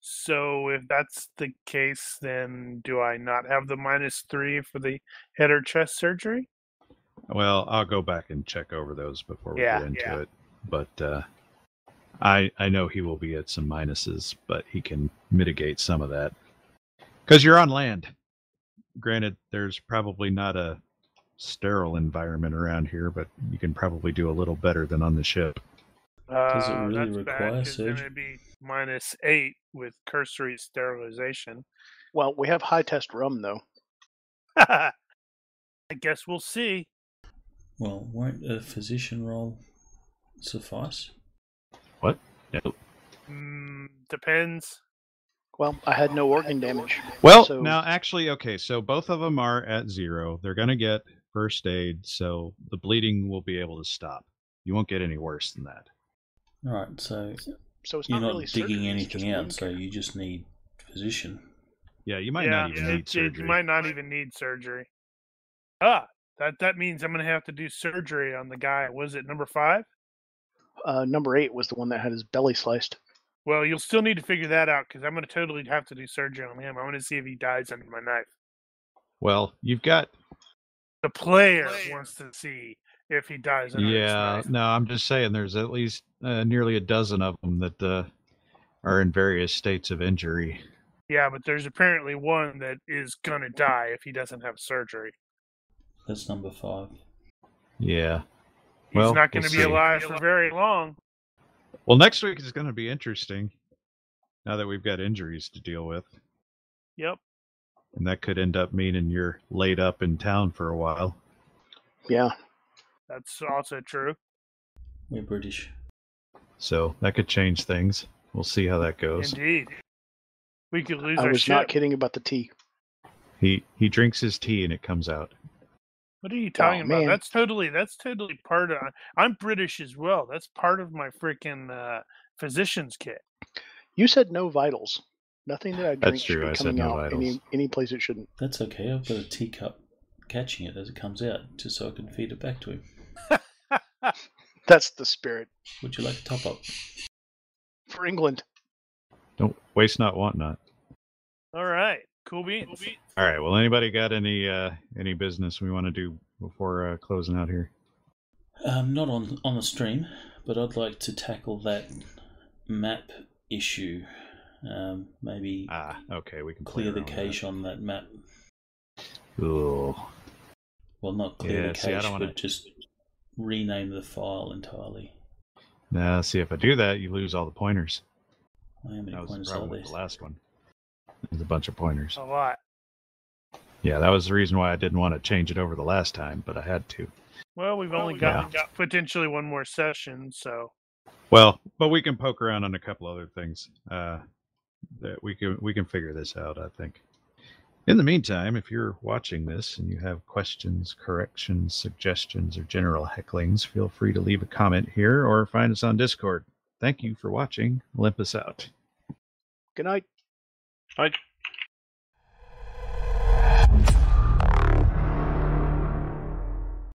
[SPEAKER 3] So if that's the case, then do I not have the minus three for the head or chest surgery?
[SPEAKER 2] Well, I'll go back and check over those before we
[SPEAKER 3] Yeah,
[SPEAKER 2] get into
[SPEAKER 3] yeah.
[SPEAKER 2] it. But uh, I I know he will be at some minuses, but he can mitigate some of that because you're on land. Granted, there's probably not a sterile environment around here, but you can probably do a little better than on the ship.
[SPEAKER 3] Does
[SPEAKER 1] it really require
[SPEAKER 3] Then
[SPEAKER 1] surgery?
[SPEAKER 3] it'd be minus eight with cursory sterilization. <laughs>
[SPEAKER 4] Well, we have high test rum though.
[SPEAKER 3] I guess we'll see.
[SPEAKER 1] Well, won't a physician role suffice?
[SPEAKER 3] Mm, depends.
[SPEAKER 4] Well, I had no organ damage.
[SPEAKER 2] Well,
[SPEAKER 4] So-
[SPEAKER 2] now actually, okay, so both of them are at zero. They're going to get first aid, so the bleeding will be able to stop. You won't get any worse than that.
[SPEAKER 1] All right, so
[SPEAKER 4] So it's
[SPEAKER 1] you're
[SPEAKER 4] not
[SPEAKER 1] not
[SPEAKER 4] really
[SPEAKER 1] digging
[SPEAKER 4] surgery, it's just
[SPEAKER 1] anything out,
[SPEAKER 4] wound
[SPEAKER 1] so
[SPEAKER 4] care.
[SPEAKER 1] you just need physician.
[SPEAKER 2] Yeah, you might
[SPEAKER 3] yeah,
[SPEAKER 2] not even
[SPEAKER 3] it-
[SPEAKER 2] need
[SPEAKER 3] it-
[SPEAKER 2] surgery.
[SPEAKER 3] You might not even need surgery. Ah, that that means I'm gonna have to do surgery on the guy. Was it number five?
[SPEAKER 4] Uh, number eight was the one that had his belly sliced.
[SPEAKER 3] Well, you'll still need to figure that out because I'm gonna totally have to do surgery on him. I want to see if he dies under my knife.
[SPEAKER 2] Well, you've got.
[SPEAKER 3] The player, wants to see if he dies under his
[SPEAKER 2] Yeah,
[SPEAKER 3] knife.
[SPEAKER 2] no, I'm just saying there's at least uh, nearly a dozen of them that uh, are in various states of injury.
[SPEAKER 3] Yeah, but there's apparently one that is gonna die if he doesn't have surgery.
[SPEAKER 1] That's number five.
[SPEAKER 2] Yeah.
[SPEAKER 3] He's
[SPEAKER 2] Well,
[SPEAKER 3] not gonna
[SPEAKER 2] we'll
[SPEAKER 3] be
[SPEAKER 2] see.
[SPEAKER 3] alive for very long.
[SPEAKER 2] Well, next week is going to be interesting now that we've got injuries to deal with.
[SPEAKER 3] Yep.
[SPEAKER 2] And that could end up meaning you're laid up in town for a while.
[SPEAKER 4] Yeah.
[SPEAKER 3] That's also true.
[SPEAKER 1] We're British.
[SPEAKER 2] So that could change things. We'll see how that goes.
[SPEAKER 3] Indeed. We could lose
[SPEAKER 4] I
[SPEAKER 3] our
[SPEAKER 4] was
[SPEAKER 3] ship.
[SPEAKER 4] not kidding about the tea.
[SPEAKER 2] He he drinks his tea and it comes out.
[SPEAKER 3] What are you talking about?
[SPEAKER 4] man.
[SPEAKER 3] That's totally that's totally part of I'm British as well. That's part of my freaking uh physician's kit.
[SPEAKER 4] You said no vitals. Nothing that I drink
[SPEAKER 2] That's
[SPEAKER 4] should
[SPEAKER 2] true,
[SPEAKER 4] be
[SPEAKER 2] I said
[SPEAKER 4] coming
[SPEAKER 2] no
[SPEAKER 4] out any
[SPEAKER 2] vitals.
[SPEAKER 4] any place it shouldn't.
[SPEAKER 1] That's okay. I've got a teacup catching it as it comes out, just so I can feed it back to him.
[SPEAKER 4] That's the spirit
[SPEAKER 1] Would you like a top up?
[SPEAKER 4] for England.
[SPEAKER 2] Don't waste not want not.
[SPEAKER 3] All right. Cool beans.
[SPEAKER 2] All right. Well, anybody got any uh any business we want to do before uh, closing out here?
[SPEAKER 1] Um, not on on the stream, but I'd like to tackle that map issue. Um, maybe
[SPEAKER 2] Ah, okay. We can play
[SPEAKER 1] clear the
[SPEAKER 2] around with
[SPEAKER 1] cache on that map.
[SPEAKER 2] that. Ooh.
[SPEAKER 1] Well, not clear
[SPEAKER 2] Yeah,
[SPEAKER 1] the
[SPEAKER 2] see, I
[SPEAKER 1] cache,
[SPEAKER 2] don't wanna-
[SPEAKER 1] but just rename the file entirely.
[SPEAKER 2] Now, see if I do that, you lose all the pointers.
[SPEAKER 1] I am
[SPEAKER 2] That
[SPEAKER 1] many
[SPEAKER 2] was the
[SPEAKER 1] pointers are
[SPEAKER 2] problem with
[SPEAKER 1] there.
[SPEAKER 2] the last one. There's a bunch of pointers.
[SPEAKER 3] A lot.
[SPEAKER 2] Yeah, that was the reason why I didn't want to change it over the last time, but I had to.
[SPEAKER 3] Well, we've only got potentially one more session, so
[SPEAKER 2] Well, but we can poke around on a couple other things. Uh, that we can we can figure this out. I think. In the meantime, if you're watching this and you have questions, corrections, suggestions, or general hecklings, feel free to leave a comment here or find us on Discord. Thank you for watching. Olympus out.
[SPEAKER 4] Good night.
[SPEAKER 6] Like,